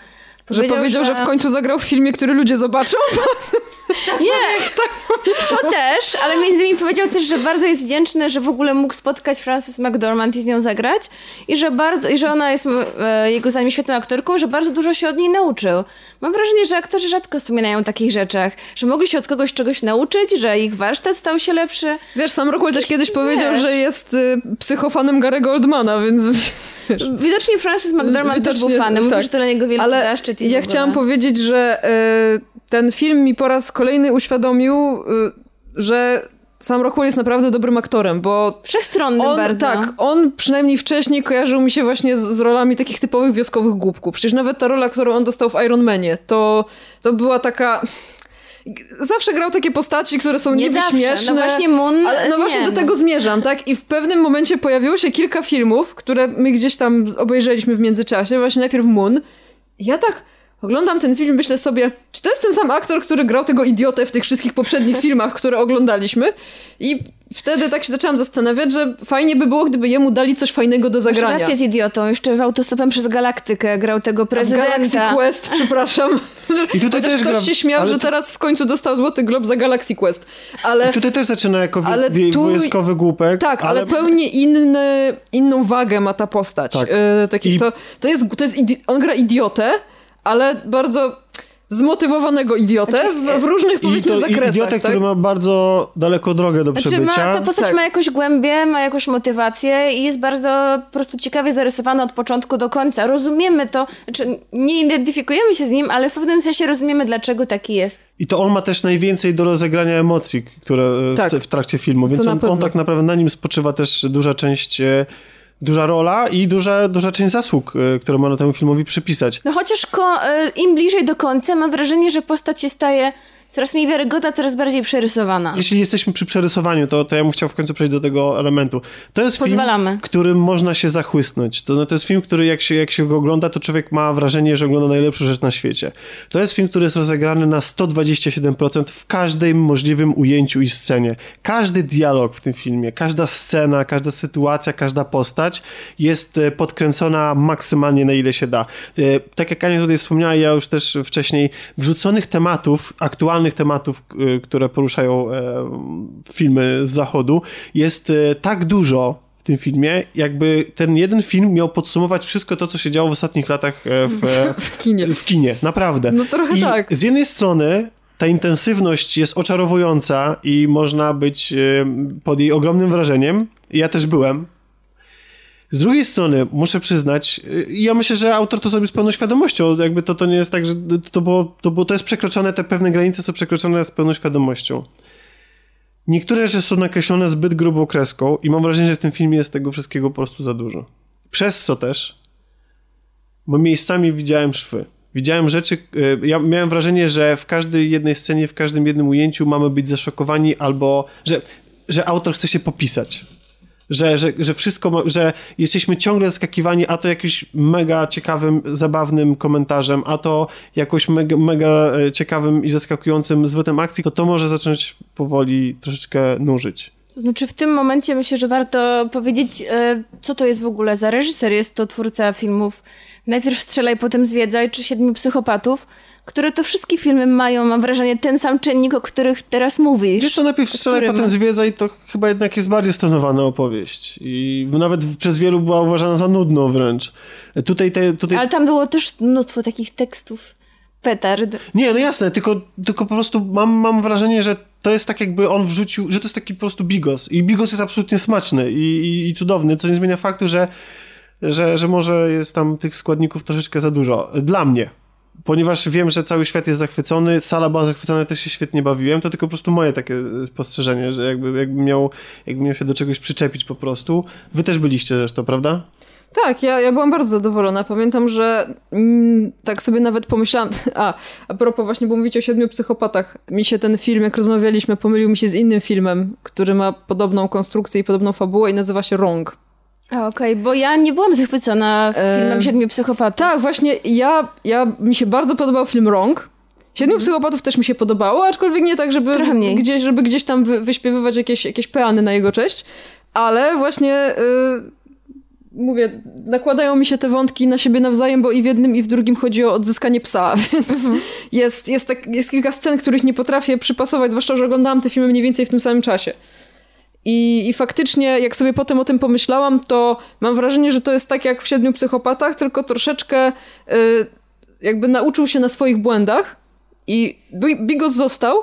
Speaker 7: Że powiedział, że w końcu zagrał w filmie, który ludzie <laughs> zobaczą. <laughs>
Speaker 4: Nie,
Speaker 7: tak
Speaker 4: to też, ale między innymi powiedział też, że bardzo jest wdzięczny, że w ogóle mógł spotkać Frances McDormand i z nią zagrać i że bardzo, i że ona jest m, e, jego zdaniem świetną aktorką, że bardzo dużo się od niej nauczył. Mam wrażenie, że aktorzy rzadko wspominają o takich rzeczach, że mogli się od kogoś czegoś nauczyć, że ich warsztat stał się lepszy.
Speaker 7: Wiesz, sam Rockwell też kiedyś powiedział,
Speaker 4: wiesz.
Speaker 7: że jest y, psychofanem Gary'ego Oldmana, więc... Wiesz.
Speaker 4: Widocznie Frances McDormand też
Speaker 7: Widocznie,
Speaker 4: był fanem,
Speaker 7: tak.
Speaker 4: mówi, że to dla niego wielki
Speaker 7: Ale
Speaker 4: zaszczyt. i w
Speaker 7: ja
Speaker 4: ogóle.
Speaker 7: chciałam powiedzieć, że y, ten film mi po raz kolejny uświadomił, y, że sam Rockwell jest naprawdę dobrym aktorem, bo
Speaker 4: Wszechstronny
Speaker 7: on,
Speaker 4: bardzo.
Speaker 7: Tak, on przynajmniej wcześniej kojarzył mi się właśnie z, z rolami takich typowych wioskowych głupków. Przecież nawet ta rola, którą on dostał w Iron Manie, to, to była taka... Zawsze grał takie postaci, które są
Speaker 4: Nie
Speaker 7: niby
Speaker 4: zawsze.
Speaker 7: śmieszne.
Speaker 4: No właśnie Moon,
Speaker 7: Ale, no
Speaker 4: nie,
Speaker 7: właśnie do
Speaker 4: no.
Speaker 7: tego zmierzam, tak? I w pewnym momencie pojawiło się kilka filmów, które my gdzieś tam obejrzeliśmy w międzyczasie. Właśnie najpierw Moon. Ja tak oglądam ten film, myślę sobie, czy to jest ten sam aktor, który grał tego idiotę w tych wszystkich poprzednich filmach, które oglądaliśmy? I wtedy tak się zaczęłam zastanawiać, że fajnie by było, gdyby jemu dali coś fajnego do
Speaker 4: Masz
Speaker 7: zagrania.
Speaker 4: rację z idiotą, jeszcze w autostopem przez galaktykę grał tego
Speaker 7: A w Galaxy
Speaker 4: prezydenta.
Speaker 7: Quest, przepraszam.
Speaker 1: I tutaj
Speaker 7: Chociaż
Speaker 1: też
Speaker 7: ktoś
Speaker 1: gra-
Speaker 7: się śmiał,
Speaker 1: ale
Speaker 7: że
Speaker 1: tu-
Speaker 7: teraz w końcu dostał Złoty Glob za Galaxy Quest. Ale
Speaker 1: I tutaj też zaczyna jako
Speaker 7: Ale
Speaker 1: wi- wi-
Speaker 7: tu-
Speaker 1: wojskowy głupek.
Speaker 7: Tak, ale, pełni inny, inną wagę ma ta postać.
Speaker 1: Tak.
Speaker 7: E, taki,
Speaker 1: I-
Speaker 7: to, to jest, to jest idi- on gra idiotę, ale bardzo zmotywowanego idiotę w, w różnych
Speaker 1: Znaczy, I
Speaker 7: powiedzmy
Speaker 1: to i
Speaker 7: zakresach.
Speaker 1: idiotek,
Speaker 7: tak?
Speaker 1: który ma bardzo daleką drogę do
Speaker 4: Znaczy
Speaker 1: przebycia.
Speaker 4: ma, ta postać
Speaker 7: Tak.
Speaker 4: ma jakąś głębię, ma jakąś motywację i jest bardzo po prostu ciekawie zarysowana od początku do końca. Rozumiemy to, znaczy nie identyfikujemy się z nim, ale w pewnym sensie rozumiemy, dlaczego taki jest.
Speaker 1: I to on ma też najwięcej do rozegrania emocji, które e,
Speaker 7: Tak.
Speaker 1: w, w trakcie filmu, więc
Speaker 7: na
Speaker 1: on,
Speaker 7: pewno.
Speaker 1: on tak naprawdę na nim spoczywa też duża część, e, duża rola i duża, duża część zasług, e, które można temu filmowi przypisać.
Speaker 4: No chociaż ko- e, im bliżej do końca mam wrażenie, że postać się staje coraz mniej wiarygodna, coraz bardziej przerysowana.
Speaker 1: Jeśli jesteśmy przy przerysowaniu, to, to ja bym chciał w końcu przejść do tego elementu. To jest
Speaker 4: Pozwalamy.
Speaker 1: film, którym można się zachłysnąć. To, no, to jest film, który jak się, jak się go ogląda, to człowiek ma wrażenie, że ogląda najlepszą rzecz na świecie. To jest film, który jest rozegrany na 127% w każdym możliwym ujęciu i scenie. Każdy dialog w tym filmie, każda scena, każda sytuacja, każda postać jest e, podkręcona maksymalnie na ile się da. E, Tak jak Ania tutaj wspomniała, ja już też wcześniej wrzuconych tematów, aktualnych tematów, k- e, które poruszają e, filmy z zachodu, jest e, tak dużo w tym filmie, jakby ten jeden film miał podsumować wszystko to, co się działo w ostatnich latach e, w,
Speaker 7: <laughs>
Speaker 1: e,
Speaker 7: <laughs> W kinie.
Speaker 1: w kinie, naprawdę.
Speaker 7: No trochę
Speaker 1: I
Speaker 7: tak.
Speaker 1: Z jednej strony ta intensywność jest oczarowująca i można być e, pod jej ogromnym wrażeniem. Ja też byłem. Z drugiej strony, muszę przyznać, e, ja myślę, że autor to zrobił z pełną świadomością. Jakby to, to nie jest tak, że to, było, to, było, to jest przekroczone, te pewne granice są przekroczone z pełną świadomością. Niektóre rzeczy są nakreślone zbyt grubą kreską i mam wrażenie, że w tym filmie jest tego wszystkiego po prostu za dużo. Przez co też, bo miejscami widziałem szwy. Widziałem rzeczy, y, ja miałem wrażenie, że w każdej jednej scenie, w każdym jednym ujęciu mamy być zaszokowani albo, że, że autor chce się popisać. Że, że, że wszystko, ma, że jesteśmy ciągle zaskakiwani, a to jakimś mega ciekawym, zabawnym komentarzem, a to jakoś mega, mega e, ciekawym i zaskakującym zwrotem akcji, to to może zacząć powoli troszeczkę nużyć.
Speaker 4: To znaczy w tym momencie myślę, że warto powiedzieć, e, co to jest w ogóle za reżyser. Jest to twórca filmów Najpierw strzelaj, potem zwiedzaj, czy Siedmiu psychopatów, które to wszystkie filmy mają, mam wrażenie, ten sam czynnik, o których teraz mówisz.
Speaker 1: Wiesz co, najpierw strzelaj,
Speaker 4: którym-
Speaker 1: potem zwiedzaj, to chyba jednak jest bardziej stonowana opowieść. I nawet w- przez wielu była uważana za nudną wręcz. Tutaj te... Tutaj...
Speaker 4: Ale tam było też mnóstwo takich tekstów petard.
Speaker 1: Nie, no jasne, tylko, tylko po prostu mam, mam wrażenie, że to jest tak jakby on wrzucił, że to jest taki po prostu bigos. I bigos jest absolutnie smaczny i, i, i cudowny, co nie zmienia faktu, że, że, że może jest tam tych składników troszeczkę za dużo. Dla mnie. Ponieważ wiem, że cały świat jest zachwycony, sala była zachwycona, też się świetnie bawiłem, to tylko po prostu moje takie e, spostrzeżenie, że jakby, jakby, miał, jakby miał się do czegoś przyczepić po prostu. Wy też byliście zresztą, prawda?
Speaker 7: Tak, ja, ja byłam bardzo zadowolona. Pamiętam, że mm, tak sobie nawet pomyślałam. <laughs> A, a propos, właśnie, bo mówicie o siedmiu psychopatach. Mi się ten film, jak rozmawialiśmy, pomylił mi się z innym filmem, który ma podobną konstrukcję i podobną fabułę i nazywa się Wrong.
Speaker 4: A, Okej, bo ja nie byłam zachwycona
Speaker 7: E,
Speaker 4: filmem Siedmiu Psychopatów.
Speaker 7: Tak, właśnie, ja, ja mi się bardzo podobał film Wrong. Siedmiu psychopatów też mi się podobało, aczkolwiek nie tak, żeby,
Speaker 4: Mhm. Trochę mniej.
Speaker 7: Gdzieś, żeby gdzieś tam wy, wyśpiewywać jakieś, jakieś peany na jego cześć, ale właśnie y, mówię, nakładają mi się te wątki na siebie nawzajem, bo i w jednym i w drugim chodzi o odzyskanie psa, <laughs> więc
Speaker 4: Mhm.
Speaker 7: jest, jest, tak, jest kilka scen, których nie potrafię przypasować, zwłaszcza, że oglądałam te filmy mniej więcej w tym samym czasie. I, I faktycznie, jak sobie potem o tym pomyślałam, to mam wrażenie, że to jest tak jak w Siedmiu Psychopatach, tylko troszeczkę y, jakby nauczył się na swoich błędach i Bi- Bigos został,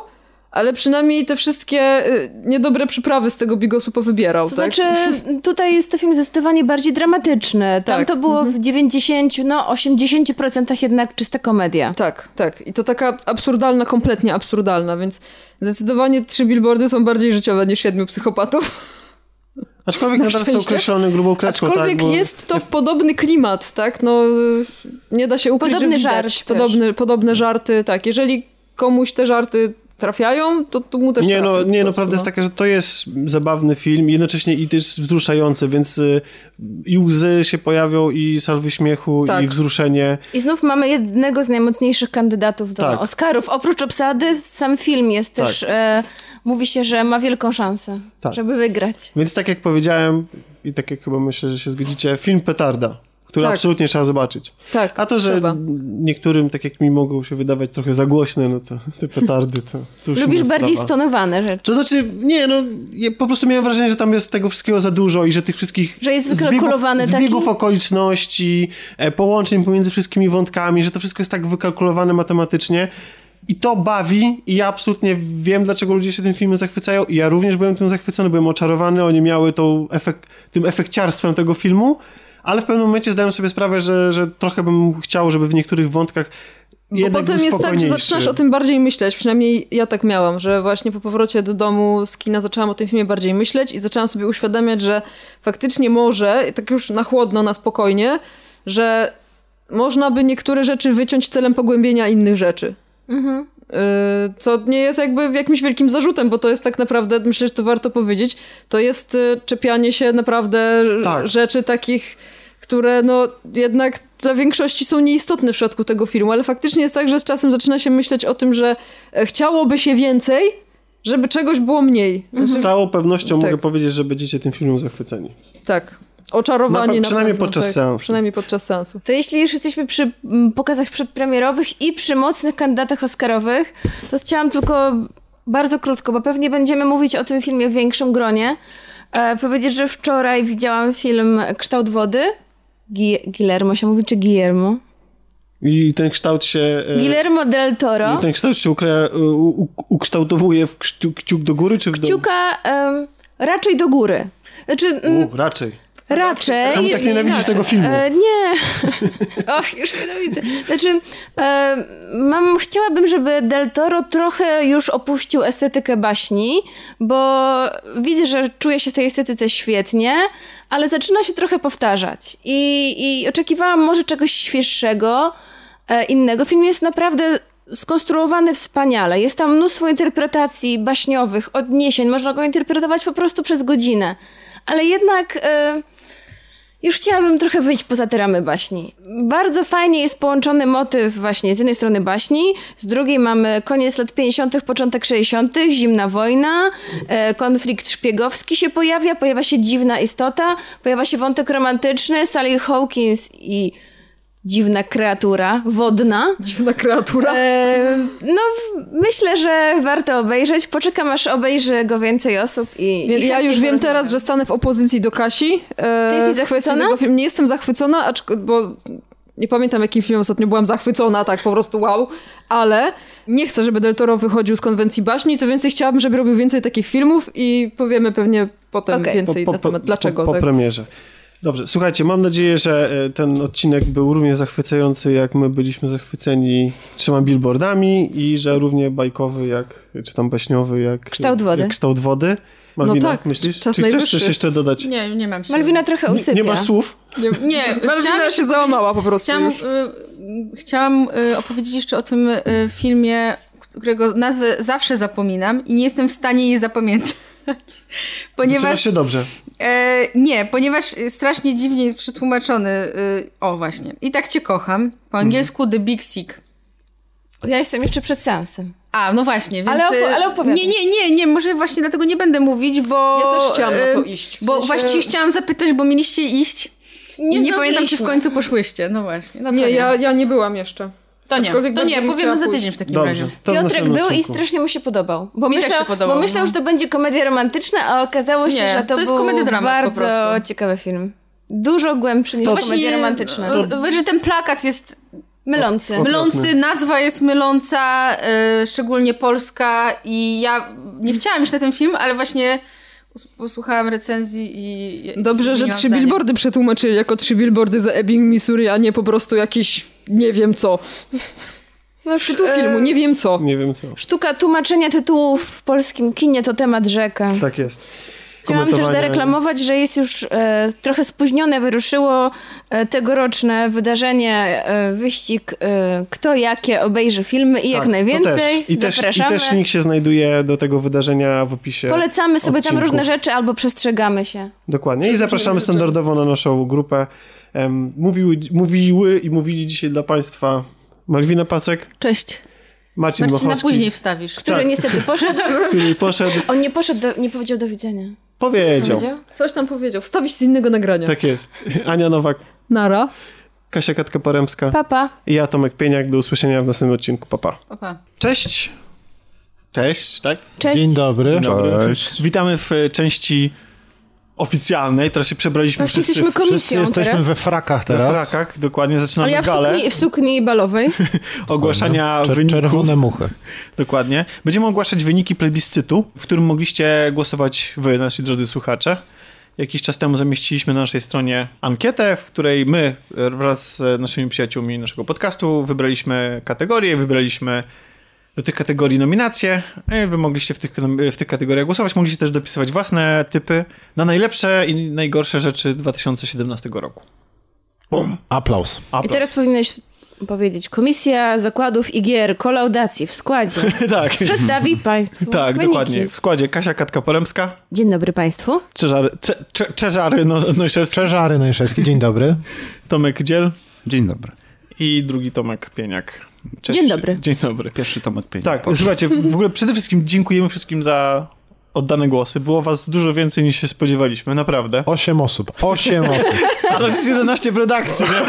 Speaker 7: ale przynajmniej te wszystkie y, niedobre przyprawy z tego Bigosu powybierał.
Speaker 4: To
Speaker 7: tak? <laughs>
Speaker 4: znaczy, tutaj jest to film zdecydowanie bardziej dramatyczny. Tam
Speaker 7: Tak.
Speaker 4: to było w 90, no 80% jednak czysta komedia.
Speaker 7: Tak, tak. I to taka absurdalna, kompletnie absurdalna, więc zdecydowanie trzy billboardy są bardziej życiowe niż siedmiu psychopatów.
Speaker 1: Aczkolwiek
Speaker 7: Na
Speaker 1: nadal są
Speaker 7: szczęście.
Speaker 1: określony grubą kreską,
Speaker 7: Aczkolwiek
Speaker 1: tak? Bo
Speaker 7: jest to podobny klimat, tak? No, nie da się ukryć,
Speaker 4: Podobny
Speaker 7: że
Speaker 4: żart
Speaker 7: widać.
Speaker 4: też.
Speaker 7: Podobny,
Speaker 1: Hmm.
Speaker 7: podobne żarty, tak. Jeżeli komuś te żarty trafiają, to, to mu też
Speaker 1: Nie, no,
Speaker 7: trafią po
Speaker 1: nie, no
Speaker 7: prostu,
Speaker 1: prawda jest taka, że to jest zabawny film, jednocześnie i też wzruszający, więc y, i łzy się pojawią, i salwy śmiechu,
Speaker 7: Tak.
Speaker 1: i wzruszenie.
Speaker 4: I znów mamy jednego z najmocniejszych kandydatów do
Speaker 1: Tak.
Speaker 4: Oscarów. Oprócz obsady, sam film jest
Speaker 1: Tak.
Speaker 4: też. E, mówi się, że ma wielką szansę,
Speaker 1: Tak.
Speaker 4: żeby wygrać.
Speaker 1: Więc tak jak powiedziałem, i tak jak chyba myślę, że się zgodzicie, film petarda, który
Speaker 7: Tak.
Speaker 1: absolutnie trzeba zobaczyć.
Speaker 7: Tak,
Speaker 1: A to, że
Speaker 7: trzeba.
Speaker 1: niektórym, tak jak mi mogą się wydawać trochę za głośne, no to te petardy, to, to już
Speaker 4: Lubisz
Speaker 1: inna
Speaker 4: bardziej
Speaker 1: sprawa.
Speaker 4: stonowane rzeczy.
Speaker 1: To znaczy, nie, no, ja po prostu miałem wrażenie, że tam jest tego wszystkiego za dużo i że tych wszystkich.
Speaker 4: Że jest
Speaker 1: zbiegów-
Speaker 4: wykalkulowany taki?
Speaker 1: Zbiegów okoliczności, e, połączeń pomiędzy wszystkimi wątkami, że to wszystko jest tak wykalkulowane matematycznie. I to bawi, i ja absolutnie wiem, dlaczego ludzie się tym filmem zachwycają. I ja również byłem tym zachwycony, byłem oczarowany, oni miały tą efek- tym efekciarstwem tego filmu, ale w pewnym momencie zdałem sobie sprawę, że, że trochę bym chciał, żeby w niektórych wątkach.
Speaker 7: Bo
Speaker 1: jednak
Speaker 7: potem
Speaker 1: był
Speaker 7: jest tak, że
Speaker 1: spokojniejszy.
Speaker 7: zaczynasz o tym bardziej myśleć. Przynajmniej ja tak miałam, że właśnie po powrocie do domu z kina zaczęłam o tym filmie bardziej myśleć i zaczęłam sobie uświadamiać, że faktycznie może, tak już na chłodno, na spokojnie, że można by niektóre rzeczy wyciąć celem pogłębienia innych rzeczy. Y, Co nie jest jakby jakimś wielkim zarzutem, bo to jest tak naprawdę, myślę, że to warto powiedzieć, to jest y, czepianie się naprawdę
Speaker 1: Tak.
Speaker 7: rzeczy takich, które no jednak dla większości są nieistotne w przypadku tego filmu, ale faktycznie jest tak, że z czasem zaczyna się myśleć o tym, że e, chciałoby się więcej, żeby czegoś było mniej.
Speaker 1: Z całą pewnością
Speaker 7: Mhm. Tak.
Speaker 1: mogę powiedzieć, że będziecie tym filmem zachwyceni.
Speaker 7: Tak. Oczarowani
Speaker 1: Na pe-
Speaker 7: na,
Speaker 1: No, przynajmniej
Speaker 7: pewno,
Speaker 1: podczas
Speaker 7: tak.
Speaker 1: seansu.
Speaker 7: Przynajmniej podczas seansu.
Speaker 4: To jeśli już jesteśmy przy mm, pokazach przedpremierowych i przy mocnych kandydatach Oscarowych, to chciałam tylko bardzo krótko, bo pewnie będziemy mówić o tym filmie w większym gronie, e, powiedzieć, że wczoraj widziałam film Kształt Wody. Gi- Guillermo się mówi, czy Guillermo?
Speaker 1: I ten kształt się. e,
Speaker 4: Guillermo del Toro.
Speaker 1: I ten kształt się ukra- u- u- ukształtowuje w kciu- kciuk do góry czy w
Speaker 4: Kciuka em, raczej do góry. Znaczy,
Speaker 1: dół?
Speaker 4: mm,
Speaker 1: U, raczej.
Speaker 4: raczej.
Speaker 1: Czemu tak nienawidzisz tego filmu?
Speaker 4: E, nie. <laughs> Och, już nienawidzę. Znaczy, e, mam, chciałabym, żeby Del Toro trochę już opuścił estetykę baśni, bo widzę, że czuje się w tej estetyce świetnie, ale zaczyna się trochę powtarzać. I, i oczekiwałam może czegoś świeższego, e, innego. Film jest naprawdę skonstruowany wspaniale. Jest tam mnóstwo interpretacji baśniowych, odniesień. Można go interpretować po prostu przez godzinę. Ale jednak... E, już chciałabym trochę wyjść poza te ramy baśni. Bardzo fajnie jest połączony motyw właśnie z jednej strony baśni, z drugiej mamy koniec lat 50., początek 60., zimna wojna, e, konflikt szpiegowski się pojawia, pojawia się dziwna istota, pojawia się wątek romantyczny, Sally Hawkins i dziwna kreatura wodna.
Speaker 7: Dziwna kreatura.
Speaker 4: E, no w- myślę, że warto obejrzeć. Poczekam aż obejrzy go więcej osób i...
Speaker 7: Więc
Speaker 4: i
Speaker 7: ja
Speaker 4: chętnie
Speaker 7: już wiem
Speaker 4: porozmawiam.
Speaker 7: teraz, że stanę w opozycji do Kasi. E,
Speaker 4: Ty jesteś
Speaker 7: w kwestii
Speaker 4: zachwycona?
Speaker 7: tego filmu. Nie jestem zachwycona, aczko- bo nie pamiętam jakim filmem ostatnio byłam zachwycona, tak po prostu wow, ale nie chcę, żeby Del Toro wychodził z konwencji baśni, co więcej chciałabym, żeby robił więcej takich filmów i powiemy pewnie potem
Speaker 4: Okej.
Speaker 7: więcej na temat dlaczego.
Speaker 1: Po, po
Speaker 7: tak?
Speaker 1: premierze. Dobrze, słuchajcie, mam nadzieję, że e, ten odcinek był równie zachwycający, jak my byliśmy zachwyceni trzema billboardami i że równie bajkowy, jak, czy tam baśniowy, jak
Speaker 4: Kształt wody.
Speaker 1: Jak kształt wody. Malwina,
Speaker 7: tak,
Speaker 1: myślisz?
Speaker 7: czas
Speaker 1: Czy chcesz coś
Speaker 7: najwyższy.
Speaker 1: jeszcze dodać?
Speaker 5: Nie, nie mam siły.
Speaker 4: Malwina trochę
Speaker 1: Nie,
Speaker 4: usypia.
Speaker 1: nie masz słów?
Speaker 5: Nie, nie
Speaker 7: Malwina
Speaker 5: chciałam-
Speaker 7: się załamała po prostu
Speaker 5: Chciałam,
Speaker 7: już.
Speaker 5: y, chciałam y, opowiedzieć jeszcze o tym y, filmie, którego nazwę zawsze zapominam i nie jestem w stanie jej zapamiętać. <laughs>
Speaker 1: Zaczyna
Speaker 5: Ponieważ
Speaker 1: się dobrze.
Speaker 5: E, nie, ponieważ strasznie dziwnie jest przetłumaczony. y, o, właśnie. I tak cię kocham. Po
Speaker 7: Mhm.
Speaker 5: angielsku The Big Sick.
Speaker 4: Ja jestem jeszcze przed seansem.
Speaker 5: A, no właśnie, więc...
Speaker 4: Ale opo-
Speaker 5: y,
Speaker 4: ale opowiadaj.
Speaker 5: Nie, nie, nie, nie, może właśnie dlatego nie będę mówić, bo...
Speaker 7: Ja też chciałam na to
Speaker 5: y,
Speaker 7: iść. W
Speaker 5: Bo
Speaker 7: sensie-
Speaker 5: właściwie chciałam zapytać, bo mieliście iść i nie pamiętam, czy w
Speaker 4: zdążyliśmy.
Speaker 5: końcu poszłyście. No właśnie, no to nie.
Speaker 7: Nie, ja, ja nie byłam jeszcze.
Speaker 5: to nie,
Speaker 7: aczkolwiek
Speaker 5: to nie
Speaker 7: bardzo bym
Speaker 5: powiemy za
Speaker 7: chciała
Speaker 5: tydzień w takim
Speaker 1: Dobrze.
Speaker 5: razie.
Speaker 1: to w
Speaker 4: Piotrek
Speaker 1: następnym
Speaker 4: był i
Speaker 1: odcinku.
Speaker 4: strasznie mu się podobał. Bo,
Speaker 5: Mi też
Speaker 4: myślał,
Speaker 5: się podobał,
Speaker 4: bo myślał,
Speaker 5: no.
Speaker 4: że to będzie komedia romantyczna, a okazało się,
Speaker 5: Nie,
Speaker 4: że to,
Speaker 5: to jest
Speaker 4: był
Speaker 5: komediodramat po
Speaker 4: bardzo
Speaker 5: prostu.
Speaker 4: ciekawy film. Dużo głębszy niż komedia romantyczna.
Speaker 5: no, z- że ten plakat jest
Speaker 4: Mylący.
Speaker 1: Okropny.
Speaker 5: Mylący, nazwa jest myląca, y, szczególnie polska i ja nie chciałam iść na ten film, ale właśnie us- posłuchałam recenzji i... i-
Speaker 7: Dobrze,
Speaker 5: i
Speaker 7: że
Speaker 5: zmieniłam
Speaker 7: trzy
Speaker 5: zdanie.
Speaker 7: billboardy przetłumaczyli jako trzy billboardy za Ebbing, Missouri, a nie po prostu jakiś nie wiem co.
Speaker 4: No, sz-
Speaker 7: Tytuł
Speaker 4: e,
Speaker 7: filmu, nie wiem co.
Speaker 1: Nie wiem co.
Speaker 4: Sztuka tłumaczenia tytułów w polskim kinie to temat rzeka.
Speaker 1: Tak jest.
Speaker 4: Chciałam też
Speaker 1: Komentowanie-
Speaker 4: zareklamować, że jest już e, trochę spóźnione, wyruszyło e, tegoroczne wydarzenie, e, wyścig e, kto jakie obejrzy filmy i jak
Speaker 1: Tak, to
Speaker 4: najwięcej.
Speaker 1: też. I też, I
Speaker 4: Zapraszamy.
Speaker 1: też link się znajduje do tego wydarzenia w opisie.
Speaker 4: Polecamy sobie tam
Speaker 1: odcinków.
Speaker 4: różne rzeczy albo przestrzegamy się.
Speaker 1: Dokładnie. I zapraszamy
Speaker 4: tak-
Speaker 1: standardowo na naszą grupę. Em, mówiły, mówiły i mówili dzisiaj dla Państwa Malwina Pacek,
Speaker 5: Cześć.
Speaker 1: Marcin
Speaker 5: Marcin, na
Speaker 1: Mochowski,
Speaker 5: później wstawisz.
Speaker 4: Który
Speaker 1: Tak.
Speaker 4: niestety
Speaker 1: <laughs>
Speaker 4: poszedł.
Speaker 1: który poszedł,
Speaker 4: On nie poszedł, do, nie powiedział do widzenia.
Speaker 1: powiedział.
Speaker 4: Powiedział?
Speaker 7: Coś tam powiedział, wstawić z innego nagrania.
Speaker 1: Tak jest. Ania Nowak,
Speaker 7: Nara.
Speaker 1: Kasia Katka-Paremska
Speaker 4: Papa.
Speaker 1: i ja, Tomek Pieniak. Do usłyszenia w następnym odcinku. Pa, pa.
Speaker 5: Opa.
Speaker 1: Cześć! Cześć, tak?
Speaker 4: Cześć.
Speaker 3: Dzień dobry.
Speaker 2: Cześć.
Speaker 1: Witamy w e, części oficjalnej. Teraz się przebraliśmy
Speaker 4: Właśnie
Speaker 1: wszyscy
Speaker 4: jesteśmy
Speaker 1: w
Speaker 3: Wszyscy
Speaker 4: komisją
Speaker 3: jesteśmy
Speaker 4: teraz.
Speaker 3: we frakach
Speaker 1: w
Speaker 3: teraz.
Speaker 1: frakach. Dokładnie,
Speaker 4: A
Speaker 1: zaczynamy
Speaker 4: ja w
Speaker 1: galę
Speaker 4: sukni, w sukni balowej.
Speaker 1: ogłaszania
Speaker 3: Czer-
Speaker 1: wyników.
Speaker 3: Czerwone muchy.
Speaker 1: Dokładnie. Będziemy ogłaszać wyniki plebiscytu, w którym mogliście głosować wy, nasi drodzy słuchacze. Jakiś czas temu zamieściliśmy na naszej stronie ankietę, w której my e, wraz z naszymi przyjaciółmi naszego podcastu wybraliśmy kategorie, wybraliśmy do tych kategorii nominacje. E, Wy mogliście w tych, nom- w tych kategoriach głosować. Mogliście też dopisywać własne typy na najlepsze i najgorsze rzeczy 2017 roku. <laughs>
Speaker 3: Aplauz.
Speaker 1: A tak.
Speaker 4: I teraz powinieneś powiedzieć komisja zakładów i gier kolaudacji w składzie
Speaker 1: <laughs> tak,
Speaker 4: przedstawi państwu
Speaker 1: tak,
Speaker 4: wyniki.
Speaker 1: dokładnie. W składzie Kasia Katka-Poremska,
Speaker 4: Dzień dobry państwu.
Speaker 1: Czeżary, Cze, Cze, Czeżary no, Nojszewski,
Speaker 3: Czeżary Najszewski, dzień dobry.
Speaker 1: Tomek Dziel
Speaker 2: Dzień dobry.
Speaker 1: i drugi Tomek Pieniak.
Speaker 4: Dzień dobry.
Speaker 1: <laughs> Dzień dobry.
Speaker 2: Pierwszy Tomek Pieniak.
Speaker 1: Tak, słuchajcie, w ogóle przede wszystkim dziękujemy wszystkim za oddane głosy. Było was dużo więcej niż się spodziewaliśmy, naprawdę.
Speaker 3: Osiem osób.
Speaker 1: <laughs>
Speaker 3: Osiem osób.
Speaker 1: Ale jest 11 w redakcji, nie?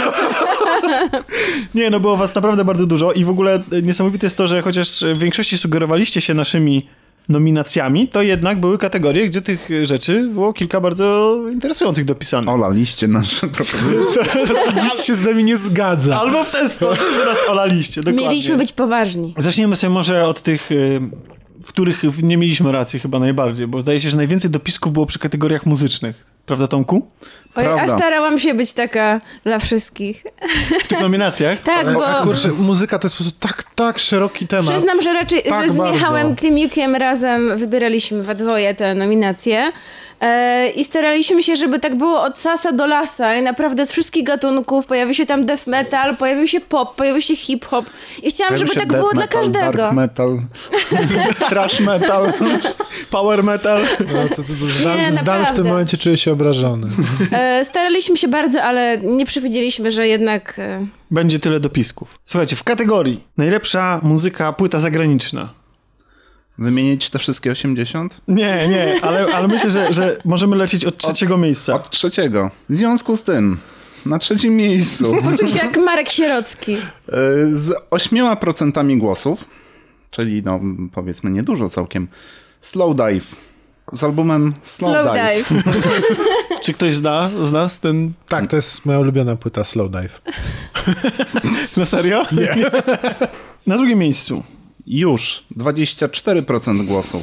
Speaker 1: Nie, no było was naprawdę bardzo dużo i w ogóle e, niesamowite jest to, że chociaż e, w większości sugerowaliście się naszymi nominacjami, to jednak były kategorie, gdzie tych e, rzeczy było kilka bardzo interesujących dopisanych.
Speaker 2: Olaliście nasze <laughs> propozycje.
Speaker 3: Nikt się z nami nie zgadza.
Speaker 1: Albo w ten sposób, że nas olaliście, dokładnie.
Speaker 4: Mieliśmy być poważni.
Speaker 1: Zaczniemy sobie może od tych, y, w których w- nie mieliśmy racji chyba najbardziej, bo zdaje się, że najwięcej dopisków było przy kategoriach muzycznych. Prawda, Tomku?
Speaker 4: Oj, a
Speaker 2: Prawda.
Speaker 4: starałam się być taka dla wszystkich.
Speaker 1: W tych nominacjach.
Speaker 4: Tak, bo
Speaker 3: A kurczę, muzyka to jest po prostu tak, tak szeroki temat.
Speaker 4: przyznam, że raczej
Speaker 3: Tak
Speaker 4: że z
Speaker 3: bardzo.
Speaker 4: Michałem Klimikiem razem wybieraliśmy we dwoje te nominacje e, i staraliśmy się, żeby tak było od sasa do lasa i naprawdę z wszystkich gatunków pojawił się tam death metal, pojawił się pop, pojawił się hip-hop i chciałam, żeby tak było dla
Speaker 2: metal,
Speaker 4: każdego.
Speaker 2: Dark
Speaker 4: <laughs>
Speaker 2: metal, trash metal, power metal.
Speaker 3: No, to, to, to zdan,
Speaker 4: Nie,
Speaker 3: zdan w
Speaker 4: naprawdę.
Speaker 3: tym momencie czuje się obrażony.
Speaker 4: E, staraliśmy się bardzo, ale nie przewidzieliśmy, że jednak... E,
Speaker 1: Będzie tyle dopisków. Słuchajcie, w kategorii najlepsza muzyka, płyta zagraniczna.
Speaker 2: Wymienić te wszystkie 80?
Speaker 1: Nie, nie, ale, ale myślę, że, że możemy lecieć od trzeciego miejsca.
Speaker 2: Od trzeciego. W związku z tym, na trzecim miejscu,
Speaker 4: poczuł się jak Marek Sierocki.
Speaker 2: y, z 8% głosów, czyli no powiedzmy niedużo całkiem, Slow Dive. Z albumem Slow,
Speaker 4: Slow
Speaker 2: Dive.
Speaker 4: dive.
Speaker 1: Czy ktoś zna z nas ten...
Speaker 3: Tak, to jest moja ulubiona płyta Slow Dive.
Speaker 1: Na serio? Nie. <laughs> Na drugim miejscu.
Speaker 2: Już 24% głosów.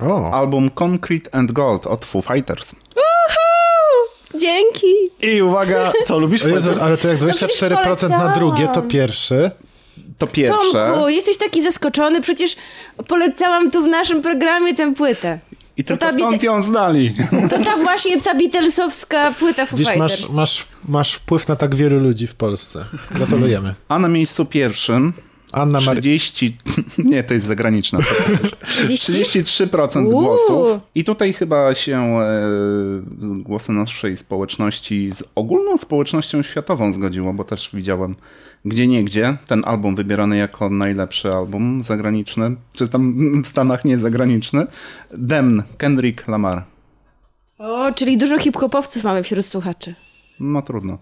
Speaker 3: O,
Speaker 2: Album Concrete and Gold od Foo Fighters.
Speaker 4: Dzięki.
Speaker 1: I uwaga, co lubisz?
Speaker 3: o Jezu, ale to jak
Speaker 4: No przecież
Speaker 3: 24% na
Speaker 4: polecałam.
Speaker 3: drugie, to pierwszy.
Speaker 2: To pierwsze.
Speaker 4: Tomku, jesteś taki zaskoczony, przecież polecałam tu w naszym programie tę płytę.
Speaker 2: I tylko
Speaker 4: ta bite-
Speaker 2: stąd ją znali. <laughs>
Speaker 4: To ta właśnie, ta Beatlesowska płyta Foo
Speaker 3: Widzisz,
Speaker 4: Fighters.
Speaker 3: masz, masz, masz wpływ na tak wielu ludzi w Polsce. Gratulujemy.
Speaker 2: A na miejscu pierwszym
Speaker 3: Anna Maria.
Speaker 2: 30... <laughs> Nie, to jest zagraniczna.
Speaker 4: 30?
Speaker 2: 33%
Speaker 4: Uuu.
Speaker 2: głosów. I tutaj chyba się e, głosy naszej społeczności z ogólną społecznością światową zgodziło, bo też widziałem gdzie niegdzie ten album wybierany jako najlepszy album zagraniczny, czy tam <laughs> w Stanach nie zagraniczny. Demn, Kendrick Lamar.
Speaker 4: O, czyli dużo hip-hopowców mamy wśród słuchaczy.
Speaker 2: No trudno.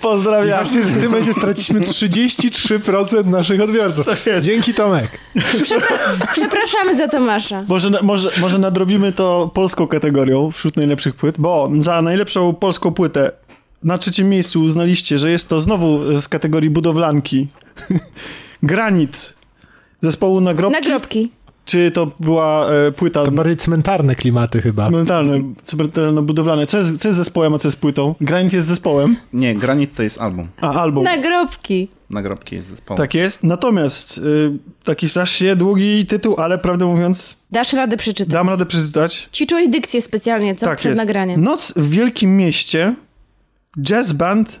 Speaker 1: Pozdrawiam.
Speaker 3: Właśnie w tym momencie straciliśmy 33% naszych odbiorców. Dzięki Tomek.
Speaker 4: Przepraszamy za Tomasza.
Speaker 1: Może, może, może nadrobimy to polską kategorią wśród najlepszych płyt, bo za najlepszą polską płytę na trzecim miejscu uznaliście, że jest to znowu z kategorii budowlanki <laughs> Granit zespołu Nagrobki,
Speaker 4: Nagrobki.
Speaker 1: czy to była e, płyta
Speaker 3: To bardziej cmentarne klimaty chyba.
Speaker 1: cmentarna- cmentarno-budowlana? Co jest, co jest zespołem, a co jest płytą? Granit jest zespołem,
Speaker 2: Nie, Granit to jest album.
Speaker 1: a album.
Speaker 4: Nagrobki.
Speaker 2: Nagrobki jest zespołem.
Speaker 1: Tak jest. Natomiast y, taki strasznie długi tytuł, ale prawdę mówiąc,
Speaker 4: Dasz radę przeczytać.
Speaker 1: dam Tak radę przeczytać.
Speaker 4: Ćwiczyłeś dykcję specjalnie, co? Przed nagraniem.
Speaker 1: Noc w Wielkim Mieście, jazz band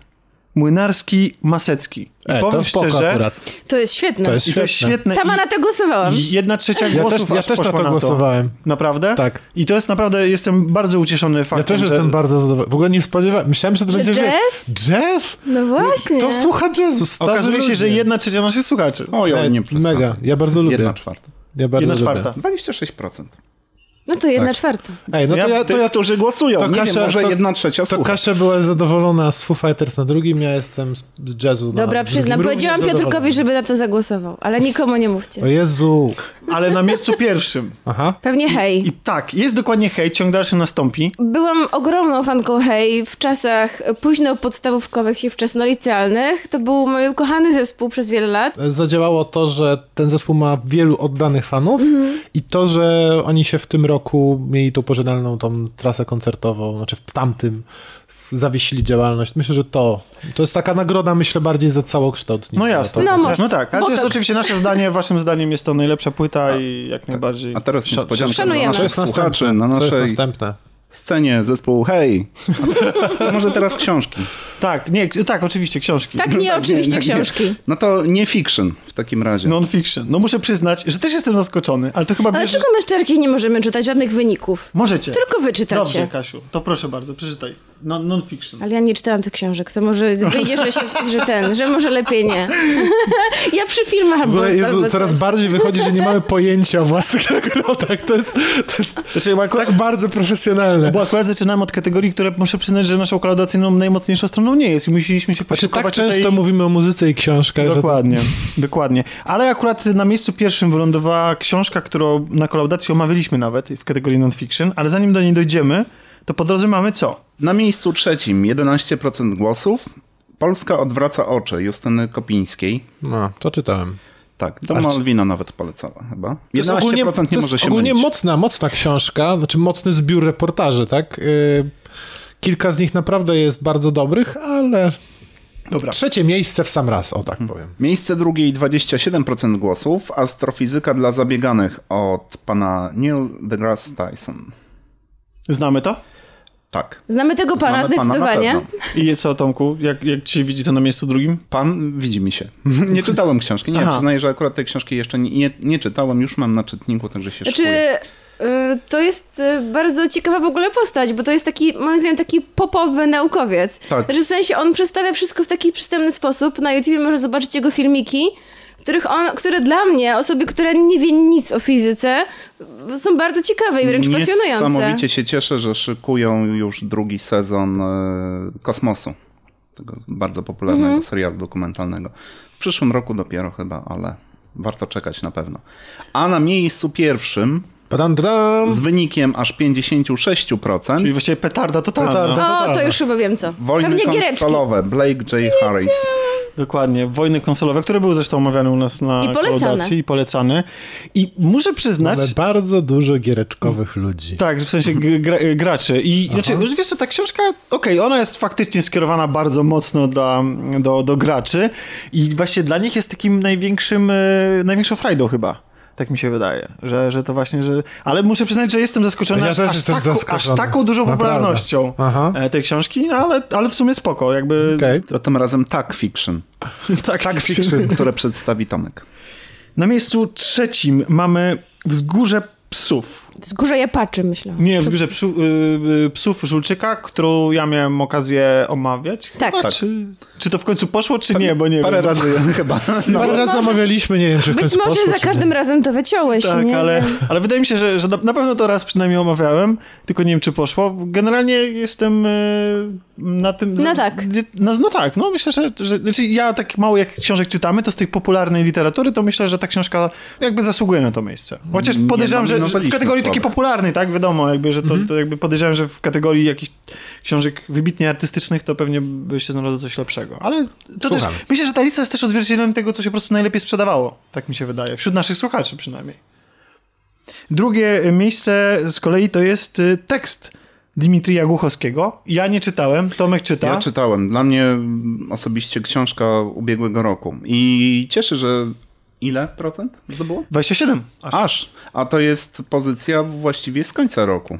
Speaker 1: młynarski Masecki. I
Speaker 3: E, to
Speaker 1: powiem
Speaker 3: spoko
Speaker 1: szczerze,
Speaker 3: akurat.
Speaker 4: To jest świetne.
Speaker 3: To jest
Speaker 1: i to jest
Speaker 3: świetne.
Speaker 1: świetne.
Speaker 4: Sama
Speaker 1: i
Speaker 4: na to głosowałam.
Speaker 1: Jedna trzecia
Speaker 3: Ja
Speaker 1: głosów
Speaker 3: też, ja
Speaker 1: aż
Speaker 3: też na
Speaker 1: poszła
Speaker 3: to głosowałem.
Speaker 1: Naprawdę?
Speaker 3: Tak.
Speaker 1: I to jest naprawdę, jestem bardzo ucieszony
Speaker 3: Ja
Speaker 1: faktem,
Speaker 3: też
Speaker 1: że...
Speaker 3: jestem bardzo zadowolony. W ogóle nie spodziewałem. Myślałem, że to
Speaker 4: Że
Speaker 3: będzie wiesz,
Speaker 4: jazz?
Speaker 3: Jazz?
Speaker 4: No właśnie.
Speaker 3: Kto słucha jazzu? Starzy
Speaker 1: Okazuje się,
Speaker 3: ludzie.
Speaker 1: że jedna trzecia naszych słuchaczy.
Speaker 2: Oj, oj,
Speaker 3: E,
Speaker 2: nie przestań.
Speaker 3: Mega, ja bardzo lubię.
Speaker 2: Jedna czwarta.
Speaker 3: ja bardzo
Speaker 1: Jedna
Speaker 3: lubię.
Speaker 1: czwarta.
Speaker 2: 26%.
Speaker 4: No to jedna czwarta.
Speaker 3: Ej, no to
Speaker 1: Ja-
Speaker 3: ja, to
Speaker 1: ty-
Speaker 3: ja
Speaker 2: Którzy głosują,
Speaker 3: To
Speaker 2: nie
Speaker 3: Kasia-
Speaker 2: wiem, może
Speaker 3: to-
Speaker 2: jedna trzecia
Speaker 3: To
Speaker 2: słucha.
Speaker 3: Kasia była zadowolona z Foo Fighters na drugim, ja jestem z- z jazzu na
Speaker 4: Dobra,
Speaker 3: drugim.
Speaker 4: przyznam.
Speaker 3: Również
Speaker 4: Powiedziałam
Speaker 3: zadowolony.
Speaker 4: Piotrkowi, żeby na to zagłosował, ale nikomu nie mówcie.
Speaker 3: O Jezu.
Speaker 1: Ale na miejscu pierwszym.
Speaker 3: Aha.
Speaker 4: Pewnie hej.
Speaker 1: I tak, jest dokładnie hej, ciąg dalszy nastąpi.
Speaker 4: Byłam ogromną fanką hej w czasach późno podstawówkowych i wczesnolicealnych. To był mój ukochany zespół przez wiele lat.
Speaker 3: Zadziałało to, że ten zespół ma wielu oddanych fanów i to, że oni się w tym roku mieli tą pożegnalną tą trasę koncertową, znaczy w tamtym s- zawiesili działalność. Myślę, że to to jest taka nagroda, myślę, bardziej za całokształt. niż
Speaker 1: No
Speaker 3: za
Speaker 1: jasne.
Speaker 3: to.
Speaker 4: No może.
Speaker 1: No tak, ale to jest
Speaker 4: Botox.
Speaker 1: oczywiście nasze zdanie, waszym zdaniem jest to najlepsza płyta i jak najbardziej...
Speaker 2: tak. A teraz
Speaker 1: sza-
Speaker 2: niespodzianka dla
Speaker 4: Szanujemy.
Speaker 3: Co
Speaker 2: naszych
Speaker 3: jest następne?
Speaker 2: słuchaczy, na
Speaker 3: Co jest
Speaker 2: naszej
Speaker 3: następne?
Speaker 2: scenie zespół Hej. To Może teraz książki.
Speaker 1: Tak, nie, tak, oczywiście, książki.
Speaker 2: <laughs>
Speaker 4: Tak, nie, oczywiście
Speaker 2: Tak, nie.
Speaker 4: książki.
Speaker 2: No to nie fiction w takim razie.
Speaker 1: Non-fiction. No muszę przyznać, że też jestem zaskoczony, ale
Speaker 2: No
Speaker 1: to chyba
Speaker 4: Ale
Speaker 1: bierze...
Speaker 4: czego my szczerki nie możemy czytać żadnych wyników?
Speaker 1: Możecie.
Speaker 4: Tylko wyczytać
Speaker 1: Dobrze,
Speaker 4: się.
Speaker 1: Kasiu, to proszę bardzo, przeczytaj. No- Non-fiction.
Speaker 4: Ale ja nie czytałam tych książek, to może wyjdzie, że, się, że ten, że może lepiej nie. <laughs> ja przy filmach
Speaker 3: W
Speaker 4: albo...
Speaker 3: ogóle Jezu,
Speaker 4: albo
Speaker 3: coraz bardziej wychodzi, że nie <laughs> mamy pojęcia o własnych nagrodach. To jest, to jest,
Speaker 1: Znaczy, bo
Speaker 3: jest
Speaker 1: akurat-
Speaker 3: tak bardzo profesjonalne.
Speaker 1: Bo akurat zaczynamy od kategorii, która muszę przyznać, że naszą kolaudacyjną najmocniejszą stroną nie jest i musieliśmy się
Speaker 3: Znaczy,
Speaker 1: posiłkować
Speaker 3: tak często
Speaker 1: tutaj...
Speaker 3: mówimy o muzyce i książkach, że to
Speaker 1: Dokładnie, <laughs> dokładnie. Ale akurat na miejscu pierwszym wylądowała książka, którą na kolaudacji omawialiśmy nawet w kategorii non-fiction, ale zanim do niej dojdziemy, to po drodze mamy co?
Speaker 2: Na miejscu trzecim 11% głosów. Polska odwraca oczy Justyny Kopińskiej.
Speaker 3: No, to czytałem.
Speaker 2: Tak, to
Speaker 3: A czy-
Speaker 2: Malwina nawet polecała chyba. 11%
Speaker 3: to
Speaker 2: nie
Speaker 3: jest
Speaker 2: może się
Speaker 3: ogólnie
Speaker 2: mylić.
Speaker 3: mocna, mocna książka, znaczy mocny zbiór reportaży, tak? Yy, kilka z nich naprawdę jest bardzo dobrych, ale
Speaker 1: Dobra. Hmm.
Speaker 3: trzecie miejsce w sam raz, o tak powiem.
Speaker 2: Miejsce drugie i 27% głosów. Astrofizyka dla zabieganych od pana Neil deGrasse Tyson.
Speaker 1: Znamy to?
Speaker 2: Tak.
Speaker 4: Znamy tego pana
Speaker 2: Znamy na
Speaker 4: zdecydowanie.
Speaker 2: pewno.
Speaker 1: I co, Tomku? Jak, jak ci się widzi to na miejscu drugim?
Speaker 2: Pan widzi mi się. <laughs> Nie czytałem książki. Nie,
Speaker 1: Aha.
Speaker 2: przyznaję, że akurat tej książki jeszcze nie, nie, nie czytałem. Już mam na czytniku, także się
Speaker 4: Znaczy,
Speaker 2: szykuję.
Speaker 4: y, to jest y, bardzo ciekawa w ogóle postać, bo to jest taki, moim zdaniem, taki popowy naukowiec.
Speaker 2: Tak.
Speaker 4: Znaczy, w sensie on przedstawia wszystko w taki przystępny sposób. Na YouTubie można zobaczyć jego filmiki, których on, które dla mnie, osoby, która nie wie nic o fizyce, y, są bardzo ciekawe i wręcz pasjonujące.
Speaker 2: Niesamowicie się cieszę, że szykują już drugi sezon e, Kosmosu. Tego bardzo popularnego
Speaker 4: Mhm.
Speaker 2: serialu dokumentalnego. W przyszłym roku dopiero chyba, ale warto czekać na pewno. A na miejscu pierwszym
Speaker 3: Padam, dam.
Speaker 2: z wynikiem aż 56%
Speaker 1: Czyli właściwie petarda totalna.
Speaker 4: Tak.
Speaker 3: Petarda.
Speaker 1: tak.
Speaker 4: O, to już chyba wiem co.
Speaker 2: wojny
Speaker 4: Pewnie giereczki.
Speaker 2: konsolowe Blake J. Harris.
Speaker 1: Dokładnie. Wojny konsolowe, które były zresztą omawiane u nas na
Speaker 4: I polecane.
Speaker 1: kolaudacji i polecane. I muszę przyznać,
Speaker 3: Ale bardzo dużo giereczkowych ludzi.
Speaker 1: tak, że w sensie gr- gra, graczy. I znaczy, wiesz co, ta książka, okej, ona jest faktycznie skierowana bardzo mocno do, do, do graczy i właśnie dla nich jest takim największym, e, największą frajdą chyba. Tak mi się wydaje, że, że to właśnie, że... Ale muszę przyznać, że jestem zaskoczony
Speaker 3: Ja
Speaker 1: aż,
Speaker 3: też
Speaker 1: aż,
Speaker 3: jestem
Speaker 1: taką, aż
Speaker 3: zaskoczony.
Speaker 1: taką dużą
Speaker 3: Naprawdę.
Speaker 1: popularnością
Speaker 3: Aha.
Speaker 1: e, tej książki, no ale, ale w sumie spoko, jakby...
Speaker 3: Okej.
Speaker 2: To tym razem tak fiction,
Speaker 1: <laughs> tak, tak
Speaker 2: które przedstawi Tomek.
Speaker 1: Na miejscu trzecim mamy Wzgórze Psów.
Speaker 4: Wzgórze Jepaczy, myślałam.
Speaker 1: Nie, Wzgórze psu, y, y, Psów Żulczyka, którą ja miałem okazję omawiać.
Speaker 4: Tak.
Speaker 1: Chyba,
Speaker 4: Tak.
Speaker 1: Czy, czy to w końcu poszło, czy nie, bo nie
Speaker 2: Parę
Speaker 1: wiem.
Speaker 2: razy
Speaker 1: <laughs>
Speaker 2: chyba. <laughs> No.
Speaker 3: Parę razy omawialiśmy, nie wiem, czy w
Speaker 4: Być
Speaker 3: końcu
Speaker 4: może
Speaker 3: poszło,
Speaker 4: za
Speaker 3: czy nie.
Speaker 4: każdym razem to wyciąłeś,
Speaker 1: Tak,
Speaker 4: nie?
Speaker 1: ale, ale wydaje mi się, że, że na, na pewno to raz przynajmniej omawiałem, tylko nie wiem, czy poszło. Generalnie jestem y, na tym...
Speaker 4: No tak.
Speaker 1: gdzie- No, no tak, no myślę, że, że... Znaczy ja tak mało jak książek czytamy, to z tej popularnej literatury, to myślę, że ta książka jakby zasługuje na to miejsce. Chociaż
Speaker 2: Mm, Nie
Speaker 1: podejrzewam, że, że w
Speaker 2: nominowaliśmy
Speaker 1: kategorii takiej
Speaker 2: słabe. Mhm.
Speaker 1: popularnej, tak, wiadomo, jakby, że to, to jakby podejrzewam, że w kategorii jakichś książek wybitnie artystycznych to pewnie by się znalazło coś lepszego. Ale to też,
Speaker 3: Słucham.
Speaker 1: myślę, że ta lista jest też odzwierciedleniem tego, co się po prostu najlepiej sprzedawało, tak mi się wydaje, wśród naszych słuchaczy przynajmniej. Drugie miejsce z kolei to jest y, tekst Dmitrija Głuchowskiego. Ja nie czytałem, Tomek czyta.
Speaker 2: Ja czytałem. Dla mnie osobiście książka ubiegłego roku. I cieszy, że ile procent zdobyło?
Speaker 1: 27. Aż.
Speaker 2: Aż. A to jest pozycja właściwie z końca roku.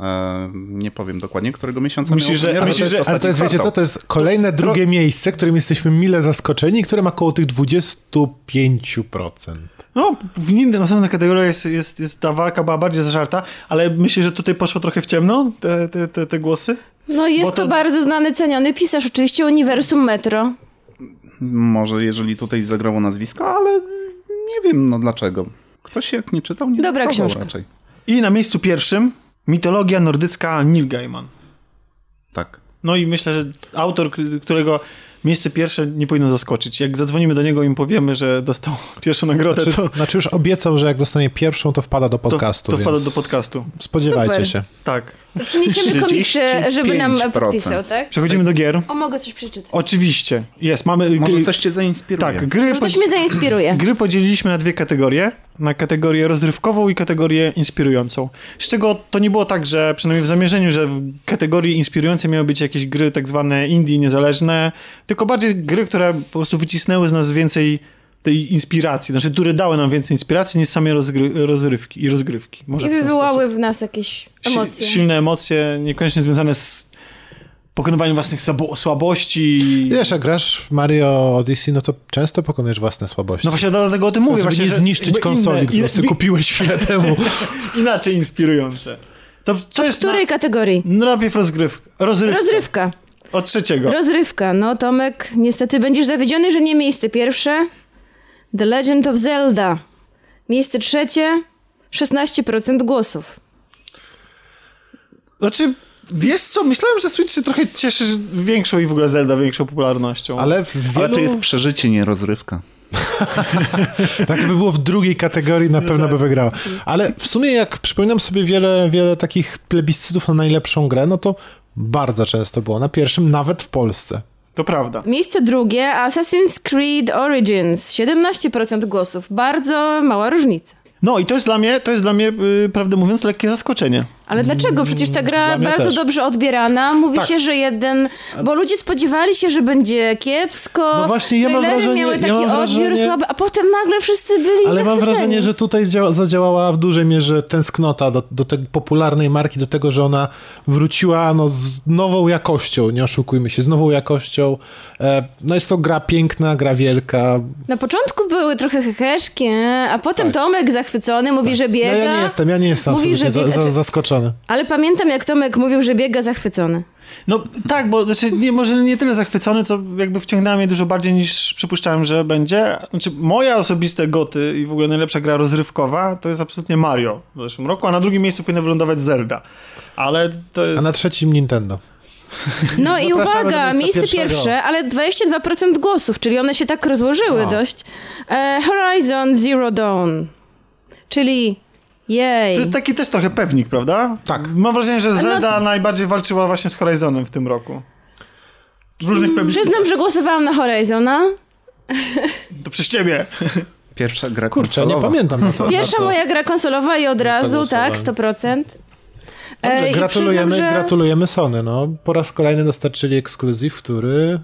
Speaker 2: E, nie powiem dokładnie, którego miesiąca
Speaker 1: Myślisz,
Speaker 2: miało
Speaker 1: że-
Speaker 2: premierę,
Speaker 1: myślisz,
Speaker 2: ale
Speaker 1: że-
Speaker 3: Ale to
Speaker 2: ostatni
Speaker 3: jest, wiecie co,
Speaker 2: kwartał.
Speaker 3: to jest kolejne drugie miejsce, którym jesteśmy mile zaskoczeni, które ma około tych 25%.
Speaker 1: No, w innej następnej kategorii jest, jest, jest ta walka była bardziej zażarta, ale myślę, że tutaj poszło trochę w ciemno te, te, te, te głosy.
Speaker 4: No
Speaker 1: Bo
Speaker 4: jest
Speaker 1: to-
Speaker 4: to bardzo znany, ceniony pisarz, oczywiście Uniwersum Metro.
Speaker 2: Może jeżeli tutaj zagrało nazwisko, ale nie wiem no dlaczego. Ktoś jak nie czytał, nie
Speaker 4: Dobra
Speaker 2: napisał
Speaker 4: książka.
Speaker 2: raczej.
Speaker 1: I na miejscu pierwszym mitologia nordycka Neil Gaiman.
Speaker 2: Tak.
Speaker 1: No i myślę, że autor, k- którego miejsce pierwsze nie powinno zaskoczyć. Jak zadzwonimy do niego i mu powiemy, że dostał <laughs> pierwszą nagrodę,
Speaker 3: Znaczy,
Speaker 1: to,
Speaker 3: znaczy już obiecał, że jak dostanie pierwszą, to wpada do
Speaker 1: to,
Speaker 3: podcastu.
Speaker 1: to wpada
Speaker 3: więc
Speaker 1: do podcastu.
Speaker 3: Spodziewajcie
Speaker 4: Super.
Speaker 3: się.
Speaker 1: Tak.
Speaker 4: Przyniesiemy komiksy, żeby nam
Speaker 2: 35%.
Speaker 4: podpisał, tak?
Speaker 1: Przechodzimy do gier.
Speaker 4: O, mogę coś przeczytać.
Speaker 1: Oczywiście. Jest, mamy...
Speaker 2: Może
Speaker 1: gry-
Speaker 2: coś cię zainspiruje.
Speaker 1: Tak, gry,
Speaker 4: Może
Speaker 1: po,
Speaker 4: Ktoś mnie zainspiruje.
Speaker 1: gry podzieliliśmy na dwie kategorie. Na kategorię rozrywkową i kategorię inspirującą. Z czego to nie było tak, że przynajmniej w zamierzeniu, że w kategorii inspirującej miały być jakieś gry tak zwane indie, niezależne, tylko bardziej gry, które po prostu wycisnęły z nas więcej tej inspiracji, znaczy, które dały nam więcej inspiracji niż same rozgry- rozrywki i rozgrywki. Może
Speaker 4: I
Speaker 1: w ten
Speaker 4: wywołały w nas jakieś
Speaker 1: si-
Speaker 4: emocje.
Speaker 1: silne emocje, niekoniecznie związane z pokonywaniem własnych sabo- słabości.
Speaker 3: Wiesz, jak grasz w Mario Odyssey, no to często pokonujesz własne słabości.
Speaker 1: No właśnie dlatego o tym mówię.
Speaker 3: żeby
Speaker 1: właśnie,
Speaker 3: nie
Speaker 1: że
Speaker 3: zniszczyć
Speaker 1: jakby
Speaker 3: konsoli,
Speaker 1: inne-
Speaker 3: którą
Speaker 1: inne-
Speaker 3: sobie kupiłeś chwilę temu.
Speaker 1: <laughs> Inaczej inspirujące. To co jest
Speaker 4: Której kategorii?
Speaker 1: na... Najpierw rozgrywka. Rozrywka.
Speaker 4: Rozrywka.
Speaker 1: Od trzeciego.
Speaker 4: Rozrywka. No, Tomek, niestety będziesz zawiedziony, że nie miejsce pierwsze. The Legend of Zelda. Miejsce trzecie. 16% głosów.
Speaker 1: Znaczy, wiesz co, myślałem, że Switch się trochę cieszy większą i w ogóle Zelda większą popularnością.
Speaker 3: Ale w wielu...
Speaker 2: Ale to jest przeżycie, nie rozrywka.
Speaker 3: Tak by było w drugiej kategorii,
Speaker 1: No
Speaker 3: na
Speaker 1: tak.
Speaker 3: pewno by wygrała. Ale w sumie jak przypominam sobie wiele, wiele takich plebiscytów na najlepszą grę, no to bardzo często było na pierwszym, nawet w Polsce.
Speaker 1: To prawda.
Speaker 4: Miejsce drugie. Assassin's Creed Origins. 17% głosów. Bardzo mała różnica.
Speaker 1: No i to jest dla mnie, to jest dla mnie, y, prawdę mówiąc, lekkie zaskoczenie.
Speaker 4: Ale dlaczego? Przecież ta gra
Speaker 3: Mm, Dla mnie
Speaker 4: bardzo
Speaker 3: też.
Speaker 4: dobrze odbierana. Mówi
Speaker 1: Tak.
Speaker 4: się, że jeden. Bo ludzie spodziewali się, że będzie kiepsko.
Speaker 3: No właśnie, ja mam
Speaker 4: Trailery
Speaker 3: wrażenie-
Speaker 4: miały
Speaker 3: ja
Speaker 4: taki
Speaker 3: mam
Speaker 4: odbiór
Speaker 3: wrażenie-
Speaker 4: słaby, a potem nagle wszyscy byli
Speaker 3: Ale mam
Speaker 4: zachwyceni.
Speaker 3: wrażenie, że tutaj dzia- zadziałała w dużej mierze tęsknota do, do tej popularnej marki, do tego, że ona wróciła no, z nową jakością, nie oszukujmy się, z nową jakością. E, no jest to gra piękna, gra wielka.
Speaker 4: Na początku były trochę heheszki, a potem Tomek zachwycony mówi, że biega.
Speaker 3: No, Tak. ja nie jestem, ja nie jestem
Speaker 4: Mówi, że
Speaker 3: absolutnie za,
Speaker 4: biega,
Speaker 3: za,
Speaker 4: czy-
Speaker 3: zaskoczony.
Speaker 4: Ale pamiętam, jak Tomek mówił, że biega zachwycony.
Speaker 1: No tak, bo znaczy, nie, może nie tyle zachwycony, co jakby wciągnęła mnie dużo bardziej niż przypuszczałem, że będzie. Znaczy, moja osobiste goty i w ogóle najlepsza gra rozrywkowa to jest absolutnie Mario w zeszłym roku, a na drugim miejscu powinna wylądować Zelda. Ale to jest...
Speaker 3: A na trzecim Nintendo.
Speaker 4: No i
Speaker 3: Zapraszamy
Speaker 4: uwaga,
Speaker 3: do miejsca
Speaker 4: miejsce
Speaker 3: pierwszego.
Speaker 4: pierwsze, ale 22% głosów, czyli one się tak rozłożyły
Speaker 3: No.
Speaker 4: dość. E, Horizon Zero Dawn, czyli jej.
Speaker 1: To jest taki też trochę pewnik,
Speaker 4: no-
Speaker 1: prawda? Tak. Mam wrażenie, że Zelda najbardziej walczyła właśnie z Horizonem w tym roku.
Speaker 4: Mm,
Speaker 1: różnych plebiscytów.
Speaker 4: Przyznam, że głosowałam na Horizona.
Speaker 1: To przez ciebie.
Speaker 2: Pierwsza gra
Speaker 3: Kurczę, nie
Speaker 2: konsolowa.
Speaker 3: pamiętam na co.
Speaker 4: <laughs> Pierwsza
Speaker 3: na co.
Speaker 4: moja gra konsolowa i od razu,
Speaker 3: Zagłosowałem.
Speaker 4: tak, 100%. E,
Speaker 3: Dobrze,
Speaker 4: i
Speaker 3: gratulujemy,
Speaker 4: przyznam, że-
Speaker 3: gratulujemy Sony. No. Po raz kolejny dostarczyli ekskluzyw, który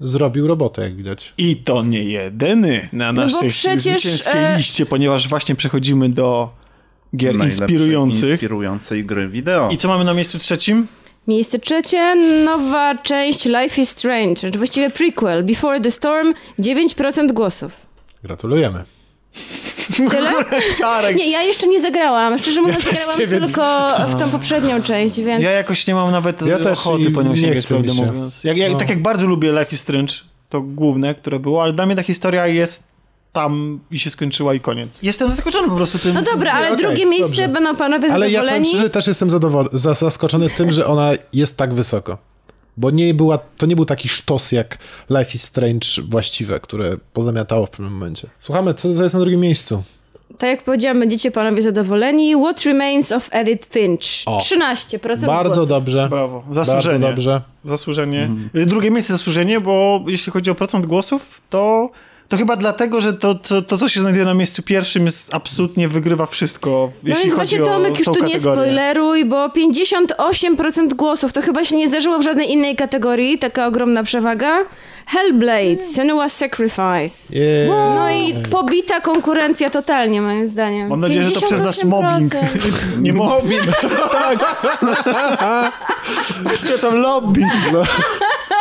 Speaker 3: zrobił robotę, jak widać.
Speaker 1: I to nie jedyny na
Speaker 4: No bo
Speaker 1: naszej
Speaker 4: przecież,
Speaker 1: zwycięskiej
Speaker 4: e,
Speaker 1: liście, ponieważ właśnie przechodzimy do gier
Speaker 2: Najlepszej
Speaker 1: inspirujących.
Speaker 2: Inspirującej gry wideo.
Speaker 1: I co mamy na miejscu trzecim?
Speaker 4: Miejsce trzecie, nowa część Life is Strange, czy właściwie prequel, Before the Storm, 9% głosów.
Speaker 3: Gratulujemy.
Speaker 4: Tyle?
Speaker 1: Czarek.
Speaker 4: Nie, ja jeszcze nie zagrałam. Szczerze mówiąc,
Speaker 3: Tak. też
Speaker 4: zagrałam
Speaker 3: nie, więc-
Speaker 4: tylko
Speaker 3: <laughs>
Speaker 4: w tą poprzednią część, więc...
Speaker 1: Ja jakoś nie mam nawet
Speaker 3: Ja
Speaker 1: ja
Speaker 3: też
Speaker 1: ochoty
Speaker 3: i
Speaker 1: po nią
Speaker 3: nie
Speaker 1: sięgać,
Speaker 3: chce mi
Speaker 1: prawdę
Speaker 3: się.
Speaker 1: mówiąc. Jak, jak,
Speaker 3: No.
Speaker 1: Tak jak bardzo lubię Life is Strange, to główne, które było, ale dla mnie ta historia jest tam i się skończyła i koniec. Jestem zaskoczony po prostu tym.
Speaker 4: No dobra, ale
Speaker 3: okej,
Speaker 4: drugie miejsce
Speaker 3: dobrze.
Speaker 4: będą panowie
Speaker 3: Ale ja powiem
Speaker 4: zadowoleni.
Speaker 3: szczerze, też jestem zadowol- za- zaskoczony tym, że ona jest tak wysoko. Bo nie była, to nie był taki sztos jak Life is Strange właściwe, które pozamiatało w pewnym momencie. Słuchamy, co, co jest na drugim miejscu?
Speaker 4: Tak jak powiedziałam, będziecie panowie zadowoleni. What Remains of Edith Finch,
Speaker 3: O.
Speaker 4: 13%
Speaker 3: Bardzo
Speaker 4: głosów.
Speaker 3: dobrze.
Speaker 1: Brawo,
Speaker 3: Bardzo
Speaker 1: zasłużenie.
Speaker 3: dobrze. Mhm.
Speaker 1: Zasłużenie. Y, Drugie miejsce zasłużenie, bo jeśli chodzi o procent głosów, to, to chyba dlatego, że to, to, to, co się znajduje na miejscu pierwszym, jest absolutnie wygrywa wszystko,
Speaker 4: No
Speaker 1: jeśli
Speaker 4: więc
Speaker 1: chodzi
Speaker 4: właśnie
Speaker 1: o
Speaker 4: Tomek już
Speaker 1: tą
Speaker 4: tu nie
Speaker 1: kategorię.
Speaker 4: spoileruj, bo 58% głosów to chyba się nie zdarzyło w żadnej innej kategorii, taka ogromna przewaga. Hellblade, Senua Sacrifice.
Speaker 3: Jej.
Speaker 4: No i pobita konkurencja totalnie, moim zdaniem.
Speaker 1: Mam nadzieję, że to przez nasz
Speaker 4: 58%.
Speaker 1: mobbing. <laughs> nie mobbing, tak. <laughs> Przepraszam, lobby.
Speaker 2: <laughs>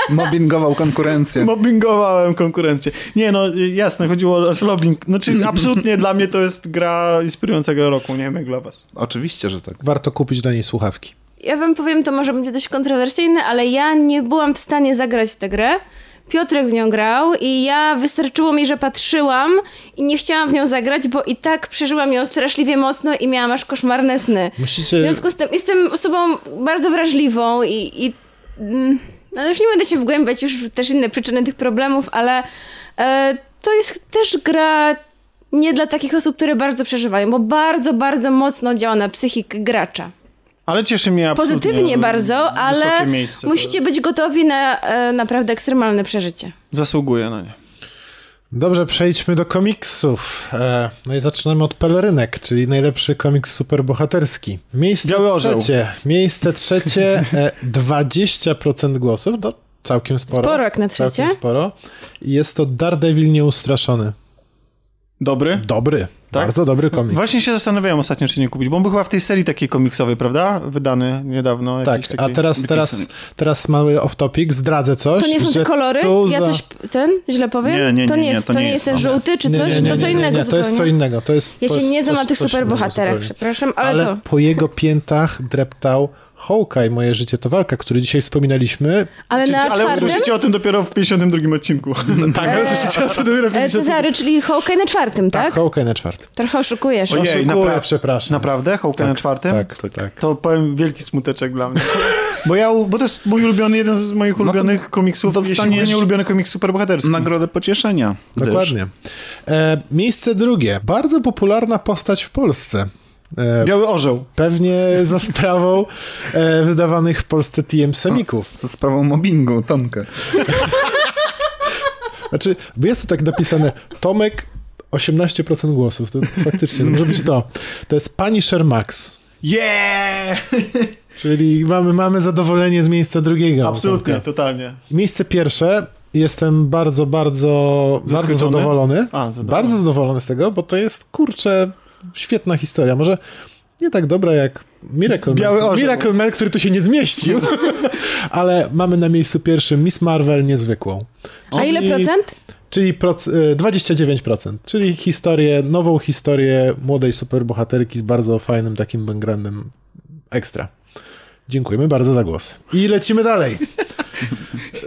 Speaker 2: Mobbingował konkurencję.
Speaker 1: Mobbingowałem konkurencję. Nie, no y, jasne, chodziło o o lobbying. No, czyli absolutnie dla mnie to jest gra inspirująca gra roku, nie wiem jak dla was.
Speaker 2: Oczywiście, że tak.
Speaker 3: Warto kupić do niej słuchawki.
Speaker 4: Ja wam powiem, to może będzie dość kontrowersyjne, ale ja nie byłam w stanie zagrać w tę grę. Piotrek w nią grał i ja wystarczyło mi, że patrzyłam i nie chciałam w nią zagrać, bo i tak przeżyłam ją straszliwie mocno i miałam aż koszmarne sny. W
Speaker 3: Musicie...
Speaker 4: związku z tym jestem osobą bardzo wrażliwą i, i mm, no już nie będę się wgłębiać już w też inne przyczyny tych problemów, ale e, to jest też gra nie dla takich osób, które bardzo przeżywają, bo bardzo, bardzo mocno działa na psychikę gracza.
Speaker 1: Ale cieszy mnie absolutnie.
Speaker 4: Pozytywnie bardzo,
Speaker 1: Wysokie
Speaker 4: ale
Speaker 1: miejsce to
Speaker 4: musicie być gotowi na e, naprawdę ekstremalne przeżycie.
Speaker 1: Zasługuje na nie.
Speaker 3: Dobrze, przejdźmy do komiksów. E, no i zaczynamy od Pelerynek, czyli najlepszy komiks superbohaterski. Miejsce
Speaker 1: Biały Orzeł.
Speaker 3: trzecie. Miejsce trzecie, e, 20% głosów, no całkiem sporo.
Speaker 4: Sporo jak na trzecie.
Speaker 3: Całkiem sporo. I jest to Daredevil Nieustraszony.
Speaker 1: Dobry?
Speaker 3: Dobry,
Speaker 1: Tak?
Speaker 3: bardzo dobry komiks.
Speaker 1: Właśnie się zastanawiałem ostatnio, czy nie kupić, bo on był chyba w tej serii takiej komiksowej, prawda? Wydany niedawno.
Speaker 3: tak,
Speaker 1: jakiś taki...
Speaker 3: a teraz, teraz, teraz mały off-topic, zdradzę coś.
Speaker 4: To nie są
Speaker 3: że
Speaker 4: te kolory?
Speaker 3: tu
Speaker 4: Ja
Speaker 3: za-
Speaker 4: coś ten źle powiem?
Speaker 2: Nie, nie,
Speaker 4: to
Speaker 2: nie,
Speaker 4: nie
Speaker 2: nie,
Speaker 4: jest,
Speaker 2: to nie jest
Speaker 4: ten
Speaker 2: to.
Speaker 4: żółty czy
Speaker 3: Nie, nie,
Speaker 4: coś?
Speaker 3: nie,
Speaker 4: to co
Speaker 3: nie, nie,
Speaker 4: innego
Speaker 3: nie, To jest co
Speaker 4: zupełnie.
Speaker 3: innego. To jest,
Speaker 4: Ja
Speaker 3: to
Speaker 4: się
Speaker 3: jest
Speaker 4: nie znam
Speaker 3: coś-
Speaker 4: na tych
Speaker 3: coś innego
Speaker 4: superbohaterach,
Speaker 3: zupełnie.
Speaker 4: przepraszam, ale,
Speaker 3: ale
Speaker 4: to.
Speaker 3: po jego piętach dreptał Hawkeye, moje życie to walka, który dzisiaj wspominaliśmy.
Speaker 4: Ale na
Speaker 3: Znaczy,
Speaker 1: Ale
Speaker 4: czwartym?
Speaker 1: usłyszycie o tym dopiero w 52 odcinku.
Speaker 3: <laughs> Tak, ale słyszycie, co to dopiero
Speaker 4: E,
Speaker 3: 50...
Speaker 4: Cezary, czyli Hawkeye na czwartym, tak?
Speaker 3: Hawkeye na czwartym.
Speaker 4: Trochę oszukujesz.
Speaker 1: Ojej,
Speaker 3: Oszukuję,
Speaker 1: napra-
Speaker 3: przepraszam.
Speaker 1: Naprawdę? Hołka na czwartym?
Speaker 3: Tak, tak, tak.
Speaker 1: To powiem wielki smuteczek dla mnie. <laughs> No Bo ja, u- bo to jest mój ulubiony, jeden z moich ulubionych komiksów, jeśli
Speaker 2: dostaniesz-
Speaker 1: nie ulubiony komiks superbohaterski.
Speaker 2: Nagrodę pocieszenia. gdyż
Speaker 3: Dokładnie. E, miejsce drugie. Bardzo popularna postać w Polsce. E,
Speaker 1: Biały orzeł.
Speaker 3: pewnie za sprawą e, wydawanych w Polsce TM Semików.
Speaker 2: Za sprawą mobbingu, Tomkę.
Speaker 3: Znaczy, bo jest tu tak napisane Tomek 18% głosów. To, to faktycznie może być to. To jest pani Shermax.
Speaker 1: Yeah!
Speaker 3: Czyli mamy, mamy zadowolenie z miejsca drugiego.
Speaker 1: No, Absolutnie, totalnie.
Speaker 3: Miejsce pierwsze. Jestem bardzo, bardzo, bardzo
Speaker 1: Zaskoczony?
Speaker 3: zadowolony.
Speaker 1: A, zadowolony.
Speaker 3: Bardzo zadowolony z tego, bo to jest, kurczę, świetna historia. Może nie tak dobra jak Miracle
Speaker 1: Biały
Speaker 3: Man,
Speaker 1: orzeł.
Speaker 3: Miracle Man, który tu się nie
Speaker 1: <laughs>
Speaker 3: zmieścił, ale mamy na miejscu pierwszym Miss Marvel niezwykłą.
Speaker 4: A ile
Speaker 3: Czyli-
Speaker 4: procent?
Speaker 3: Czyli proc, y, 29%, czyli historię, nową historię młodej superbohaterki z bardzo fajnym takim backgroundem ekstra. Dziękujemy bardzo za głos. I lecimy dalej.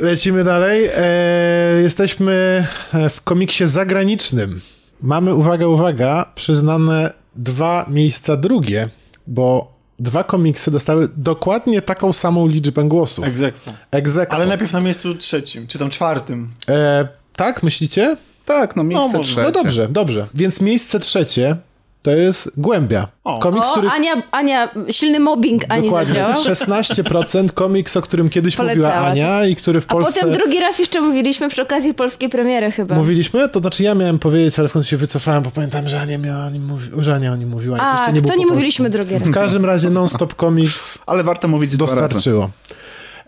Speaker 3: Lecimy dalej. E, jesteśmy e, w komiksie zagranicznym. Mamy, uwaga, uwaga, przyznane dwa miejsca drugie, bo dwa komiksy dostały dokładnie taką samą liczbę głosów.
Speaker 1: Egzekwo.
Speaker 3: Egzekwo.
Speaker 1: Tak. Ale najpierw na miejscu trzecim, czy tam czwartym.
Speaker 3: E, tak, myślicie?
Speaker 2: Tak, no miejsce
Speaker 1: może.
Speaker 2: trzecie.
Speaker 3: No dobrze, dobrze. Więc miejsce trzecie to jest Głębia. Komiks,
Speaker 4: O,
Speaker 3: który...
Speaker 4: Ania, Ania, silny mobbing Ani
Speaker 3: Dokładnie,
Speaker 4: zadziałał.
Speaker 3: 16% komiks, o którym kiedyś mówiła
Speaker 4: Polecała.
Speaker 3: Ania i który w
Speaker 4: A
Speaker 3: Polsce...
Speaker 4: potem drugi raz jeszcze mówiliśmy przy okazji polskiej premiery chyba.
Speaker 3: Mówiliśmy? To znaczy ja miałem powiedzieć, ale w końcu się wycofałem, bo pamiętam, że Ania, miała o nim mówi... że Ania o nim mówiła. jak
Speaker 4: A,
Speaker 3: jeszcze
Speaker 4: to
Speaker 3: nie
Speaker 4: nie
Speaker 3: był po polsku.
Speaker 4: mówiliśmy drugi raz.
Speaker 3: W każdym razie non-stop komiks
Speaker 2: Ale warto mówić dwa razy.
Speaker 3: dostarczyło.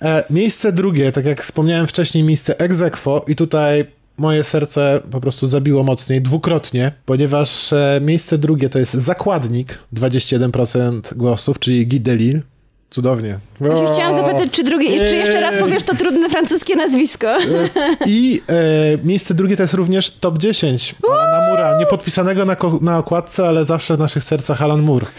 Speaker 3: E, miejsce drugie, tak jak wspomniałem wcześniej, miejsce ex aequo i tutaj moje serce po prostu zabiło mocniej, dwukrotnie, ponieważ e, miejsce drugie to jest Zakładnik, 21% głosów, czyli Guy Delisle. Cudownie. No.
Speaker 4: Ja <laughs>
Speaker 3: O,
Speaker 4: się chciałam zapytać, czy drugi, czy jeszcze
Speaker 3: Yy.
Speaker 4: raz powiesz to trudne francuskie nazwisko?
Speaker 3: I e, miejsce drugie to jest również top 10 Alana Mura, niepodpisanego na, ko- na okładce, ale zawsze w naszych sercach Alan Moore.
Speaker 4: <laughs>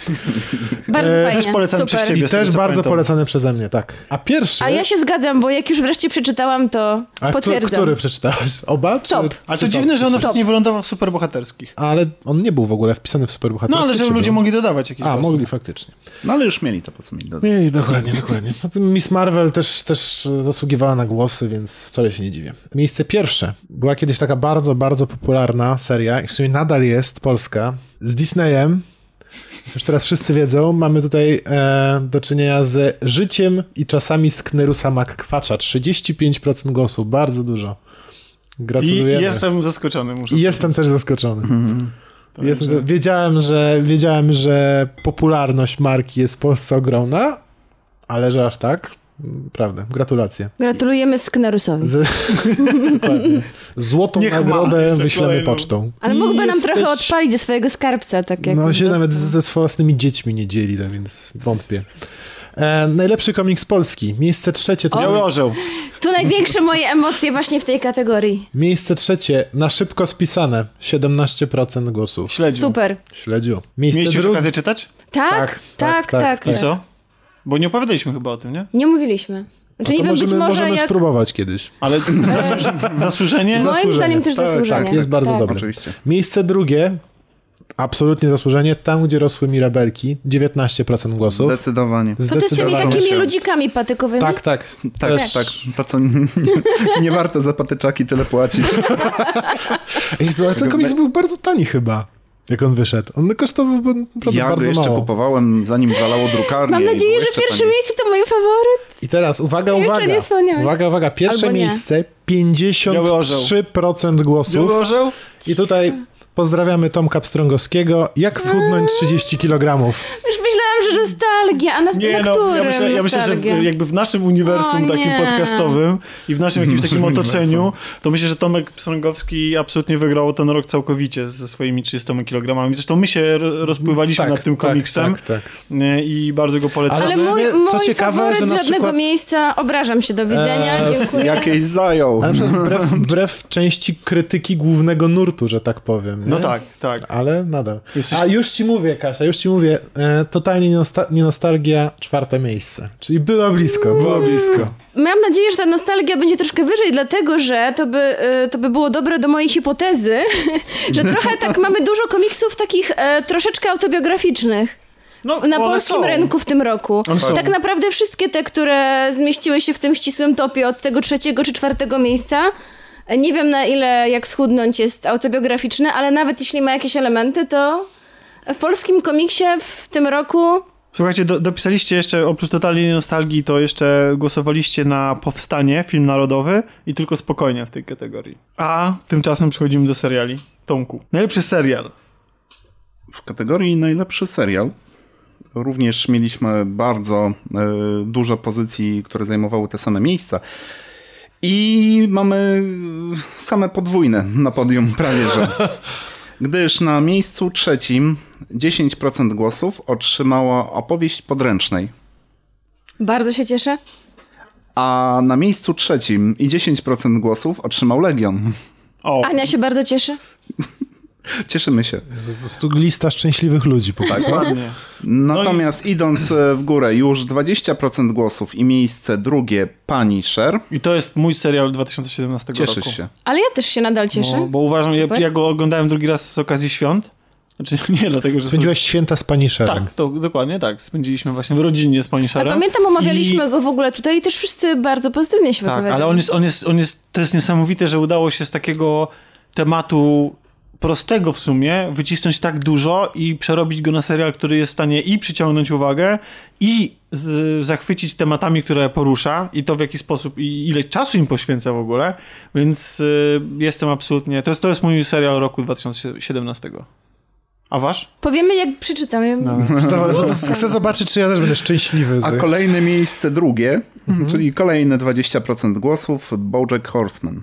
Speaker 4: Bardzo
Speaker 3: yy,
Speaker 4: fajnie.
Speaker 1: Też polecam
Speaker 4: Super.
Speaker 1: przez ciebie.
Speaker 3: I
Speaker 1: z tego,
Speaker 3: też
Speaker 1: co
Speaker 3: bardzo
Speaker 1: pamiętam.
Speaker 3: polecany przeze mnie, tak. A pierwszy...
Speaker 4: A ja się zgadzam, bo jak już wreszcie przeczytałam, to
Speaker 3: A kto-
Speaker 4: potwierdzam.
Speaker 3: który przeczytałeś? Oba? Czy,
Speaker 4: Top.
Speaker 1: A
Speaker 3: czy
Speaker 1: to
Speaker 3: top
Speaker 1: dziwne, że on na przykład
Speaker 4: Top.
Speaker 1: nie wylądował w superbohaterskich.
Speaker 3: Ale on nie był w ogóle wpisany w
Speaker 1: No
Speaker 3: superbohaterskie.
Speaker 1: ale żeby
Speaker 3: czy
Speaker 1: ludzie
Speaker 3: był?
Speaker 1: mogli dodawać jakieś
Speaker 3: A,
Speaker 1: głosy.
Speaker 3: mogli faktycznie.
Speaker 2: No ale już mieli to, po co mieli dodać.
Speaker 3: Nie, dokładnie, dokładnie. Potem Miss Marvel też, też zasługiwała na głosy, więc wcale się nie dziwię. Miejsce pierwsze. Była kiedyś taka bardzo, bardzo popularna seria i w sumie nadal jest polska z Disneyem. Co już teraz wszyscy wiedzą, mamy tutaj e, do czynienia z życiem i czasami Sknerusa McQuacza. 35% głosu, bardzo dużo.
Speaker 1: I
Speaker 3: Gratulujemy.
Speaker 1: jestem zaskoczony, muszę
Speaker 3: I
Speaker 1: powiedzieć.
Speaker 3: jestem też zaskoczony. Jestem, wiedziałem, że, wiedziałem, że popularność marki jest w Polsce ogromna, ale że aż tak? Prawda, gratulacje.
Speaker 4: Gratulujemy
Speaker 1: <laughs>
Speaker 4: Sknerusowi.
Speaker 3: Z... Dokładnie. Złotą
Speaker 1: Niech ma,
Speaker 3: nagrodę
Speaker 1: jeszcze
Speaker 3: wyślemy
Speaker 1: kolejną.
Speaker 3: pocztą.
Speaker 4: Ale
Speaker 3: I
Speaker 4: mógłby nam
Speaker 3: jesteś-
Speaker 4: trochę odpalić ze swojego skarbca, tak jak
Speaker 3: No się
Speaker 4: dostał.
Speaker 3: nawet ze własnymi dziećmi nie dzieli, no więc wątpię. E, najlepszy komiks polski. Miejsce trzecie to
Speaker 1: Biały orzeł.
Speaker 4: Tu największe moje emocje właśnie w tej kategorii.
Speaker 3: Miejsce trzecie, na szybko spisane, 17% głosów.
Speaker 1: Śledził.
Speaker 4: Super.
Speaker 3: Śledziu. Miejsce
Speaker 1: Mieliście już
Speaker 3: drugie.
Speaker 1: okazję czytać?
Speaker 4: Tak, tak,
Speaker 3: tak,
Speaker 4: tak.
Speaker 3: tak.
Speaker 1: I
Speaker 4: tak.
Speaker 1: co? Bo nie opowiadaliśmy chyba o tym, nie?
Speaker 4: Nie mówiliśmy.
Speaker 3: No
Speaker 4: Znaczy, nie
Speaker 3: to
Speaker 4: wiem,
Speaker 3: możemy,
Speaker 4: być może
Speaker 3: możemy
Speaker 4: jak...
Speaker 3: spróbować kiedyś.
Speaker 1: <laughs> Ale zasłuż- zasłużenie?
Speaker 3: Za-
Speaker 4: Moim
Speaker 3: Zasłużenie.
Speaker 4: zdaniem też
Speaker 3: Tak,
Speaker 4: zasłużenie.
Speaker 3: tak, jest bardzo dobre.
Speaker 2: Oczywiście.
Speaker 3: Miejsce drugie, absolutnie zasłużenie, tam gdzie rosły mirabelki, 19% głosów.
Speaker 2: Zdecydowanie.
Speaker 4: To ty z tymi
Speaker 3: Zdecydowanie.
Speaker 4: takimi ludzikami patykowymi?
Speaker 3: Tak, tak.
Speaker 2: Tak,
Speaker 3: Też.
Speaker 2: tak. To, co nie, nie warto za patyczaki tyle płacić.
Speaker 3: Ej, zobacz, ten komiks był bardzo tani chyba, jak on wyszedł. On kosztował naprawdę
Speaker 2: Ja go
Speaker 3: bardzo
Speaker 2: jeszcze
Speaker 3: mało.
Speaker 2: kupowałem, zanim zalało drukarnię.
Speaker 4: Mam
Speaker 2: i było
Speaker 4: nadzieję, że
Speaker 2: jeszcze
Speaker 4: pierwsze
Speaker 2: taniej.
Speaker 4: miejsce to mój faworyt.
Speaker 3: I teraz, uwaga,
Speaker 4: Kurczę,
Speaker 3: uwaga.
Speaker 4: nie wspomniałeś.
Speaker 3: Uwaga, uwaga. Pierwsze
Speaker 4: Albo nie.
Speaker 3: miejsce,
Speaker 1: Biały orzeł.
Speaker 3: 53% głosów.
Speaker 1: Biały orzeł?
Speaker 3: I tutaj pozdrawiamy Tomka Pstrągowskiego. Jak schudnąć 30 kg?
Speaker 4: Już myślałam, że nostalgia, a na,
Speaker 1: Nie,
Speaker 4: na
Speaker 1: no,
Speaker 4: którym
Speaker 1: ja myślę, ja myślę że w,
Speaker 4: nostalgia?
Speaker 1: jakby w naszym
Speaker 4: O,
Speaker 1: uniwersum takim
Speaker 4: nie.
Speaker 1: podcastowym i w naszym <laughs> jakimś takim otoczeniu, to myślę, że Tomek Pstrągowski absolutnie wygrał ten rok całkowicie ze swoimi 30 kilogramami. Zresztą my się ro- rozpływaliśmy nad tym komiksem
Speaker 3: Tak, tak, tak.
Speaker 1: nie, i bardzo go polecamy.
Speaker 4: Ale
Speaker 3: w
Speaker 4: mój,
Speaker 3: sumie,
Speaker 4: mój
Speaker 3: co ciekawe,
Speaker 4: faworyt
Speaker 3: że
Speaker 4: z
Speaker 3: na
Speaker 4: żadnego
Speaker 3: przykład-
Speaker 4: miejsca, obrażam się, do widzenia,
Speaker 3: Eee,
Speaker 4: dziękuję.
Speaker 2: Jakieś zajął.
Speaker 3: Ale na
Speaker 1: <laughs>
Speaker 3: przykład wbrew, wbrew części krytyki głównego nurtu, że tak powiem. Nie?
Speaker 1: No tak, tak.
Speaker 3: Ale nadal. A już ci mówię, Kasia, już ci mówię. E, totalnie nie, nosta- nie nostalgia, czwarte miejsce. Czyli była blisko, była blisko.
Speaker 4: Mam nadzieję, że ta nostalgia będzie troszkę wyżej, dlatego że to by, y, to by było dobre do mojej hipotezy, <laughs> że trochę tak mamy dużo komiksów takich e, troszeczkę autobiograficznych. na
Speaker 1: No, one
Speaker 4: polskim
Speaker 1: są.
Speaker 4: rynku w tym roku.
Speaker 1: są.
Speaker 4: Tak naprawdę wszystkie te, które zmieściły się w tym ścisłym topie od tego trzeciego czy czwartego miejsca. e, Nie wiem na ile jak schudnąć jest autobiograficzne, ale nawet jeśli ma jakieś elementy, to w polskim komiksie w tym roku
Speaker 1: Słuchajcie, do, dopisaliście jeszcze, oprócz totalnej nostalgii, to jeszcze głosowaliście na Powstanie, film narodowy i tylko spokojnie w tej kategorii. A tymczasem przechodzimy do seriali. Tomku. Najlepszy serial.
Speaker 2: W kategorii najlepszy serial również mieliśmy bardzo e, dużo pozycji, które zajmowały te same miejsca. I mamy same podwójne na podium prawie że. Gdyż na miejscu trzecim 10% głosów otrzymała opowieść podręcznej.
Speaker 4: bardzo się cieszę.
Speaker 2: A na miejscu trzecim i 10% głosów otrzymał Legion.
Speaker 1: O,
Speaker 4: Ania się bardzo cieszy.
Speaker 2: Cieszymy się.
Speaker 3: Po prostu lista szczęśliwych ludzi. Po prostu.
Speaker 1: ładnie.
Speaker 2: Natomiast idąc e, w górę, już 20% głosów i miejsce drugie pani Sher.
Speaker 1: I to jest mój serial 2017 roku. No,
Speaker 2: Cieszysz się.
Speaker 4: Ale ja też się nadal cieszę.
Speaker 1: Bo, bo uważam, ja,
Speaker 4: Super.
Speaker 1: ja go oglądałem drugi raz z okazji świąt. Znaczy <laughs> nie dlatego, że...
Speaker 3: Spędziłaś święta z pani Sharon.
Speaker 1: Tak, to dokładnie tak. Spędziliśmy właśnie w rodzinie z pani
Speaker 4: Ale
Speaker 1: Szarem.
Speaker 4: pamiętam, omawialiśmy
Speaker 1: I...
Speaker 4: go w ogóle tutaj i też wszyscy bardzo pozytywnie się
Speaker 1: Tak,
Speaker 4: wypowiadali.
Speaker 1: ale on jest, on, jest, on jest... To jest niesamowite, że udało się z takiego tematu prostego w sumie wycisnąć tak dużo i przerobić go na serial, który jest w stanie i przyciągnąć uwagę, i z, zachwycić tematami, które porusza, i to w jaki sposób, i ile czasu im poświęca w ogóle. Więc y, jestem absolutnie. To jest, to jest mój serial roku 2017. A wasz?
Speaker 4: Powiemy, jak przeczytam. Ja-
Speaker 1: No. Tak.
Speaker 3: <laughs> Chcę- Chcę zobaczyć, czy ja też będę szczęśliwy.
Speaker 2: A
Speaker 3: z-
Speaker 2: kolejne miejsce drugie, czyli kolejne 20% głosów, Bojack Horseman.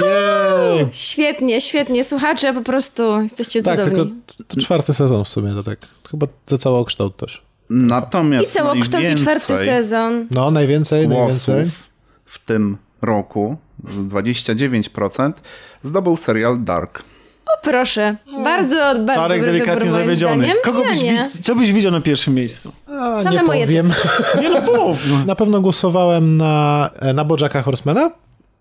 Speaker 3: Jej!
Speaker 4: Świetnie, świetnie. Słuchacze, po prostu jesteście
Speaker 3: Tak,
Speaker 4: cudowni.
Speaker 3: tylko t- to czwarty sezon w sumie, to tak. Chyba za cały kształt też.
Speaker 4: I
Speaker 2: Natomiast
Speaker 4: całokształt i
Speaker 2: najwięcej
Speaker 4: czwarty sezon.
Speaker 3: No, najwięcej, najwięcej.
Speaker 2: głosów w tym roku, 29%, zdobył serial Dark.
Speaker 4: O proszę. Bardzo, bardzo
Speaker 1: Czarek
Speaker 4: dobry wybór,
Speaker 1: delikatnie
Speaker 4: moim
Speaker 1: zawiedziony.
Speaker 4: zdaniem.
Speaker 1: Kogo
Speaker 4: ja
Speaker 1: byś
Speaker 4: nie.
Speaker 1: wi- co byś widział na pierwszym miejscu?
Speaker 3: A,
Speaker 4: Same
Speaker 3: nie
Speaker 4: moje
Speaker 3: powiem.
Speaker 1: Nie no, połów.
Speaker 3: Na pewno głosowałem na, e, na Bojacka Horsemana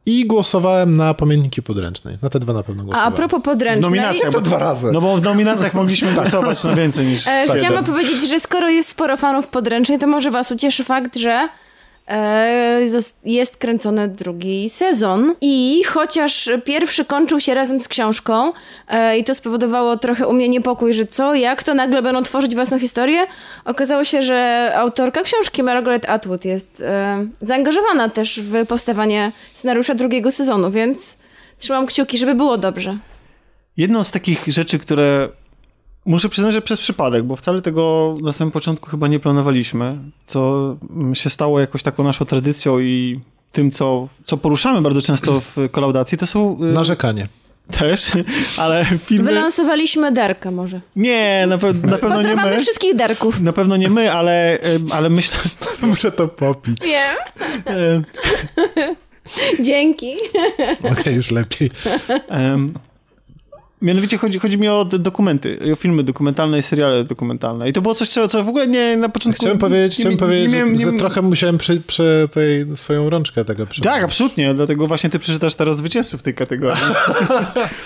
Speaker 3: i głosowałem na Pamiętniki Podręcznej. Na te dwa na pewno
Speaker 4: A,
Speaker 3: głosowałem.
Speaker 4: a propos podręcznej,
Speaker 1: Nominacja. bo-
Speaker 3: dwa razy.
Speaker 1: No bo w nominacjach mogliśmy głosować na więcej niż.
Speaker 4: E,
Speaker 1: jeden.
Speaker 4: Chciałam powiedzieć, że skoro jest sporo fanów podręcznej, to może was ucieszy fakt, że e, zos- jest kręcony drugi sezon i chociaż pierwszy kończył się razem z książką e, i to spowodowało trochę u mnie niepokój, że co, jak to nagle będą tworzyć własną historię, okazało się, że autorka książki Margaret Atwood jest e, zaangażowana też w powstawanie scenariusza drugiego sezonu, więc trzymam kciuki, żeby było dobrze.
Speaker 1: Jedną z takich rzeczy, które muszę przyznać, że przez przypadek, bo wcale tego na samym początku chyba nie planowaliśmy, co mm, się stało jakoś taką naszą tradycją i tym, co, co poruszamy bardzo często w kolaudacji, to są y,
Speaker 3: Narzekanie.
Speaker 1: też, ale filmy...
Speaker 4: Wylansowaliśmy Darka może.
Speaker 1: Nie, na, pe- na pewno nie
Speaker 4: Pozdrawiamy
Speaker 1: my.
Speaker 4: wszystkich Darków.
Speaker 1: Na pewno nie my, ale, y, ale myślę...
Speaker 3: <laughs> Muszę to popić.
Speaker 4: Wiem.
Speaker 1: y,
Speaker 4: Dzięki.
Speaker 3: Okej, już lepiej.
Speaker 1: Em, mianowicie chodzi, chodzi mi o d- dokumenty, o filmy dokumentalne i seriale dokumentalne. I to było coś, co, co w ogóle nie na początku...
Speaker 3: Chciałem powiedzieć,
Speaker 1: nie,
Speaker 3: chciałem
Speaker 1: nie,
Speaker 3: powiedzieć
Speaker 1: miałem-
Speaker 3: że
Speaker 1: miałem-
Speaker 3: trochę musiałem przy, przy tej swoją rączkę tego przyjąć.
Speaker 1: Tak, absolutnie, dlatego właśnie ty przeczytasz teraz zwycięzców tej
Speaker 3: <laughs>
Speaker 1: kategorii.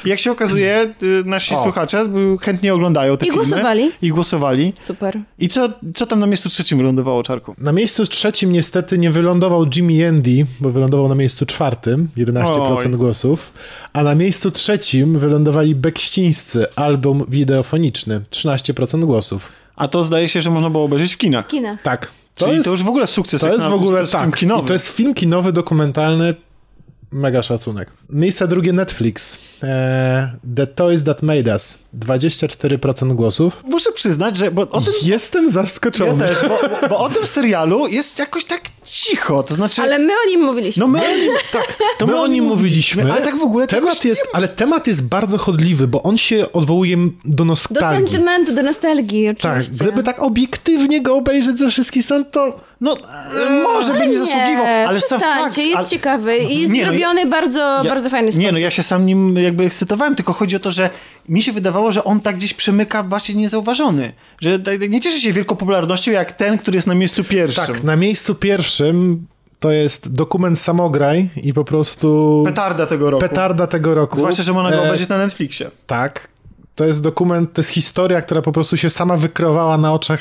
Speaker 1: Jak się okazuje, y, nasi słuchacze y, chętnie oglądają te
Speaker 4: I
Speaker 1: filmy.
Speaker 4: głosowali.
Speaker 1: I głosowali.
Speaker 4: Super.
Speaker 1: I co, co tam na miejscu trzecim lądowało, Czarku?
Speaker 3: Na miejscu trzecim niestety nie wylądował Jimmy Andy, bo wylądował na miejscu czwartym, 11%
Speaker 1: Oj.
Speaker 3: głosów, a na miejscu trzecim wylądowali Bekścińscy, album wideofoniczny, 13% głosów.
Speaker 1: A to zdaje się, że można było obejrzeć w kinach.
Speaker 4: Kinach.
Speaker 3: Tak.
Speaker 1: To Czyli to już w ogóle sukces.
Speaker 3: to
Speaker 1: jak
Speaker 3: jest
Speaker 1: na-
Speaker 3: w ogóle
Speaker 1: jest film
Speaker 3: tak.
Speaker 1: Kinowy.
Speaker 3: I to jest film kinowy, dokumentalny. Mega szacunek. Miejsce drugie Netflix. Eee, The Toys That Made Us. 24% głosów.
Speaker 1: Muszę przyznać, że bo o tym
Speaker 3: Jestem
Speaker 1: ja
Speaker 3: zaskoczony.
Speaker 1: też, bo, bo o tym serialu jest jakoś tak cicho. To znaczy,
Speaker 4: Ale my o nim mówiliśmy.
Speaker 1: no my o nim, tak, to
Speaker 3: My o nim mówiliśmy.
Speaker 1: ale tak w ogóle to
Speaker 3: Temat
Speaker 1: jakoś nie
Speaker 3: jest, ale temat jest bardzo chodliwy, bo on się odwołuje do
Speaker 4: do
Speaker 3: nostalgii.
Speaker 4: sentymentu, do nostalgii
Speaker 3: Tak,
Speaker 4: oczywiście.
Speaker 3: gdyby tak obiektywnie go obejrzeć ze wszystkich stron, to
Speaker 1: No, e, może bym nie zasługiwał, ale sam fakt...
Speaker 4: przestańcie, jest
Speaker 1: ale...
Speaker 4: ciekawy i jest
Speaker 1: Nie, no,
Speaker 4: zrobiony bardzo, bardzo fajny sposób.
Speaker 1: Nie, no ja się sam nim jakby ekscytowałem, tylko chodzi o to, że mi się wydawało, że on tak gdzieś przemyka właśnie niezauważony. Że tak- nie cieszy się wielką popularnością jak ten, który jest na miejscu pierwszym.
Speaker 3: tak, na miejscu pierwszym to jest dokument Samograj i po prostu
Speaker 1: Petarda tego roku.
Speaker 3: petarda tego roku.
Speaker 1: Zwłaszcza, że można
Speaker 3: E,
Speaker 1: go obejrzeć na Netflixie.
Speaker 3: Tak. To jest dokument, to jest historia, która po prostu się sama wykrowała na oczach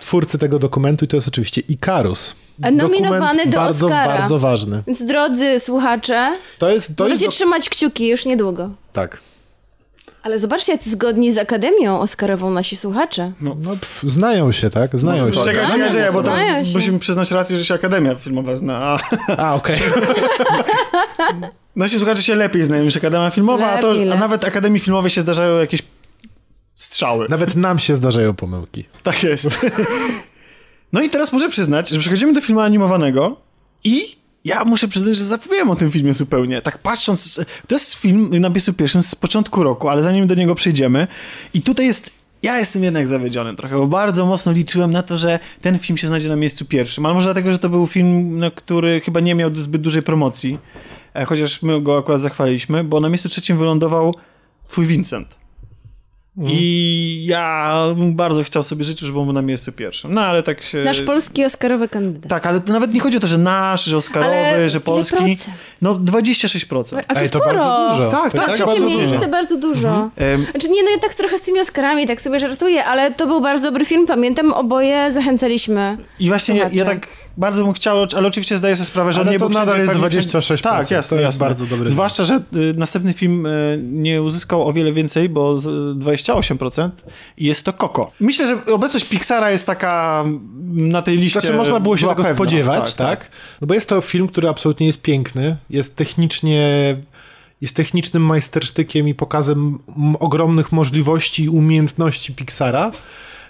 Speaker 3: twórcy tego dokumentu i to jest oczywiście Ikarus.
Speaker 4: A nominowany
Speaker 3: Dokument
Speaker 4: do
Speaker 3: bardzo,
Speaker 4: Oscara.
Speaker 3: Bardzo ważny.
Speaker 4: Więc drodzy słuchacze,
Speaker 3: To jest, to jest
Speaker 4: możecie trzymać kciuki już niedługo.
Speaker 3: tak.
Speaker 4: Ale zobaczcie, jak zgodni z Akademią Oscarową nasi słuchacze.
Speaker 3: No, pf, znają się, tak? Znają się.
Speaker 1: No, Czekaj, czekaj,
Speaker 4: Znają
Speaker 1: czekaj, bo
Speaker 4: się. Znają
Speaker 1: teraz
Speaker 4: No, się.
Speaker 1: musimy przyznać rację, że się Akademia Filmowa zna. A
Speaker 3: A, okej. <laughs>
Speaker 1: nasi słuchacze się lepiej znają niż Akademia Filmowa, a, to,
Speaker 4: Lepiej,
Speaker 1: a
Speaker 4: lepiej.
Speaker 1: nawet Akademii Filmowej się zdarzają jakieś strzały.
Speaker 3: Nawet nam się zdarzają pomyłki.
Speaker 1: Tak jest. No i teraz muszę przyznać, że przechodzimy do filmu animowanego i ja muszę przyznać, że zapomniałem o tym filmie zupełnie. Tak patrząc, to jest film na miejscu pierwszym z początku roku, ale zanim do niego przejdziemy i tutaj jest, ja jestem jednak zawiedziony trochę, bo bardzo mocno liczyłem na to, że ten film się znajdzie na miejscu pierwszym, ale może dlatego, że to był film, no, który chyba nie miał zbyt dużej promocji, e, chociaż my go akurat zachwaliliśmy, bo na miejscu trzecim wylądował Twój Vincent. I ja bym bardzo chciał sobie życzyć, żeby on był na miejscu pierwszym. No ale tak się.
Speaker 4: Nasz polski Oscarowy kandydat.
Speaker 1: Tak, ale to nawet nie chodzi o to, że nasz, że Oscarowy,
Speaker 4: Ale
Speaker 1: że
Speaker 4: ile
Speaker 1: polski.
Speaker 4: procent?
Speaker 1: No 26%.
Speaker 4: A to
Speaker 3: Ej, to
Speaker 4: sporo.
Speaker 3: bardzo dużo.
Speaker 1: Tak,
Speaker 3: To
Speaker 1: tak,
Speaker 3: jest
Speaker 1: tak, bardzo
Speaker 4: Trzecie miejsce,
Speaker 1: dużo. Mhm.
Speaker 4: bardzo dużo.
Speaker 1: Em,
Speaker 4: Znaczy nie, no ja tak trochę z tymi Oscarami, tak sobie żartuję, ale to był bardzo dobry film, pamiętam, oboje zachęcaliśmy.
Speaker 1: I właśnie ja, ja
Speaker 4: Słuchacze.
Speaker 1: tak bardzo bym chciał, ale oczywiście zdaję sobie sprawę, że
Speaker 3: Ale
Speaker 1: on nie
Speaker 3: to
Speaker 1: był
Speaker 3: nadal
Speaker 1: wszędzie
Speaker 3: jest
Speaker 1: pewnie-
Speaker 3: 26%,
Speaker 1: Tak,
Speaker 3: to
Speaker 1: jasne,
Speaker 3: jest
Speaker 1: jasne.
Speaker 3: bardzo dobry
Speaker 1: Zwłaszcza, że y, następny film y, nie uzyskał o wiele więcej, bo z- 28% i jest to Coco. Myślę, że obecność Pixara jest taka mm, na tej liście.
Speaker 3: Znaczy można było się
Speaker 1: była
Speaker 3: tego
Speaker 1: pewna.
Speaker 3: spodziewać, tak, No bo jest to film, który absolutnie jest piękny, jest technicznie jest technicznym majstersztykiem i pokazem m- ogromnych możliwości i umiejętności Pixara.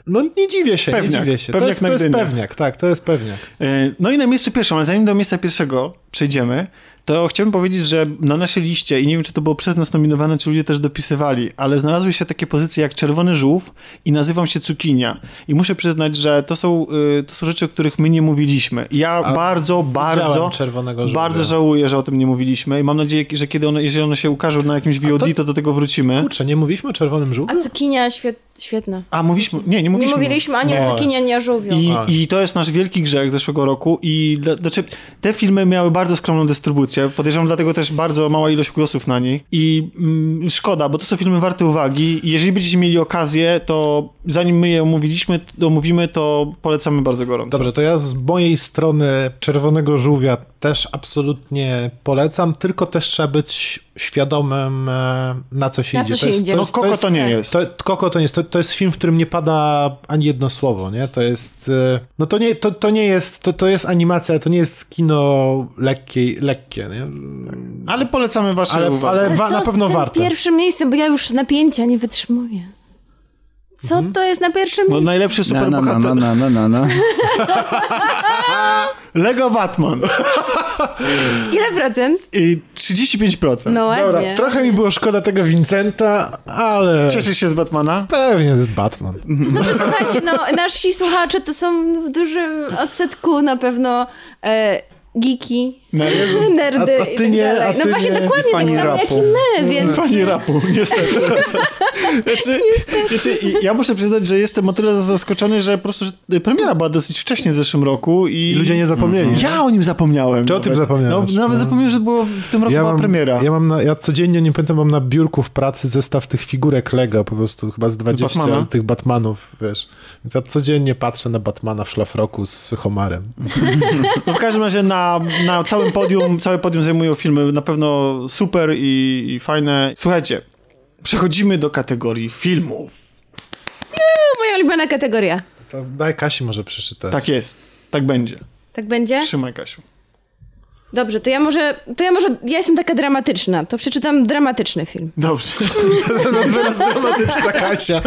Speaker 3: No nie dziwię się, nie
Speaker 1: Pewniak.
Speaker 3: dziwię się.
Speaker 1: Pewniak
Speaker 3: to jest, to jest
Speaker 1: na Gdynię.
Speaker 3: pewniak, tak, to jest pewniak.
Speaker 1: E, No i na miejscu pierwszym, ale zanim do miejsca pierwszego przejdziemy, to chciałbym powiedzieć, że na naszej liście, i nie wiem, czy to było przez nas nominowane, czy ludzie też dopisywali, ale znalazły się takie pozycje jak czerwony żółw i nazywam się cukinia. I muszę przyznać, że to są, y, to są rzeczy, o których my nie mówiliśmy. I Ja
Speaker 3: A
Speaker 1: bardzo, bardzo,
Speaker 3: Czerwonego Żółwia.
Speaker 1: bardzo żałuję, że o tym nie mówiliśmy i mam nadzieję, że kiedy one, jeżeli one się ukażą na jakimś VOD, to... do tego wrócimy.
Speaker 3: Kurczę, nie mówiliśmy o czerwonym żółwiu?
Speaker 4: A cukinia świet, świetna.
Speaker 1: A, mówiliśmy? Nie, nie
Speaker 4: Nie
Speaker 1: mówiliśmy.
Speaker 4: mówiliśmy ani
Speaker 3: No.
Speaker 4: o cukinie, ani o żółwiu.
Speaker 1: I,
Speaker 3: Ale-
Speaker 1: I to jest nasz wielki grzech zeszłego roku i dla, znaczy, te filmy miały bardzo skromną dystrybucję, podejrzewam dlatego też bardzo mała ilość głosów na nich i mm, szkoda, bo to są filmy warte uwagi i jeżeli będziecie mieli okazję, to zanim my je omówiliśmy, omówimy, to polecamy bardzo gorąco.
Speaker 3: Dobrze, to ja z mojej strony Czerwonego Żółwia też absolutnie polecam, tylko też trzeba być świadomym, e, na co się
Speaker 4: Na
Speaker 3: idzie.
Speaker 4: co się idzie. Tak.
Speaker 1: No
Speaker 4: to
Speaker 1: Koko to nie jest.
Speaker 3: To, Koko to nie jest, to, to jest film, w którym nie pada ani jedno słowo, nie? To jest, e, no to nie, to, to nie jest, to, to jest animacja, to nie jest kino lekkie, lekkie nie?
Speaker 4: Tak.
Speaker 1: Ale polecamy wasze
Speaker 3: Ale,
Speaker 1: uwagi.
Speaker 3: ale
Speaker 4: Ale
Speaker 3: wa,
Speaker 4: co
Speaker 3: na
Speaker 4: z
Speaker 3: pewno
Speaker 4: tym
Speaker 3: warte.
Speaker 4: pierwszym miejscem, bo ja już napięcia nie wytrzymuję. Co
Speaker 3: Mhm.
Speaker 4: to jest na pierwszym
Speaker 1: No, najlepszy
Speaker 2: Na, na, na,
Speaker 1: superbohater.
Speaker 2: na, na, na, na, na.
Speaker 1: Lego Batman.
Speaker 4: miejscu? Ile procent?
Speaker 1: I 35%.
Speaker 4: No
Speaker 3: Dobra,
Speaker 4: ładnie.
Speaker 3: trochę mi było szkoda tego Vincenta, ale
Speaker 1: Cieszysz się z Batmana?
Speaker 3: pewnie to jest Batman.
Speaker 4: To znaczy, słuchajcie, no, nasi słuchacze to są w dużym odsetku na pewno e, geeki, <laughs> nerdy
Speaker 3: A- a
Speaker 4: i
Speaker 3: ty
Speaker 4: tak
Speaker 3: nie, No,
Speaker 4: dalej.
Speaker 3: a
Speaker 4: No
Speaker 3: ty
Speaker 4: właśnie,
Speaker 3: nie.
Speaker 4: dokładnie
Speaker 2: I
Speaker 4: tak
Speaker 2: fani
Speaker 4: samo jak
Speaker 2: rapu.
Speaker 4: i my, więc...
Speaker 1: Fani rapu, niestety. <laughs> Znaczy, Znaczy, i ja muszę przyznać, że jestem o tyle zaskoczony, że po prostu że premiera była dosyć wcześnie w zeszłym roku i...
Speaker 3: I ludzie nie zapomnieli.
Speaker 1: Ja o nim zapomniałem.
Speaker 3: Czy o tym
Speaker 1: nawet.
Speaker 3: zapomniałeś?
Speaker 1: No, nawet
Speaker 3: No.
Speaker 1: zapomniałem, że było, w tym roku była premiera.
Speaker 3: Ja mam na, ja codziennie, nie pamiętam, mam na biurku w pracy zestaw tych figurek Lego, po prostu chyba z 20
Speaker 1: Batmana?
Speaker 3: tych Batmanów, wiesz. Więc ja codziennie patrzę na Batmana w szlafroku z Homarem.
Speaker 1: No, w każdym razie na, na całym podium, całe podium zajmują filmy na pewno super i, i fajne. Słuchajcie, przechodzimy do kategorii filmów.
Speaker 4: To moja ulubiona kategoria.
Speaker 3: To daj Kasi może przeczytać. <laughs>
Speaker 1: Tak jest, tak będzie.
Speaker 4: Tak będzie?
Speaker 1: Trzymaj, Kasiu.
Speaker 4: Dobrze, to ja może, to ja może, ja jestem taka dramatyczna, to przeczytam dramatyczny film.
Speaker 1: Dobrze.
Speaker 3: dramatyczna Kasia.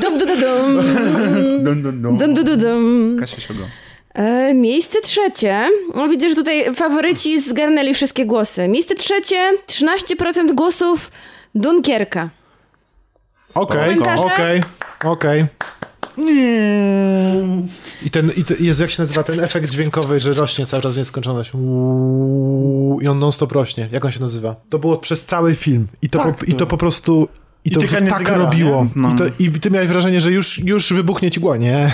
Speaker 4: Dum, dum, dum, dum.
Speaker 2: Dun, dun,
Speaker 4: <laughs>
Speaker 2: dun.
Speaker 4: Dum, dum, dum, dum.
Speaker 2: Kasia Siodło.
Speaker 4: E, miejsce trzecie. No, widzę, że tutaj faworyci zgarnęli wszystkie głosy. Miejsce trzecie, 13% głosów Dunkierka.
Speaker 3: Okej,
Speaker 4: Komentarze?
Speaker 3: okej, okej. I ten, i te, Jezu, jak się nazywa ten efekt dźwiękowy, że rośnie cały czas w nieskończoność. Uuu, I on non stop rośnie. Jak on się nazywa? To było przez cały film. I to,
Speaker 4: Tak.
Speaker 3: po, i to po prostu... I, to
Speaker 1: tykanie
Speaker 3: tak
Speaker 1: zegara,
Speaker 3: robiło.
Speaker 1: nie?
Speaker 4: No.
Speaker 3: I, to, I ty miałeś wrażenie, że już, już wybuchnie ci głowa. Nie.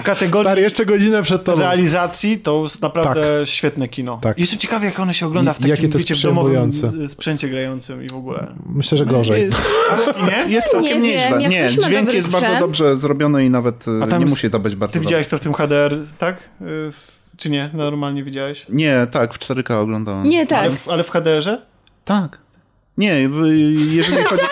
Speaker 1: W kategorii
Speaker 3: Stary, jeszcze godzinę przed tobą.
Speaker 1: realizacji to jest naprawdę świetne kino.
Speaker 3: no. Tak.
Speaker 1: Jestem ciekawy, jak ono się ogląda w
Speaker 3: I- jakie
Speaker 1: takim
Speaker 3: to jest
Speaker 1: wiecie, w domowym
Speaker 3: przejmujące.
Speaker 1: z- sprzęcie grającym i w ogóle.
Speaker 3: Myślę, że gorzej.
Speaker 1: Jest, aż w kinie?
Speaker 2: Jest całkiem
Speaker 4: Nie wiem,
Speaker 2: nieźle.
Speaker 4: jak
Speaker 2: Nie,
Speaker 4: ktoś ma
Speaker 2: dźwięk
Speaker 4: dobry
Speaker 2: jest bardzo
Speaker 4: sprzęt.
Speaker 2: dobrze zrobiony i nawet y,
Speaker 1: A tam
Speaker 2: nie
Speaker 1: jest-
Speaker 2: musi to być bardzo
Speaker 1: Ty
Speaker 2: dobre.
Speaker 1: widziałeś to w tym HDR, tak? Y, w- Czy nie? Normalnie widziałeś?
Speaker 2: Nie, tak, w 4K oglądałem.
Speaker 4: Nie, tak.
Speaker 1: Ale w, ale w HDR-ze?
Speaker 2: Tak. Nie, w-
Speaker 4: <laughs>
Speaker 2: jeżeli chodzi...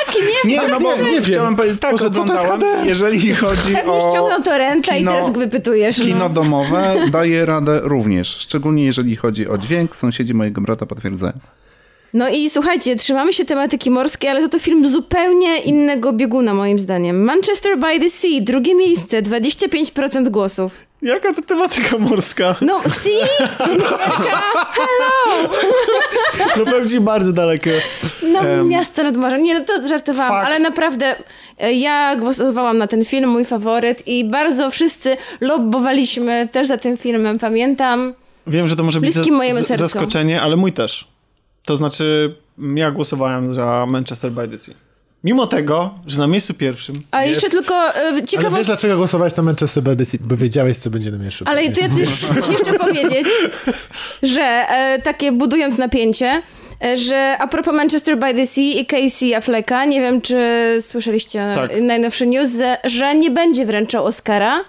Speaker 4: nie?
Speaker 2: Nie, no bo
Speaker 3: nie wiem.
Speaker 2: chciałem powiedzieć, tak
Speaker 3: Boże, co to jest
Speaker 2: oglądałem,
Speaker 3: HDR?
Speaker 2: jeżeli chodzi
Speaker 4: Pewnie
Speaker 2: o...
Speaker 4: ściągnął to renta i
Speaker 2: kino-
Speaker 4: teraz go wypytujesz.
Speaker 2: Kino
Speaker 4: No.
Speaker 2: domowe daje radę również, szczególnie jeżeli chodzi o dźwięk. Sąsiedzi mojego brata potwierdzają.
Speaker 4: no i słuchajcie, trzymamy się tematyki morskiej, ale za to film zupełnie innego bieguna moim zdaniem. Manchester by the Sea, drugie miejsce, 25% głosów.
Speaker 1: Jaka to tematyka morska? <laughs>
Speaker 4: No, Sea, Dunkierka, hello!
Speaker 1: No pewnie bardzo dalekie.
Speaker 4: No,
Speaker 1: Em,
Speaker 4: miasto nad morzem. Nie, no to żartowałam,
Speaker 1: fakt.
Speaker 4: ale naprawdę e, ja głosowałam na ten film, mój faworyt i bardzo wszyscy lobbowaliśmy też za tym filmem, pamiętam.
Speaker 1: Wiem, że to może być
Speaker 4: Bliskim
Speaker 1: za-
Speaker 4: mojemu
Speaker 1: z-
Speaker 4: sercu.
Speaker 1: zaskoczenie, ale mój też. To znaczy, m, ja głosowałem za Manchester by the Sea. Mimo tego, że na miejscu pierwszym
Speaker 4: A jeszcze tylko e,
Speaker 3: Ale wiesz,
Speaker 4: ciekawostka.
Speaker 3: dlaczego głosowałeś na Manchester by the Sea? Bo wiedziałeś, co będzie na pierwszym.
Speaker 4: Ale to ja też
Speaker 1: <laughs>
Speaker 4: chcę jeszcze powiedzieć, że e, takie budując napięcie, e, że a propos Manchester by the Sea i Casey Afflecka, nie wiem czy słyszeliście
Speaker 1: Tak.
Speaker 4: najnowszy news, że- że nie będzie wręczał Oscara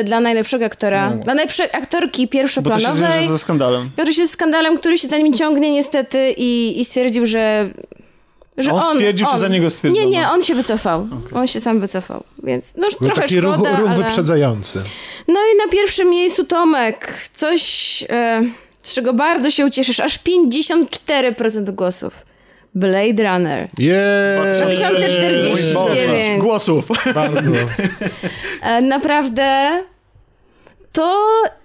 Speaker 4: y, dla najlepszego aktora, dla najlepszej aktorki
Speaker 1: No. Bo to się
Speaker 4: pierwszoplanowej.
Speaker 1: zwiąże ze skandalem.
Speaker 4: Wiąże się z skandalem, który się za nim ciągnie niestety i, i stwierdził, że... że
Speaker 1: A on stwierdził, czy za niego stwierdzono?
Speaker 4: Nie, nie, on się wycofał. On się sam wycofał, więc no
Speaker 3: Był
Speaker 4: trochę
Speaker 3: taki
Speaker 4: szkoda,
Speaker 3: ruch, ruch
Speaker 4: ale...
Speaker 3: wyprzedzający.
Speaker 4: No i na pierwszym miejscu Tomek. Coś, e, z czego bardzo się ucieszysz. Aż 54% głosów. Blade Runner.
Speaker 3: Jej!
Speaker 4: 2049.
Speaker 1: Eee, Głosów.
Speaker 3: Bardzo.
Speaker 4: E, naprawdę to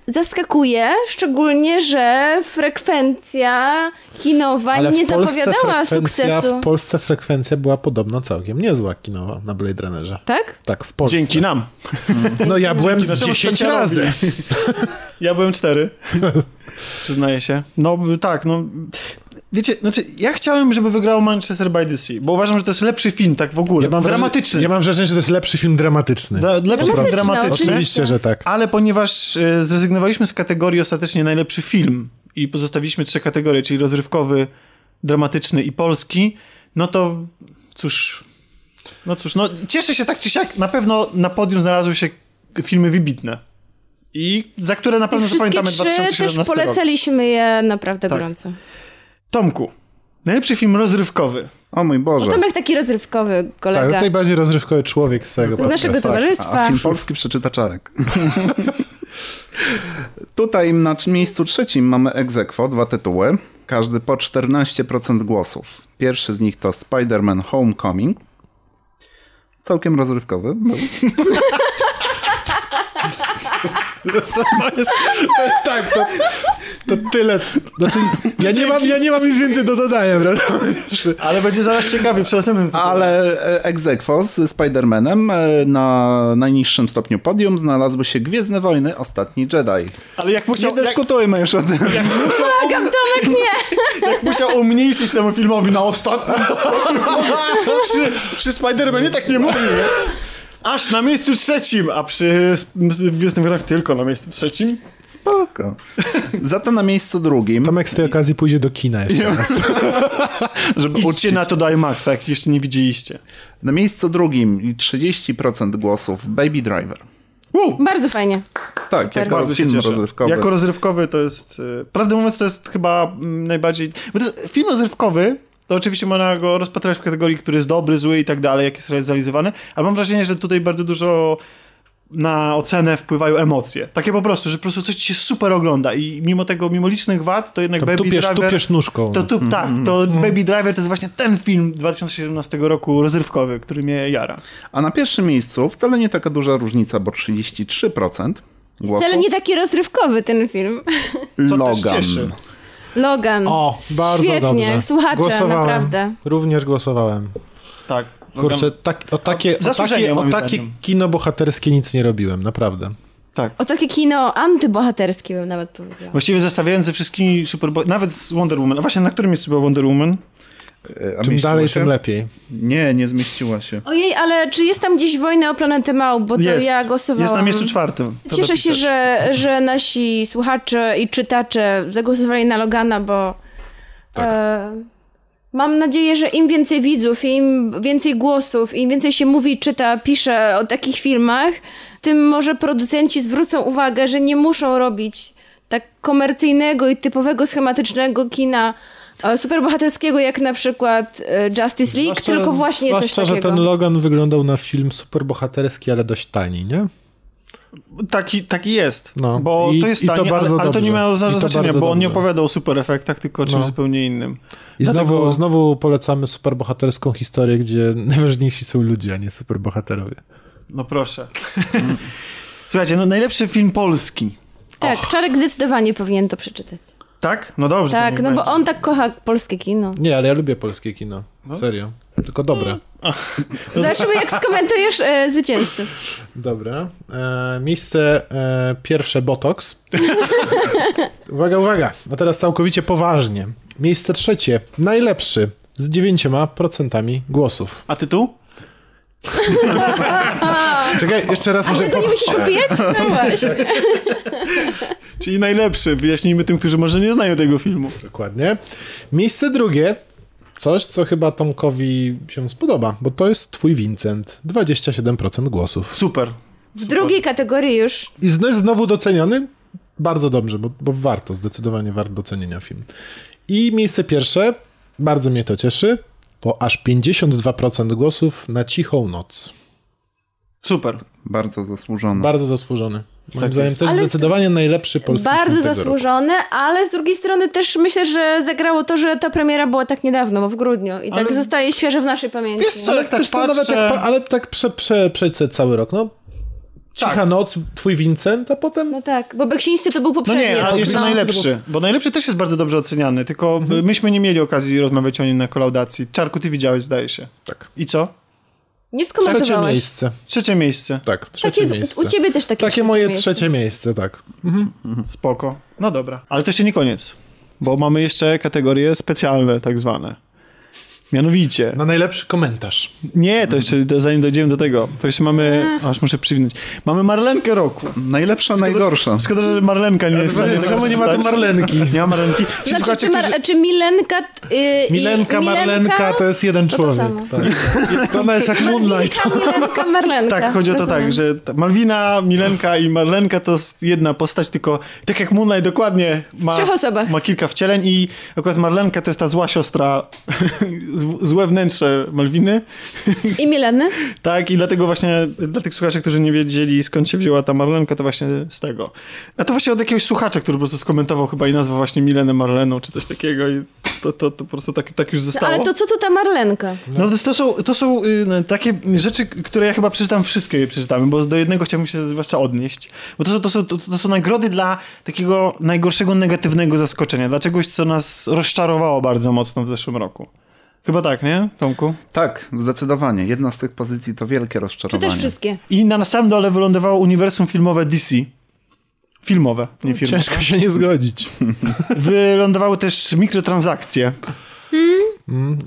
Speaker 4: zaskakuje, szczególnie, że frekwencja kinowa
Speaker 3: Ale
Speaker 4: nie
Speaker 3: w Polsce
Speaker 4: zapowiadała
Speaker 3: frekwencja-
Speaker 4: sukcesu.
Speaker 3: W Polsce frekwencja była podobno całkiem niezła kinowa na Blade Runnerze.
Speaker 4: Tak?
Speaker 3: Tak, w Polsce.
Speaker 1: Dzięki nam.
Speaker 3: No ja byłem z
Speaker 1: naszemu
Speaker 3: 10
Speaker 1: specjalowi.
Speaker 3: razy.
Speaker 1: <laughs> Ja byłem
Speaker 3: <laughs>
Speaker 1: cztery. Przyznaję się. No b- tak, no. Wiecie, znaczy, ja chciałem, żeby wygrał Manchester by the Sea, bo uważam, że to jest lepszy film, tak w ogóle.
Speaker 3: Ja mam
Speaker 1: Dramatyczny.
Speaker 3: Wrażenie, ja mam wrażenie, że to jest lepszy film dramatyczny.
Speaker 1: Dra- lepszy film
Speaker 4: Dramatyczny,
Speaker 1: dramatyczny.
Speaker 4: oczywiście.
Speaker 3: Oczywiście, że tak.
Speaker 1: Ale ponieważ e, zrezygnowaliśmy z kategorii ostatecznie najlepszy film i pozostawiliśmy trzy kategorie, czyli rozrywkowy, dramatyczny i polski, no to cóż. No cóż, no cieszę się tak czy siak. Na pewno na podium znalazły się filmy wybitne. I za które na
Speaker 4: I
Speaker 1: pewno
Speaker 4: wszystkie
Speaker 1: zapamiętamy
Speaker 4: trzy też
Speaker 1: 2017 rok.
Speaker 4: polecaliśmy je naprawdę
Speaker 1: Tak.
Speaker 4: gorąco.
Speaker 1: Tomku, najlepszy film rozrywkowy.
Speaker 2: O mój
Speaker 4: Bo
Speaker 2: Boże.
Speaker 4: Tomek taki rozrywkowy
Speaker 3: Tak, to
Speaker 4: kolega
Speaker 3: jest najbardziej rozrywkowy człowiek z całego
Speaker 4: z naszego
Speaker 3: podcastu. Tak.
Speaker 4: towarzystwa.
Speaker 2: A film polski przeczyta Czarek. <laughs> Tutaj na cz- miejscu trzecim mamy Egzekwo, dwa tytuły, każdy po 14% głosów. Pierwszy z nich to Spider-Man Homecoming. Całkiem rozrywkowy. był.
Speaker 3: To jest, to jest tak, to, to tyle. Znaczy, ja nie, mam, ja nie mam nic więcej do dodania, prawda?
Speaker 1: Ale będzie zaraz ciekawy przy następnym tytule.
Speaker 2: Ale e, ex aequo z Spider-Manem e, na najniższym stopniu podium znalazły się Gwiezdne Wojny, Ostatni Jedi.
Speaker 1: Ale jak
Speaker 2: Nie
Speaker 1: musiał, jak,
Speaker 2: dyskutujmy już o tym.
Speaker 4: Błagam, Tomek, nie!
Speaker 1: <laughs> jak um- Tak musiał umniejszyć temu filmowi na ostatnim <laughs> przy, przy Spider-Manie tak nie mówi, nie? Aż na miejscu trzecim, a przy Gwiezdnych Wojnach tylko na miejscu trzecim.
Speaker 2: Spoko. Za to na miejscu drugim.
Speaker 3: Tomek z tej okazji pójdzie do kina jeszcze raz.
Speaker 1: Żeby Idźcie na to daj Maxa, jak jeszcze nie widzieliście.
Speaker 2: Na miejscu drugim i 30% głosów Baby Driver.
Speaker 1: Wow,
Speaker 4: Bardzo fajnie.
Speaker 2: Tak, jako
Speaker 1: bardzo się
Speaker 2: film
Speaker 1: cieszę.
Speaker 2: rozrywkowy.
Speaker 1: Jako rozrywkowy to jest... y, Prawdę mówiąc, to jest chyba mm, najbardziej... Bo to jest film rozrywkowy, to oczywiście można go rozpatrywać w kategorii, który jest dobry, zły i tak dalej, jak jest realizowany, ale mam wrażenie, że tutaj bardzo dużo na ocenę wpływają emocje. Takie po prostu, że po prostu coś ci się super ogląda i mimo tego, mimo licznych wad, to jednak
Speaker 3: Tam
Speaker 1: Baby
Speaker 3: tupiesz,
Speaker 1: Driver...
Speaker 3: tupiesz nóżką. no.
Speaker 1: To
Speaker 2: Mm.
Speaker 1: tu, tak, to Baby Driver to jest właśnie ten film 2017 roku rozrywkowy, który mnie jara.
Speaker 2: A na pierwszym miejscu wcale nie taka duża różnica, bo 33% głosów
Speaker 4: Wcale nie taki rozrywkowy ten film. <laughs>
Speaker 1: Co
Speaker 2: Logan.
Speaker 1: też cieszy.
Speaker 4: Logan.
Speaker 3: O, bardzo
Speaker 4: Świetnie.
Speaker 3: dobrze.
Speaker 4: Słuchacze,
Speaker 3: głosowałem.
Speaker 4: naprawdę.
Speaker 3: Również głosowałem.
Speaker 1: Tak.
Speaker 3: Kurczę, tak, o takie, o
Speaker 1: Zasłużenie,
Speaker 3: takie, o
Speaker 1: moim
Speaker 3: takie
Speaker 1: zdaniem.
Speaker 3: kino bohaterskie nic nie robiłem, naprawdę.
Speaker 4: O takie kino antybohaterskie bym nawet powiedziała.
Speaker 1: Właściwie zestawiając ze wszystkimi superbo... nawet z Wonder Woman. A właśnie, na którym miejscu była Wonder Woman?
Speaker 2: E, a
Speaker 3: Czym
Speaker 2: mieściła
Speaker 3: dalej,
Speaker 2: się?
Speaker 3: tym lepiej.
Speaker 2: Nie, nie zmieściła się.
Speaker 4: Ojej, ale czy jest tam gdzieś wojna o planetę Mał? Bo to ja głosowałam.
Speaker 1: Jest na miejscu czwartym. To
Speaker 4: Cieszę się,
Speaker 1: dopisasz.
Speaker 4: że, że nasi słuchacze i czytacze zagłosowali na Logana, bo
Speaker 3: Tak.
Speaker 4: e, mam nadzieję, że im więcej widzów, im więcej głosów, im więcej się mówi, czyta, pisze o takich filmach, tym może producenci zwrócą uwagę, że nie muszą robić tak komercyjnego i typowego, schematycznego kina e, superbohaterskiego, jak na przykład e, Justice League,
Speaker 3: Zwłaszcza-
Speaker 4: tylko właśnie coś
Speaker 3: Zwłaszcza,
Speaker 4: takiego.
Speaker 3: że ten Logan wyglądał na film superbohaterski, ale dość tani, nie?
Speaker 1: Taki, taki jest.
Speaker 3: No.
Speaker 1: Bo
Speaker 3: I-
Speaker 1: to jest
Speaker 3: i to
Speaker 1: tanie, ale,
Speaker 3: bardzo
Speaker 1: ale to nie
Speaker 3: dobrze.
Speaker 1: miało
Speaker 3: I to
Speaker 1: znaczenia,
Speaker 3: bardzo
Speaker 1: bo on nie
Speaker 3: dobrze.
Speaker 1: opowiadał o super efektach, tylko o czymś
Speaker 3: No.
Speaker 1: zupełnie innym.
Speaker 3: I
Speaker 1: Dlatego-
Speaker 3: znowu, znowu polecamy superbohaterską historię, gdzie <laughs> najważniejsi są ludzie, a nie superbohaterowie.
Speaker 1: No proszę. <laughs> Słuchajcie, no najlepszy film polski.
Speaker 4: Tak, Czarek zdecydowanie powinien to przeczytać.
Speaker 1: Tak? No dobrze. to
Speaker 4: Tak,
Speaker 1: niech
Speaker 4: no bo
Speaker 1: będzie.
Speaker 4: on tak kocha polskie kino.
Speaker 3: Nie, ale ja lubię polskie kino.
Speaker 1: No.
Speaker 3: Serio. Tylko dobre.
Speaker 4: Zobaczymy, jak skomentujesz e, zwycięzców.
Speaker 3: Dobra. E, miejsce e, pierwsze Botox. <laughs> uwaga, uwaga. A teraz całkowicie poważnie. Miejsce trzecie. Najlepszy. Z 9% głosów.
Speaker 1: A tytuł?
Speaker 3: Czekaj, jeszcze raz może.
Speaker 4: Tego nie musisz upijać?
Speaker 1: <laughs> Tak.
Speaker 4: No właśnie.
Speaker 1: Czyli najlepszy. Wyjaśnijmy tym, którzy może nie znają tego filmu.
Speaker 3: Dokładnie. Miejsce drugie. Coś, co chyba Tomkowi się spodoba, bo to jest Twój Vincent. 27% głosów.
Speaker 1: Super.
Speaker 4: W drugiej kategorii już
Speaker 3: I zno- znowu doceniony bardzo dobrze, bo, bo warto, zdecydowanie warto docenienia film. I miejsce pierwsze, bardzo mnie to cieszy, bo aż 52% głosów na cichą noc.
Speaker 1: Super.
Speaker 2: Bardzo
Speaker 1: No.
Speaker 2: zasłużona.
Speaker 3: Bardzo zasłużony. Moim
Speaker 1: Tak
Speaker 3: zdaniem też
Speaker 4: Ale z-
Speaker 3: zdecydowanie najlepszy polski
Speaker 4: bardzo
Speaker 3: film tego roku.
Speaker 4: zasłużone, ale z drugiej strony też myślę, że zagrało to, że ta premiera była tak niedawno, bo w grudniu. I tak zostaje świeże w naszej pamięci.
Speaker 1: Wiesz co, jak tak
Speaker 3: Wiesz co,
Speaker 1: patrzę...
Speaker 3: nawet jak, pa- ale tak prze, prze, przejdź sobie cały rok. No, cicha
Speaker 1: Tak.
Speaker 3: noc, twój Vincent, a potem
Speaker 4: No tak, bo Beksińscy to był
Speaker 1: No
Speaker 4: poprzedni.
Speaker 1: nie, a
Speaker 4: rok,
Speaker 1: jeszcze
Speaker 4: no.
Speaker 1: najlepszy, bo najlepszy też jest bardzo dobrze oceniany, tylko myśmy nie mieli okazji rozmawiać o nim na kolaudacji. Czarku, ty widziałeś, zdaje się.
Speaker 3: Tak.
Speaker 1: I co?
Speaker 4: Nie
Speaker 3: trzecie
Speaker 4: skomentowałeś.
Speaker 3: miejsce.
Speaker 1: Trzecie miejsce.
Speaker 3: Tak, trzecie
Speaker 4: Takie,
Speaker 3: miejsce.
Speaker 4: u ciebie też takie
Speaker 3: Takie
Speaker 4: trzecie
Speaker 3: moje
Speaker 4: miejsce.
Speaker 3: trzecie miejsce, tak.
Speaker 1: Spoko. No dobra. Ale to jeszcze nie koniec, bo mamy jeszcze kategorie specjalne tak zwane. Mianowicie,
Speaker 3: Na najlepszy komentarz.
Speaker 1: nie, to jeszcze do- zanim dojdziemy do tego, to jeszcze mamy, aż muszę przywinąć, mamy Marlenkę roku.
Speaker 2: Najlepsza, najgorsza.
Speaker 1: Szkoda, że Marlenka nie jest w stanie tego
Speaker 3: Czemu tak <laughs> nie ma tu
Speaker 1: przeczytać.
Speaker 3: Marlenki?
Speaker 1: Nie ma Marlenki. Ci
Speaker 4: Znaczy,
Speaker 1: słuchacze,
Speaker 4: czy, Mar-
Speaker 1: którzy-
Speaker 4: czy Milenka t- y,
Speaker 3: Milenka,
Speaker 4: i,
Speaker 3: Marlenka to jest jeden
Speaker 4: to to
Speaker 3: człowiek.
Speaker 4: samo.
Speaker 3: tak. To ona jest jak Moonlight.
Speaker 4: Milenka, Milenka, Marlenka.
Speaker 1: Tak, chodzi o to
Speaker 4: Rozumiem.
Speaker 1: tak, że ta Malwina, Milenka i Marlenka to jest jedna postać, tylko tak jak Moonlight dokładnie ma,
Speaker 4: trzech osobach.
Speaker 1: ma kilka wcieleń i akurat Marlenka to jest ta zła siostra, <laughs> zł- złe wnętrze Malwiny,
Speaker 4: I Mileny?
Speaker 1: tak, i dlatego właśnie dla tych słuchaczy, którzy nie wiedzieli skąd się wzięła ta Marlenka, to właśnie z tego. A to właśnie od jakiegoś słuchacza, który po prostu skomentował chyba i nazwał właśnie Milenę Marleną czy coś takiego i to, to, to po prostu tak, tak już zostało.
Speaker 4: No, Ale to co to ta Marlenka?
Speaker 1: No to, to są, to są y, no, takie rzeczy, k- które ja chyba przeczytam, wszystkie je przeczytamy, bo do jednego chciałbym się zwłaszcza odnieść. Bo to są, to są, to, to są nagrody dla takiego najgorszego negatywnego zaskoczenia, dla czegoś, co nas rozczarowało bardzo mocno w zeszłym roku. Chyba tak, nie, Tomku?
Speaker 2: Tak, zdecydowanie. Jedna z tych pozycji to wielkie
Speaker 4: Czy
Speaker 2: rozczarowanie.
Speaker 4: też wszystkie?
Speaker 1: I na, na samym dole wylądowało uniwersum filmowe DC. Filmowe, nie filmowe.
Speaker 3: Ciężko się nie zgodzić.
Speaker 1: Wylądowały też mikrotransakcje.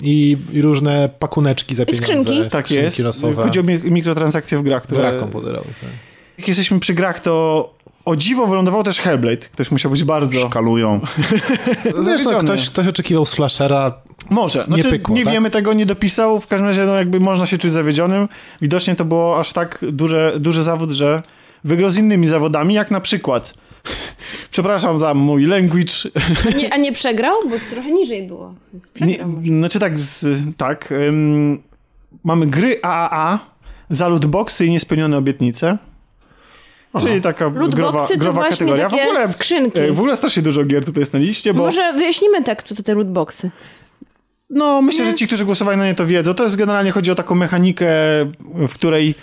Speaker 3: I, I różne pakuneczki za
Speaker 4: I skrzynki.
Speaker 3: pieniądze.
Speaker 1: Tak jest.
Speaker 3: losowe.
Speaker 1: Chodzi o mi- mikrotransakcje w grach, które...
Speaker 3: Gra komputerowa, tak.
Speaker 1: Jak jesteśmy przy grach, to o dziwo wylądował też Hellblade. Ktoś musiał być bardzo...
Speaker 2: Szkalują.
Speaker 3: Zresztą
Speaker 1: Zawiedziony.
Speaker 3: no, ktoś, ktoś oczekiwał slashera.
Speaker 1: Może.
Speaker 3: Nie
Speaker 1: Znaczy, nie
Speaker 3: pykło,
Speaker 1: nie
Speaker 3: tak?
Speaker 1: wiemy tego, nie dopisał. W każdym razie, no, jakby można się czuć zawiedzionym. Widocznie to było aż tak duże, duży zawód, że wygrał z innymi zawodami, jak na przykład. <laughs> Przepraszam za mój language.
Speaker 4: A nie, a nie przegrał? Bo trochę niżej było. Więc
Speaker 1: Nie,
Speaker 4: przegrał może.
Speaker 1: znaczy tak, z, tak. Ym, mamy gry AAA, zalut boxy i niespełnione obietnice. Czyli taka growa,
Speaker 4: Lootboxy to
Speaker 1: growa
Speaker 4: właśnie
Speaker 1: kategoria.
Speaker 4: takie
Speaker 1: w, ogóle,
Speaker 4: skrzynki.
Speaker 1: e, w ogóle strasznie dużo gier tutaj jest na liście, bo...
Speaker 4: Może wyjaśnimy tak, co to te lootboxy.
Speaker 1: No, myślę, że ci, którzy głosowali na nie, to wiedzą. To jest generalnie chodzi o taką mechanikę, w której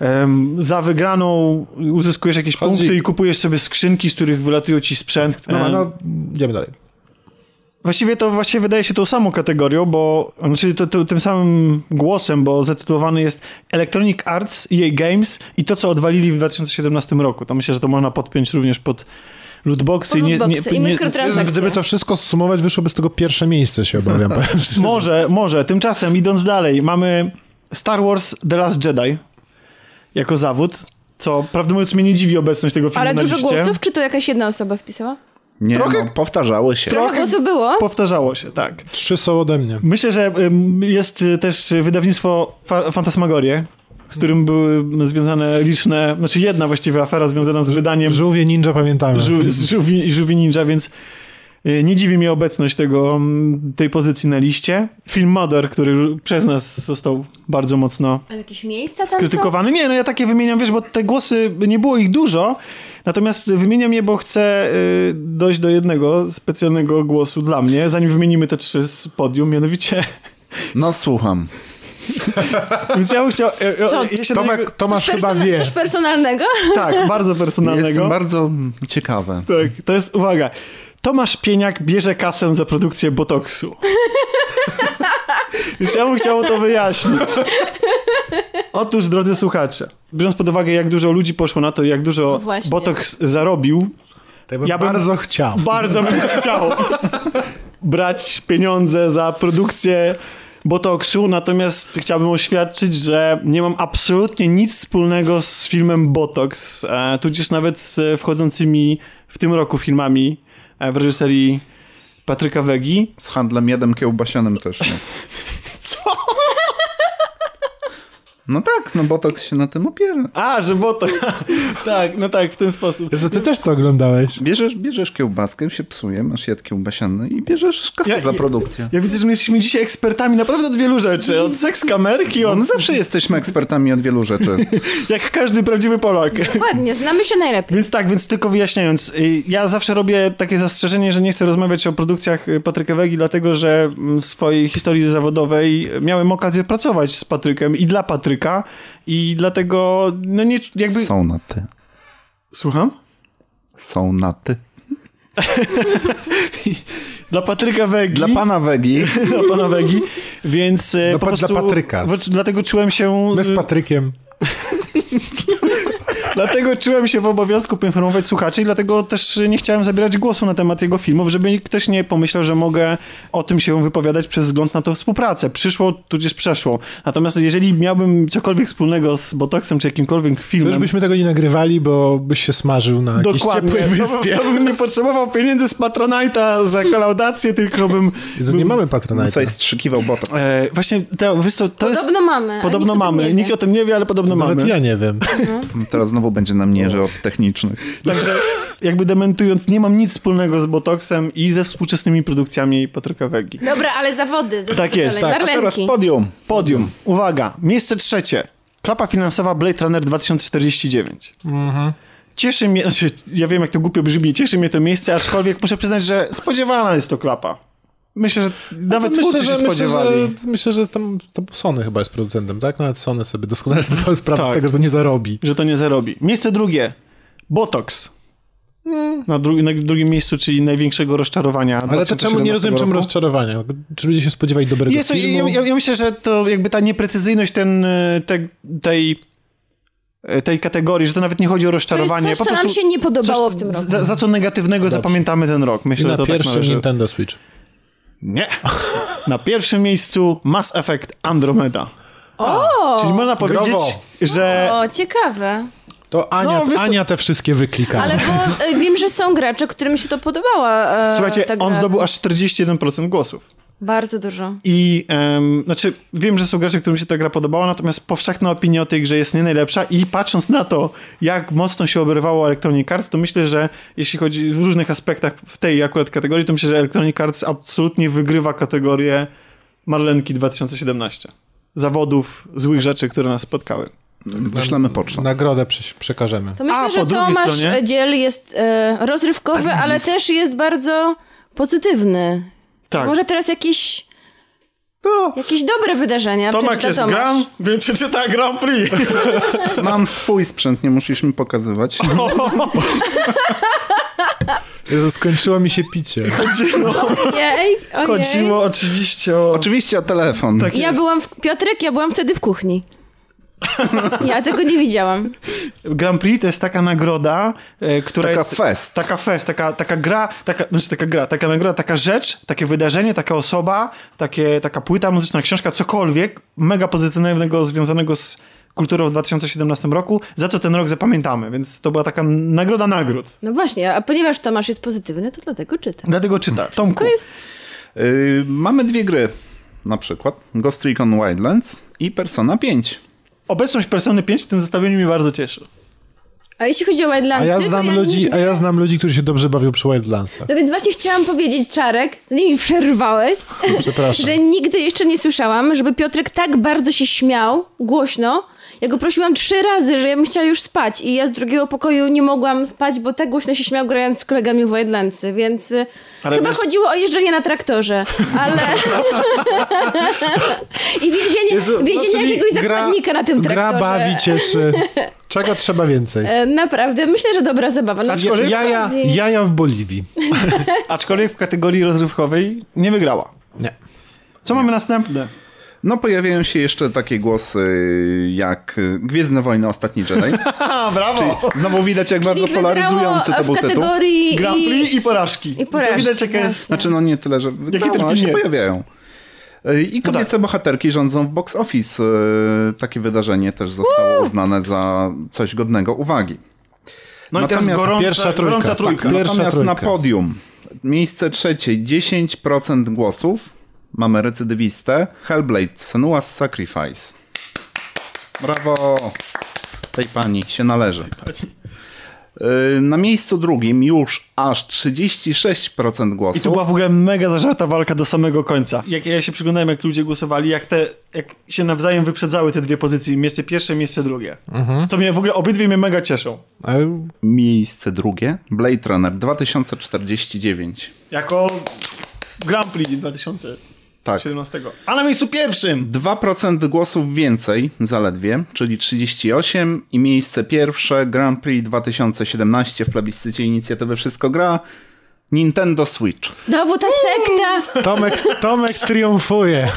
Speaker 1: em, za wygraną uzyskujesz jakieś
Speaker 3: Chodzi-
Speaker 1: punkty i kupujesz sobie skrzynki, z których wylatują ci sprzęt.
Speaker 3: No,
Speaker 1: Em,
Speaker 3: no, idziemy dalej.
Speaker 1: Właściwie to właściwie wydaje się tą samą kategorią, bo znaczy to, to, tym samym głosem, bo zatytułowany jest Electronic Arts, EA Games i to, co odwalili w 2017 roku. To myślę, że to można podpiąć również pod lootboxy.
Speaker 4: Pod
Speaker 1: i
Speaker 4: lootboxy i mikrotransakcje.
Speaker 3: Gdyby to wszystko zsumować, wyszłoby z tego pierwsze miejsce, się <laughs> obawiam. powiem szczerze.
Speaker 1: Może, może. Tymczasem, idąc dalej, mamy Star Wars The Last Jedi jako zawód, co prawdę mówiąc mnie nie dziwi obecność tego filmu
Speaker 4: Ale
Speaker 1: na
Speaker 4: dużo
Speaker 1: liście.
Speaker 4: głosów, czy to jakaś jedna osoba wpisała?
Speaker 2: Nie, no, powtarzały się.
Speaker 4: Trochę głosów było.
Speaker 1: Powtarzało się, tak.
Speaker 3: Trzy są ode mnie.
Speaker 1: Myślę, że ym, jest y, też y, wydawnictwo Fa- Fantasmagorie, z którym były m, związane liczne, znaczy jedna właściwie afera związana z wydaniem
Speaker 3: Żółwie Ninja pamiętamy.
Speaker 1: Żu- z Żółwi Żółwi Ninja, więc y, nie dziwi mnie obecność tego, mm, tej pozycji na liście. Film Mother, który przez nas został bardzo mocno
Speaker 4: Ale jakieś miejsca tam są?
Speaker 1: skrytykowany. Nie, no ja takie wymieniam, wiesz, bo te głosy, nie było ich dużo, natomiast wymieniam je, bo chcę y, dojść do jednego specjalnego głosu dla mnie, zanim wymienimy te trzy z podium, mianowicie...
Speaker 2: No słucham.
Speaker 1: Więc ja bym chciał... e, e,
Speaker 4: Co,
Speaker 1: ja się do niego,
Speaker 3: Tomek, Tomasz
Speaker 4: Coś
Speaker 3: chyba
Speaker 4: persona-
Speaker 3: wie.
Speaker 4: Coś personalnego? <laughs>
Speaker 1: tak, bardzo
Speaker 2: Jestem
Speaker 1: personalnego.
Speaker 2: bardzo ciekawe.
Speaker 1: Tak, to jest, uwaga, Tomasz Pieniak bierze kasę za produkcję botoksu. <laughs> Więc ja bym chciał to wyjaśnić. Otóż, drodzy słuchacze, biorąc pod uwagę, jak dużo ludzi poszło na to i jak dużo
Speaker 4: No Właśnie.
Speaker 1: botoks zarobił,
Speaker 3: To ja bym
Speaker 1: Ja bym-
Speaker 3: bardzo chciał.
Speaker 1: Bardzo bym chciał brać pieniądze za produkcję botoksu, natomiast chciałbym oświadczyć, że nie mam absolutnie nic wspólnego z filmem Botox, e, tudzież nawet z wchodzącymi w tym roku filmami e, w reżyserii Patryka Wegi.
Speaker 2: Z handlem jedem kiełbasianym też nie.
Speaker 1: Co?
Speaker 2: No tak, no Botox się na tym opiera.
Speaker 1: A, że bo to. <laughs> tak, no tak, w ten sposób.
Speaker 3: Jezu, ty też to oglądałeś.
Speaker 2: Bierzesz, bierzesz kiełbaskę, się psuje, masz jad kiełbasiany i bierzesz kasę
Speaker 1: Ja-
Speaker 2: za
Speaker 1: ja-
Speaker 2: produkcję.
Speaker 1: Ja widzę, że my jesteśmy dzisiaj ekspertami naprawdę od wielu rzeczy. Od seks kamerki,
Speaker 2: No
Speaker 1: od
Speaker 2: my zawsze jesteśmy ekspertami od wielu rzeczy.
Speaker 1: jak każdy prawdziwy Polak.
Speaker 4: Dokładnie, znamy się najlepiej.
Speaker 1: Więc tak, więc tylko wyjaśniając, y, ja zawsze robię takie zastrzeżenie, że nie chcę rozmawiać o produkcjach y, Patryka Wegi, dlatego że mm, w swojej historii zawodowej miałem okazję pracować z Patrykiem i dla Patryka i dlatego, no nie, jakby...
Speaker 2: Są na ty.
Speaker 1: Słucham?
Speaker 2: Są na ty.
Speaker 1: Dla Patryka Wegi.
Speaker 2: Dla pana Wegi
Speaker 1: <laughs> dla pana Wegi, więc y,
Speaker 3: Dla
Speaker 1: po
Speaker 3: No pa-
Speaker 1: prostu...
Speaker 3: dla Patryka.
Speaker 1: Wo- Dlatego czułem się...
Speaker 3: My z
Speaker 1: y,
Speaker 3: Patrykiem.
Speaker 1: Dlatego czułem się w obowiązku poinformować słuchaczy i dlatego też nie chciałem zabierać głosu na temat jego filmów, żeby ktoś nie pomyślał, że mogę o tym się wypowiadać przez wzgląd na tą współpracę. Przyszło, tudzież przeszło. Natomiast jeżeli miałbym cokolwiek wspólnego z Botoxem czy jakimkolwiek
Speaker 3: To już
Speaker 1: filmem...
Speaker 3: byśmy tego nie nagrywali, bo byś się smażył na jakiejś
Speaker 1: Dokładnie. No To,
Speaker 3: ciepłej
Speaker 1: bym- <laughs>
Speaker 3: wyspie.
Speaker 1: to bym nie potrzebował pieniędzy z Patronite'a za kolaudację, tylko bym...
Speaker 3: Jezu, nie
Speaker 1: bym-
Speaker 3: mamy Patronite'a.
Speaker 2: sobie strzykiwał Botox.
Speaker 1: E, właśnie, to, wiesz co, to jest...
Speaker 4: Podobno mamy. a
Speaker 1: Podobno
Speaker 4: nikt o tym
Speaker 1: mamy.
Speaker 4: nie wie.
Speaker 1: Nikt o tym nie wie, ale podobno
Speaker 3: Nawet
Speaker 1: mamy.
Speaker 3: ja nie wiem.
Speaker 2: Teraz znowu będzie na mnie, że od technicznych.
Speaker 1: Także jakby dementując, nie mam nic wspólnego z Botoxem i ze współczesnymi produkcjami Patryka Wegi.
Speaker 4: Dobra, ale zawody.
Speaker 1: Tak jest,
Speaker 4: dalej.
Speaker 1: tak.
Speaker 2: A teraz
Speaker 4: Marlenki.
Speaker 2: podium.
Speaker 1: Podium. Uwaga, miejsce trzecie. Klapa finansowa Blade Runner 2049.
Speaker 3: Mhm.
Speaker 1: Cieszy mnie, <laughs> znaczy, ja wiem jak to głupio brzmi, cieszy mnie to miejsce, aczkolwiek muszę przyznać, że spodziewana jest to klapa. Myślę, że <laughs> nawet
Speaker 3: To
Speaker 1: twórcy się
Speaker 3: myślę,
Speaker 1: spodziewali.
Speaker 3: że, myślę, że tam to Sony chyba jest producentem, tak? Nawet Sony sobie doskonale zdawały sprawę
Speaker 1: Tak.
Speaker 3: z tego, że to nie zarobi.
Speaker 1: że to nie zarobi. Miejsce drugie. Botox.
Speaker 3: Mm.
Speaker 1: Na, dru- na drugim miejscu, czyli największego rozczarowania.
Speaker 3: Ale to czemu
Speaker 1: 2017
Speaker 3: nie rozumiem, czemu
Speaker 1: roku.
Speaker 3: rozczarowania? Czy ludzie się spodziewali dobrego
Speaker 1: Jest, to- ja,
Speaker 3: filmu?
Speaker 1: ja, ja myślę, że to jakby ta nieprecyzyjność ten, e, te, tej, e, tej kategorii, że to nawet nie chodzi o
Speaker 4: To jest
Speaker 1: rozczarowanie.
Speaker 4: coś, co nam się nie podobało w tym roku.
Speaker 1: Za, za co negatywnego zapamiętamy ten rok.
Speaker 3: I
Speaker 1: Myślę, że
Speaker 3: na
Speaker 1: to tak
Speaker 3: pierwszym
Speaker 1: należy.
Speaker 3: Nintendo Switch.
Speaker 1: Nie. Na pierwszym miejscu Mass Effect Andromeda. O! Czyli można powiedzieć,
Speaker 3: Brawo.
Speaker 1: że...
Speaker 4: O, ciekawe.
Speaker 3: To Ania,
Speaker 1: No, wiesz co-
Speaker 3: Ania te wszystkie wyklikała.
Speaker 4: Ale bo e, wiem, że są gracze, którym się to podobała. E,
Speaker 1: Słuchajcie,
Speaker 4: ta
Speaker 1: on
Speaker 4: gra.
Speaker 1: zdobył aż 41% głosów.
Speaker 4: Bardzo dużo.
Speaker 1: I em, znaczy, wiem, że są gracze, którym się ta gra podobała, natomiast powszechna opinia o tej grze jest nie najlepsza. I patrząc na to, jak mocno się oberwało Electronic Arts, to myślę, że jeśli chodzi w różnych aspektach w tej akurat kategorii, to myślę, że Electronic Arts absolutnie wygrywa kategorię Marlenki 2017. Zawodów, złych rzeczy, które nas spotkały.
Speaker 2: Wyślemy pocztą.
Speaker 3: Nagrodę przy- przekażemy.
Speaker 4: To myślę,
Speaker 1: A, po
Speaker 4: że
Speaker 1: drugiej
Speaker 4: Tomasz
Speaker 1: stronie-
Speaker 4: Dziel jest e, rozrywkowy, ale też jest bardzo pozytywny.
Speaker 1: Tak.
Speaker 4: Może teraz jakieś,
Speaker 2: To
Speaker 4: jakieś dobre wydarzenia
Speaker 1: Tomek
Speaker 4: przeczyta
Speaker 1: jest
Speaker 4: Tomasz.
Speaker 1: gram, wiem, czy czyta Grand <laughs> Prix.
Speaker 2: mam swój sprzęt, nie musisz mi
Speaker 1: <laughs>
Speaker 2: pokazywać.
Speaker 1: No.
Speaker 3: Jezu, skończyło mi się picie.
Speaker 4: Ojej, ojej.
Speaker 1: Chodziło oczywiście o.
Speaker 2: Oczywiście o telefon.
Speaker 1: Tak
Speaker 4: Ja
Speaker 1: jest.
Speaker 4: byłam w, Piotrek, ja byłam wtedy w kuchni. Ja tego nie widziałam.
Speaker 1: Grand Prix to jest taka nagroda, e, która
Speaker 2: Taka
Speaker 1: jest...
Speaker 2: fest.
Speaker 1: Taka fest, taka, taka gra, taka, znaczy taka gra, taka nagroda, taka rzecz, takie wydarzenie, taka osoba, takie, taka płyta muzyczna, książka, cokolwiek mega pozytywnego związanego z kulturą w 2017 roku, za co ten rok zapamiętamy, więc to była taka nagroda nagród.
Speaker 4: No właśnie, a ponieważ Tomasz jest pozytywny, to dlatego czytam.
Speaker 1: Dlatego czyta. Tomku,
Speaker 4: To jest
Speaker 2: Y, mamy dwie gry. Na przykład Ghost Recon Wildlands i Persona 5.
Speaker 1: obecność Persony 5 w tym zestawieniu mnie bardzo cieszy.
Speaker 4: A jeśli chodzi o
Speaker 3: A
Speaker 4: Wildlandsy,
Speaker 3: ja
Speaker 4: to
Speaker 3: znam
Speaker 4: ja
Speaker 3: ludzi,
Speaker 4: nigdy-
Speaker 3: a ja znam ludzi, którzy się dobrze bawią przy Wildlandsach.
Speaker 4: No więc właśnie chciałam powiedzieć, Czarek, to nie mi przerwałeś,
Speaker 3: Przepraszam.
Speaker 4: że nigdy jeszcze nie słyszałam, żeby Piotrek tak bardzo się śmiał, głośno. Ja go prosiłam trzy razy, że ja bym chciała już spać i ja z drugiego pokoju nie mogłam spać, bo tak głośno się śmiał grając z kolegami w Wildlandsy, więc y,
Speaker 1: Ale
Speaker 4: chyba
Speaker 1: wiesz-
Speaker 4: chodziło o jeżdżenie na traktorze, ale... <laughs> I więzienie,
Speaker 3: Jezu, no
Speaker 4: więzienie
Speaker 3: czyli
Speaker 4: jakiegoś zakładnika na tym traktorze.
Speaker 3: Gra bawi,
Speaker 4: <laughs>
Speaker 3: cieszy. Czego trzeba więcej?
Speaker 4: E, Naprawdę, myślę, że dobra zabawa. No,
Speaker 1: Aczkolwiek-
Speaker 3: Jaja, jaja w Boliwii.
Speaker 1: Aczkolwiek w kategorii rozrywkowej nie wygrała.
Speaker 3: Nie.
Speaker 1: Co mamy następne?
Speaker 2: No pojawiają się jeszcze takie głosy jak y, Gwiezdne Wojny Ostatni
Speaker 1: <laughs>
Speaker 2: Jedi.
Speaker 1: A, brawo!
Speaker 2: Znowu widać jak bardzo
Speaker 4: czyli wygrało e,
Speaker 2: polaryzujący to był
Speaker 4: w
Speaker 2: tytuł.
Speaker 4: kategorii...
Speaker 1: Grand
Speaker 4: i-
Speaker 1: Prix i porażki.
Speaker 4: I porażki,
Speaker 1: To widać, jaka jest
Speaker 4: jasne.
Speaker 2: Znaczy no nie tyle, że
Speaker 1: ten
Speaker 2: wygrała,
Speaker 1: film
Speaker 2: się
Speaker 1: jest? No tak.
Speaker 2: pojawiają. Y, I kobiece bohaterki rządzą w box office. Y, Takie wydarzenie też zostało uznane za coś godnego uwagi.
Speaker 1: No i teraz
Speaker 2: Natomiast
Speaker 1: gorąca
Speaker 3: pierwsza trójka.
Speaker 1: Gorąca trójka.
Speaker 3: Tak, Pierwsza
Speaker 2: Natomiast na
Speaker 3: trójka.
Speaker 2: podium, miejsce trzecie, 10% głosów. Mamy recydywistę Hellblade Senua's Sacrifice. Brawo! Tej pani się należy. Yy, Na miejscu drugim już aż 36%
Speaker 1: I to
Speaker 2: głosów.
Speaker 1: była w ogóle mega zażarta walka do samego końca. Jak ja się przyglądałem, jak ludzie głosowali, jak te, jak się nawzajem wyprzedzały te dwie pozycje, miejsce pierwsze, miejsce drugie.
Speaker 2: Mhm.
Speaker 1: Co mnie w ogóle, obydwie mnie mega cieszą.
Speaker 3: Ale
Speaker 2: Miejsce drugie Blade Runner 2049.
Speaker 1: Jako Grand Prix 2017.
Speaker 2: Tak.
Speaker 1: A na miejscu pierwszym!
Speaker 2: 2% głosów więcej zaledwie, czyli 38 i miejsce pierwsze Grand Prix 2017 w plebiscycie inicjatywy Wszystko Gra Nintendo Switch.
Speaker 1: tak
Speaker 4: Znowu ta sekta!
Speaker 3: Tomek, Tomek triumfuje.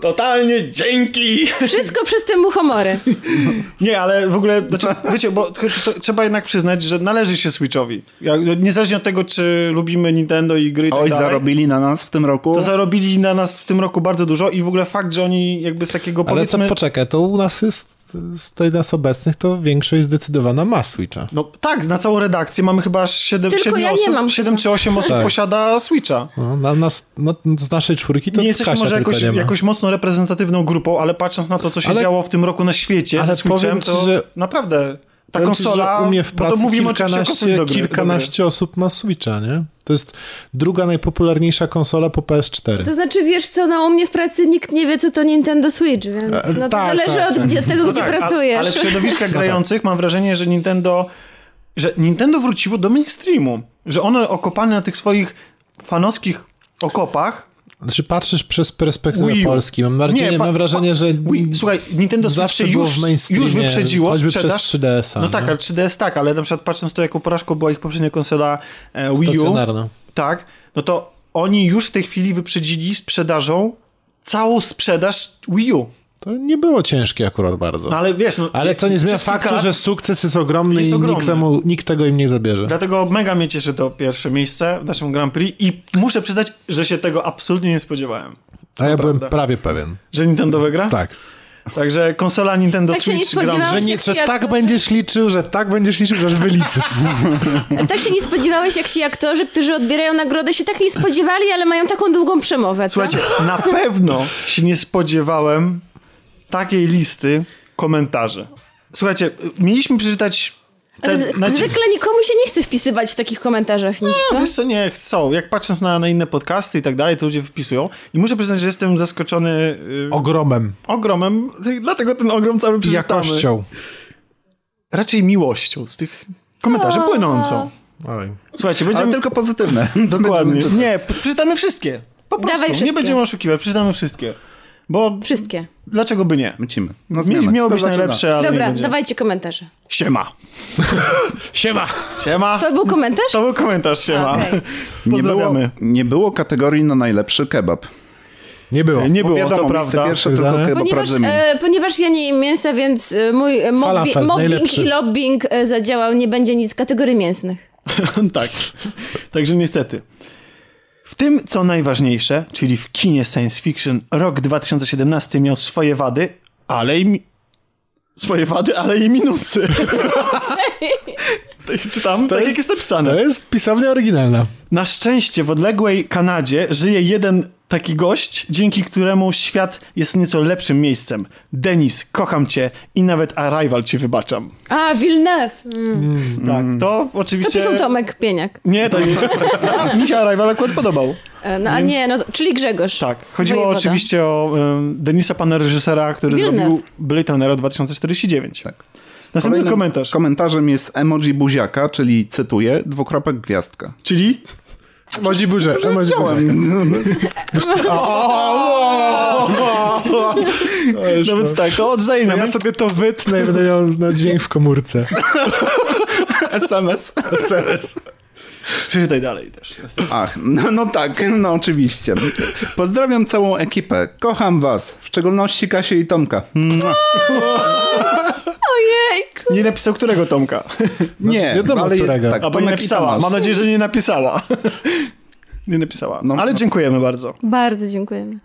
Speaker 1: Totalnie dzięki!
Speaker 4: Wszystko przez te muchomory.
Speaker 1: Nie, ale w ogóle, znaczy, wiecie, bo to, to, trzeba jednak przyznać, że należy się Switchowi. Ja, no, niezależnie od tego, czy lubimy Nintendo i gry i tak
Speaker 2: Oj,
Speaker 1: dalej,
Speaker 2: zarobili na nas w tym roku.
Speaker 1: to zarobili na nas w tym roku bardzo dużo i w ogóle fakt, że oni jakby z takiego
Speaker 3: Ale
Speaker 1: powiedzmy...
Speaker 3: to poczekaj, to u nas jest, z tej nas obecnych, to większość zdecydowana ma Switcha.
Speaker 1: No tak, na całą redakcję mamy chyba 7,
Speaker 4: Tylko ja nie
Speaker 1: osób,
Speaker 4: mam.
Speaker 1: siedem czy 8 osób
Speaker 3: Tak.
Speaker 1: posiada Switcha.
Speaker 3: No, na, nas, no, z naszej czwórki to
Speaker 1: nie jesteśmy
Speaker 3: Kasia
Speaker 1: może
Speaker 3: tylko
Speaker 1: jakoś,
Speaker 3: nie ma.
Speaker 1: jakoś mocno reprezentatywną grupą, ale patrząc na to, co się
Speaker 3: Ale-
Speaker 1: działo w tym roku na świecie
Speaker 3: ale
Speaker 1: z Switchem,
Speaker 3: powiem ci,
Speaker 1: to
Speaker 3: że-
Speaker 1: naprawdę ta
Speaker 3: Powiem ci, że
Speaker 1: konsola,
Speaker 3: u mnie w
Speaker 1: bo to
Speaker 3: pracy
Speaker 1: mówimy oczywiście o konsoli
Speaker 3: kilkanaście,
Speaker 1: do gry,
Speaker 3: kilkanaście osób ma Switcha, nie? To jest druga najpopularniejsza konsola po PS4.
Speaker 4: To znaczy, wiesz co, no u mnie w pracy nikt nie wie, co to Nintendo Switch, więc
Speaker 3: E,
Speaker 4: no to
Speaker 3: tak,
Speaker 4: zależy
Speaker 3: tak.
Speaker 4: od gdzie, tego,
Speaker 1: No
Speaker 4: gdzie
Speaker 1: tak, a-
Speaker 4: pracujesz.
Speaker 1: Ale w
Speaker 3: <laughs>
Speaker 1: środowiskach
Speaker 3: No
Speaker 1: grających mam wrażenie, że Nintendo, że Nintendo wróciło do mainstreamu, że ono okopane na tych swoich fanowskich okopach
Speaker 3: Znaczy patrzysz przez perspektywę
Speaker 1: Wii U.
Speaker 3: Polski. Mam, bardziej,
Speaker 1: Nie, pa-
Speaker 3: mam wrażenie, że
Speaker 1: Wii, słuchaj, Nintendo
Speaker 3: zawsze
Speaker 1: Switch
Speaker 3: było
Speaker 1: już,
Speaker 3: w mainstreamie,
Speaker 1: już wyprzedziło
Speaker 3: choćby
Speaker 1: sprzedaż.
Speaker 3: przez 3DS-a.
Speaker 1: No tak,
Speaker 3: nie?
Speaker 1: ale 3DS tak, ale na przykład patrząc to, jaką porażką była ich poprzednia konsola e, Wii U,
Speaker 3: Stacjonarna.
Speaker 1: tak, no to oni już w tej chwili wyprzedzili sprzedażą całą sprzedaż Wii U.
Speaker 3: To nie było ciężkie akurat bardzo.
Speaker 1: No ale wiesz, no,
Speaker 3: Ale to nie zmienia
Speaker 1: przez kilka
Speaker 3: faktu,
Speaker 1: lat-
Speaker 3: że sukces jest ogromny
Speaker 1: Jest
Speaker 3: i
Speaker 1: ogromny.
Speaker 3: Nikt, temu, nikt tego im nie zabierze.
Speaker 1: Dlatego mega mnie cieszy to pierwsze miejsce w naszym Grand Prix i muszę przyznać, że się tego absolutnie nie spodziewałem.
Speaker 3: A ja byłem
Speaker 1: prawda.
Speaker 3: prawie pewien.
Speaker 1: Że Nintendo wygra?
Speaker 3: Tak.
Speaker 1: Także konsola Nintendo
Speaker 4: Tak się nie
Speaker 1: Switch Grand
Speaker 4: spodziewałam.
Speaker 3: Że,
Speaker 4: się
Speaker 3: nie, że
Speaker 4: kwiat-
Speaker 3: tak będziesz liczył, że tak będziesz liczył, że aż wyliczysz.
Speaker 4: Tak się nie spodziewałeś, jak ci aktorzy, którzy odbierają nagrodę, się tak nie spodziewali, ale mają taką długą przemowę, co?
Speaker 1: Słuchajcie, na pewno się nie spodziewałem takiej listy komentarzy. Słuchajcie, mieliśmy przeczytać te...
Speaker 4: ale z,
Speaker 1: na-
Speaker 4: zwykle nikomu się nie chce wpisywać w takich komentarzach nic,
Speaker 1: znaczy- No,
Speaker 4: co?
Speaker 1: wiesz co, nie chcą. Jak patrząc na, na inne podcasty i tak dalej, to ludzie wpisują. I muszę przyznać, że jestem zaskoczony y,
Speaker 3: Ogromem.
Speaker 1: ogromem, dlatego ten ogrom cały
Speaker 3: I
Speaker 1: przeczytamy.
Speaker 3: jakością.
Speaker 1: Raczej miłością z tych komentarzy
Speaker 4: No.
Speaker 1: płynącą.
Speaker 3: Oj.
Speaker 1: Słuchajcie,
Speaker 2: Ale
Speaker 1: będziemy...
Speaker 2: tylko pozytywne. <laughs>
Speaker 1: Dokładnie. Nie, p- przeczytamy wszystkie. Po prostu.
Speaker 4: Dawaj wszystkie.
Speaker 1: Nie będziemy oszukiwać, przeczytamy wszystkie. Bo
Speaker 4: Wszystkie.
Speaker 1: dlaczego by nie?
Speaker 2: Mycimy. Na
Speaker 1: Mi,
Speaker 2: zmianę.
Speaker 1: miało
Speaker 2: Kto
Speaker 1: być
Speaker 2: No zaczyna?
Speaker 1: najlepsze, ale nie
Speaker 4: Dobra,
Speaker 1: będzie.
Speaker 4: dawajcie komentarze.
Speaker 1: Siema. <laughs> siema. Siema.
Speaker 4: To był komentarz?
Speaker 1: To był komentarz, siema.
Speaker 4: Okej.
Speaker 2: Nie było,
Speaker 1: Pozdrawiamy.
Speaker 2: nie było kategorii na najlepszy kebab.
Speaker 3: Nie było.
Speaker 1: Nie było,
Speaker 2: Wiadomo,
Speaker 1: to
Speaker 2: miejsce
Speaker 1: prawda.
Speaker 2: Pierwsze tylko
Speaker 3: Zane?
Speaker 2: kebab
Speaker 4: Ponieważ,
Speaker 2: Radzymin.
Speaker 4: e, ponieważ ja nie jem mięsa, więc e, mój e, mobbi-
Speaker 3: Falafel,
Speaker 4: mobbing
Speaker 3: najlepszy.
Speaker 4: i lobbying e, zadziałał, nie będzie nic z kategorii mięsnych.
Speaker 1: <laughs> tak. Także niestety. W tym, co najważniejsze, czyli w kinie science fiction, rok 2017 miał swoje wady, ale i... Mi... Swoje wady, ale i
Speaker 4: <laughs>
Speaker 1: minusy. <laughs> To- Czytam tak, jak jest napisane.
Speaker 3: To jest pisownia oryginalna.
Speaker 1: Na szczęście w odległej Kanadzie żyje jeden taki gość, dzięki któremu świat jest nieco lepszym miejscem. Denis, kocham cię i nawet Arrival ci wybaczam.
Speaker 4: A, Wilnew. Mm.
Speaker 1: Tak, to
Speaker 4: To
Speaker 1: oczywiście...
Speaker 4: pisał Tomek Pieniak.
Speaker 1: Nie, to nie. <laughs> Ja, Mi się Arrival akurat podobał.
Speaker 4: E, No a nie, no, to- czyli Grzegorz.
Speaker 1: Tak, chodziło
Speaker 4: Wojewoda.
Speaker 1: oczywiście o um, Denisa, pana reżysera, który
Speaker 4: Villeneuve.
Speaker 1: zrobił Blade Runnera 2049. Tak. Następny
Speaker 2: Kolejnym
Speaker 1: komentarz,
Speaker 2: Komentarzem jest emoji buziaka, czyli cytuję, dwukropek gwiazdka.
Speaker 1: czyli...
Speaker 3: Młodzi burze. Młodzi
Speaker 1: Nawet tak, to odwzajemniam.
Speaker 3: Ja sobie to wytnę i będę miał na dźwięk w komórce.
Speaker 2: SMS. SMS.
Speaker 1: Przeczytaj dalej też.
Speaker 2: Ach, no, no tak, no oczywiście. Pozdrawiam całą ekipę. Kocham was, w szczególności Kasię i Tomka. Mua.
Speaker 4: Ojejku.
Speaker 1: Nie napisał którego Tomka.
Speaker 2: Nie,
Speaker 3: Znaczy, wiadomo,
Speaker 2: ale jest
Speaker 3: którego.
Speaker 2: tak,
Speaker 1: Albo nie
Speaker 2: Tomek i
Speaker 1: napisała.
Speaker 2: Tomasz.
Speaker 1: Mam nadzieję, że nie napisała. <laughs> nie napisała.
Speaker 2: No.
Speaker 1: Ale dziękujemy bardzo.
Speaker 4: Bardzo dziękujemy.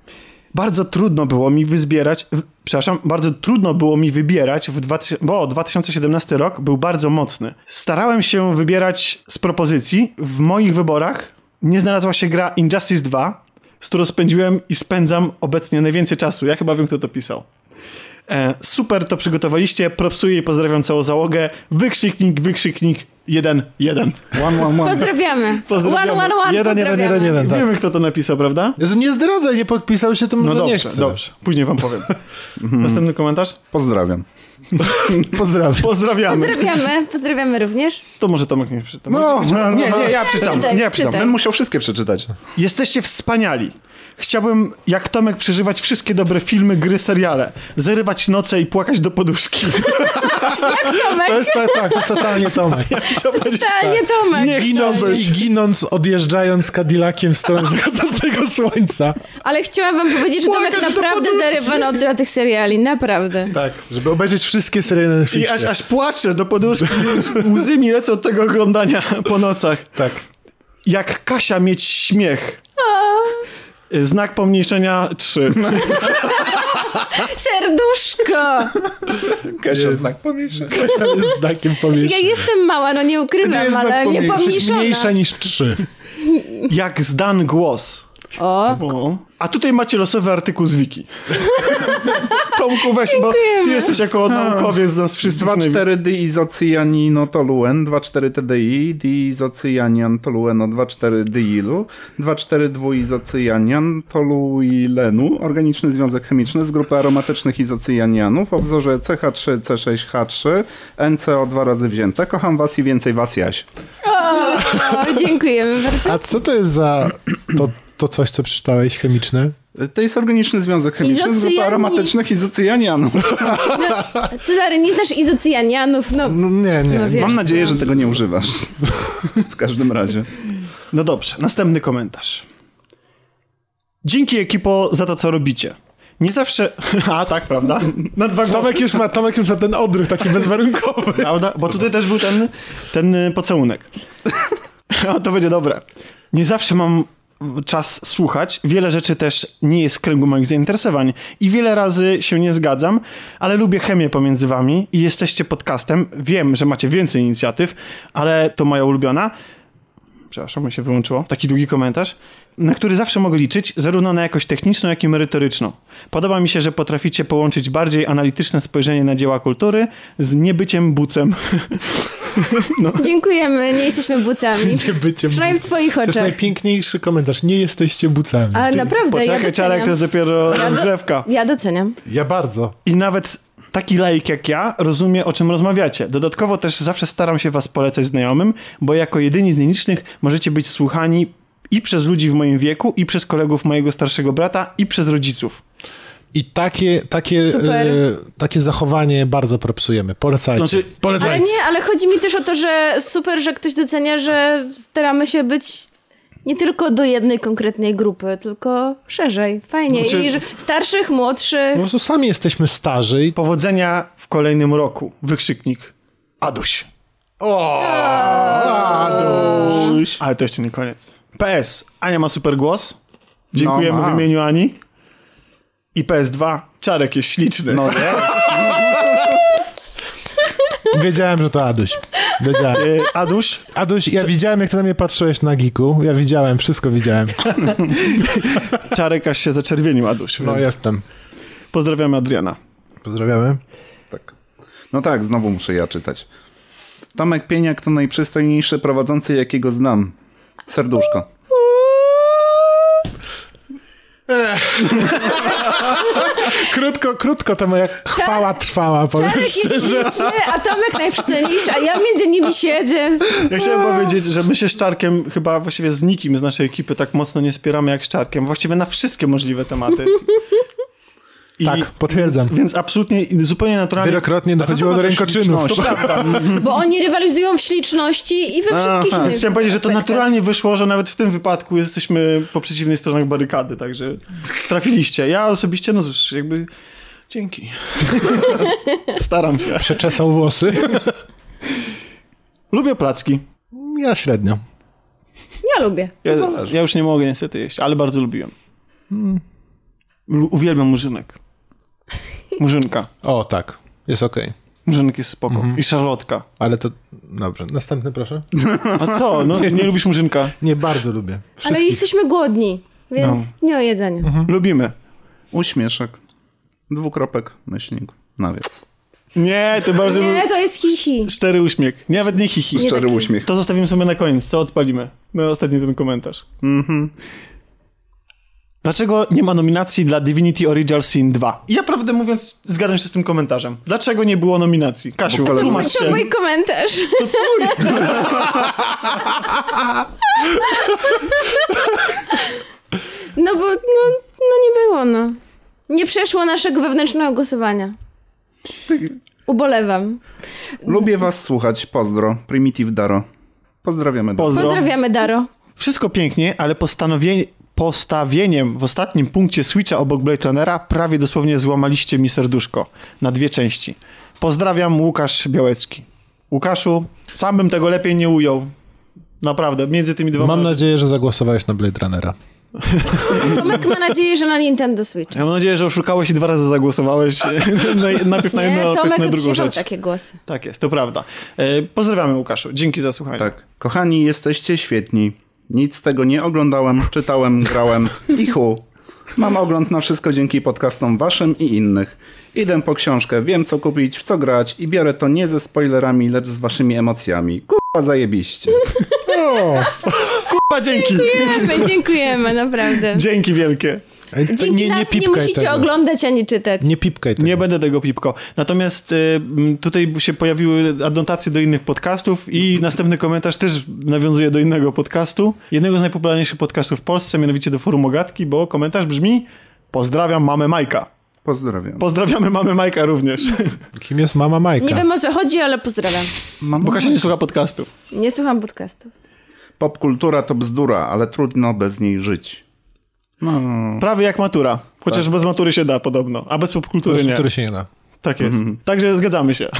Speaker 1: Bardzo trudno było mi wyzbierać, w, przepraszam, bardzo trudno było mi wybierać, w 2000, bo 2017 rok był bardzo mocny. Starałem się wybierać z propozycji. W moich wyborach nie znalazła się gra Injustice 2, z którą spędziłem i spędzam obecnie najwięcej czasu. Ja chyba wiem, kto to pisał. E, super to przygotowaliście, propsuję i pozdrawiam całą załogę. Wykrzyknik, wykrzyknik, jeden, jeden.
Speaker 2: One, one, one.
Speaker 4: Pozdrawiamy.
Speaker 1: Pozdrawiamy.
Speaker 4: One, one, one,
Speaker 3: Jeden, jeden,
Speaker 4: pozdrawiamy.
Speaker 3: jeden, jeden, tak.
Speaker 1: Wiemy, kto to napisał, prawda?
Speaker 3: Jezu, nie zdradzaj, nie podpisał się, to może
Speaker 1: No dobrze,
Speaker 3: nie chcę.
Speaker 1: dobrze. Później wam powiem. Następny komentarz?
Speaker 2: Pozdrawiam.
Speaker 3: Pozdrawiam.
Speaker 1: Pozdrawiamy.
Speaker 4: Pozdrawiamy, pozdrawiamy również.
Speaker 1: To może Tomek nie przeczyta.
Speaker 2: No, no,
Speaker 1: Nie, nie, ja przeczytam.
Speaker 4: Czytaj,
Speaker 1: Nie, ja przeczytam.
Speaker 4: czytaj.
Speaker 2: Będę musiał wszystkie przeczytać.
Speaker 1: Jesteście wspaniali. Chciałbym, jak Tomek, przeżywać wszystkie dobre filmy, gry, seriale. Zerywać noce i płakać do poduszki. <laughs>
Speaker 4: Tomek,
Speaker 3: To jest tak, tak, to jest totalnie <laughs> Tomek.
Speaker 1: Chciałbym powiedzieć,
Speaker 4: totalnie Tomek.
Speaker 1: nie
Speaker 3: Ginąc i
Speaker 1: chciałbyś.
Speaker 3: ginąc, odjeżdżając Cadillaciem w stronę zachodzącego słońca.
Speaker 4: Ale chciałam wam powiedzieć, że Tomek naprawdę zarywa noc dla tych seriali, naprawdę.
Speaker 3: Tak, żeby obejrzeć wszystkie serie na
Speaker 1: I
Speaker 3: Netflixie.
Speaker 1: aż, aż płaczę do poduszki. Łzy mi lecą od tego oglądania po nocach.
Speaker 3: <laughs> Tak.
Speaker 1: Jak Kasia mieć śmiech. Znak pomniejszenia 3.
Speaker 4: Serduszko!
Speaker 2: Kasia znak pomniejszy.
Speaker 3: Z znakiem
Speaker 4: Ja
Speaker 3: pomniejszenia.
Speaker 4: jestem mała, no nie
Speaker 2: To
Speaker 4: ukrywam,
Speaker 2: jest
Speaker 4: ale
Speaker 2: znak
Speaker 4: nie
Speaker 3: Jesteś mniejsza
Speaker 4: pomniejszona.
Speaker 3: niż trzy.
Speaker 1: Jak zdan głos.
Speaker 4: O,
Speaker 1: O. A tutaj macie losowy artykuł z Wiki. <laughs> Tomku, weź, bo ty jesteś jako naukowiec z nas wszystkich. najwi-
Speaker 2: 2,4 diizocyjaninotoluen, 2,4 TDI, diizocyjanian toluen o 2,4 diilu, 2,4 dwuizocyjanian toluilenu, organiczny związek chemiczny z grupy aromatycznych izocyjanianów o wzorze CH3, C6H3, NCO dwa razy wzięte. Kocham was i więcej was jaś.
Speaker 4: o, dziękujemy bardzo.
Speaker 3: A co to jest za to, to coś, co przeczytałeś, chemiczne?
Speaker 2: To jest organiczny związek chemiczny z grupy
Speaker 4: Izocyjani.
Speaker 2: aromatycznych izocyjanianów.
Speaker 4: Cezary, nie znasz izocyjanianów, no.
Speaker 3: No nie, nie.
Speaker 4: No wie-
Speaker 2: Mam nadzieję, że tego nie używasz. <laughs> W każdym razie.
Speaker 1: No dobrze, następny komentarz. Dzięki ekipo za to, co robicie. Nie zawsze... <laughs> A, tak, prawda? Na dwa głosy,
Speaker 3: Tomek już, ma, Tomek już ma ten odruch taki bezwarunkowy.
Speaker 1: prawda? Bo tutaj też był ten, ten y, pocałunek. <laughs> O, to będzie dobre. Nie zawsze mam czas słuchać. Wiele rzeczy też nie jest w kręgu moich zainteresowań i wiele razy się nie zgadzam, ale lubię chemię pomiędzy wami i jesteście podcastem. Wiem, że macie więcej inicjatyw, ale to moja ulubiona. przepraszam, mi się wyłączyło, taki długi komentarz, na który zawsze mogę liczyć, zarówno na jakość techniczną, jak i merytoryczną. Podoba mi się, że potraficie połączyć bardziej analityczne spojrzenie na dzieła kultury z niebyciem bucem. <laughs>
Speaker 4: Dziękujemy, nie jesteśmy bucami.
Speaker 3: Nie bycie
Speaker 4: Przynajmniej w twoich
Speaker 3: To jest
Speaker 4: oczach.
Speaker 3: najpiękniejszy komentarz. Nie jesteście bucami.
Speaker 4: Ale naprawdę, ja
Speaker 1: Poczekaj, Czarek,
Speaker 4: doceniam.
Speaker 1: to jest dopiero
Speaker 4: Ja do-
Speaker 1: rozgrzewka.
Speaker 4: Ja doceniam.
Speaker 3: Ja bardzo.
Speaker 1: I nawet taki laik jak ja rozumie, o czym rozmawiacie. Dodatkowo też zawsze staram się was polecać znajomym, bo jako jedyni z nielicznych możecie być słuchani i przez ludzi w moim wieku, i przez kolegów mojego starszego brata, i przez rodziców.
Speaker 3: I takie, takie,
Speaker 4: Super.
Speaker 3: e, takie zachowanie bardzo propsujemy. Polecajcie.
Speaker 1: Znaczy-
Speaker 4: Ale
Speaker 3: Polecajcie.
Speaker 4: nie, ale chodzi mi też o to, że super, że ktoś docenia, że staramy się być nie tylko do jednej konkretnej grupy, tylko szerzej, fajnie.
Speaker 1: Znaczy-
Speaker 4: I że starszych, młodszych.
Speaker 3: Po prostu sami jesteśmy starzy i
Speaker 1: Powodzenia w kolejnym roku. Wykrzyknik. Aduś. O, Aduś. Ale to jeszcze nie koniec. PS. Ania ma super głos. Dziękujemy
Speaker 2: No ma.
Speaker 1: w imieniu Ani. I PS2. Czarek jest śliczny.
Speaker 2: No nie.
Speaker 4: <laughs>
Speaker 3: wiedziałem, że to Aduś. Wiedziałem.
Speaker 1: Y, Aduś,
Speaker 3: Aduś, ja widziałem, jak ty na mnie patrzyłeś na giku. Ja widziałem, wszystko
Speaker 4: <laughs>
Speaker 3: widziałem.
Speaker 1: Czarek aż się zaczerwienił Aduś.
Speaker 3: No
Speaker 1: więc
Speaker 3: jestem.
Speaker 1: Pozdrawiamy Adriana.
Speaker 3: Pozdrawiamy.
Speaker 2: Tak. No tak, znowu muszę ja czytać. Tomek Pieniak to najprzystojniejszy prowadzący, jakiego znam. Serduszko.
Speaker 3: Krótko, krótko to moja chwała trwała,
Speaker 1: No,
Speaker 3: powiem
Speaker 4: Czarek jest
Speaker 3: szczerze.
Speaker 4: śliczny, a Tomek najprzystojniejszy, a ja między nimi siedzę.
Speaker 1: Ja chciałem powiedzieć, że my się z Czarkiem chyba właściwie z nikim z naszej ekipy tak mocno nie spieramy jak z Czarkiem. Właściwie na wszystkie możliwe tematy. I-
Speaker 3: Tak, potwierdzam.
Speaker 1: Więc, więc absolutnie, i zupełnie naturalnie
Speaker 3: Wielokrotnie dochodziło do rękoczynów.
Speaker 4: Bo oni rywalizują w śliczności i we wszystkich
Speaker 1: Więc
Speaker 4: innych
Speaker 1: chciałem powiedzieć, że to
Speaker 4: aspektach.
Speaker 1: naturalnie wyszło, że nawet w tym wypadku jesteśmy po przeciwnej stronie barykady, także trafiliście. Ja osobiście, no cóż, jakby dzięki. <laughs> Staram się.
Speaker 3: <laughs> Przeczesał włosy.
Speaker 1: Lubię placki.
Speaker 3: Ja średnio.
Speaker 4: Ja lubię.
Speaker 1: Ja, ja już nie mogę niestety jeść, ale bardzo lubiłem. Hmm. Lu- Uwielbiam murzynek. Murzynka.
Speaker 3: O, tak. Jest okej.
Speaker 1: Murzynek jest spoko.
Speaker 2: Mhm.
Speaker 1: I szarlotka.
Speaker 3: Ale to... Dobrze. Następny, proszę.
Speaker 1: A co?
Speaker 2: <laughs>
Speaker 1: No, nie lubisz murzynka?
Speaker 3: Nie, bardzo lubię.
Speaker 1: No. Mhm.
Speaker 2: Hmm?
Speaker 4: Ale jesteśmy głodni, więc nie o jedzeniu.
Speaker 1: Lubimy.
Speaker 2: Uśmieszek. Dwukropek, myślnik, nawias.
Speaker 1: Nie, to bardziej
Speaker 4: Nie,
Speaker 1: był
Speaker 4: to jest hihi.
Speaker 1: szczery uśmiech. Nie, Nawet nie hihi.
Speaker 2: Szczery uśmiech.
Speaker 1: To zostawimy sobie na koniec, co odpalimy? No ostatni ten komentarz. Mhm. Dlaczego nie ma nominacji dla Divinity Original Sin 2? Ja prawdę mówiąc zgadzam się z tym komentarzem. Dlaczego nie było nominacji? Kasiu,
Speaker 2: kolego-
Speaker 1: tłumacz
Speaker 4: To
Speaker 1: się.
Speaker 4: mój komentarz. No bo no, no nie było, no. Nie przeszło naszego wewnętrznego głosowania. Ubolewam.
Speaker 2: Lubię was słuchać, pozdro. Primitive Daro. Pozdrawiamy. Daro.
Speaker 1: Pozdro.
Speaker 4: Pozdrawiamy, Daro.
Speaker 1: Wszystko pięknie, ale postanowienie, postawieniem w ostatnim punkcie Switcha obok Blade Runnera prawie dosłownie złamaliście mi serduszko na dwie części. Pozdrawiam, Łukasz Białecki. Łukaszu, sam bym tego lepiej nie ujął. Naprawdę, między tymi dwoma...
Speaker 3: Mam nadzieję, że zagłosowałeś na Blade Runnera.
Speaker 4: Tomek ma nadzieję, że na Nintendo Switch.
Speaker 1: Ja mam nadzieję, że oszukałeś i dwa razy
Speaker 4: <laughs>
Speaker 1: zagłosowałeś. <laughs> Na- Najpierw No na
Speaker 4: Nie,
Speaker 1: jedną, najpierw na
Speaker 4: Tomek
Speaker 1: drugą
Speaker 4: otrzymał
Speaker 1: rzecz.
Speaker 4: takie głosy.
Speaker 1: Tak jest, to prawda. E, Pozdrawiamy, Łukaszu. Dzięki za słuchanie.
Speaker 2: Tak. Kochani, jesteście świetni. Nic z tego nie oglądałem, czytałem, grałem i chu. Mam ogląd na wszystko dzięki podcastom waszym i innych. Idę po książkę, wiem co kupić, w co grać i biorę to nie ze spoilerami, lecz z waszymi emocjami. Kurwa zajebiście.
Speaker 1: Kupa, dzięki.
Speaker 4: Dziękujemy, dziękujemy, naprawdę.
Speaker 1: Dzięki wielkie.
Speaker 3: Ej, to
Speaker 4: Dzięki nas nie,
Speaker 3: pipkaj
Speaker 4: musicie
Speaker 3: tego.
Speaker 4: oglądać ani czytać.
Speaker 3: Nie pipkaj tego.
Speaker 1: Nie będę tego pipko. Natomiast y, m, tutaj się pojawiły adnotacje do innych podcastów i następny komentarz też nawiązuje do innego podcastu. Jednego z najpopularniejszych podcastów w Polsce, mianowicie do Forum Ogatki, bo komentarz brzmi Pozdrawiam mamę Majka.
Speaker 2: Pozdrawiam.
Speaker 1: Pozdrawiamy mamę Majka również,
Speaker 3: Kim jest mama Majka?
Speaker 4: Nie wiem o co chodzi, ale pozdrawiam.
Speaker 2: Mam
Speaker 1: bo Kasia nie słucha podcastów.
Speaker 4: Nie słucham podcastów.
Speaker 2: Popkultura to bzdura, ale trudno bez niej żyć. No,
Speaker 1: Prawie jak matura. Chociaż bez matury się da podobno, a Tak. bez popkultury nie.
Speaker 3: który się nie da.
Speaker 1: Tak jest. Także zgadzamy się. <laughs>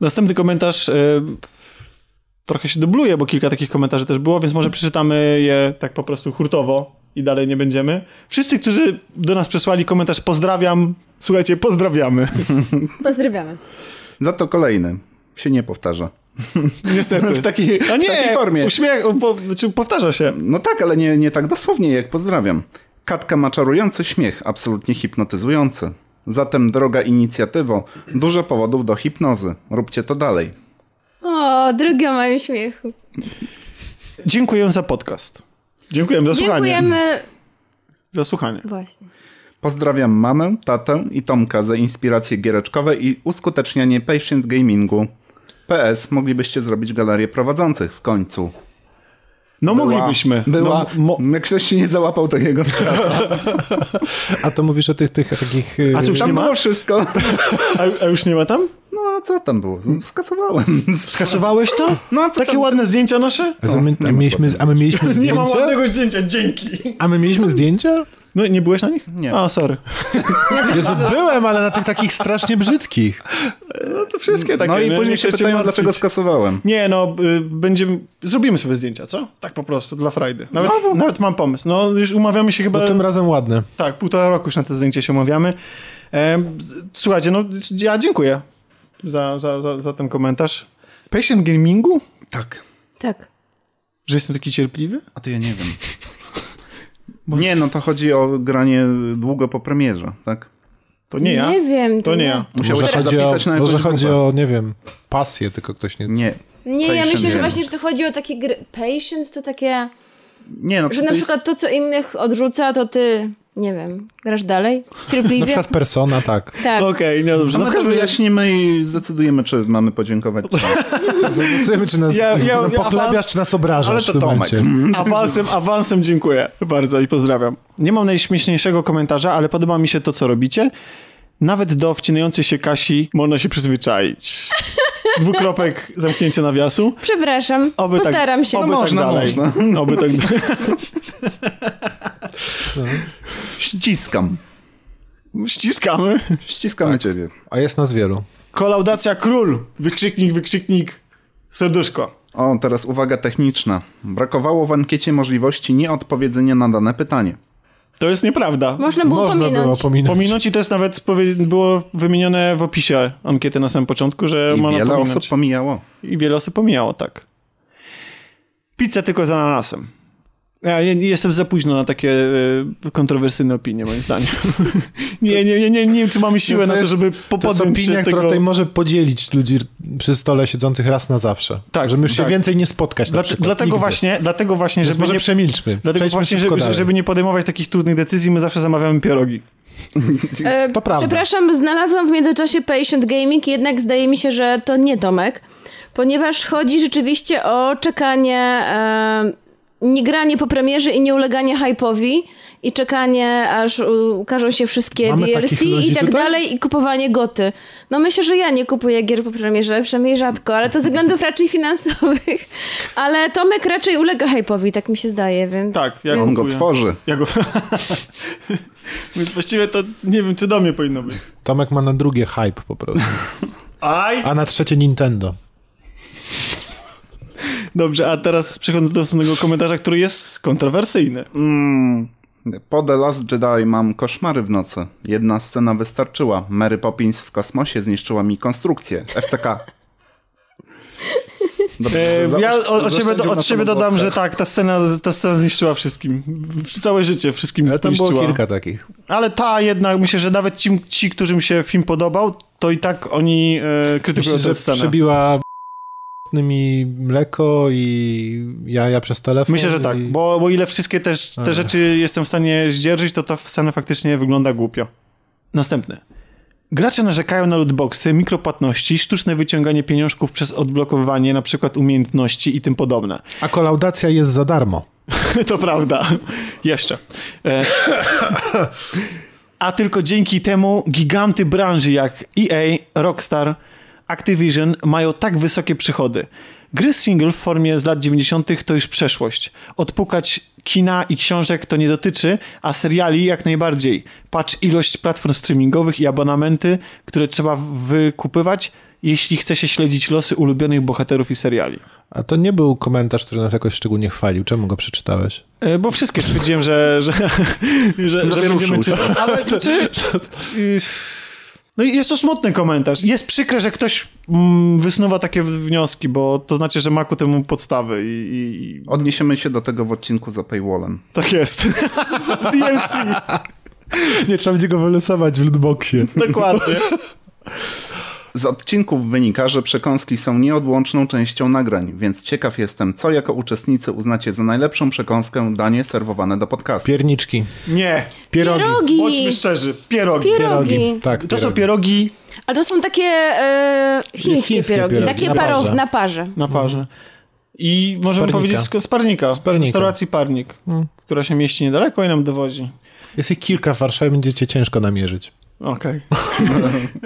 Speaker 1: Następny komentarz y, trochę się dubluje, bo kilka takich komentarzy też było, więc może przeczytamy je tak po prostu hurtowo i dalej nie będziemy. Wszyscy, którzy do nas przesłali komentarz pozdrawiam, słuchajcie, pozdrawiamy.
Speaker 4: Pozdrawiamy.
Speaker 2: za to kolejny. Się nie powtarza.
Speaker 1: <laughs> Niestety.
Speaker 2: W takiej-
Speaker 1: A nie,
Speaker 2: w takiej formie.
Speaker 1: Uśmiech, po, znaczy powtarza się.
Speaker 2: No tak, ale nie, nie tak dosłownie, jak pozdrawiam. Katka ma czarujący śmiech, absolutnie hipnotyzujący. Zatem, droga inicjatywo, dużo powodów do hipnozy. Róbcie to dalej.
Speaker 4: O, drugi o moim śmiechu.
Speaker 1: Dziękuję za podcast. Dziękujemy za słuchanie.
Speaker 4: Dziękujemy.
Speaker 1: Za słuchanie.
Speaker 4: Właśnie.
Speaker 2: Pozdrawiam mamę, tatę i Tomka za inspiracje giereczkowe i uskutecznianie patient gamingu. PS, moglibyście zrobić galerię prowadzących w końcu.
Speaker 1: No
Speaker 2: Była-
Speaker 1: moglibyśmy.
Speaker 2: Była.
Speaker 1: No, mo-
Speaker 2: <laughs> Jak ktoś się nie załapał, to
Speaker 1: <laughs>
Speaker 2: jego strata.
Speaker 3: A to mówisz o tych, tych takich... y,
Speaker 1: A cóż,
Speaker 2: Tam
Speaker 1: nie ma?
Speaker 2: było
Speaker 1: <laughs>
Speaker 2: wszystko.
Speaker 1: No, a, a już nie ma tam?
Speaker 2: No a co tam było? Skasowałem.
Speaker 1: Skasowałeś to?
Speaker 2: No, a co
Speaker 1: Takie
Speaker 2: tam?
Speaker 1: ładne zdjęcia nasze?
Speaker 3: A my, a mieliśmy, a my
Speaker 1: <laughs>
Speaker 3: mieliśmy
Speaker 1: Nie mam
Speaker 3: zdjęcia?
Speaker 1: ładnego zdjęcia, dzięki.
Speaker 3: A my mieliśmy zdjęcia?
Speaker 1: No nie byłeś na nich?
Speaker 2: Nie.
Speaker 1: A, sorry.
Speaker 3: Jezu, byłem, ale na tych takich strasznie brzydkich.
Speaker 1: No to wszystkie takie.
Speaker 2: No i
Speaker 1: nie?
Speaker 2: później
Speaker 1: Nie
Speaker 2: się
Speaker 1: chcecie
Speaker 2: pytają,
Speaker 1: martwić.
Speaker 2: dlaczego skasowałem.
Speaker 1: Nie, no, y, będziemy... Zrobimy sobie zdjęcia, co? Tak po prostu, dla frajdy. Nawet, nawet mam pomysł. No, już umawiamy się chyba...
Speaker 3: Bo tym razem ładne.
Speaker 1: Tak, półtora roku już na te zdjęcie się umawiamy. Em, słuchajcie, no, ja dziękuję za, za, za, za ten komentarz. Patient gamingu?
Speaker 2: Tak.
Speaker 4: Tak.
Speaker 1: Że jestem taki cierpliwy?
Speaker 2: A to ja nie
Speaker 3: <laughs>
Speaker 2: wiem. Nie, no to chodzi o granie długo po premierze, tak?
Speaker 1: To nie ja.
Speaker 4: Nie wiem.
Speaker 1: To nie ja.
Speaker 2: Musiałeś
Speaker 3: Może
Speaker 2: się
Speaker 3: chodzi, o,
Speaker 2: zapisać na
Speaker 3: może
Speaker 2: jakąś
Speaker 3: chodzi
Speaker 2: grupę.
Speaker 3: o, nie wiem, pasję, tylko ktoś nie...
Speaker 2: Nie.
Speaker 4: Nie, ja
Speaker 2: Patient
Speaker 4: myślę, że
Speaker 2: Game.
Speaker 4: właśnie, że to chodzi o takie gry. Patience to takie,
Speaker 2: Nie, no to
Speaker 4: że na
Speaker 2: jest-
Speaker 4: przykład to, co innych odrzuca, to ty, nie wiem, grasz dalej?
Speaker 3: Na
Speaker 1: <laughs>
Speaker 4: Cierpliwie?
Speaker 3: przykład persona, tak.
Speaker 4: Tak.
Speaker 1: Okej, no dobrze. No,
Speaker 2: No my
Speaker 1: w
Speaker 2: to
Speaker 1: każdym razie...
Speaker 2: wyjaśnimy i zdecydujemy, czy mamy podziękować. Czy...
Speaker 3: <laughs>
Speaker 2: nie.
Speaker 3: Zdecydujemy, czy nas
Speaker 1: Ja- ja-
Speaker 3: pochlabiasz, czy nas obrażasz
Speaker 1: Ale to
Speaker 3: w tym
Speaker 1: Tomek.
Speaker 3: momencie.
Speaker 2: <laughs>
Speaker 1: Awansem, awansem dziękuję bardzo i pozdrawiam. Nie mam najśmieszniejszego komentarza, ale podoba mi się to, co robicie. Nawet do wcinającej się Kasi można się
Speaker 4: <laughs>
Speaker 1: przyzwyczaić. Dwukropek, zamknięcie nawiasu.
Speaker 4: Przepraszam,
Speaker 1: Oby tak-
Speaker 4: postaram się.
Speaker 1: Oby
Speaker 2: No
Speaker 1: tak
Speaker 2: można,
Speaker 1: dalej. <laughs>
Speaker 2: można.
Speaker 1: Oby tak dalej.
Speaker 2: Ściskam.
Speaker 1: Ściskamy.
Speaker 2: Ściskamy
Speaker 3: Tak.
Speaker 2: ciebie.
Speaker 3: A jest nas wielu.
Speaker 1: Kolaudacja król. Wykrzyknik, wykrzyknik. Serduszko.
Speaker 2: O, teraz uwaga techniczna. Brakowało w ankiecie możliwości nieodpowiedzenia na dane pytanie.
Speaker 1: To jest nieprawda.
Speaker 4: Można było
Speaker 3: Można było
Speaker 4: pominąć.
Speaker 3: pominąć.
Speaker 1: Pominąć i to jest nawet powie- było wymienione w opisie ankiety na samym początku, że
Speaker 2: I
Speaker 1: można
Speaker 2: wiele
Speaker 1: pominąć.
Speaker 2: osób pomijało.
Speaker 1: I wiele osób pomijało, tak. Pizza tylko z ananasem. Ja ja jestem za późno na takie e, kontrowersyjne opinie, moim zdaniem. <laughs> nie, nie, nie, nie, nie wiem, czy mamy siłę
Speaker 3: No to
Speaker 1: na to,
Speaker 3: jest-
Speaker 1: żeby
Speaker 3: To jest
Speaker 1: popodjąć
Speaker 3: opinia,
Speaker 1: się
Speaker 3: która
Speaker 1: tego.
Speaker 3: tutaj może podzielić ludzi przy stole siedzących raz na zawsze.
Speaker 1: Tak,
Speaker 3: Żeby już się
Speaker 1: tak.
Speaker 3: więcej nie spotkać
Speaker 1: Dla,
Speaker 3: na przykład.
Speaker 1: dlatego,
Speaker 3: nigdy.
Speaker 1: właśnie, dlatego właśnie,
Speaker 3: Więc
Speaker 1: żeby
Speaker 3: może
Speaker 1: nie,
Speaker 3: przemilczmy.
Speaker 1: dlatego
Speaker 3: Przejdźmy
Speaker 1: właśnie
Speaker 3: szybko
Speaker 1: żeby,
Speaker 3: dalej.
Speaker 1: żeby nie podejmować takich trudnych decyzji, my zawsze zamawiamy pierogi.
Speaker 4: E,
Speaker 3: To prawda.
Speaker 4: Przepraszam, znalazłam w międzyczasie Patient Gaming, jednak zdaje mi się, że to nie Tomek, ponieważ chodzi rzeczywiście o czekanie, e, nie granie po premierze i nie uleganie hype'owi i czekanie, aż u- ukażą się wszystkie
Speaker 3: Mamy
Speaker 4: DLC
Speaker 3: takich
Speaker 4: i
Speaker 3: ludzi
Speaker 4: tak
Speaker 3: tutaj?
Speaker 4: dalej i kupowanie goty. No myślę, że ja nie kupuję gier po premierze, przynajmniej rzadko, ale to ze względów raczej finansowych. Ale Tomek raczej ulega hype'owi, tak mi się zdaje, więc...
Speaker 1: Tak, ja
Speaker 2: On go
Speaker 1: kupuję.
Speaker 2: tworzy.
Speaker 1: Ja go... Więc właściwie to nie wiem, czy do mnie powinno być.
Speaker 3: Tomek ma na drugie hype po prostu.
Speaker 1: Aj!
Speaker 3: A na trzecie Nintendo.
Speaker 1: Dobrze, a teraz przechodząc do następnego komentarza, który jest kontrowersyjny.
Speaker 2: Mm. Po The Last Jedi mam koszmary w nocy. Jedna scena wystarczyła. Mary Poppins w kosmosie zniszczyła mi konstrukcję. FCK. Dobrze,
Speaker 1: E,
Speaker 2: za-
Speaker 1: ja o- od siebie,
Speaker 2: zaoszczędził
Speaker 1: do,
Speaker 2: na
Speaker 1: od siebie
Speaker 2: samą
Speaker 1: dodam,
Speaker 2: głowkę.
Speaker 1: że tak, ta scena, ta scena zniszczyła wszystkim. W- Całe życie wszystkim
Speaker 3: Ale tam
Speaker 1: zniszczyła.
Speaker 3: było kilka takich.
Speaker 1: Ale ta jednak, myślę, że nawet ci, ci którym się film podobał, to i tak oni e, krytykują
Speaker 3: Myślę, że
Speaker 1: tę scenę.
Speaker 3: przebiła mi mleko i jaja przez telefon.
Speaker 1: Myślę, że tak,
Speaker 3: i-
Speaker 1: bo, bo ile wszystkie też, te
Speaker 3: Ech.
Speaker 1: rzeczy jestem w stanie zdzierżyć, to ta scena faktycznie wygląda głupio. Następny. Gracze narzekają na lootboxy, mikropłatności, sztuczne wyciąganie pieniążków przez odblokowywanie na przykład umiejętności i tym podobne.
Speaker 3: A kolaudacja jest za darmo.
Speaker 1: <laughs> To prawda. Jeszcze. E, a tylko dzięki temu giganty branży jak EA, Rockstar, Activision mają tak wysokie przychody. Gry single w formie z lat 90. to już przeszłość. Odpukać kina i książek to nie dotyczy, a seriali jak najbardziej. Patrz ilość platform streamingowych i abonamenty, które trzeba wykupywać, jeśli chce się śledzić losy ulubionych bohaterów i seriali.
Speaker 3: A to nie był komentarz, który nas jakoś szczególnie chwalił. Czemu go przeczytałeś?
Speaker 1: E, Bo wszystkie stwierdziłem, że, że, że, że będziemy czytać. <laughs> Ale czy... y, No i jest to smutny komentarz. Jest przykre, że ktoś mm, wysnuwa takie w- wnioski, bo to znaczy, że ma ku temu podstawy i... i... i-
Speaker 2: Odniesiemy się do tego w odcinku za paywallem.
Speaker 1: Tak jest. <laughs> DLC.
Speaker 3: Nie, trzeba będzie go wylosować w lootboxie.
Speaker 1: Dokładnie.
Speaker 2: Z odcinków wynika, że przekąski są nieodłączną częścią nagrań, więc ciekaw jestem, co jako uczestnicy uznacie za najlepszą przekąskę danie serwowane do podcastu.
Speaker 3: Pierniczki.
Speaker 1: Nie.
Speaker 3: Pierogi.
Speaker 4: Pierogi!
Speaker 1: Bądźmy szczerzy. Pierogi.
Speaker 4: Pierogi.
Speaker 3: Tak,
Speaker 1: To są pierogi
Speaker 4: Ale to są takie e, chińskie,
Speaker 3: Chińskie
Speaker 4: pierogi,
Speaker 3: pierogi,
Speaker 4: takie
Speaker 3: na
Speaker 4: paro-
Speaker 3: parze.
Speaker 4: na parze.
Speaker 1: na parze. I możemy
Speaker 3: Parnika.
Speaker 1: powiedzieć z, z parnika.
Speaker 3: Z Parnika.
Speaker 1: Restauracji Parnik, która się mieści niedaleko i nam dowozi.
Speaker 3: Jest ich kilka w Warszawie, będziecie ciężko namierzyć.
Speaker 1: Okej. <laughs>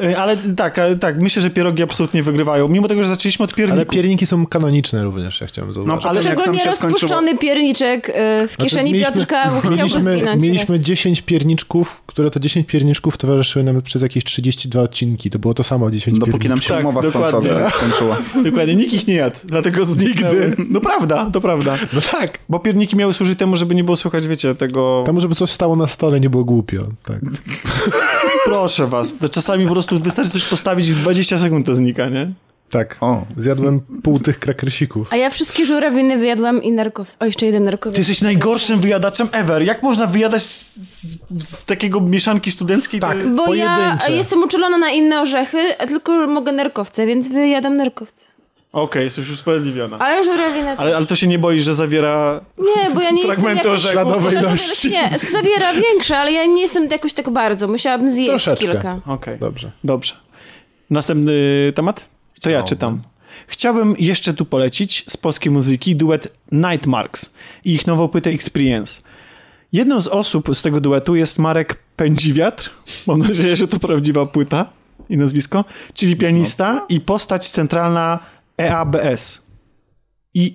Speaker 1: Y, ale tak, ale tak, myślę, że pierogi absolutnie wygrywają. Mimo tego, że zaczęliśmy od pierników.
Speaker 3: Ale pierniki są kanoniczne również, ja chciałem zauważyć.
Speaker 2: No, potem
Speaker 1: ale
Speaker 2: jak tam
Speaker 4: Szczególnie
Speaker 2: się skończyło-
Speaker 4: rozpuszczony pierniczek e, w
Speaker 3: Znaczy,
Speaker 4: kieszeni Piotrka chciał go
Speaker 3: mieliśmy,
Speaker 4: spinać.
Speaker 3: mieliśmy 10 pierniczków, które to 10 pierniczków towarzyszyły nam przez jakieś 32 odcinki. To było to samo 10
Speaker 2: Dopóki No, nam
Speaker 3: pierniczków.
Speaker 2: się
Speaker 1: Tak,
Speaker 2: umowa
Speaker 1: dokładnie.
Speaker 2: sponsorska skończyła.
Speaker 1: Dokładnie, nikt ich nie jadł, dlatego zniknęły. No prawda, to prawda.
Speaker 3: No tak.
Speaker 1: Bo pierniki miały służyć temu, żeby nie było słychać, wiecie, tego...
Speaker 3: Tam, żeby coś stało na stole, nie było głupio. Tak.
Speaker 1: Proszę was, to czasami po prostu wystarczy coś postawić i w 20 sekund to znika, nie?
Speaker 3: tak.
Speaker 2: O.
Speaker 3: Zjadłem pół tych krakersików.
Speaker 4: A ja wszystkie żurawiny wyjadłam i narkow... O, jeszcze jeden narkowiec.
Speaker 1: Ty jesteś najgorszym wyjadaczem ever. Jak można wyjadać z, z, z takiego mieszanki studenckiej?
Speaker 3: Tak.
Speaker 4: Bo
Speaker 3: pojedyncze.
Speaker 4: ja jestem uczulona na inne orzechy, a tylko mogę nerkowce, więc wyjadam nerkowce.
Speaker 1: Okej, jesteś usprawiedliwiona.
Speaker 4: Ale żurawina...
Speaker 1: Ale, ale to się nie boisz, że zawiera...
Speaker 4: Nie, bo ja nie jestem
Speaker 1: Fragmenty
Speaker 4: jakoś...
Speaker 1: orzechu.
Speaker 3: Śladowej
Speaker 4: Żadowe-
Speaker 3: ilości.
Speaker 4: Nie, zawiera większe, ale ja nie jestem jakoś tak bardzo. Musiałabym zjeść
Speaker 3: Troszeczkę. Tak.
Speaker 4: kilka.
Speaker 1: Okej.
Speaker 3: Dobrze.
Speaker 1: Dobrze. Następny temat? To ja czytam. Chciałbym jeszcze tu polecić z polskiej muzyki duet Nightmarks i ich nową płytę Experience. Jedną z osób z tego duetu jest Marek Pędziwiatr, mam nadzieję, że to prawdziwa płyta i nazwisko, czyli pianista i postać centralna E EABS.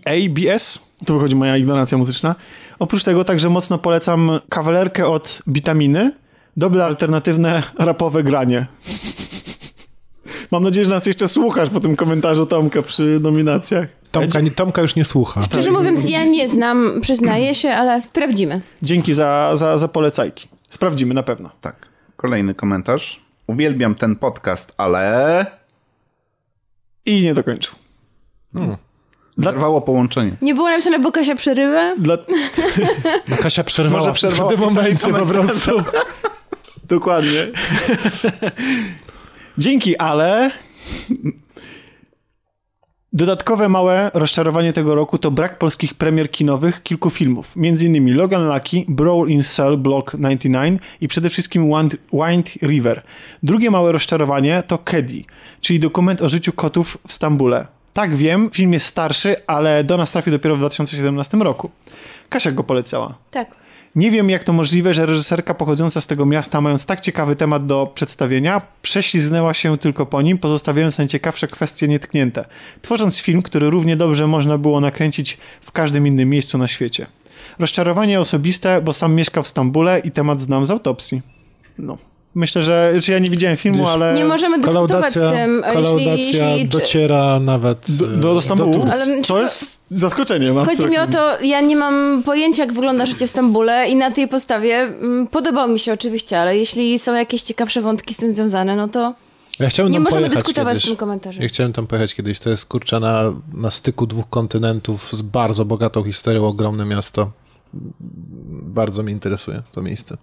Speaker 1: EABS? Tu wychodzi moja ignorancja muzyczna. Oprócz tego także mocno polecam kawalerkę od Bitaminy, dobre alternatywne rapowe granie. Mam nadzieję, że nas jeszcze słuchasz po tym komentarzu Tomka przy nominacjach.
Speaker 3: Tomka, nie, Tomka już nie słucha.
Speaker 4: Szczerze mówiąc, ja nie znam, przyznaję się, ale sprawdzimy.
Speaker 1: Dzięki za, za, za polecajki. Sprawdzimy na pewno.
Speaker 2: Tak. Kolejny komentarz. Uwielbiam ten podcast, ale...
Speaker 1: I nie dokończył.
Speaker 2: Zerwało połączenie.
Speaker 4: Nie było napisane, bo Kasia przerywa?
Speaker 1: Dla...
Speaker 3: No Kasia przerwała,
Speaker 1: Może przerwała
Speaker 3: w tym
Speaker 1: pisanie
Speaker 3: momencie po
Speaker 1: komentarza.
Speaker 3: prostu.
Speaker 1: <laughs> Dokładnie. Dzięki, ale... Dodatkowe małe rozczarowanie tego roku to brak polskich premier kinowych kilku filmów, m.in. Logan Lucky, Brawl in Cell Block 99 i przede wszystkim Wind, Wind River. Drugie małe rozczarowanie to Kedi, czyli dokument o życiu kotów w Stambule. Tak wiem, film jest starszy, ale do nas trafił dopiero w 2017 roku. Kasia go polecała.
Speaker 4: Tak.
Speaker 1: Nie wiem, jak to możliwe, że reżyserka pochodząca z tego miasta, mając tak ciekawy temat do przedstawienia, prześliznęła się tylko po nim, pozostawiając najciekawsze kwestie nietknięte, tworząc film, który równie dobrze można było nakręcić w każdym innym miejscu na świecie. Rozczarowanie osobiste, bo sam mieszka w Stambule i temat znam z autopsji. No. Myślę, że. Czy ja nie widziałem filmu,
Speaker 3: Widzisz,
Speaker 1: ale.
Speaker 4: Nie możemy dyskutować z
Speaker 3: E, Kolaudacja,
Speaker 4: tym, a jeśli,
Speaker 3: kolaudacja
Speaker 4: jeśli
Speaker 3: dociera nawet
Speaker 1: Do,
Speaker 3: e,
Speaker 1: do, do Stambułu.
Speaker 3: Turcji.
Speaker 4: Ale-
Speaker 1: Co jest zaskoczeniem.
Speaker 4: Chodzi mi o to, ja nie mam pojęcia, jak wygląda życie w Stambule i na tej podstawie mm, podobał mi się oczywiście, ale jeśli są jakieś ciekawsze wątki z tym związane, no to
Speaker 3: Ja chciałem
Speaker 4: nie
Speaker 3: tam
Speaker 4: możemy
Speaker 3: pojechać
Speaker 4: dyskutować
Speaker 3: kiedyś.
Speaker 4: z tym komentarzem.
Speaker 3: Ja chciałem tam pojechać kiedyś. To jest kurczę na, na styku dwóch kontynentów z bardzo bogatą historią, ogromne miasto. Bardzo mnie interesuje to miejsce.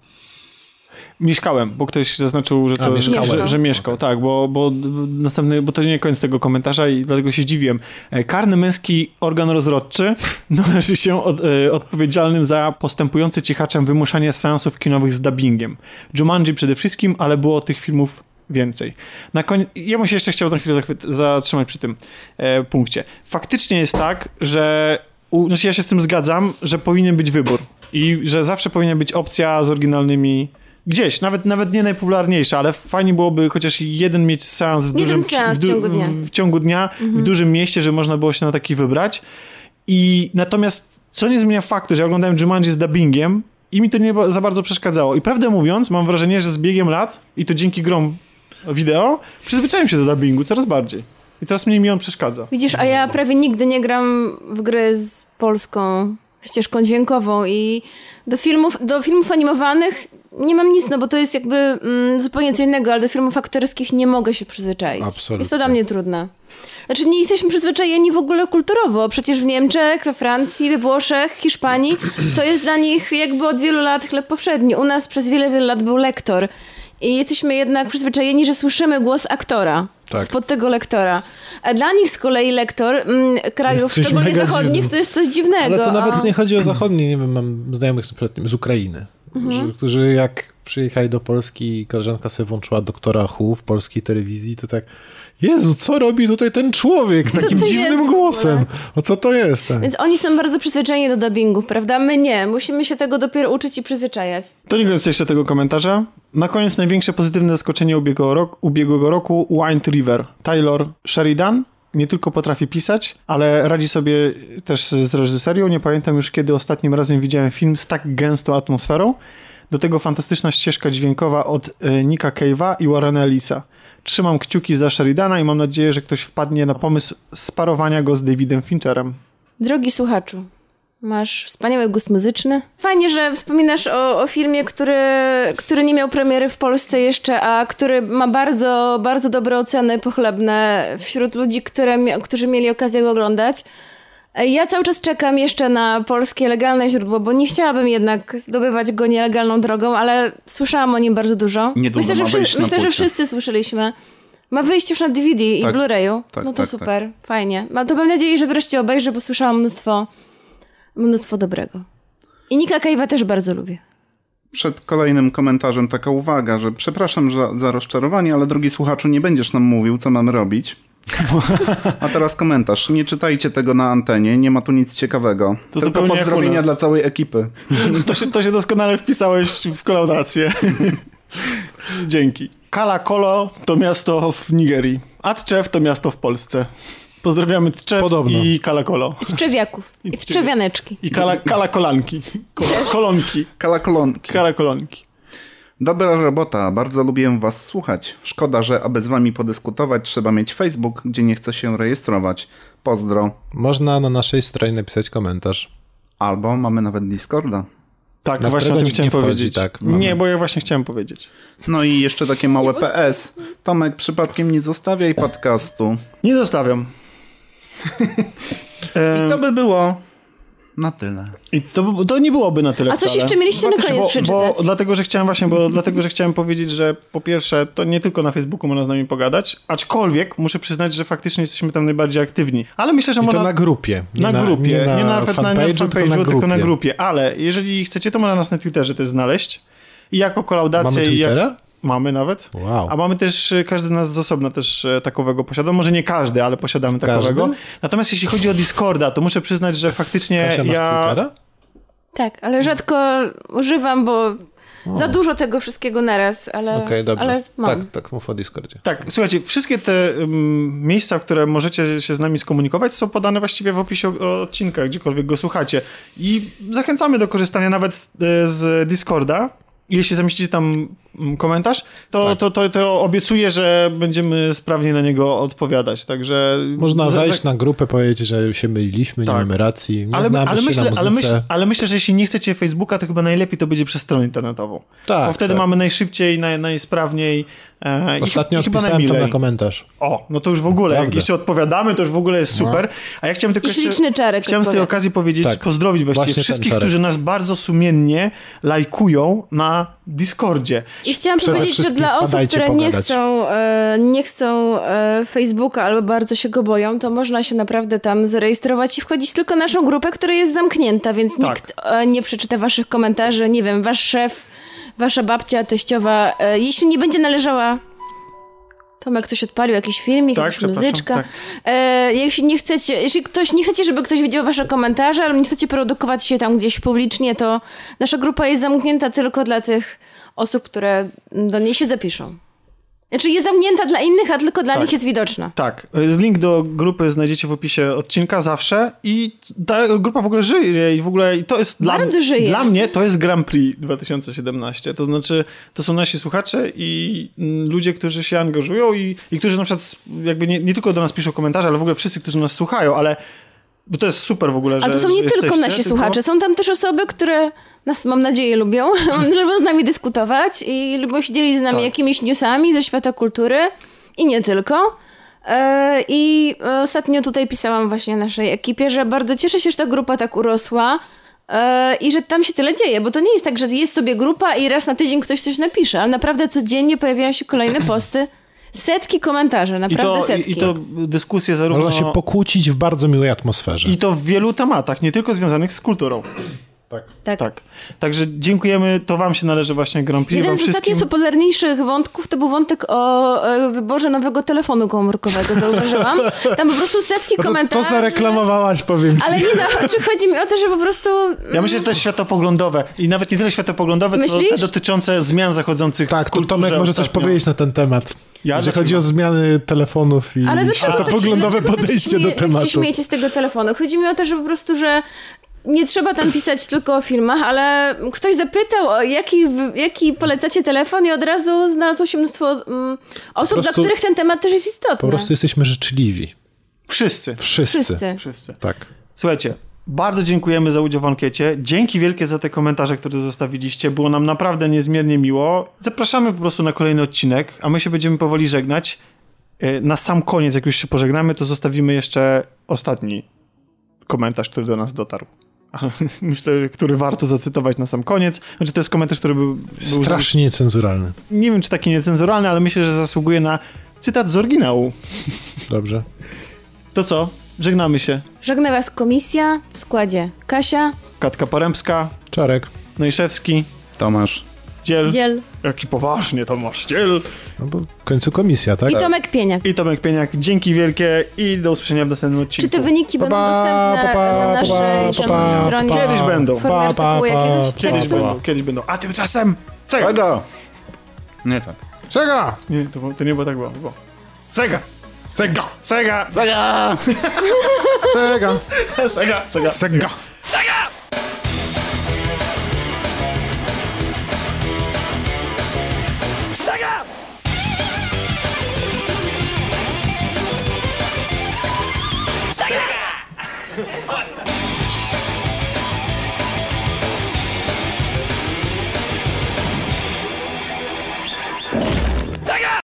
Speaker 1: Mieszkałem, bo ktoś zaznaczył, że
Speaker 3: A,
Speaker 1: to
Speaker 3: mieszkałem.
Speaker 1: Że, że mieszkał, tak, bo, bo następny, bo to nie koniec tego komentarza i dlatego się dziwiłem. E, Karny męski organ rozrodczy <laughs> należy się od, e, odpowiedzialnym za postępujący cichaczem wymuszanie seansów kinowych z dubbingiem. Jumanji przede wszystkim, ale było tych filmów więcej. Na koń... Ja bym się jeszcze chciał na chwilę zachwy- zatrzymać przy tym e, punkcie. Faktycznie jest tak, że u... znaczy ja się z tym zgadzam, że powinien być wybór i że zawsze powinna być opcja z oryginalnymi gdzieś, nawet, nawet nie najpopularniejsza, ale fajnie byłoby chociaż jeden mieć seans w
Speaker 4: Jeden
Speaker 1: dużym
Speaker 4: seans w
Speaker 1: du-
Speaker 4: ciągu dnia. Mhm.
Speaker 1: w ciągu dnia w dużym mieście, że można było się na taki wybrać. I natomiast co nie zmienia faktu, że ja oglądałem Jumanji z dubbingiem i mi to nie ba- za bardzo przeszkadzało. I prawdę mówiąc, mam wrażenie, że z biegiem lat i to dzięki grom wideo przyzwyczaiłem się do dubbingu coraz bardziej. I coraz mniej mi on przeszkadza.
Speaker 4: Widzisz, a ja prawie nigdy nie gram w gry z polską ścieżką dźwiękową i do filmów, do filmów animowanych nie mam nic, no bo to jest jakby mm, zupełnie co innego, ale do filmów aktorskich nie mogę się przyzwyczaić.
Speaker 3: Absolutnie.
Speaker 4: Jest to dla mnie trudne. Znaczy nie jesteśmy przyzwyczajeni w ogóle kulturowo, przecież w Niemczech, we Francji, we Włoszech, Hiszpanii to jest dla nich jakby od wielu lat chleb powszedni. U nas przez wiele, wiele lat był lektor. I jesteśmy jednak przyzwyczajeni, że słyszymy głos aktora
Speaker 3: Tak.
Speaker 4: spod tego lektora. A dla nich z kolei lektor mm, krajów,
Speaker 3: Jest coś
Speaker 4: szczególnie
Speaker 3: mega
Speaker 4: zachodnich,
Speaker 3: dziwnym.
Speaker 4: to jest coś dziwnego.
Speaker 3: Ale to nawet
Speaker 4: a...
Speaker 3: nie chodzi o zachodnie, nie wiem, mam znajomych na przykład nie wiem, z Ukrainy,
Speaker 4: Mhm.
Speaker 3: że, którzy jak przyjechali do Polski i koleżanka sobie włączyła doktora Hu w polskiej telewizji, to tak, Jezu, co robi tutaj ten człowiek z takim
Speaker 4: to jest w
Speaker 3: dziwnym
Speaker 4: ogóle?
Speaker 3: głosem? O co to jest? Tak.
Speaker 4: Więc oni są bardzo przyzwyczajeni do dubbingów, prawda? My nie. Musimy się tego dopiero uczyć i przyzwyczajać.
Speaker 1: To nie koniec jeszcze tego komentarza. Na koniec największe pozytywne zaskoczenie ubiegłego, rok, ubiegłego roku Wind River. Taylor Sheridan nie tylko potrafi pisać, ale radzi sobie też z reżyserią. Nie pamiętam już kiedy ostatnim razem widziałem film z tak gęstą atmosferą. Do tego fantastyczna ścieżka dźwiękowa od y, Nicka Cave'a i Warrena Ellisa. Trzymam kciuki za Sheridana i mam nadzieję, że ktoś wpadnie na pomysł sparowania go z Davidem Fincherem.
Speaker 4: Drogi słuchaczu, masz wspaniały gust muzyczny. Fajnie, że wspominasz o, o filmie, który, który nie miał premiery w Polsce jeszcze, a który ma bardzo, bardzo dobre oceny pochlebne wśród ludzi, które, mia- którzy mieli okazję go oglądać. Ja cały czas czekam jeszcze na polskie legalne źródło, bo nie chciałabym jednak zdobywać go nielegalną drogą, ale słyszałam o nim bardzo dużo.
Speaker 2: Niedługo
Speaker 4: myślę, że,
Speaker 2: ma
Speaker 4: wszy-
Speaker 2: wyjść na
Speaker 4: myślę, że
Speaker 2: płycie.
Speaker 4: wszyscy słyszeliśmy. Ma wyjść już na DVD i
Speaker 2: Tak.
Speaker 4: Blu-rayu.
Speaker 2: Tak,
Speaker 4: no
Speaker 2: tak,
Speaker 4: to
Speaker 2: tak.
Speaker 4: super, fajnie. Mam to mam nadzieję, że wreszcie obejrzę, bo słyszałam mnóstwo, mnóstwo dobrego. I Nika Kejwa też bardzo lubię.
Speaker 2: Przed kolejnym komentarzem taka uwaga, że przepraszam za, za rozczarowanie, ale drogi słuchaczu, nie będziesz nam mówił, co mamy
Speaker 1: <laughs>
Speaker 2: robić. A teraz komentarz. Nie czytajcie tego na antenie, nie ma tu nic ciekawego.
Speaker 1: To
Speaker 2: Tylko
Speaker 1: zupełnie jak u
Speaker 2: pozdrowienia
Speaker 1: nas.
Speaker 2: dla całej ekipy.
Speaker 1: To się, to się doskonale wpisałeś w kolaudację. Dzięki. Kalakolo to miasto w Nigerii, a Tczew to miasto w Polsce. Pozdrawiamy Tczew
Speaker 3: Podobno.
Speaker 1: i Kalakolo.
Speaker 4: I Trzewiaków. I Trzewianeczki.
Speaker 1: I kala, kalakolanki. Ko, kolonki.
Speaker 2: Kalakolonki.
Speaker 1: Kalakolonki.
Speaker 2: Dobra robota, bardzo lubię was słuchać. Szkoda, że aby z wami podyskutować, trzeba mieć Facebook, gdzie nie chce się rejestrować. Pozdro.
Speaker 3: Można na naszej stronie napisać komentarz.
Speaker 2: Albo mamy nawet Discorda.
Speaker 1: Tak,
Speaker 3: Na
Speaker 1: właśnie
Speaker 3: którego
Speaker 1: o tym
Speaker 3: nikt
Speaker 1: chciałem
Speaker 3: nie wchodzi,
Speaker 1: powiedzieć.
Speaker 3: tak, mamy.
Speaker 1: nie, bo ja właśnie chciałem powiedzieć.
Speaker 2: No i jeszcze takie małe PS. Tomek, przypadkiem nie zostawiaj podcastu.
Speaker 1: Nie zostawiam. E,
Speaker 2: I to by było na tyle.
Speaker 1: I to, by- to nie byłoby na tyle
Speaker 4: A coś
Speaker 1: wcale.
Speaker 4: jeszcze mieliście na
Speaker 1: Bo-
Speaker 4: koniec
Speaker 1: bo,
Speaker 4: przeczytać?
Speaker 1: Bo, dlatego, że chciałem właśnie, bo dlatego, że chciałem powiedzieć, że po pierwsze, to nie tylko na Facebooku można z nami pogadać, aczkolwiek muszę przyznać, że faktycznie jesteśmy tam najbardziej aktywni. Ale myślę, że
Speaker 3: I to
Speaker 1: można...
Speaker 3: na grupie.
Speaker 1: Na grupie, nie na, nawet na, na fanpage'u, tylko, na,
Speaker 3: grupie.
Speaker 1: grupie. Ale jeżeli chcecie, to można nas na Twitterze też znaleźć. I jako kolaudację...
Speaker 3: Mamy
Speaker 1: i jak-
Speaker 3: Twittera?
Speaker 1: Mamy nawet.
Speaker 3: Wow.
Speaker 1: A mamy też, y, każdy z nas z osobna też y, takowego posiada. Może nie każdy, ale posiadamy takowego. Natomiast jeśli chodzi o Discorda, to muszę przyznać, że faktycznie
Speaker 3: Kasia, masz
Speaker 1: ja...
Speaker 3: Twittera?
Speaker 4: Tak, ale rzadko używam, bo za dużo tego wszystkiego naraz, ale,
Speaker 3: Okej, dobrze.
Speaker 4: ale mam.
Speaker 3: tak, tak, mów o Discordzie.
Speaker 1: Tak, słuchajcie, wszystkie te ym, miejsca, w które możecie się z nami skomunikować, są podane właściwie w opisie o- odcinka, gdziekolwiek go słuchacie. I zachęcamy do korzystania nawet z, e, z Discorda. Jeśli zamieścicie tam mm, komentarz, to,
Speaker 3: Tak.
Speaker 1: to, to, to obiecuję, że będziemy sprawnie na niego odpowiadać. Także
Speaker 3: Można
Speaker 1: za- za-
Speaker 3: wejść na grupę, powiedzieć, że się myliliśmy,
Speaker 1: Tak.
Speaker 3: nie mamy racji, nie
Speaker 1: ale,
Speaker 3: znamy
Speaker 1: ale,
Speaker 3: się na
Speaker 1: myślę,
Speaker 3: muzyce.
Speaker 1: ale, myśl, ale myślę, że jeśli nie chcecie Facebooka, to chyba najlepiej to będzie przez stronę internetową.
Speaker 3: Tak,
Speaker 1: bo wtedy
Speaker 3: tak.
Speaker 1: mamy najszybciej, naj, najsprawniej e, i,
Speaker 3: Ostatnio
Speaker 1: i chyba
Speaker 3: odpisałem tam
Speaker 1: najmilej.
Speaker 3: na komentarz.
Speaker 1: O, no to już w ogóle, jak
Speaker 3: Prawda.
Speaker 1: jeszcze odpowiadamy, to już w ogóle jest super. A ja chciałem tylko
Speaker 4: I
Speaker 1: jeszcze,
Speaker 4: śliczny czarek
Speaker 1: chciałem z tej
Speaker 4: odpowiada.
Speaker 1: okazji powiedzieć,
Speaker 3: No. Tak.
Speaker 1: pozdrowić właściwie
Speaker 3: Właśnie ten
Speaker 1: wszystkich,
Speaker 3: czarek.
Speaker 1: którzy nas bardzo sumiennie lajkują na Discordzie.
Speaker 4: I chciałam
Speaker 3: Przede
Speaker 4: powiedzieć, że
Speaker 3: wszystkim
Speaker 4: dla osób,
Speaker 3: wpadajcie
Speaker 4: które nie
Speaker 3: pogadać.
Speaker 4: chcą, e, nie chcą e, Facebooka albo bardzo się go boją, to można się naprawdę tam zarejestrować i wchodzić tylko na naszą grupę, która jest zamknięta, więc
Speaker 1: Tak.
Speaker 4: nikt e, nie przeczyta waszych komentarzy, nie wiem, wasz szef, wasza babcia, teściowa, e, jeśli nie będzie należała... Tomek, ktoś odpalił jakiś filmik,
Speaker 1: Tak,
Speaker 4: jakaś
Speaker 1: przepraszam,
Speaker 4: muzyczka.
Speaker 1: tak.
Speaker 4: E, jeśli nie chcecie, jeśli ktoś nie chcecie, żeby ktoś widział wasze komentarze, albo nie chcecie produkować się tam gdzieś publicznie, to nasza grupa jest zamknięta tylko dla tych osób, które do niej się zapiszą. Znaczy jest zamknięta dla innych, a tylko dla
Speaker 1: Tak.
Speaker 4: nich jest widoczna.
Speaker 1: Tak, y, link do grupy znajdziecie w opisie odcinka zawsze i ta grupa w ogóle żyje i w ogóle i to jest dla,
Speaker 4: Bardzo żyje.
Speaker 1: dla mnie to jest Grand Prix 2017. To znaczy to są nasi słuchacze i mm, ludzie, którzy się angażują i, i którzy na przykład jakby nie, nie tylko do nas piszą komentarze, ale w ogóle wszyscy, którzy nas słuchają, ale bo to jest super w ogóle, że
Speaker 4: Ale to są
Speaker 1: że
Speaker 4: nie tylko
Speaker 1: jesteście,
Speaker 4: nasi słuchacze, są tam też osoby, które nas, mam nadzieję, lubią, <laughs> lubią z nami dyskutować i lubią się dzielić z nami
Speaker 1: Tak.
Speaker 4: jakimiś newsami ze świata kultury i nie tylko. E, I ostatnio tutaj pisałam właśnie naszej ekipie, że bardzo cieszę się, że ta grupa tak urosła e, i że tam się tyle dzieje, bo to nie jest tak, że jest sobie grupa i raz na tydzień ktoś coś napisze, ale naprawdę codziennie pojawiają się kolejne posty, setki komentarzy,
Speaker 1: I
Speaker 4: naprawdę
Speaker 1: to,
Speaker 4: setki.
Speaker 1: i, I to dyskusje zarówno...
Speaker 3: Można się pokłócić w bardzo miłej atmosferze. No
Speaker 1: I to w wielu tematach, nie tylko związanych z kulturą.
Speaker 4: tak.
Speaker 1: Tak. Także dziękujemy, to wam się należy właśnie Grand Prix.
Speaker 4: Jeden
Speaker 1: wam
Speaker 4: z ostatnich
Speaker 1: wszystkim.
Speaker 4: popularniejszych wątków to był wątek o e, wyborze nowego telefonu komórkowego, zauważyłam. Tam po prostu setki
Speaker 3: No to, to
Speaker 4: komentarzy.
Speaker 3: zareklamowałaś, powiem ci.
Speaker 4: Ale nie no, czy chodzi mi o to, że po prostu... mm,
Speaker 1: Ja myślę, że to jest światopoglądowe i nawet nie tyle światopoglądowe, co
Speaker 4: Myślisz?
Speaker 1: te dotyczące zmian zachodzących
Speaker 3: Tak,
Speaker 1: w
Speaker 3: tu
Speaker 1: kulturze
Speaker 3: Tomek może coś
Speaker 1: ostatnio.
Speaker 3: powiedzieć na ten temat.
Speaker 1: Ja
Speaker 3: że
Speaker 1: zaczynam.
Speaker 3: chodzi o zmiany telefonów i
Speaker 4: Ale dlaczego
Speaker 3: to
Speaker 4: tak się-
Speaker 3: poglądowe
Speaker 4: dlaczego tak się
Speaker 3: podejście
Speaker 4: śmieje-
Speaker 3: do
Speaker 4: Tak się
Speaker 3: tematu.
Speaker 4: śmiejecie z tego telefonu. Chodzi mi o to, że po prostu, że nie trzeba tam pisać tylko o filmach, ale ktoś zapytał, o jaki, w- jaki polecacie telefon i od razu znalazło się mnóstwo mm, osób, dla
Speaker 3: prostu-
Speaker 4: których ten temat też jest istotny.
Speaker 3: Po prostu jesteśmy życzliwi.
Speaker 1: Wszyscy,
Speaker 3: Wszyscy.
Speaker 4: Wszyscy.
Speaker 1: wszyscy.
Speaker 3: Tak.
Speaker 1: Słuchajcie, bardzo dziękujemy za udział w ankiecie. Dzięki wielkie za te komentarze, które zostawiliście. Było nam naprawdę niezmiernie miło. Zapraszamy po prostu na kolejny odcinek, a my się będziemy powoli żegnać. Yy, Na sam koniec, jak już się pożegnamy, to zostawimy jeszcze ostatni komentarz, który do nas dotarł. <laughs> Myślę, który warto zacytować na sam koniec. Znaczy, to jest komentarz, który był, był
Speaker 3: Strasznie niecenzuralny.
Speaker 1: nie wiem, czy taki niecenzuralny, ale myślę, że zasługuje na cytat z oryginału.
Speaker 3: Dobrze.
Speaker 1: To co? Żegnamy się.
Speaker 4: Żegna was komisja w składzie Kasia,
Speaker 1: Katka Porębska,
Speaker 3: Czarek.
Speaker 1: Nojszewski,
Speaker 2: Tomasz.
Speaker 1: Dziel.
Speaker 4: Dziel
Speaker 1: Jaki poważnie to masz, Dziel.
Speaker 3: No bo w końcu komisja, tak?
Speaker 4: i Tomek Pieniak.
Speaker 1: I Tomek Pieniak, dzięki wielkie i do usłyszenia w następnym
Speaker 4: Czy
Speaker 1: odcinku.
Speaker 4: te wyniki
Speaker 3: Pa, pa,
Speaker 4: będą dostępne
Speaker 3: pa, pa,
Speaker 4: na naszej
Speaker 3: pa, pa, pa,
Speaker 4: stronie?
Speaker 3: pa,
Speaker 1: Kiedyś
Speaker 3: pa,
Speaker 1: będą.
Speaker 3: pa,
Speaker 4: Formie
Speaker 3: pa,
Speaker 4: artykułu
Speaker 3: pa,
Speaker 4: jakiegoś?
Speaker 3: pa,
Speaker 1: Kiedyś
Speaker 4: Tak, to-
Speaker 1: będą, kiedyś będą. A tymczasem... Sega!
Speaker 2: Tego! Nie tak.
Speaker 3: Czego?
Speaker 1: Nie, to, było- to nie było tak było. było. Sega!
Speaker 3: Sega!
Speaker 1: Sega!
Speaker 2: Zaga!
Speaker 3: Sega!
Speaker 1: <laughs> Sega! Sega!
Speaker 3: Sega!